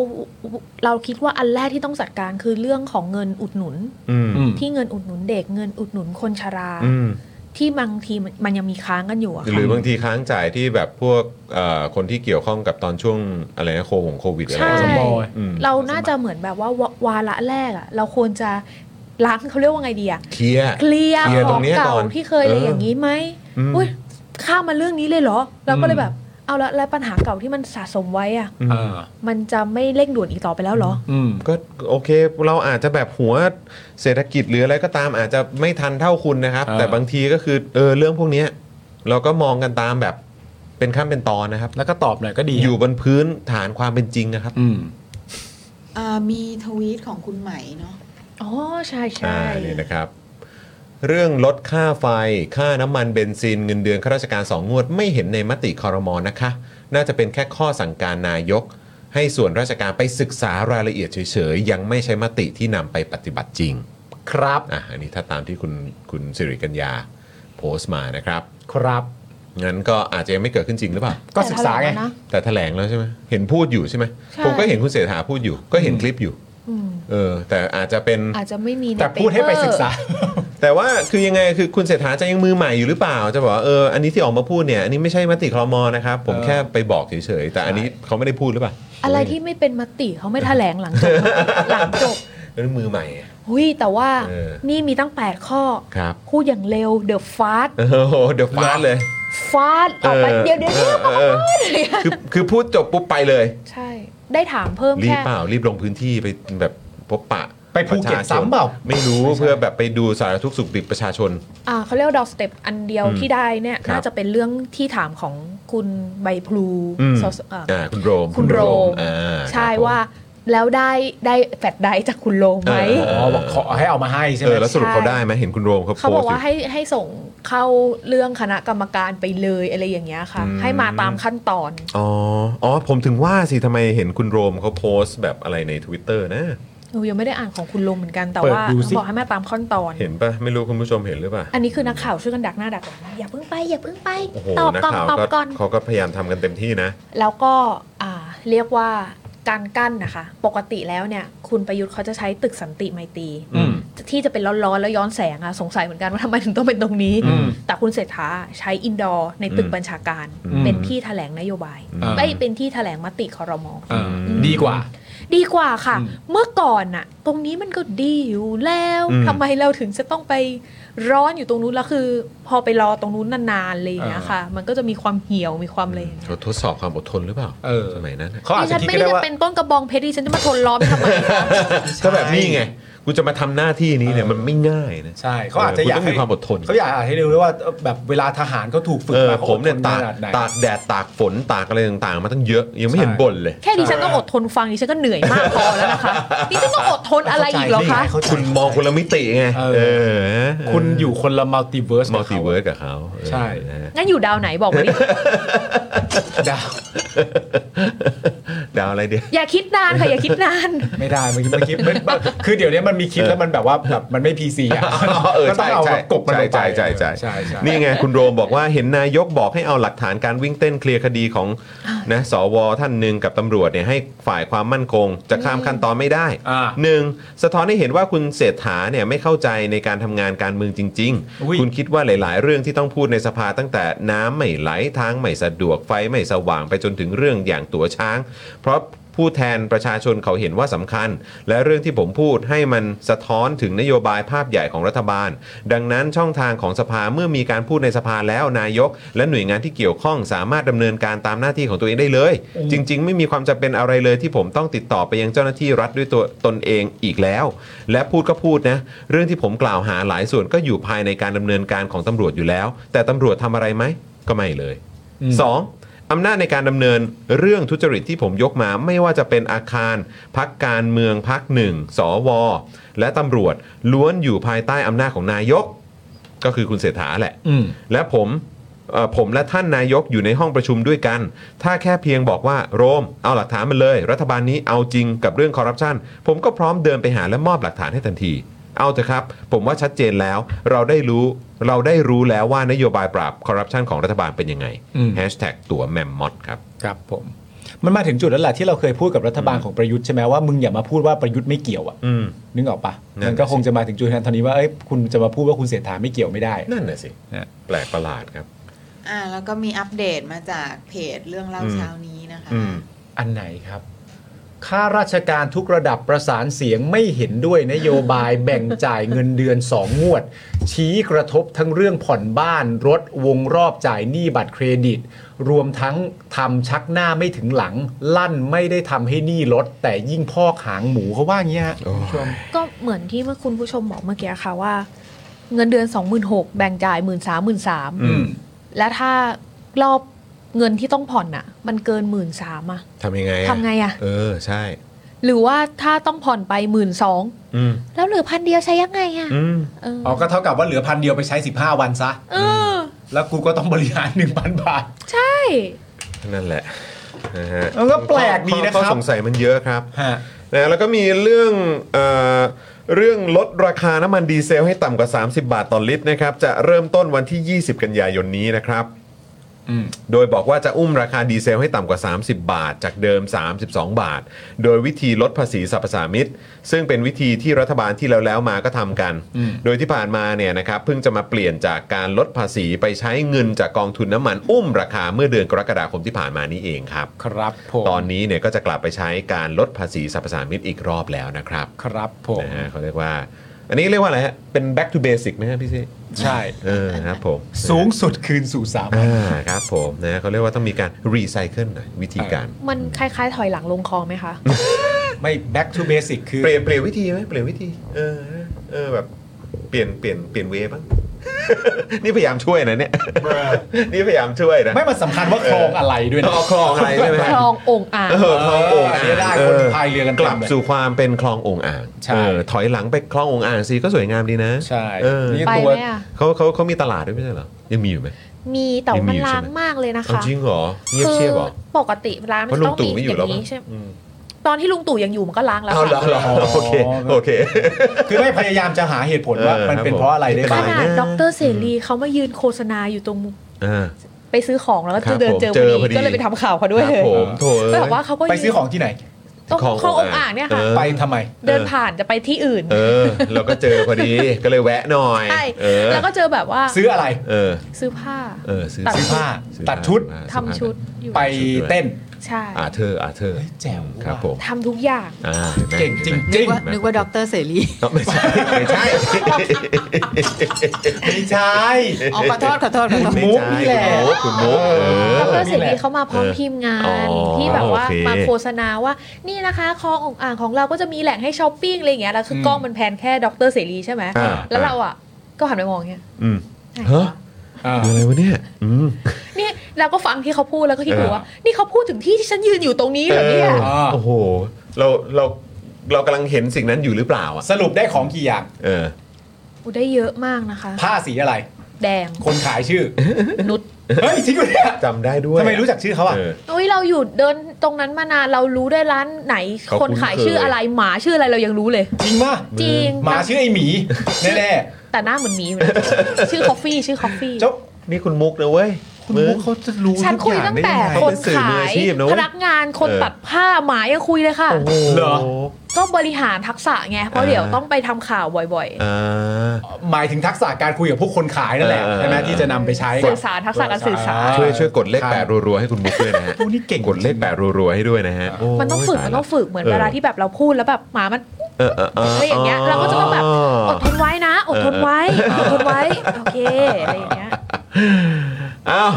[SPEAKER 17] เราคิดว่าอันแรกที่ต้องจัดการคือเรื่องของเงินอุดหนุน
[SPEAKER 1] อืม
[SPEAKER 17] ที่เงินอุดหนุนเด็กเงินอุดหนุนคนชรา
[SPEAKER 1] อืม
[SPEAKER 17] ที่บางทีมันมันยังมีค้างกันอยู่อะ
[SPEAKER 1] หรื
[SPEAKER 17] ค่ะ
[SPEAKER 1] อบางทีค้างจ่ายที่แบบพวกเอ่อคนที่เกี่ยวข้องกับตอนช่วงอะไรนะโควงโควิดอะไร
[SPEAKER 17] ใช่
[SPEAKER 1] สมอยอืม
[SPEAKER 17] เราน่าจะเหมือนแบบว่าวาวาระแรกอะเราควรจะล้างเขาเรียกว่าไงดีอะ
[SPEAKER 1] เคลียร์
[SPEAKER 17] เคลียร์
[SPEAKER 1] เคลียร์
[SPEAKER 17] ข
[SPEAKER 1] ตร
[SPEAKER 17] อง
[SPEAKER 1] งเนี้ย
[SPEAKER 17] เก่า
[SPEAKER 1] ก่อน
[SPEAKER 17] ที่เคยอะไรอย่างนี้ไหม
[SPEAKER 1] อืม
[SPEAKER 17] อุ้ยข้ามมาเรื่องนี้เลยเหรอ เราก็เลยแบบเอาละแล้วปัญหาเก่าที่มันสะสมไว้อะ
[SPEAKER 1] อืม
[SPEAKER 17] มันจะไม่เร่งด่วนอีกต่อไปแล้วเหรอ
[SPEAKER 1] ก็โอเคเราอาจจะแบบหัวเศรษฐกิจหรืออะไรก็ตามอาจจะไม่ทันเท่าคุณนะครับ แต่บางทีก็คือเออเรื่องพวกเนี้ยเราก็มองกันตามแบบเป็นขั้นเป็นตอนนะครับ
[SPEAKER 2] แล้วก็ตอบหน่อยก็ดี
[SPEAKER 1] อยู่บนพื้นฐานความเป็นจริงนะครับ
[SPEAKER 2] อืม
[SPEAKER 5] อ่ามีทวีตของคุณใหม่เนาะ
[SPEAKER 17] อ๋อ ใช่ใช่
[SPEAKER 1] อ่าเนี่ยนะครับ เรื่องลดค่าไฟ ค่าน้ำมันเบนซินเงินเดือนข้าราชการสองงวด ไม่เห็นในมติคอรมอนะคะ น่าจะเป็นแค่ข้อสั่งการนายก ให้ส่วนราชการไปศึกษารายละเอียดเฉยๆ ยังไม่ใช่มติที่นำไปปฏิบัติจริง
[SPEAKER 2] ครับ
[SPEAKER 1] อ่ะอันนี้ถ้าตามที่คุณคุณสิริกัญญาโพสต์มานะครับ
[SPEAKER 2] ครับ
[SPEAKER 1] งั้นก็อาจจะยังไม่เกิดขึ้นจริงหรือเปล่า
[SPEAKER 2] ก็ศึกษาไง
[SPEAKER 1] แต่แถลงแล้วใช่ไหมเห็นพูดอยู่ใช่ไหม
[SPEAKER 17] ใช่
[SPEAKER 1] ผมก็เห็นคุณเสถาพูดอยู่ ก็เห็นคลิปอยู่
[SPEAKER 17] อืม
[SPEAKER 1] เออ แต่อาจจะเป็น
[SPEAKER 17] อาจจะไม่มีใน
[SPEAKER 1] แต่ว่าคือยังไงคือคุณเศรษฐาจะยังมือใหม่อยู่หรือเปล่า จะบอกว่าเอออันนี้ที่ออกมาพูดเนี่ย อันนี้ไม่ใช่มติคลมอนะครับ ผมแค่ไปบอกเฉยๆแต่อันนี้เขาไม่ได้พูดหรือเปล่า
[SPEAKER 17] อะไรที่ไม่เป็นมติเขาไม่แถลงหลังจบ หลังจบ
[SPEAKER 1] นั่นมือใหม่อะ
[SPEAKER 17] หุยแต่ว่า
[SPEAKER 1] เออ
[SPEAKER 17] นี่มีตั้ง 8 ข้อ
[SPEAKER 1] ครับ
[SPEAKER 17] พูดอย่างเร็วเด e f ฟาส
[SPEAKER 1] โอ้โหเดี๋ยวฟาดเลย
[SPEAKER 17] ฟาดออกไปเดี๋ยวเดี๋ยวเดี๋ยว
[SPEAKER 1] เออเออคือคือพูดจบปุ๊บไปเลย
[SPEAKER 17] ใช่ ได้ถามเพิ่ม
[SPEAKER 1] รีบ
[SPEAKER 17] แค่
[SPEAKER 1] เปล่ารีบลงพื้นที่ไปแบบพบปะ
[SPEAKER 2] ไปภูเก็ต
[SPEAKER 1] ระชชน
[SPEAKER 2] ซ้ำเปล่า
[SPEAKER 1] ไม่รู้เพื่อแบบไปดูสารทุกข์สุขดิบประชาชน
[SPEAKER 17] อ่าเขาเรียกดอสเต็ปอันเดียว
[SPEAKER 1] อืม
[SPEAKER 17] ที่ได้เนี่ย
[SPEAKER 1] ครับ
[SPEAKER 17] น่าจะเป็นเรื่องที่ถามของคุณใบพลู
[SPEAKER 1] อืม
[SPEAKER 17] สสอ่า
[SPEAKER 1] อ่าคุณโรม
[SPEAKER 17] คุณโรม
[SPEAKER 1] อ่า
[SPEAKER 17] ใช่
[SPEAKER 1] ครับผม
[SPEAKER 17] ว่าแล้วได้ได้แฟดได้จากคุณโรมไหม
[SPEAKER 1] เ
[SPEAKER 2] อ๋อบอกขอให้เอามาให้ใช่ไหม
[SPEAKER 1] เออแล้วสรุปเขาได้ไหมเห็นคุณโรมเขา
[SPEAKER 17] เขา
[SPEAKER 1] โพส
[SPEAKER 17] บอก
[SPEAKER 1] ต์อยู่
[SPEAKER 17] ว่าให้ให้ส่งเข้าเรื่องคณะกรรมการไปเลยอะไรอย่างเงี้ยค่ะ
[SPEAKER 1] อืม
[SPEAKER 17] ให้มาตามขั้นตอน
[SPEAKER 1] อ๋อ อ๋อ ผมถึงว่าสิทำไมเห็นคุณโรมเขาโพสต์แบบอะไรใน Twitter นะ
[SPEAKER 17] หนูยังไม่ได้อ่านของคุณลงเหมือนกันแต่
[SPEAKER 1] เปิด
[SPEAKER 17] ว่า
[SPEAKER 1] ดูสิ
[SPEAKER 17] บอกให้มาตามขั้นตอน
[SPEAKER 1] เห็นปะไม่รู้คุณผู้ชมเห็นหรือเปล่า
[SPEAKER 17] อันนี้คือนักข่าวช่วยกันดักหน้าดักหลังอย่าเพิ่งไปอย่าเพิ่งไป
[SPEAKER 1] โอ้โห
[SPEAKER 17] ตอบ
[SPEAKER 1] นัก
[SPEAKER 17] ก่อน
[SPEAKER 1] ข่าว
[SPEAKER 17] ตอบ
[SPEAKER 1] ก็
[SPEAKER 17] ก่อน
[SPEAKER 1] เขาก็พยายามทำกันเต็มที่นะ
[SPEAKER 17] แล้วก็อ่าเรียกว่าการกั้นนะคะ ปกติแล้วเนี่ย คุณประยุทธ์เขาจะใช้ตึกสันติไมตรี
[SPEAKER 1] อืม
[SPEAKER 17] ที่จะเป็นร้อนๆ แล้วย้อนแสงอะสงสัยเหมือนกันว่าทำไมถึงต้องเป็นตรงนี้
[SPEAKER 1] อืม
[SPEAKER 17] แต่คุณเศรษฐาใช้อินดอร์ในตึก
[SPEAKER 1] อืม
[SPEAKER 17] บัญชาการ
[SPEAKER 1] อืม
[SPEAKER 17] เป็นที่แถลงนโยบาย
[SPEAKER 1] อ่า
[SPEAKER 17] ไม่เป็นที่แถลงมติคอรมอ
[SPEAKER 2] ดีกว่า
[SPEAKER 17] ดีกว่าค่ะ เมื่อก่อนน่ะ ตรงนี้มันก็ดีอยู่แล้ว
[SPEAKER 13] อืม
[SPEAKER 17] ทำไมเราถึงจะต้องไปร้อนอยู่ตรงนู้นแล้วคือ พอไปรอตรงนู้นนานๆเลยางเงี้ย
[SPEAKER 1] อ่า
[SPEAKER 17] ค่ะ มันก็จะมีความเหี่ยวมีความอะไรอย่างเงี้ย
[SPEAKER 1] เขาทดสอบความอดทนหรือเปล่าสมัยนั้นน่ะ
[SPEAKER 17] ดิฉันไม่ได้ จะเป็นต้นกระบองเพชรดิฉันจะมาทนร้อนไปทำไม
[SPEAKER 1] ก็แบบนี้ไง กูจะมาทำหน้าที่นี้เนี่ยมันไม่ง่ายนะ
[SPEAKER 2] ใช่เขาอาจจะอยาก
[SPEAKER 1] ต้งมี
[SPEAKER 2] ให้
[SPEAKER 1] ความอดทน
[SPEAKER 2] เขาอยากให้รู้ว่าเอ่อแบบเวลาทหารเขาถูกฝึก
[SPEAKER 1] เออ
[SPEAKER 2] มาขา
[SPEAKER 1] ผมเนี่ย
[SPEAKER 2] อดท
[SPEAKER 1] ตาก
[SPEAKER 2] ขนาดไหน
[SPEAKER 1] ตากแดดตากฝนตากอะไรต่างๆ มาตั้งเยอะ ยังไม่เห็นบ่นเลย
[SPEAKER 17] แค่ดิฉันต้องอดทนฟังดิฉันก็เหนื่อยมากพอแล้วนะคะ ดิฉันต้องอดทนอะไรอีกเหรอคะ
[SPEAKER 1] คุณมองคนละมิติไงเออ
[SPEAKER 2] คุณอยู่คนละมัลติเวิร์ส
[SPEAKER 1] มัลติเวิร์สกับเขา
[SPEAKER 2] ใช่
[SPEAKER 1] นะฮะ
[SPEAKER 17] งั้นอยู่ดาวไหนบอก มาดิ
[SPEAKER 2] ดาว
[SPEAKER 1] ดาวอะไรเดียว
[SPEAKER 17] อย่าคิดนานค่ะ อย่าคิดนาน
[SPEAKER 2] ไม่ได้เมื่อกี้เมื่อกี้ไม่คือเดี๋ยวนี้มันมีคิดแล้วมันแบบว่าแบบมันไม่พีซีอ่ะ
[SPEAKER 1] เออ
[SPEAKER 2] ก็ต้อ
[SPEAKER 1] ใช่
[SPEAKER 2] งเอา
[SPEAKER 1] ใช่
[SPEAKER 2] แบบกบมันลงไป
[SPEAKER 1] ใช่ใช่ใช่ใช่นี่ไงคุณโรมบอกว่าเห็นนายกบอกให้เอาหลักฐานการวิ่งเต้นเคลียร์คดี ของนะสวท่านหนึ่งกับตำรวจเนี่ยให้ฝ่ายความมั่นคง จะข้ามขั้นตอนไม่ได้หนึ่งสะท้อนให้เห็นว่าคุณเศรษฐาเนี่ยไม่เข้าใจในการทำงานการเมืองจริง ๆ คุณคิดว่าหลาย ๆ เรื่องที่ต้องพูดในสภาตั้งแต่น้ำไม่ไหลทางไม่สะดวกไฟไม่สว่างไปจนถึงเรื่องอย่างตั๋วช้าง เพราะ ผู้แทนประชาชนเขาเห็นว่าสำคัญ และเรื่องที่ผมพูดให้มันสะท้อนถึงนโยบายภาพใหญ่ของรัฐบาล ดังนั้นช่องทางของสภาเมื่อมีการพูดในสภาแล้วนายก และหน่วยงานที่เกี่ยวข้องสามารถดำเนินการตามหน้าที่ของตัวเองได้เลย
[SPEAKER 2] อืม
[SPEAKER 1] จริง ๆ ไม่มีความจำเป็นอะไรเลยที่ผมต้องติดต่อไปยังเจ้าหน้าที่รัฐด้วยตัวตนเองอีกแล้ว และพูดก็พูดนะ เรื่องที่ผมกล่าวหาหลายส่วนก็อยู่ภายในการดำเนินการของตำรวจอยู่แล้ว แต่ตำรวจทำอะไรไหมก็ไม่เลย สองอำนาจในการดำเนินเรื่องทุจริตที่ผมยกมาไม่ว่าจะเป็นอาคาร พักการเมืองพักหนึ่งสว และตำรวจล้วนอยู่ภายใต้อำนาจของนายก ก็คือคุณเศรษฐาแหละ
[SPEAKER 2] อืม
[SPEAKER 1] และผมเอ่อผมและท่านนายกอยู่ในห้องประชุมด้วยกัน ถ้าแค่เพียงบอกว่าโรม เอาหลักฐานมาเลย รัฐบาลนี้เอาจริงกับเรื่องคอร์รัปชันผมก็พร้อมเดินไปหาและมอบหลักฐานให้ทันที เอาเถอะครับ ผมว่าชัดเจนแล้วเราได้รู้เราได้รู้แล้วว่านโยบายปราบคอร์รัปชันของรัฐบาลเป็นยังไง
[SPEAKER 2] อืม
[SPEAKER 1] แฮชแท็กตัวแมมมอดครับ
[SPEAKER 2] ครับผม มันมาถึงจุดแล้วแหละที่เราเคยพูดกับรัฐบาลของประยุทธ์ใช่ไหมว่ามึงอย่ามาพูดว่าประยุทธ์ไม่เกี่ยวอ่ะ
[SPEAKER 1] อืม
[SPEAKER 2] นึกออกปะ
[SPEAKER 1] นั่นน่ะ
[SPEAKER 2] มันก็คงจะมาถึงจุดนั้นตอนนี้ว่าเอ้ยคุณจะมาพูดว่าคุณเสรษฐาไม่เกี่ยวไม่ได้
[SPEAKER 1] นั่นน่ะสิแปลกประหลาดครับ
[SPEAKER 5] อ่าแล้วก็มีอัปเดตมาจากเพจเรื่องเล่าเช้านี้นะคะ
[SPEAKER 2] อันไหนครับข้าราชการทุกระดับประสานเสียงไม่เห็นด้วยนโยบาย แบ่งจ่ายเงินเดือน สองงวด ชี้กระทบทั้งเรื่องผ่อนบ้าน รถวงรอบจ่ายหนี้บัตรเครดิต รวมทั้งทำชักหน้าไม่ถึงหลัง ลั่นไม่ได้ทำให้หนี้ลด แต่ยิ่งพอกหางหมูเขาว่าอย่างเงี้ยฮะคุณผู้ชม
[SPEAKER 17] ก็เหมือนที่เมื่อคุณผู้ชมบอกเมื่อกี้ค่ะว่า เงินเดือน 26,000แบ่งจ่าย 1 3 0 0 0 3และถ้ารอบเงินที่ต้องผ่อนน่ะ มันเกิน 1 3ื่นสามอะ
[SPEAKER 1] ทำยังไง
[SPEAKER 17] ทำไงอะ
[SPEAKER 1] เออใช่
[SPEAKER 17] หรือว่าถ้าต้องผ่อนไป 1 2ื่นสอง
[SPEAKER 1] อืม
[SPEAKER 17] แล้วเหลือพันเดียวใช้ยังไงอะ
[SPEAKER 1] อืม
[SPEAKER 17] เออ
[SPEAKER 2] อ๋อก็เท่ากับว่าเหลือพันเดียวไปใช้ 15 วันซะ
[SPEAKER 17] เออ
[SPEAKER 2] แล้วกูก็ต้องบริหาร 1,000 บาท
[SPEAKER 17] ใช่
[SPEAKER 1] นั่นแหละนะฮะ
[SPEAKER 2] เออก็แปลกดีนะครับ
[SPEAKER 1] ข้อข้อสงสัยมันเยอะครับนะแล้วก็มีเรื่องเอ่อเรื่องลดราคาน้ำมันดีเซลให้ต่ำกว่า 30 บาทต่อลิตรนะครับ จะเริ่มต้นวันที่ 20 กันยายนนี้นะครับ โดยบอกว่าจะอุ้มราคาดีเซลให้ต่ำกว่า 30 บาท จากเดิม 32 บาท โดยวิธีลดภาษีสรรพสามิตซึ่งเป็นวิธีที่รัฐบาลที่แล้วแล้วๆมาก็ทำกัน
[SPEAKER 2] อืม
[SPEAKER 1] โดยที่ผ่านมาเนี่ยนะครับเพิ่งจะมาเปลี่ยนจากการลดภาษีไปใช้เงินจากกองทุนน้ำมันอุ้มราคาเมื่อเดือนกรกฎาคมที่ผ่านมานี้เองครับ
[SPEAKER 2] ครับ
[SPEAKER 1] ตอนนี้เนี่ยก็จะกลับไปใช้การลดภาษีสรรพสามิตอีกรอบแล้วนะครับ
[SPEAKER 2] ครับผม
[SPEAKER 1] นะฮะเขาเรียกว่า อันนี้เรียกว่าอะไรฮะเป็น back to basic ไหมฮะพี่ซี
[SPEAKER 2] ใช่
[SPEAKER 1] เออครับผม
[SPEAKER 2] สูงสุดคืนสู่สามัญ
[SPEAKER 1] อ่าครับผมนะเขาเรียกว่าต้องมีการรีไซเคิลหน่อยวิธีการ
[SPEAKER 17] มันคล้ายๆถอยหลังลงคลองไหมคะ
[SPEAKER 2] ไม่ back to basic คือ
[SPEAKER 1] เปลี่ยนเปลี่ยนวิธีไหมเปลี่ยนวิธีเออเออแบบเปลี่ยนเปลี่ยนเปลี่ยนเวบ้าง นี่พยายามช่วยนะเนี่ย นี่พยายามช่วยนะ
[SPEAKER 2] ไม่มันสำคัญว่าคลองอะไรด้วยนะ
[SPEAKER 1] อ๋อคลองอะไรใช่ไหม
[SPEAKER 17] คลององค์อ่าง
[SPEAKER 1] เออคลองโอ่งอ่า
[SPEAKER 2] เสียดาย
[SPEAKER 1] ง
[SPEAKER 2] คนพายเรือกันเต็ม
[SPEAKER 1] กลับสู่ความเป็นคลองโอ่งอ่าง
[SPEAKER 2] ใช่
[SPEAKER 1] เออถอยหลังไปคลองโอ่งอ่างสิก็สวยงามดีนะ
[SPEAKER 2] ใช่
[SPEAKER 1] เออ
[SPEAKER 17] ไปไหมอะ
[SPEAKER 1] เขาเขาเขามีตลาดด้วยไม่ใช่เหรอยังมีอยู่ไหม
[SPEAKER 17] มีแต่ว่ามัน
[SPEAKER 1] ยังมีอยู่ใช่ไหม
[SPEAKER 17] ล้างมากเลยนะ
[SPEAKER 1] เอา
[SPEAKER 17] คะ
[SPEAKER 1] จริงเหรอเงียบ
[SPEAKER 17] คื
[SPEAKER 1] เชียบเหรอ
[SPEAKER 17] ปกติร้าน
[SPEAKER 1] เพ
[SPEAKER 17] มัน
[SPEAKER 1] ราะลุ
[SPEAKER 17] ต้
[SPEAKER 1] ง
[SPEAKER 17] อง
[SPEAKER 1] ตู่
[SPEAKER 17] มี
[SPEAKER 1] ไม่อยู่
[SPEAKER 17] อ
[SPEAKER 1] แล้ว
[SPEAKER 17] ย่าง
[SPEAKER 1] มั้ง
[SPEAKER 17] นี้ใช่ไหม
[SPEAKER 1] อืม
[SPEAKER 17] ตอนที่ลุงตู่ยังอยู่มันก็ล้างแล้ว
[SPEAKER 1] เอาเหรอ
[SPEAKER 17] ค่ะ
[SPEAKER 1] เหรอโอเคโอเค
[SPEAKER 2] คือไม่พยายามจะหาเหตุผลว่า
[SPEAKER 1] เออ
[SPEAKER 2] มันเป็น
[SPEAKER 1] ครับผม
[SPEAKER 2] เพราะอะไรได้
[SPEAKER 17] ข
[SPEAKER 2] บ้าง
[SPEAKER 17] นาดดรเสรีเขามายืนโฆษณาอยู่ตรง
[SPEAKER 1] อ่า
[SPEAKER 17] ไปซื้อของแล้วก็
[SPEAKER 1] ครับ
[SPEAKER 17] เดินเจอ
[SPEAKER 1] ผมเจอพอ
[SPEAKER 17] พอดี
[SPEAKER 1] ดี
[SPEAKER 17] ก็เลยไปทำข่าวเขาด้วย
[SPEAKER 1] ครับผมโถ่เอ้ย
[SPEAKER 17] ก็แบบว่าเขาก็
[SPEAKER 1] ไปซื้อของที่ไหน
[SPEAKER 17] ตรงคลององค์อ่างเนี่ยค่ะ
[SPEAKER 2] ไปทำไม
[SPEAKER 17] เดินผ่านจะไปที่อื่น
[SPEAKER 1] เออ เราก็เจอพอดีก็เลยแวะหน่อย
[SPEAKER 17] ใช่
[SPEAKER 1] เออ
[SPEAKER 17] แล้วก็เจอแบบว่า
[SPEAKER 2] ซื้ออะไร
[SPEAKER 1] เออ
[SPEAKER 17] ซื้อผ้า
[SPEAKER 1] เออซื้อ
[SPEAKER 17] ตัด
[SPEAKER 1] ซื้อผ้า
[SPEAKER 2] ตัดชุด
[SPEAKER 17] ทำชุดอยู่
[SPEAKER 2] ไปเต้น
[SPEAKER 17] ใช่
[SPEAKER 1] อาเธอร์อาเธอร์แจ๋วครับผม
[SPEAKER 17] ทำทุกอย่าง
[SPEAKER 1] อ่าห็นไหม
[SPEAKER 2] เก่งจริง
[SPEAKER 1] เห็ไหม
[SPEAKER 5] นึกว่าด็อกเตอร์เสรี
[SPEAKER 1] ไม่ใช่ไม่ใช่
[SPEAKER 2] ไม่ใช่
[SPEAKER 5] อ๋อขอโทษขอโทษขอโทษ
[SPEAKER 1] ไม่ใช่
[SPEAKER 17] นี่แหละ
[SPEAKER 1] คุณมุกคุณมุกเออ
[SPEAKER 17] ดรเสรีเขามาพร้อมทีมงาน
[SPEAKER 1] อ๋อ
[SPEAKER 17] ที่แบบว่า
[SPEAKER 1] โอเค
[SPEAKER 17] มาโฆษณาว่า นี่นะคะคลององอ่างของเราก็จะมีแหล่งให้ช้อปปิ้งอะไรอย่างเงี้ยแล้วคือ
[SPEAKER 1] ม
[SPEAKER 17] กล้องมันแพนแค่ดรเสรีใช่ไหม
[SPEAKER 1] อ่า
[SPEAKER 17] แล้วเราอ่ะก็หันไปมองอย่างเงี้ย
[SPEAKER 1] อืมฮะอะไรวะเนี่ยอืม
[SPEAKER 17] นี่เราก็ฟังที่เขาพูดแล้วก็คิดอยู่
[SPEAKER 1] อ่า
[SPEAKER 17] ว่านี่เขาพูดถึงที่ที่ฉันยืนอยู่ตรงนี้เหรอเนี่ย
[SPEAKER 1] เออโอ้โห เราเราเรากำลังเห็นสิ่งนั้นอยู่หรือเปล่าอะ
[SPEAKER 2] สรุปได้ของกี่อย่าง
[SPEAKER 1] เออ
[SPEAKER 17] อูได้เยอะมากนะคะ
[SPEAKER 2] ผ้าสีอะไร
[SPEAKER 17] แดง
[SPEAKER 2] คนขายชื่อ
[SPEAKER 17] นุช
[SPEAKER 2] เฮ้ยจริงปะเนี่ย
[SPEAKER 1] จำได้ด้วย
[SPEAKER 2] ทำไมรู้จักชื่อเขาอ่ะ
[SPEAKER 17] โอ้ยเราอยู่เดินตรงนั้นมานานเรารู้ได้วยร้านไหน
[SPEAKER 2] เขา
[SPEAKER 17] คนขายชื่อ
[SPEAKER 2] คุ้นเคย
[SPEAKER 17] อะไรหมาชื่ออะไรเรายังรู้เลย
[SPEAKER 2] จริงป่ะ
[SPEAKER 17] จริง
[SPEAKER 2] หมาชื่อไอหมีแน่
[SPEAKER 17] แต่หน้าเหมือนหมีอยู่นะ ชื่อคอฟฟี่ชื่อคอฟฟี่
[SPEAKER 1] นี่คุณมุกนะเว้ย
[SPEAKER 2] คุณมุกเขาจะรู้
[SPEAKER 17] ฉันคุยตั้งแต่
[SPEAKER 1] เขา
[SPEAKER 17] คน
[SPEAKER 1] เป็นสื่อ
[SPEAKER 17] ขา
[SPEAKER 1] มืออาย ชีพนะ
[SPEAKER 17] พ
[SPEAKER 1] เว้ย
[SPEAKER 17] นักงานคน
[SPEAKER 1] เออ
[SPEAKER 17] ตัดผ้าหมายังคุยเลยค่ะ
[SPEAKER 2] เหรอ
[SPEAKER 17] ก็บริหารทักษะไง เพราะเดี๋ยวต้องไปทำข่าวบ่อย
[SPEAKER 2] หมายถึงทักษะการคุยกับพวกคนขายนั่นแหละ
[SPEAKER 1] เออ
[SPEAKER 2] ใช่ไหมที่จะนำไปใช้
[SPEAKER 17] ๆ สื่อสารทักษะการสื่อสาร
[SPEAKER 1] ช่วยช่วยกดเลขแปดรัวๆให้คุณมุกด้วยนะฮะ
[SPEAKER 2] นี่เก่ง
[SPEAKER 1] กดเลขแปดรัวๆให้ด้วยนะฮะโ
[SPEAKER 17] มันต้องฝึก
[SPEAKER 1] ตาย
[SPEAKER 17] มัน
[SPEAKER 1] ละ
[SPEAKER 17] ต้องฝึกเหมือนเวลาที่แบบเราพูดแล้วแบบหมามัน
[SPEAKER 1] เออเออเออ
[SPEAKER 17] อะ
[SPEAKER 1] อะไร
[SPEAKER 17] อย่างเงี้ย เราก็จะต้องแบบอดทนไว้นะ อดทนไว้ อดทนไว้ โอเค อะไรอย่างเงี้ย
[SPEAKER 1] อ้าว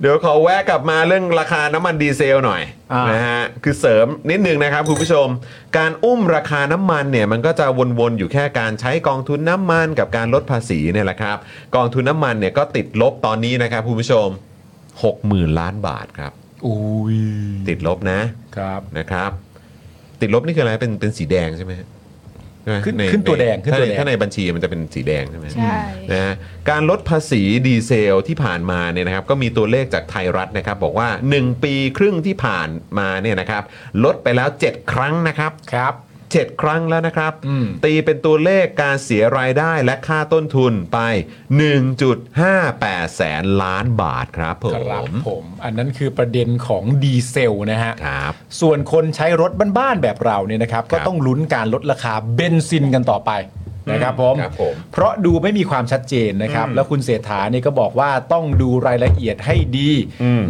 [SPEAKER 1] เดี๋ยวขอแวะกลับมาเรื่องราคาน้ำมันดีเซลหน่อยนะฮะคือเสริมนิดนึงนะครับคุณผู้ชม การอุ้มราคาน้ำมันเนี่ยมันก็จะวนๆอยู่แค่การใช้กองทุนน้ำมันกับการลดภาษีเนี่ยแหละครับ กองทุนน้ำมันเนี่ยก็ติดลบตอนนี้นะครับคุณผู้ชม 60,000 ล้านบาทครับติดลบนะครับนะครับ ติดลบนี่คืออะไรเป็นเป็นสีแดงใช่ไหมฮะใช่ไหม
[SPEAKER 2] ขึ้น
[SPEAKER 1] ใ
[SPEAKER 2] ขึ้นตัวแดงขึ้น
[SPEAKER 1] ถ้า
[SPEAKER 2] ตัวแดง
[SPEAKER 1] ถ้าในบัญชีมันจะเป็นสีแดงใช่ไหม
[SPEAKER 2] ใช่
[SPEAKER 1] นะฮะการลดภาษีดีเซลที่ผ่านมาเนี่ยนะครับ ก็มีตัวเลขจากไทยรัฐนะครับ บอกว่า 1 ปีครึ่งที่ผ่านมาเนี่ยนะครับ ลดไปแล้ว 7 ครั้งนะครับ
[SPEAKER 2] ครับ
[SPEAKER 1] 7ครั้งแล้วนะครับ ตีเป็นตัวเลขการเสียรายได้และค่าต้นทุนไป 1.58 แสนล้านบาทครับผม
[SPEAKER 2] ครับผมอันนั้นคือประเด็นของดีเซลนะฮะส่วนคนใช้รถบ้านๆแบบเราเนี่ยนะครับ ก็ต้องลุ้นการลดราคาเบนซินกันต่อไปนะครับผมเพราะดูไม่มีความชัดเจนนะครับ แล้วคุณเศรษฐาเนี่ยก็บอกว่าต้องดูรายละเอียดให้ดี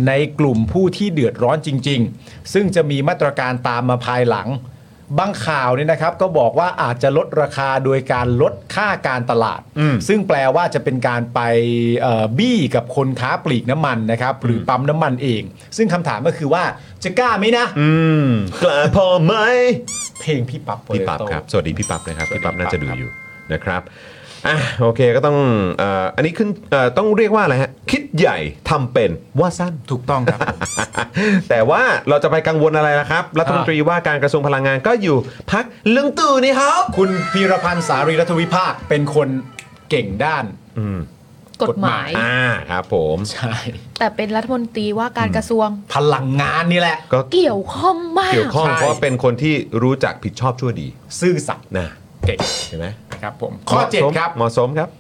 [SPEAKER 2] ในกลุ่มผู้ที่เดือดร้อนจริง ๆ ซึ่งจะมีมาตรการตามมาภายหลัง บางข่าวเนี่ยนะครับก็บอกว่าอาจจะลดราคาโดยการลดค่าการตลาด ซึ่งแปลว่าจะเป็นการไปเอ่อบี้กับคนค้าปลีกน้ำมันนะครับ หรือปั๊มน้ำมันเอง ซึ่งคำถามก็คือว่าจะกล้าไหมนะ
[SPEAKER 1] อืมกล้าพอไหม
[SPEAKER 2] เพลงพี่ปั๊บ
[SPEAKER 1] พี่ปั๊บครับ สวัสดีพี่ปั๊บนะครับ พี่ปั๊บน่าจะดูอยู่นะครับ อ่ะโอเคก็ต้องเอ่ออันนี้ขึ้นเอ่อต้องเรียกว่าอะไรฮะ คิดใหญ่ทำเป็นว่าสั้น
[SPEAKER 2] ถูกต้องครับ
[SPEAKER 1] แต่ว่าเราจะไปกังวลอะไรล่ะครับ รัฐมนตรีว่าการกระทรวงพลังงานก็อยู่พักลุงตู่นี่ครับ
[SPEAKER 2] คุณพีรพันธ์สารีรัฐวิภาคเป็นคนเก่งด้าน
[SPEAKER 17] กฎหมาย
[SPEAKER 1] อ่าครับผม
[SPEAKER 2] ใช่
[SPEAKER 17] แต่เป็นรัฐมนตรีว่าการกระทรวง
[SPEAKER 2] พลังงานนี่แหละ
[SPEAKER 1] ก็
[SPEAKER 17] เกี่ยวข้องมาก
[SPEAKER 1] เกี่ยวข้องเพราะเป็นคนที่รู้จักผิดชอบชั่วดี
[SPEAKER 2] ซื่อสัตย์
[SPEAKER 1] นะ
[SPEAKER 2] เก่ง
[SPEAKER 1] เห็นไหม
[SPEAKER 2] ครับผม ข้อเจ็ดครับ
[SPEAKER 1] เหมาะสมครับ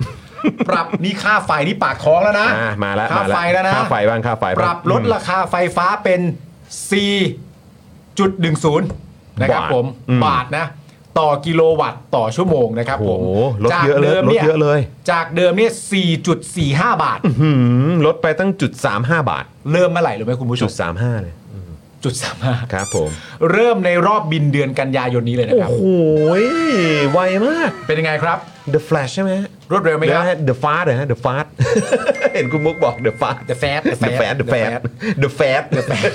[SPEAKER 2] ปรับนี่ค่าไฟนี่ปากท้องแล้วนะ
[SPEAKER 1] อ่ามาแล้ว
[SPEAKER 2] ค่า
[SPEAKER 1] มาแล้ว
[SPEAKER 2] ไฟแล้วนะ
[SPEAKER 1] ค่าไฟบ้างค่าไฟบ้าง
[SPEAKER 2] ปรับลด
[SPEAKER 1] อืม
[SPEAKER 2] ราคาไฟฟ้าเป็น 4.10 นะครับ
[SPEAKER 1] บาท
[SPEAKER 2] ผม
[SPEAKER 1] อืม
[SPEAKER 2] บาทนะ ต่อกิโลวัตต์ต่อชั่วโมงนะครับผม
[SPEAKER 1] ลดเยอะเลยลดเยอะเลย
[SPEAKER 2] จากเดิมเนี่ย4.45 บาท
[SPEAKER 1] อื้อหือลดไปตั้งจุด35 บาท
[SPEAKER 2] เริ่มเมื่อไหร่รู้ไหมคุณผู้ชม
[SPEAKER 1] จุด35เลย
[SPEAKER 2] จุด35
[SPEAKER 1] ครับผม
[SPEAKER 2] เริ่มในรอบบินเดือนกันยายนนี้เลยนะครับ
[SPEAKER 1] โอ้โหไวมาก
[SPEAKER 2] เป็นยังไงครับ
[SPEAKER 1] The Flash ใช่ไหมฮะ
[SPEAKER 2] รวดเร็วไหมครับ
[SPEAKER 1] ดี๋ยนะฮะ The Fast เหรอฮะ The Fast เห็นคุณมุกบอก The Fast
[SPEAKER 2] The Fast
[SPEAKER 1] The Fast The Fast The Fast The Fast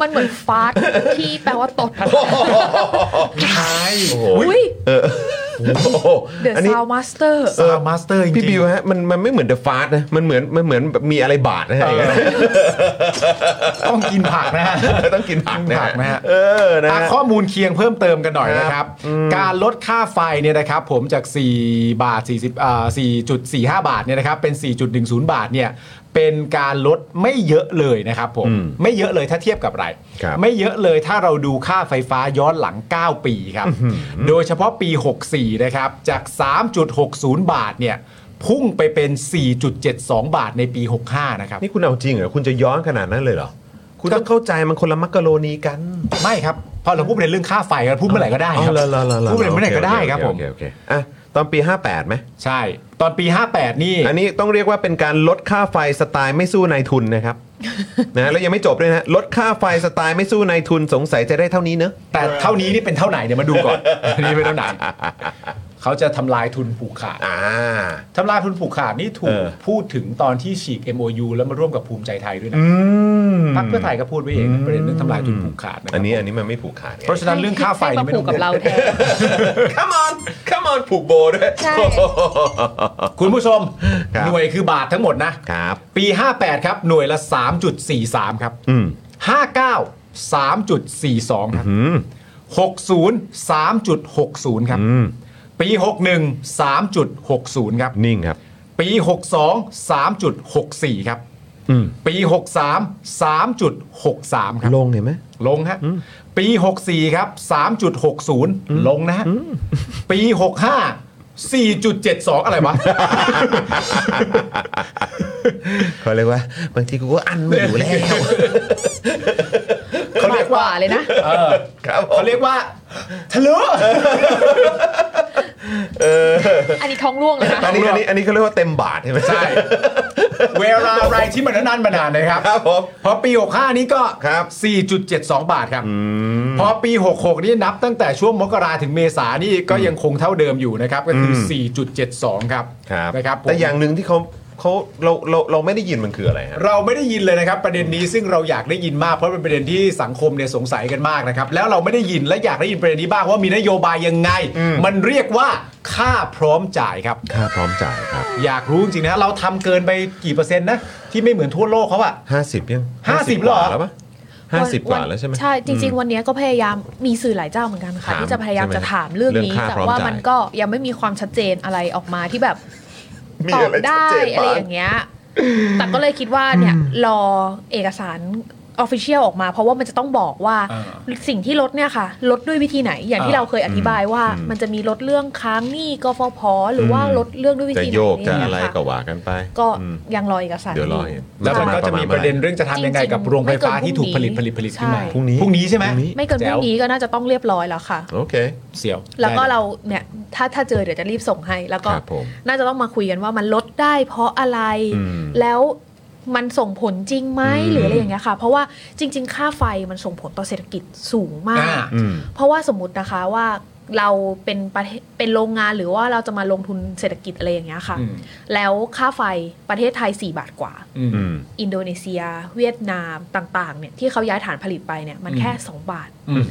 [SPEAKER 17] มันเหมือนฟาสต์ที่แปลว่าตด
[SPEAKER 2] ใช่
[SPEAKER 1] โอ้โห
[SPEAKER 17] อุ๊ย
[SPEAKER 1] เออโอ้โห
[SPEAKER 17] The
[SPEAKER 1] อันนี้
[SPEAKER 17] Sound Master
[SPEAKER 1] เออ
[SPEAKER 2] Master
[SPEAKER 1] พี่บิวฮะมันมันไม่เหมือน The Fast นะ มันเหมือนมันเหมือนแบบมีอะไรบาดนะฮะ
[SPEAKER 2] ต้องกินผักนะฮะ
[SPEAKER 1] ต้องกินผักนะฮะ
[SPEAKER 2] นะฮะ
[SPEAKER 1] เออนะฮะ
[SPEAKER 2] อ่ะข้อมูลเคียงเพิ่มเติมกันหน่อยนะครับ การลดค่าไฟเนี่ยนะครับ ผมจาก 4 บาท 40อ่า4.45 บาทเนี่ยนะครับ เป็น 4.10 บาทเนี่ย เป็นการลดไม่เยอะเลยนะครับผม
[SPEAKER 1] อืม
[SPEAKER 2] ไม่เยอะเลยถ้าเทียบกับอะไร
[SPEAKER 1] ครับ
[SPEAKER 2] ไม่เยอะเลยถ้าเราดูค่าไฟฟ้าย้อนหลัง 9 ปีครับ
[SPEAKER 1] อื้อหือ
[SPEAKER 2] โดยเฉพาะปี 64 นะครับ จาก 3.60 บาทเนี่ย พุ่งไปเป็น 4.72 บาทในปี 65 นะครับ
[SPEAKER 1] นี่คุณเอาจริงเหรอ คุณจะย้อนขนาดนั้นเลยเหรอ คุณต้องเข้าใจมันคนละมักกะโรนีกัน
[SPEAKER 2] ไม่ครับเพอเราพูดในเรื่องค่าไฟเราพูดเมื่อไหร่ก็ได้ครับ
[SPEAKER 1] อ๋อเหรอเหรอเหรอเหรอ
[SPEAKER 2] พูดเมื่อไหร่ก็ได้
[SPEAKER 1] โอเค
[SPEAKER 2] ครับผม
[SPEAKER 1] โอเคโอเคโอเคอ่ะตอนปี 58ไหม
[SPEAKER 2] ใช่ ตอนปี 58 นี่
[SPEAKER 1] อันนี้ต้องเรียกว่าเป็นการลดค่าไฟสไตล์ไม่สู้นายทุนนะครับ นะแล้วยังไม่จบด้วยนะลดค่าไฟสไตล์ไม่สู้นายทุนสงสัยจะได้เท่านี้เนอะ
[SPEAKER 2] แต่เท่านี้นี่เป็นเท่าไหนเดี๋ยวมาดูก่อน อันนี่เป็นเท่าไหนเขาจะทำลายทุนผูกขาดทำลายทุนผูกขาดนี่ถูกพูดถึงตอนที่ฉีก MOU แล้วมาร่วมกับภูมิใจไทยด้วยนะพรรคเพื่อไทยก็พูดไว้เองนะประเด็นเรื่องทำลายทุนผูกขาดนะ
[SPEAKER 1] อันนี้อันนี้มันไม่ผูกขาดไง
[SPEAKER 2] เพราะฉะนั้นเรื่องค่าไฟนี่ไม่ต้อง
[SPEAKER 1] ให้มาผูกกับเราแท Come on Come on ผูกโบด้วย
[SPEAKER 2] ใช่ คุณผู้ชม หน่วยคือบาททั้งหมดนะ ปี 58 ครับ หน่วยละ 3.43 ครับ
[SPEAKER 1] อืม
[SPEAKER 2] 59 3.42 ครับ 60 3.60 ครับ ปี 61 3.60 ครับ
[SPEAKER 1] นิ่งครับ
[SPEAKER 2] ปี 62 3.64 ครับ
[SPEAKER 1] อืม
[SPEAKER 2] ปี 63 3.63 ครับ
[SPEAKER 1] ลงเห็นไหม
[SPEAKER 2] ลงฮะ ปี 64 ครับ 3.60 ลงนะฮะ ปี 65 4.72 อะไร วะ
[SPEAKER 1] เขาเรียกว่า บางทีกูก็อันไม่อยู่แล้ว
[SPEAKER 2] เขาเรียกว่าเลยนะเขาเรียกว่าทะลุ
[SPEAKER 1] เออ
[SPEAKER 17] อันนี้ท้องร่วงเลยนะ
[SPEAKER 1] อันนี้อันนี้อันนี้เขาเรียกว่าเต็มบาทใช่ไหมใช่
[SPEAKER 2] เวลาอะไรที่มันนานมานานนะครับ
[SPEAKER 1] ครับผม
[SPEAKER 2] พอปี 65 นี้ก็ 4.72 บาทครับ พอปี 66 นี่นับตั้งแต่ช่วงมกราถึงเมษานี่ก็ยังคงเท่าเดิมอยู่นะครับ ก็คือ
[SPEAKER 1] อืม
[SPEAKER 2] 4.72 ครับ
[SPEAKER 1] ครับ
[SPEAKER 2] นะครับผม
[SPEAKER 1] แต่อย่างหนึ่งที่เขาเขาเราเราเราไม่ได้ยินมันคืออะไรฮะ
[SPEAKER 2] เราไม่ได้ยินเลยนะครับ ประเด็นนี้ซึ่งเราอยากได้ยินมากเพราะเป็นประเด็นที่สังคมเนี่ยสงสัยกันมากนะครับ แล้วเราไม่ได้ยินและอยากได้ยินประเด็นนี้บ้างว่ามีนโยบายยังไง มันเรียกว่าค่าพร้อมจ่ายครับ
[SPEAKER 1] ค่าพร้อมจ่ายครับ
[SPEAKER 2] อยากรู้จริงๆนะเราทำเกินไปกี่เปอร์เซ็นต์นะ ที่ไม่เหมือนทั่วโลกเขาอะ
[SPEAKER 1] 50 ยัง
[SPEAKER 2] 50
[SPEAKER 1] ก
[SPEAKER 2] เหรอ
[SPEAKER 1] ว่าแล้วปะห้าสิบกว่าแล้วใช่ไหม
[SPEAKER 17] ใช่จริง
[SPEAKER 1] อืม
[SPEAKER 17] ๆ วันนี้ก็พยายามมีสื่อหลายเจ้าเหมือนกันค่ะ
[SPEAKER 1] ถาม
[SPEAKER 17] ที่จะพยายาม
[SPEAKER 1] ใช่ไหม
[SPEAKER 17] จะถามเรื่องนี้
[SPEAKER 1] เรื่องค่า
[SPEAKER 17] แต่
[SPEAKER 1] พร้อม
[SPEAKER 17] ว่า
[SPEAKER 1] จ่าย
[SPEAKER 17] มันก็ยังไม่มีความชัดเจนอะไรออกมาที่แบบ
[SPEAKER 1] มี
[SPEAKER 17] ตอ
[SPEAKER 1] อะ
[SPEAKER 17] บ
[SPEAKER 1] ไรชัด
[SPEAKER 17] ได้
[SPEAKER 1] เจน
[SPEAKER 17] อะไร
[SPEAKER 1] บ้าง
[SPEAKER 17] อย่างเงี้ย แต่ก็เลยคิดว่าเนี่ยรอเอกสารออฟฟิเชียลออกมา เพราะว่ามันจะต้องบอกว่า
[SPEAKER 2] อ่า
[SPEAKER 17] สิ่งที่ลดเนี่ยค่ะ ลดด้วยวิธีไหนอย่างที่
[SPEAKER 2] อ่า
[SPEAKER 17] เราเคยอธิบายว่า มันจะมีลดเรื่องค้างหนี้กฟผหรือว่าลดเรื่องด้วยวิ
[SPEAKER 1] จะ
[SPEAKER 17] ธีไหน
[SPEAKER 1] โยกจะ
[SPEAKER 17] เนี่ย
[SPEAKER 1] อะไร
[SPEAKER 17] ค่
[SPEAKER 1] ก็ว่ากันไป
[SPEAKER 17] ก็
[SPEAKER 1] อืม
[SPEAKER 17] ยังรอเอกสาร
[SPEAKER 1] เดี๋ยวรอ
[SPEAKER 17] อ
[SPEAKER 1] เห็น
[SPEAKER 2] แล้วมันก็จะมีประเด็นเรื่องจะทำยังไงกับโรงไฟฟ้าที่ถูกผลิตผลิตผลิตขึ้นมา
[SPEAKER 17] ใช่
[SPEAKER 1] พรุ่งนี้
[SPEAKER 2] พรุ่งนี้ใช่ไหม
[SPEAKER 17] ไม่เกินพรุ่งนี้ก็น่าจะต้องเรียบร้อยแล้วค่ะ
[SPEAKER 1] โอเค
[SPEAKER 2] เสียว
[SPEAKER 17] แล้วก็
[SPEAKER 2] ได้
[SPEAKER 17] เราเนี่ยถ้าถ้าเจอเดี๋ยวจะรีบส่งให้ แล้วก็
[SPEAKER 1] ครับผม
[SPEAKER 17] น่าจะต้องมาคุยกันว่ามันลดได้เพราะอะไร
[SPEAKER 1] อืม
[SPEAKER 17] แล้วมันส่งผลจริงไหม
[SPEAKER 1] อืม
[SPEAKER 17] หรืออะไรอย่างเงี้ยค่ะ เพราะว่าจริง ๆ ค่าไฟมันส่งผลต่อเศรษฐกิจสูงมาก
[SPEAKER 1] อืม
[SPEAKER 17] เพราะว่าสมมตินะคะว่าเราเป็นประเทศเป็นโรงงานหรือว่าเราจะมาลงทุนเศรษฐกิจอะไรอย่างเงี้ยค่ะ
[SPEAKER 1] อืม
[SPEAKER 17] แล้วค่าไฟประเทศไทย 4 บาทกว่า
[SPEAKER 1] อืม
[SPEAKER 17] อินโดนีเซีย เวียดนามต่างๆเนี่ยที่เขาย้ายฐานผลิตไปเนี่ยมันแค่
[SPEAKER 1] อืม
[SPEAKER 17] 2 บาท
[SPEAKER 1] อืม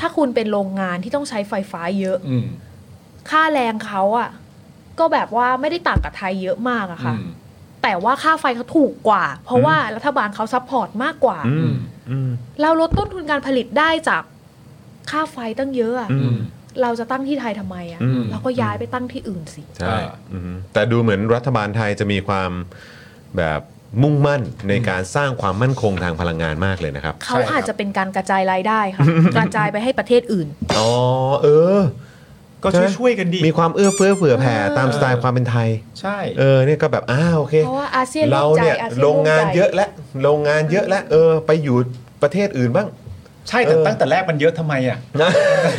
[SPEAKER 17] ถ้าคุณเป็นโรงงานที่ต้องใช้ไฟฟ้าเยอะ
[SPEAKER 2] อืม
[SPEAKER 17] ค่าแรงเขาอะก็แบบว่าไม่ได้ต่างกับไทยเยอะมากอะค่ะ
[SPEAKER 2] อืม
[SPEAKER 17] แต่ว่าค่าไฟเขาถูกกว่า เพราะว่ารัฐบาลเขาซัพพอร์ตมากกว่า
[SPEAKER 1] อืมอืม
[SPEAKER 17] เราลดต้นทุนการผลิตได้จากค่าไฟตั้งเยอะอะ
[SPEAKER 1] อืม
[SPEAKER 17] เราจะตั้งที่ไทยทำไมอะ
[SPEAKER 1] อืม
[SPEAKER 17] เราก็ย้ายไปตั้งที่อื่นสิ
[SPEAKER 1] ใช่อืมแต่ดูเหมือนรัฐบาลไทยจะมีความแบบมุ่งมั่นในการสร้างความมั่นคงทางพลังงานมากเลยนะครับ
[SPEAKER 17] เขาอาจจะเป็นการกระจายรายได้ค่ะ กระจายไปให้ประเทศอื่น
[SPEAKER 1] อ๋อเออ
[SPEAKER 2] ก็ช่วยช่วยกันดี
[SPEAKER 1] มีความเอื้อเฟื้อเผื่อแผ่ตามสไตล์ความเป็นไทย
[SPEAKER 2] ใช่
[SPEAKER 1] เออเนี่ยก็แบบอ้าวโอเค
[SPEAKER 17] เพราะว่าอาเซียน
[SPEAKER 1] เรา
[SPEAKER 17] วมใจ
[SPEAKER 1] เนี่ย
[SPEAKER 17] อซี
[SPEAKER 1] โรงงาน
[SPEAKER 17] วมใจ
[SPEAKER 1] เยอะแล้วโรงงานเยอะแล้วเออ ไปอยู่ประเทศอื่นบ้าง
[SPEAKER 2] ใช่แต่ตั้งแต่แรกมันเยอะทำไมอ่ะ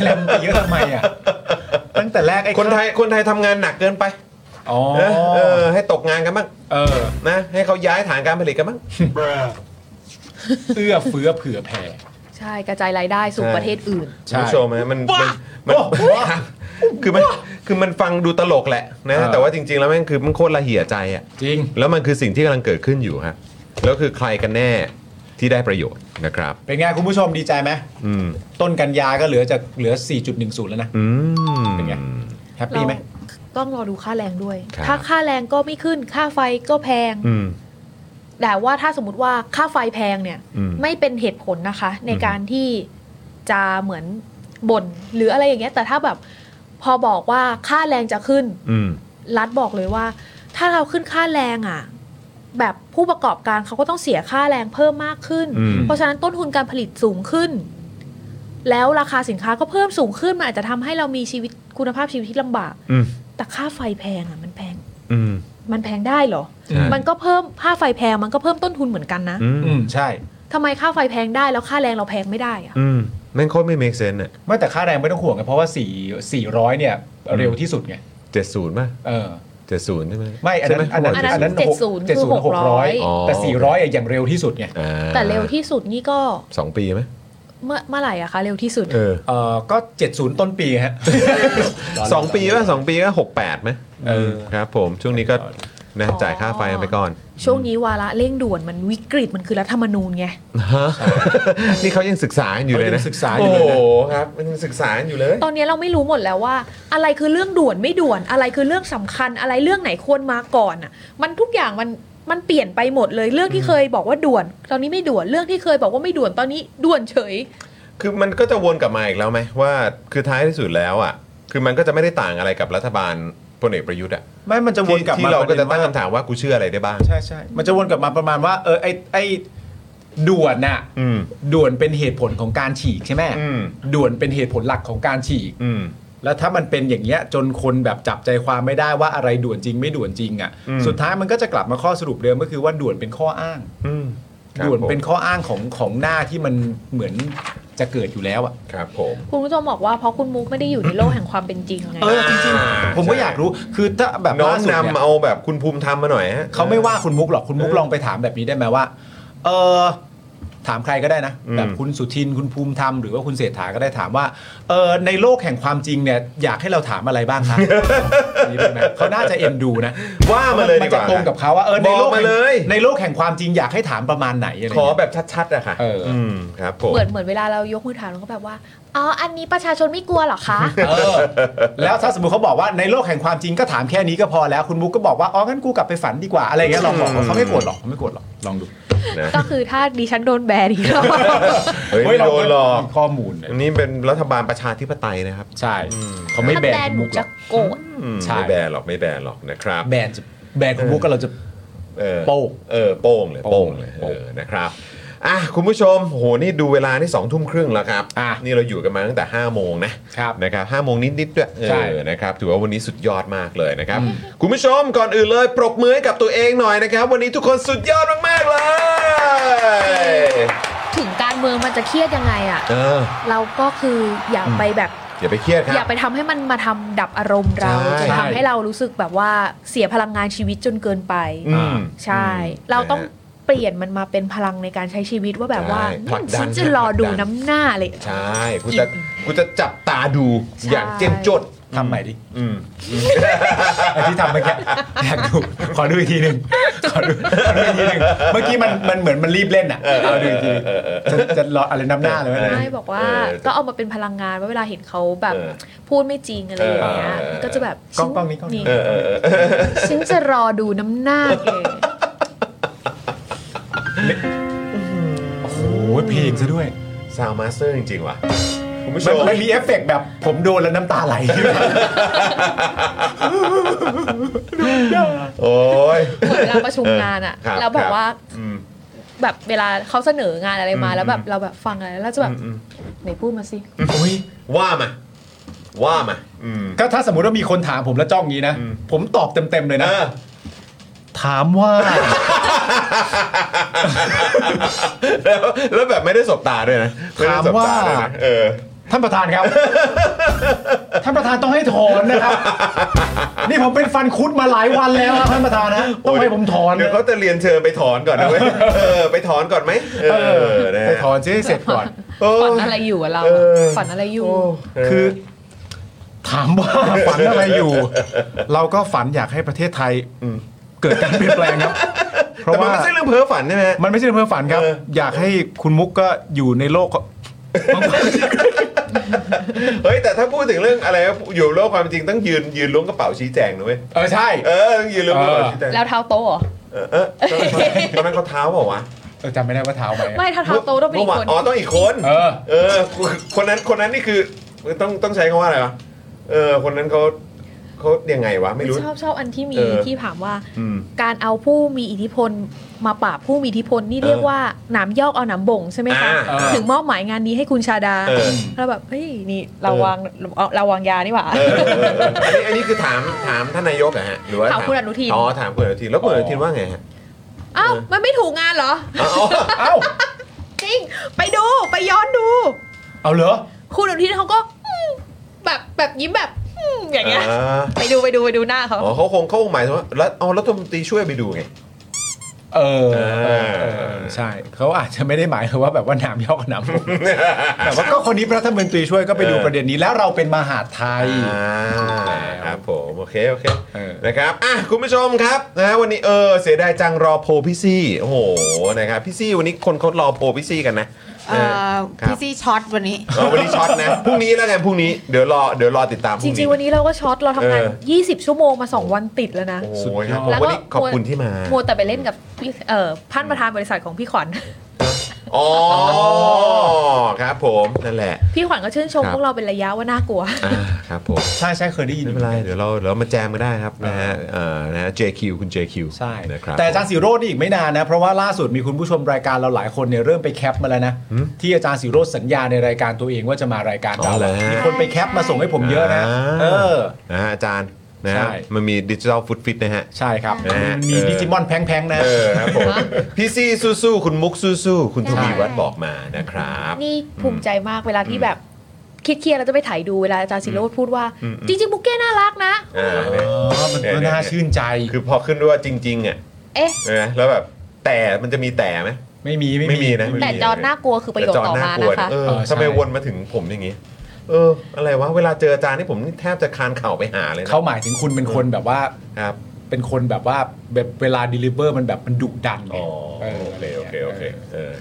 [SPEAKER 2] แล้วมันไปเยอะทำไมอ่ะ ตั้งแต่แรกไอ้
[SPEAKER 1] คนไทยคนไทยทำงานหนักเกินไป
[SPEAKER 2] อ๋อ
[SPEAKER 1] นะเออ ให้ตกงานกันบ้าง
[SPEAKER 2] เออ
[SPEAKER 1] นะให้เขาย้ายฐานการผลิตกันบ้าง
[SPEAKER 2] เอื้อเฟื้อเผื่อแผ่
[SPEAKER 17] ใช่กระจายรายได้สู่
[SPEAKER 1] ใช่
[SPEAKER 17] ประเทศอื่น
[SPEAKER 1] คุณผู้ชมนะมันมันมัน คือมันคือมันฟังดูตลกแหละนะ
[SPEAKER 2] เออ
[SPEAKER 1] แต่ว่าจริง ๆ แล้วแม่งคือมันโคตรละเหี่ยใจอ่ะ
[SPEAKER 2] จริง
[SPEAKER 1] แล้วมันคือสิ่งที่กำลังเกิดขึ้นอยู่ฮะแล้วคือใครกันแน่ที่ได้ประโยชน์นะครับ
[SPEAKER 2] เป็นไงคุณผู้ชมดีใจไหม
[SPEAKER 1] อืม
[SPEAKER 2] ต้นกันยาก็เหลือจากเหลือ 4.10 แล้วนะ
[SPEAKER 1] อืมเป็นไง
[SPEAKER 2] แฮปปี้ไหม
[SPEAKER 17] ต้องรอดูค่าแรงด้วย
[SPEAKER 1] ครับ
[SPEAKER 17] ถ้าค่าแรงก็ไม่ขึ้น ค่าไฟก็แพง
[SPEAKER 1] อืม
[SPEAKER 17] แต่ว่าถ้าสมมติว่าค่าไฟแพงเนี่ย
[SPEAKER 1] อืม
[SPEAKER 17] ไม่เป็นเหตุผลนะคะ ในการที่จะเหมือนบ่นหรืออะไรอย่างเงี้ย แต่ถ้าแบบพอบอกว่าค่าแรงจะขึ้น
[SPEAKER 1] อืม
[SPEAKER 17] รัฐบอกเลยว่า ถ้าเราขึ้นค่าแรงอ่ะ แบบผู้ประกอบการเขาก็ต้องเสียค่าแรงเพิ่มมากขึ้น
[SPEAKER 1] อืม
[SPEAKER 17] เพราะฉะนั้นต้นทุนการผลิตสูงขึ้น แล้วราคาสินค้าก็เพิ่มสูงขึ้นมันอาจจะทำให้เรามีชีวิตคุณภาพชีวิตที่ลำบาก
[SPEAKER 1] อืม
[SPEAKER 17] แต่ค่าไฟแพงอ่ะมันแพง
[SPEAKER 1] อืม
[SPEAKER 17] มันแพงได้เหรอ
[SPEAKER 1] ใช่
[SPEAKER 17] มันก็เพิ่มค่าไฟแพงมันก็เพิ่มต้นทุนเหมือนกันนะ
[SPEAKER 1] อืมอืม
[SPEAKER 2] ใช่
[SPEAKER 17] ทำไมค่าไฟแพงได้แล้วค่าแรงเราแพงไม่ได้อะ
[SPEAKER 1] อืมแม่งโคตรไม่ make sense อ่ะ
[SPEAKER 2] ไม่แต่ค่าแรงไม่ต้องห่วงไงเพราะว่า 4 400 เนี่ย เร็วที่สุดไง
[SPEAKER 1] เจ็ดศูนย์ป่ะ
[SPEAKER 2] เออ
[SPEAKER 1] เจ็ดศูนย์ใช่ไหม
[SPEAKER 2] ไม่อันนั้น
[SPEAKER 1] ใช่ไหม
[SPEAKER 2] อันนั้น
[SPEAKER 17] อันนั้น
[SPEAKER 2] อันนั้น
[SPEAKER 17] เจ็ดศูนย์
[SPEAKER 2] เจ็ดศูนย์
[SPEAKER 17] คื
[SPEAKER 2] ห
[SPEAKER 17] อก หกร้
[SPEAKER 2] ร้
[SPEAKER 17] อ
[SPEAKER 2] อย ยแต่สี่ร้อยอะยังเร็วที่สุดไง
[SPEAKER 1] อ่า
[SPEAKER 17] แต่เร็วที่สุดนี่ก็
[SPEAKER 1] สองปีไหม
[SPEAKER 17] เมื่อเมื่อไหร่อะคะเร็วที่สุด
[SPEAKER 1] เออ
[SPEAKER 2] เออก็เจ็ดศูนย์ต้นปีฮะ
[SPEAKER 1] สองปีว่าสองปีก็หกแปดไหมเออครับผมช่วงนี้ก็นะจ่ายค่าไฟกันไปก่อน
[SPEAKER 17] ช่วงนี้วาระเร่งด่วนมันวิกฤตมันคือรัฐธรรมนูญไง
[SPEAKER 1] ฮะนี่เขายังศึกษากันอยู่เลยนะ
[SPEAKER 2] เขายังศึกษาอยู่เลยนะ
[SPEAKER 1] โอ้โหครับมันยังศึกษากันอยู่เลย
[SPEAKER 17] ตอนนี้เราไม่รู้หมดแล้วว่า อะไรคือเรื่องด่วนไม่ด่วน อะไรคือเรื่องสำคัญอะไรเรื่องไหนควรมาก่อนอ่ะ มันทุกอย่างมันมันเปลี่ยนไปหมดเลยเรื่องที่เคยบอกว่าด่วน ตอนนี้ไม่ด่วนเรื่องที่เคยบอกว่าไม่ด่วนตอนนี้ด่วนเฉย
[SPEAKER 1] คือมันก็จะวนกลับมาอีกแล้วไหมว่าคือท้ายที่สุดแล้วอ่ะ คือมันก็จะไม่ได้ต่างอะไรกับรัฐบาลพลเอกประยุทธ์อ่ะ
[SPEAKER 2] ไม่มันจะวนกลับมา
[SPEAKER 1] ที่ที่เราก็จะตั้งคำถามว่ากูเชื่ออะไรได้บ้าง
[SPEAKER 2] ใช่ใช่มันจะวนกลับมาประมาณว่า เออไอไอด่วนน่ะ
[SPEAKER 1] อืม
[SPEAKER 2] ด่วนเป็นเหตุผลของการฉีกใช่ไหมด่วนเป็นเหตุผลหลักของการฉีก
[SPEAKER 1] อืม
[SPEAKER 2] แล้วถ้ามันเป็นอย่างเงี้ยจนคนแบบจับใจความไม่ได้ว่าอะไรด่วนจริงไม่ด่วนจริงอ่ะ
[SPEAKER 1] อืม
[SPEAKER 2] สุดท้ายมันก็จะกลับมาข้อสรุปเดิมก็คือว่าด่วนเป็นข้ออ้าง
[SPEAKER 1] อืมครับ
[SPEAKER 2] ด่วนเป็น
[SPEAKER 1] ผม
[SPEAKER 2] ข้ออ้างของของหน้าที่มันเหมือนจะเกิดอยู่แล้วอ่ะ
[SPEAKER 1] ครับผม
[SPEAKER 17] คุณผู้ชมบอกว่าเพราะคุณมุกไม่ได้อยู่ในโลกแห่งความเป็นจริงไง
[SPEAKER 2] เออจริงๆผมก็อยากรู้คือถ้าแบบ
[SPEAKER 1] น้อ
[SPEAKER 2] ล่าง สุดเนี่ย
[SPEAKER 1] นำเอาแบบคุณภูมิธรรมมาหน่อยฮะ
[SPEAKER 2] เขาไม่ว่าคุณมุกหรอกคุณมุกลองไปถามแบบนี้ได้ไหมว่า เออถามใครก็ได้นะ
[SPEAKER 1] อืม
[SPEAKER 2] แบบคุณสุทินคุณภูมิธรรมหรือว่าคุณเศรษฐาก็ได้ถามว่าเออในโลกแห่งความจริงเนี่ยอยากให้เราถามอะไรบ้าง ครับ นี่เป็นไหมเขาน่าจะเอ็นดูนะ
[SPEAKER 1] ว่ามาเลยดีกว่า
[SPEAKER 2] จะตรงกับเขาว่าเออในโลก
[SPEAKER 1] บมา
[SPEAKER 2] แห่ง
[SPEAKER 1] เลย
[SPEAKER 2] ในโลกแห่งความจริงอยากให้ถามประมาณไหนอะไร
[SPEAKER 1] ข
[SPEAKER 2] เงี้ย
[SPEAKER 1] อแบบชัดๆอะค่ะ
[SPEAKER 2] เอออื
[SPEAKER 1] มครับผม
[SPEAKER 17] เหมือนเหมือนเวลาเรายกมือถามเราก็แบบว่าอ๋ออันนี้ประชาชนไม่กลัวเหรอคะ
[SPEAKER 2] เออแล้วถ้าสมมติเขาบอกว่าในโลกแห่งความจริงก็ถามแค่นี้ก็พอแล้ว คุณมุกก็บอกว่าอ๋องั้นกูกลับไปฝันดีกว่าอะไรเงี้ยลองบอกว่าเขาไม่โกรธหรอกเขาไม่โกรธหรอกลองดู
[SPEAKER 1] นะ
[SPEAKER 17] ก็คือถ้าดิฉันโดนแบนอีกแล้ว
[SPEAKER 1] เฮ้ย
[SPEAKER 2] เฮ้
[SPEAKER 1] ไม่
[SPEAKER 2] ยเรา
[SPEAKER 1] โดนหรอก
[SPEAKER 2] ข้อมูล
[SPEAKER 1] อันนี้เป็นรัฐบาลประชาธิปไตยนะครับ
[SPEAKER 2] ใช่เขาไม่
[SPEAKER 17] ถ้า
[SPEAKER 2] แบ
[SPEAKER 17] แบ
[SPEAKER 2] น
[SPEAKER 17] นหนู
[SPEAKER 2] มุกหร
[SPEAKER 17] จะ
[SPEAKER 2] อก
[SPEAKER 17] โกรธ
[SPEAKER 1] อืม
[SPEAKER 2] ใช่
[SPEAKER 1] ไม่แบนหรอกไม่แบนหรอกนะครับ
[SPEAKER 2] แบนจะแบนคุณมุกก็เราจะ
[SPEAKER 1] เออ
[SPEAKER 2] โป้ง
[SPEAKER 1] เออโป้งเลยโป้งเลยเออนะครับอ่ะคุณผู้ชมโหนี่ดูเวลานี่สองทุ่มครึ่งแล้วครับนี่เราอยู่กันมาตั้งแต่5้าโมงนะครับ นะครับห้าโมงนิดนิดๆด้วยเอ
[SPEAKER 2] ใช่
[SPEAKER 1] อนะครับถือว่าวันนี้สุดยอดมากเลยนะครับ คุณผู้ชมก่อนอื่นเลย ปรบมือให้กับตัวเองหน่อยนะครับ วันนี้ทุกคนสุดยอดมากๆเลย
[SPEAKER 17] ถึงการเมืองมันจะเครียดยังไงอะ
[SPEAKER 1] เออ
[SPEAKER 17] เราก็คืออย่าไปแบบ
[SPEAKER 1] อย่าไปเครียดค
[SPEAKER 17] อ
[SPEAKER 1] รั
[SPEAKER 17] ย่า
[SPEAKER 1] บ
[SPEAKER 17] ไปทำให้มันมาทำดับอารมณ์เรา
[SPEAKER 1] ใช่
[SPEAKER 17] จะทำให้เรารู้สึกแบบว่าเสียพลังงานชีวิตจนเกินไป
[SPEAKER 1] อืม
[SPEAKER 17] ใช่ เราต้องเปลี่ยนมันมาเป็นพลังในการใช้ชีวิตว่าแบบว่า
[SPEAKER 1] ใช่ผลักดัน
[SPEAKER 17] ฉันจะ
[SPEAKER 1] ผลักดัน
[SPEAKER 17] รอดูน้ำหน้าเลย
[SPEAKER 1] ใช่กูจะกูจะจับตาดู
[SPEAKER 17] ใช่
[SPEAKER 1] อย่างเจ้มจด
[SPEAKER 2] ทำใหม่ดิ
[SPEAKER 1] อืม
[SPEAKER 2] ไอ้ที่ทำเมื่อกี้อยากดูขอดูอีกทีหนึ่งขอดูขอดูอีกทีหนึ่งเมื่อกี้มันมันเหมือนมันรีบเล่นอ่ะขอดูอีกทีหนึ่งจะจะรออะไรน้ำหน้าเลยไหมเนี่ย
[SPEAKER 17] ไม่บอกว่าก็เอามาเป็นพลังงานว่าเวลาเห็นเขาแบบ
[SPEAKER 1] เออ
[SPEAKER 17] พูดไม่จริงอะไรอย่างเงี้ย
[SPEAKER 1] เออ
[SPEAKER 17] ก็จะแบบ
[SPEAKER 2] กล้องกล้องนี้กล้องนี้
[SPEAKER 1] เออเออเออ
[SPEAKER 17] ฉันจะรอดูน้ำหน้า เลย
[SPEAKER 2] โอ้โหเพลงซะด้วย
[SPEAKER 1] ซาวมาสเตอร์จริงๆว่ะคุณผู้ช
[SPEAKER 2] มัน
[SPEAKER 1] ม
[SPEAKER 2] มันมีเอฟเฟกต์แบบผมโดนแล้วน้ำตา ไหล
[SPEAKER 1] โอ้ย
[SPEAKER 17] เหมือนเวลาประชุมงานอะ
[SPEAKER 1] เออครับ
[SPEAKER 17] แล้วแบบว่า
[SPEAKER 1] อืม
[SPEAKER 17] แบบเวลาเขาเสนองานอะไรมา
[SPEAKER 1] อืม
[SPEAKER 17] แล้วแบบเราแบบฟังอะไรแล้วเราจะแบบไหนพูดมาสิ
[SPEAKER 1] ว่ามา ว่ามาอืม
[SPEAKER 2] ก็ถ้าสมมติว่ามีคนถามผมแล้วจ้องงี้นะ ผมตอบเต็มๆเลยนะถามว่า
[SPEAKER 1] แล้วแล้วแบบไม่ได้สบตาด้วยนะไได้สบตด้วย
[SPEAKER 2] ถาม
[SPEAKER 1] นะ
[SPEAKER 2] ว่า
[SPEAKER 1] เออ
[SPEAKER 2] ท่านประธาน ครับ ท่านประธานต้องให้ถอนนะครับ นี่ผมเป็นฟันคุดมาหลายวันแล้วครับท่านประธานนะต้องให้ผมถอน
[SPEAKER 1] เดี๋ยวเขาจะเรียนเชิญไปถอนก่อน นะเว้ยเออ ไปถอนก่อนไหมเออนะ
[SPEAKER 2] ไป
[SPEAKER 1] ฮะ
[SPEAKER 2] ถอนซิให้เสร็จก่อน
[SPEAKER 17] ฝันอะไรอยู่อะเรา
[SPEAKER 1] เออ
[SPEAKER 17] ฝันอะไรอยู่
[SPEAKER 2] คือ ถามว่าฝันอะไร อยู่ เราก็ฝันอยากให้ประเทศไทยเกิดการเปลี่ยนแปลงครับ เพราะ
[SPEAKER 1] แต่มัน
[SPEAKER 2] ว่า
[SPEAKER 1] ไม่ใช่เรื่องเพ้อฝันใช่ไหมฮะ
[SPEAKER 2] มันไม่ใช่เรื่องเพ้อฝันครับ อยากให้คุณมุกก็อยู่ในโลก
[SPEAKER 1] เฮ้ยแต่ถ้าพูดถึงเรื่องอะไรอยู่โลกความจริงต้องยืนยืนล้วงกระเป๋าชี้แจงนะเว้ย
[SPEAKER 2] เออใช่
[SPEAKER 1] เออต้องยืนล้วงกระเป๋าชี้แจง
[SPEAKER 17] แล้วเท้าโตะเหรอ
[SPEAKER 1] เออเออ ตอนนั้นเขาเท้าเปล่าวะ
[SPEAKER 2] เออจำไม่ได้ว่าเท้าไหมอะ
[SPEAKER 17] ไม่เท้าเท้าโตะต้องเป็นอีก
[SPEAKER 1] มื่
[SPEAKER 17] ค
[SPEAKER 1] วาน อ๋อต้องอีกคน
[SPEAKER 2] เออ
[SPEAKER 1] เออ คนนั้นคนนั้นนี่คือต้องต้องใช้คำว่าอะไรวะเออ คนนั้นเขาเขายังไงวะ ไม่รู้
[SPEAKER 17] ชอบชอบอันที่มี
[SPEAKER 1] เออ
[SPEAKER 17] ที่ถามว่า
[SPEAKER 1] อืม
[SPEAKER 17] การเอาผู้มีอิทธิพลมาปราบผู้มีอิทธิพลนี่เรียกว่าหนามยอกเอาหนามบ่งใช่ไหมคะ
[SPEAKER 1] อ่าเออ
[SPEAKER 17] ถึงมอบหมายงานนี้ให้คุณชาดา
[SPEAKER 1] เออ
[SPEAKER 17] แล้วแบบเฮ้ยนี่เราวางเอาเราวางยานี่หว่า
[SPEAKER 1] เออเออเอออันนี้อันนี้คือถามถามท่านนายกเหรอะฮะหรือว่า
[SPEAKER 17] ถามคุณอนุทิน
[SPEAKER 1] อ๋อถามคุณอนุทินแล้วคุณอนุทินว่าไงฮะ
[SPEAKER 17] เอ้ามันไม่ถูกงานเหรอ
[SPEAKER 2] เอ้า
[SPEAKER 17] จริง ไปดูไปย้อนดู
[SPEAKER 2] เอาเหรอ
[SPEAKER 17] คุณอนุทินเขาก็อืมแบบแบบยิ้มแบบ
[SPEAKER 13] อืมอย่างเงี้ย
[SPEAKER 1] อ่า
[SPEAKER 13] ไปดูไปดูไปดูหน้าเขา
[SPEAKER 1] อ๋อเขาคงเขาคงหมายถึงว่าแล้วเอารัฐมนตรีช่วยไปดูไง
[SPEAKER 2] เออเออเออใช่เขาอาจจะไม่ได้หมายว่าแบบว่าหนามยอกหนาม ผมแต่ว่าก็คนนี้รัฐมนตรีช่วยก็ไปดูประเด็นนี้แล้วเราเป็นมหาดไทย
[SPEAKER 1] ครับผมโอเคโอเคนะครับอ่ะคุณผู้ชมครับนะฮะวันนี้เออเสียดายจังรอโพลพี่ซี่โอ้โหนะครับพี่ซี่วันนี้คนเขารอโพลพี่ซี่กันนะ
[SPEAKER 5] เอ่อ
[SPEAKER 1] ครั
[SPEAKER 5] พี่
[SPEAKER 1] บ
[SPEAKER 5] ซี่ช็อตวันนี้
[SPEAKER 1] เออวันนี้ช็อตนะพรุ่งนี้แล้วกันพรุ่งนี้เดี๋ยวรอเดี๋ยวรอติดตามพ
[SPEAKER 17] จ
[SPEAKER 1] รุ่ง
[SPEAKER 17] ริ
[SPEAKER 1] นี้
[SPEAKER 17] ง ๆ วันนี้เราก็ช็อตเราทำงาน
[SPEAKER 1] เอ
[SPEAKER 17] 20 ชั่วโมงมา 2 วันติดแล้วนะ
[SPEAKER 1] โอ้ยครับ
[SPEAKER 17] แล้วก็
[SPEAKER 1] วันนี้ขอบคุณที่มา
[SPEAKER 13] มัวแต่ไปเล่นกับพี่เอ่อพันประธานบริษัทของพี่ขวัญ
[SPEAKER 1] อ๋อครับผมนั่นแหละ
[SPEAKER 13] พี่ขวัญก็ชื่นชม
[SPEAKER 1] ครับ
[SPEAKER 13] พวกเราเป็นระยะว่าน่ากลัว
[SPEAKER 1] อ่าครับผมใช่ใช่เคยได้ยินไม่เป็นไรเดี๋ยวเราเดี๋ยวเรามาแจมกันได้ครับนะฮะเอ่อนะฮะ JQ คุณ JQ ใช่นะครับ
[SPEAKER 2] แต่อาจารย์สีโรดนี่อีกไม่นานนะ เพราะว่าล่าสุดมีคุณผู้ชมรายการเราหลายคนเนี่ยเริ่มไปแคปมาแล้วนะ ที่อาจารย์สีโรดสัญญาในรายการตัวเองว่าจะมารายการ
[SPEAKER 1] อ๋
[SPEAKER 2] เรา
[SPEAKER 1] อเหรอฮะ
[SPEAKER 2] มีคนไปแคปมาส่งให้ผมเยอะนะเออ
[SPEAKER 1] นะฮะอาจารย์นะ
[SPEAKER 2] ใช่
[SPEAKER 1] ฮะมันมีดิจิทัลฟุตฟิตนะฮะ
[SPEAKER 2] ใช่ครับ
[SPEAKER 1] นะฮะ
[SPEAKER 2] มี
[SPEAKER 1] เออ
[SPEAKER 2] ดิจิมอนแพงๆนะ
[SPEAKER 1] เออครับผมพี่ซี่สู้ๆคุณมุกสู้ๆคุณทวีวัฒน์บอกมานะครับ
[SPEAKER 17] นี่ภูมิใจมากเวลาที่แบบคิดเครียดๆแล้วจะไปถ่ายดูเวลาอาจารย์สิโรธพูดว่า
[SPEAKER 1] อืม
[SPEAKER 17] จริงๆบุกเก้น่ารักนะ
[SPEAKER 1] เออมันก็น่าชื่นใจ คือพอขึ้นด้วยว่าจริงๆอ่ะ
[SPEAKER 17] เอ๊ะ
[SPEAKER 1] เห็นไหมแล้วแบบแต่มันจะมีแต่ไหม
[SPEAKER 2] ไม่มี
[SPEAKER 1] ไม่มีนะ
[SPEAKER 13] แต่จอนน่ากลัวคือประโยคต่อมานะคะ
[SPEAKER 1] เออทำไมวนมาถึงผมอย่างงี้ เออ อะไรวะเวลาเจออาจารย์นี่ผมนี่แทบจะคานเข่าไปหาเลยนะ
[SPEAKER 2] เขาหมายถึงคุณเป็นคนแบบว่าเป็นคนแบบว่าแบบเวลา deliver มันแบบมันดุดันไงเออ
[SPEAKER 1] โอเคโอเคโอเคเออ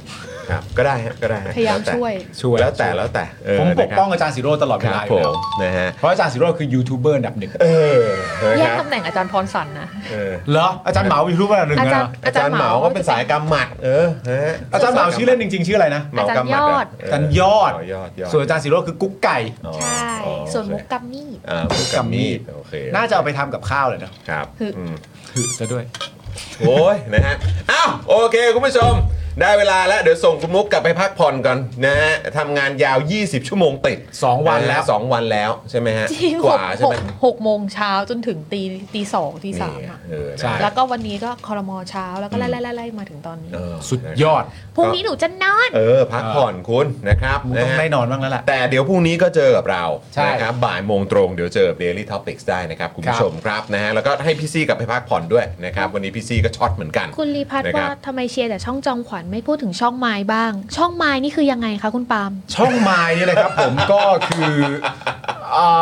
[SPEAKER 1] ครับก็ได้ฮะก็ได้ฮะ
[SPEAKER 17] พยายามช่วย
[SPEAKER 1] ช่วยแล้วแต่แล้วแต่เ
[SPEAKER 2] ผมปกป้อง
[SPEAKER 1] นะค
[SPEAKER 2] อาจารย์สีโรจน์ตลอดเว
[SPEAKER 1] ค
[SPEAKER 2] ลา
[SPEAKER 1] รับ
[SPEAKER 2] อ
[SPEAKER 1] ผ
[SPEAKER 2] ยู่แล้ว
[SPEAKER 1] มนะฮะ
[SPEAKER 2] เพราะอาจารย์สีโรจน์คือยูทูบเบอร์อันดับหนึ่ง
[SPEAKER 1] เออ
[SPEAKER 13] แย
[SPEAKER 1] ครั
[SPEAKER 13] ก
[SPEAKER 1] บ
[SPEAKER 13] ตำแหน่งอาจารย์พรสันนะ
[SPEAKER 2] เหรออาจารย์เหมายูทูบเบอร์อันดับหนึ่ง
[SPEAKER 13] อาจา
[SPEAKER 2] นะ
[SPEAKER 13] รย์อาจารย์เหมา
[SPEAKER 1] ก็เป็นสายกรรมหมัดเออฮะ
[SPEAKER 2] อาจารย์เหมาชื่อเล่นจริงๆ ชื่ออะไรนะ
[SPEAKER 1] เหมากรรมหมัดเหร
[SPEAKER 2] อาจารย์ยอด
[SPEAKER 1] อ๋อยอดยอด
[SPEAKER 2] ส่วนอาจารย์สีโรจน์คือกุ๊กไก่
[SPEAKER 1] ใช่
[SPEAKER 17] ส่วนมุกกัมมี่
[SPEAKER 1] อ่ามุกกรรมมีดโอเค
[SPEAKER 2] น่าจะเอาไปทำกับข้าวเลยนะครับ คือ
[SPEAKER 1] อืม
[SPEAKER 2] จะด้วย
[SPEAKER 1] โอ้ยนะฮะอ้าวโอเค คุณผู้ชม ได้เวลาแล้ว เดี๋ยวส่งคุณมุกกลับไปพักผ่อนก่อนนะฮะทำงานยาว 20 ชั่วโมงติด
[SPEAKER 2] 2วันแล้ว
[SPEAKER 1] ะฮะสองวันแล้วใช่ไหมฮะ
[SPEAKER 13] จริง
[SPEAKER 1] ก
[SPEAKER 13] หก
[SPEAKER 1] ว่าใช่
[SPEAKER 13] ห
[SPEAKER 1] ไหม
[SPEAKER 13] กหกโมงเช้าจนถึงตีตีสองตีสามอะ
[SPEAKER 1] เออนะ
[SPEAKER 13] แล้วก็วันนี้ก็คอรมอเช้าแล้วก็ไล่ไล่ไล่ไล่มาถึงตอนนี้
[SPEAKER 1] เออ
[SPEAKER 2] สุดยอด
[SPEAKER 13] พรุ่งนี้หนูจะนอน
[SPEAKER 1] เออ พักผ่อนคุณนะครับ
[SPEAKER 2] ต้อง
[SPEAKER 1] ะฮะ
[SPEAKER 2] ได้นอนบ้างแล้วล่ะ
[SPEAKER 1] แต่เดี๋ยวพรุ่งนี้ก็เจอกับเรา
[SPEAKER 2] ใช่
[SPEAKER 1] นะครับบ่ายโมงตรงเดี๋ยวเจอ Daily Topics ได้นะครับ คุณผู้ชมครับนะฮะแล้วก็ให้พี่ซี่กลับไปพักผ่อนด้วยนะครับวันนี้พี่ซี่ก็ช็อตเหมือนกัน
[SPEAKER 17] คุณรีพัฒน์
[SPEAKER 1] นะครับ
[SPEAKER 17] ว่าทำไมเชียร์แต่ช่องจอมขวัญไม่พูดถึงช่องไม้บ้าง ช่องไม้นี่คือยังไงคะคุณปาล์ม
[SPEAKER 2] ช่องไม้นี่นะครับ ผมก็คือ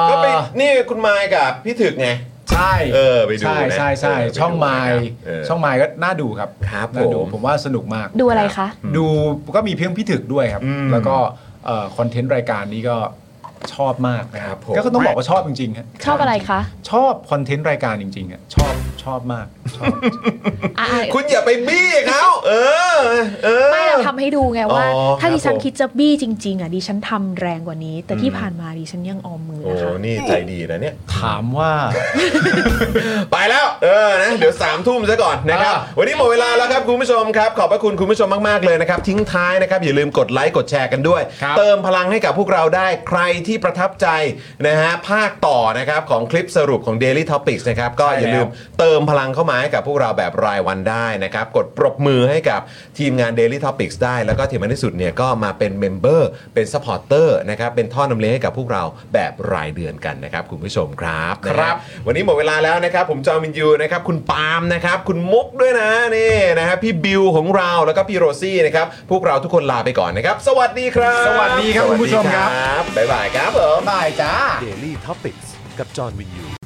[SPEAKER 1] ก็ไปนี่คุณมายกับพี่ถึกไง
[SPEAKER 2] ใช่
[SPEAKER 1] เออไปดู
[SPEAKER 2] ใช่
[SPEAKER 1] นะ
[SPEAKER 2] ใช่ใช่
[SPEAKER 1] เไปดู
[SPEAKER 2] ช่องไม้
[SPEAKER 1] นะครับเออ
[SPEAKER 2] ช่องไม้ก็น่าดูครับ
[SPEAKER 1] ครับ
[SPEAKER 2] น่าดู
[SPEAKER 1] ผม
[SPEAKER 2] ผมว่าสนุกมาก
[SPEAKER 17] ดูอะไรคะ
[SPEAKER 2] ดูก็มีเพียงพิถึกด้วยครับ แล้วก็เอ่อคอนเทนต์รายการนี้ก็ชอบมากนะครับก็ต้องบอกว่าชอบจริงๆฮะ
[SPEAKER 17] ชอบอะไรคะ
[SPEAKER 2] ชอบคอนเทนต์รายการจริงๆอ่ะชอบชอบมากชอบ
[SPEAKER 17] อ่ะอ่ะ
[SPEAKER 1] คุณอย่าไปบี้เขาเออ เออ
[SPEAKER 17] ไม่เราทำให้ดูไงว่า
[SPEAKER 1] อ๋อ
[SPEAKER 17] ถ้าดิฉัน
[SPEAKER 1] ครับผม
[SPEAKER 17] คิดจะบี้จริง ๆ อ่ะดิฉันทำแรงกว่านี้ แต่ที่ผ่านมาดิฉันยังออมมือ
[SPEAKER 1] โอ้
[SPEAKER 17] นะ
[SPEAKER 1] โห
[SPEAKER 17] คะ
[SPEAKER 1] นี่ใจดีนะเนี่ย
[SPEAKER 2] ถามว่า
[SPEAKER 1] ไปแล้ว เออ นะ เดี๋ยว3ามทุ่มซะก่อนนะครับ วันนี้หมดเวลาแล้วครับคุณผู้ชมครับ ขอบพระคุณคุณผู้ชมมาก ๆ เลยนะครับ ทิ้งท้ายนะครับ อย่าลืมกดไลค์กดแชร์กันด้วย เติมพลังให้กับพวกเราได้ใครที่ประทับใจนะฮะ ภาคต่อนะครับของคลิปสรุปของ Daily Topics นะครับ ก็อย่าลืมเติมพลังเข้ามาให้กับพวกเราแบบรายวันได้นะครับ กดปรบมือให้กับทีมงาน Daily Topics ได้ แล้วก็ที่มันที่สุดเนี่ยก็มาเป็นเมมเบอร์เป็นซัพพอร์เตอร์นะครับ เป็นท่อนำเลี้ยงให้กับพวกเราแบบรายเดือนกันนะครับคุณผู้ชมครับนะฮะ
[SPEAKER 2] ครับ
[SPEAKER 1] วันนี้หมดเวลาแล้วนะครับ ผมจอมินยูนะครับ คุณปาล์มนะครับ คุณมุกด้วยนะนี่นะฮะพี่บิวของเราแล้วก็พี่โรซี่นะครับ พวกเราทุกคนลาไปก่อนนะครับ สวัสดีครับ
[SPEAKER 2] สวัสดีครับคุณผู้ชมครับ
[SPEAKER 1] สวัสดีบบ๊ายบายครับผม
[SPEAKER 2] บายจ้า
[SPEAKER 1] Daily Topics กับจอห์นวินยู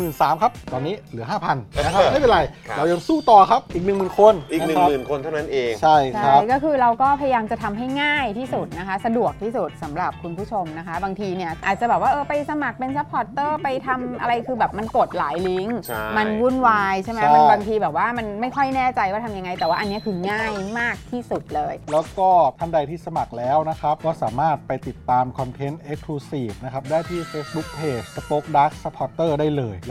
[SPEAKER 4] มื่นสามครับ ตอนนี้เหลือ 5,000นะครับ ไม่เป็นไร
[SPEAKER 1] ครับ
[SPEAKER 4] เรายังสู้ต่อครับ อีก 1 0,000 คน
[SPEAKER 1] อีก 1
[SPEAKER 4] ะครับ
[SPEAKER 1] 0,000 คนเท่านั้นเอง
[SPEAKER 4] ใช่
[SPEAKER 20] ใช่ก็คือเราก็พยายามจะทำให้ง่ายที่สุดนะคะ สะดวกที่สุดสำหรับคุณผู้ชมนะคะ บางทีเนี่ยอาจจะแบบว่าเออไปสมัครเป็นส
[SPEAKER 5] ซัพพอร์ตเตอร์ไปทำอะไรคือแบบมันกดหลายลิงก์
[SPEAKER 17] ใช่
[SPEAKER 5] มันวุ่นวายใช่ไหม
[SPEAKER 4] ใช่
[SPEAKER 5] มันบางทีแบบว่ามันไม่ค่อยแน่ใจว่าทำยังไง แต่ว่าอันเนี้ยคือง่ายมากที่สุดเลย
[SPEAKER 4] แล้วก็ท่านใดที่สมัครแล้วนะครับ ก็สามารถไปติดตามคอนเทนต์ Exclusive นะครับ ได้ที่ Facebook Page Spoke Dark Supporter ได้เลย แ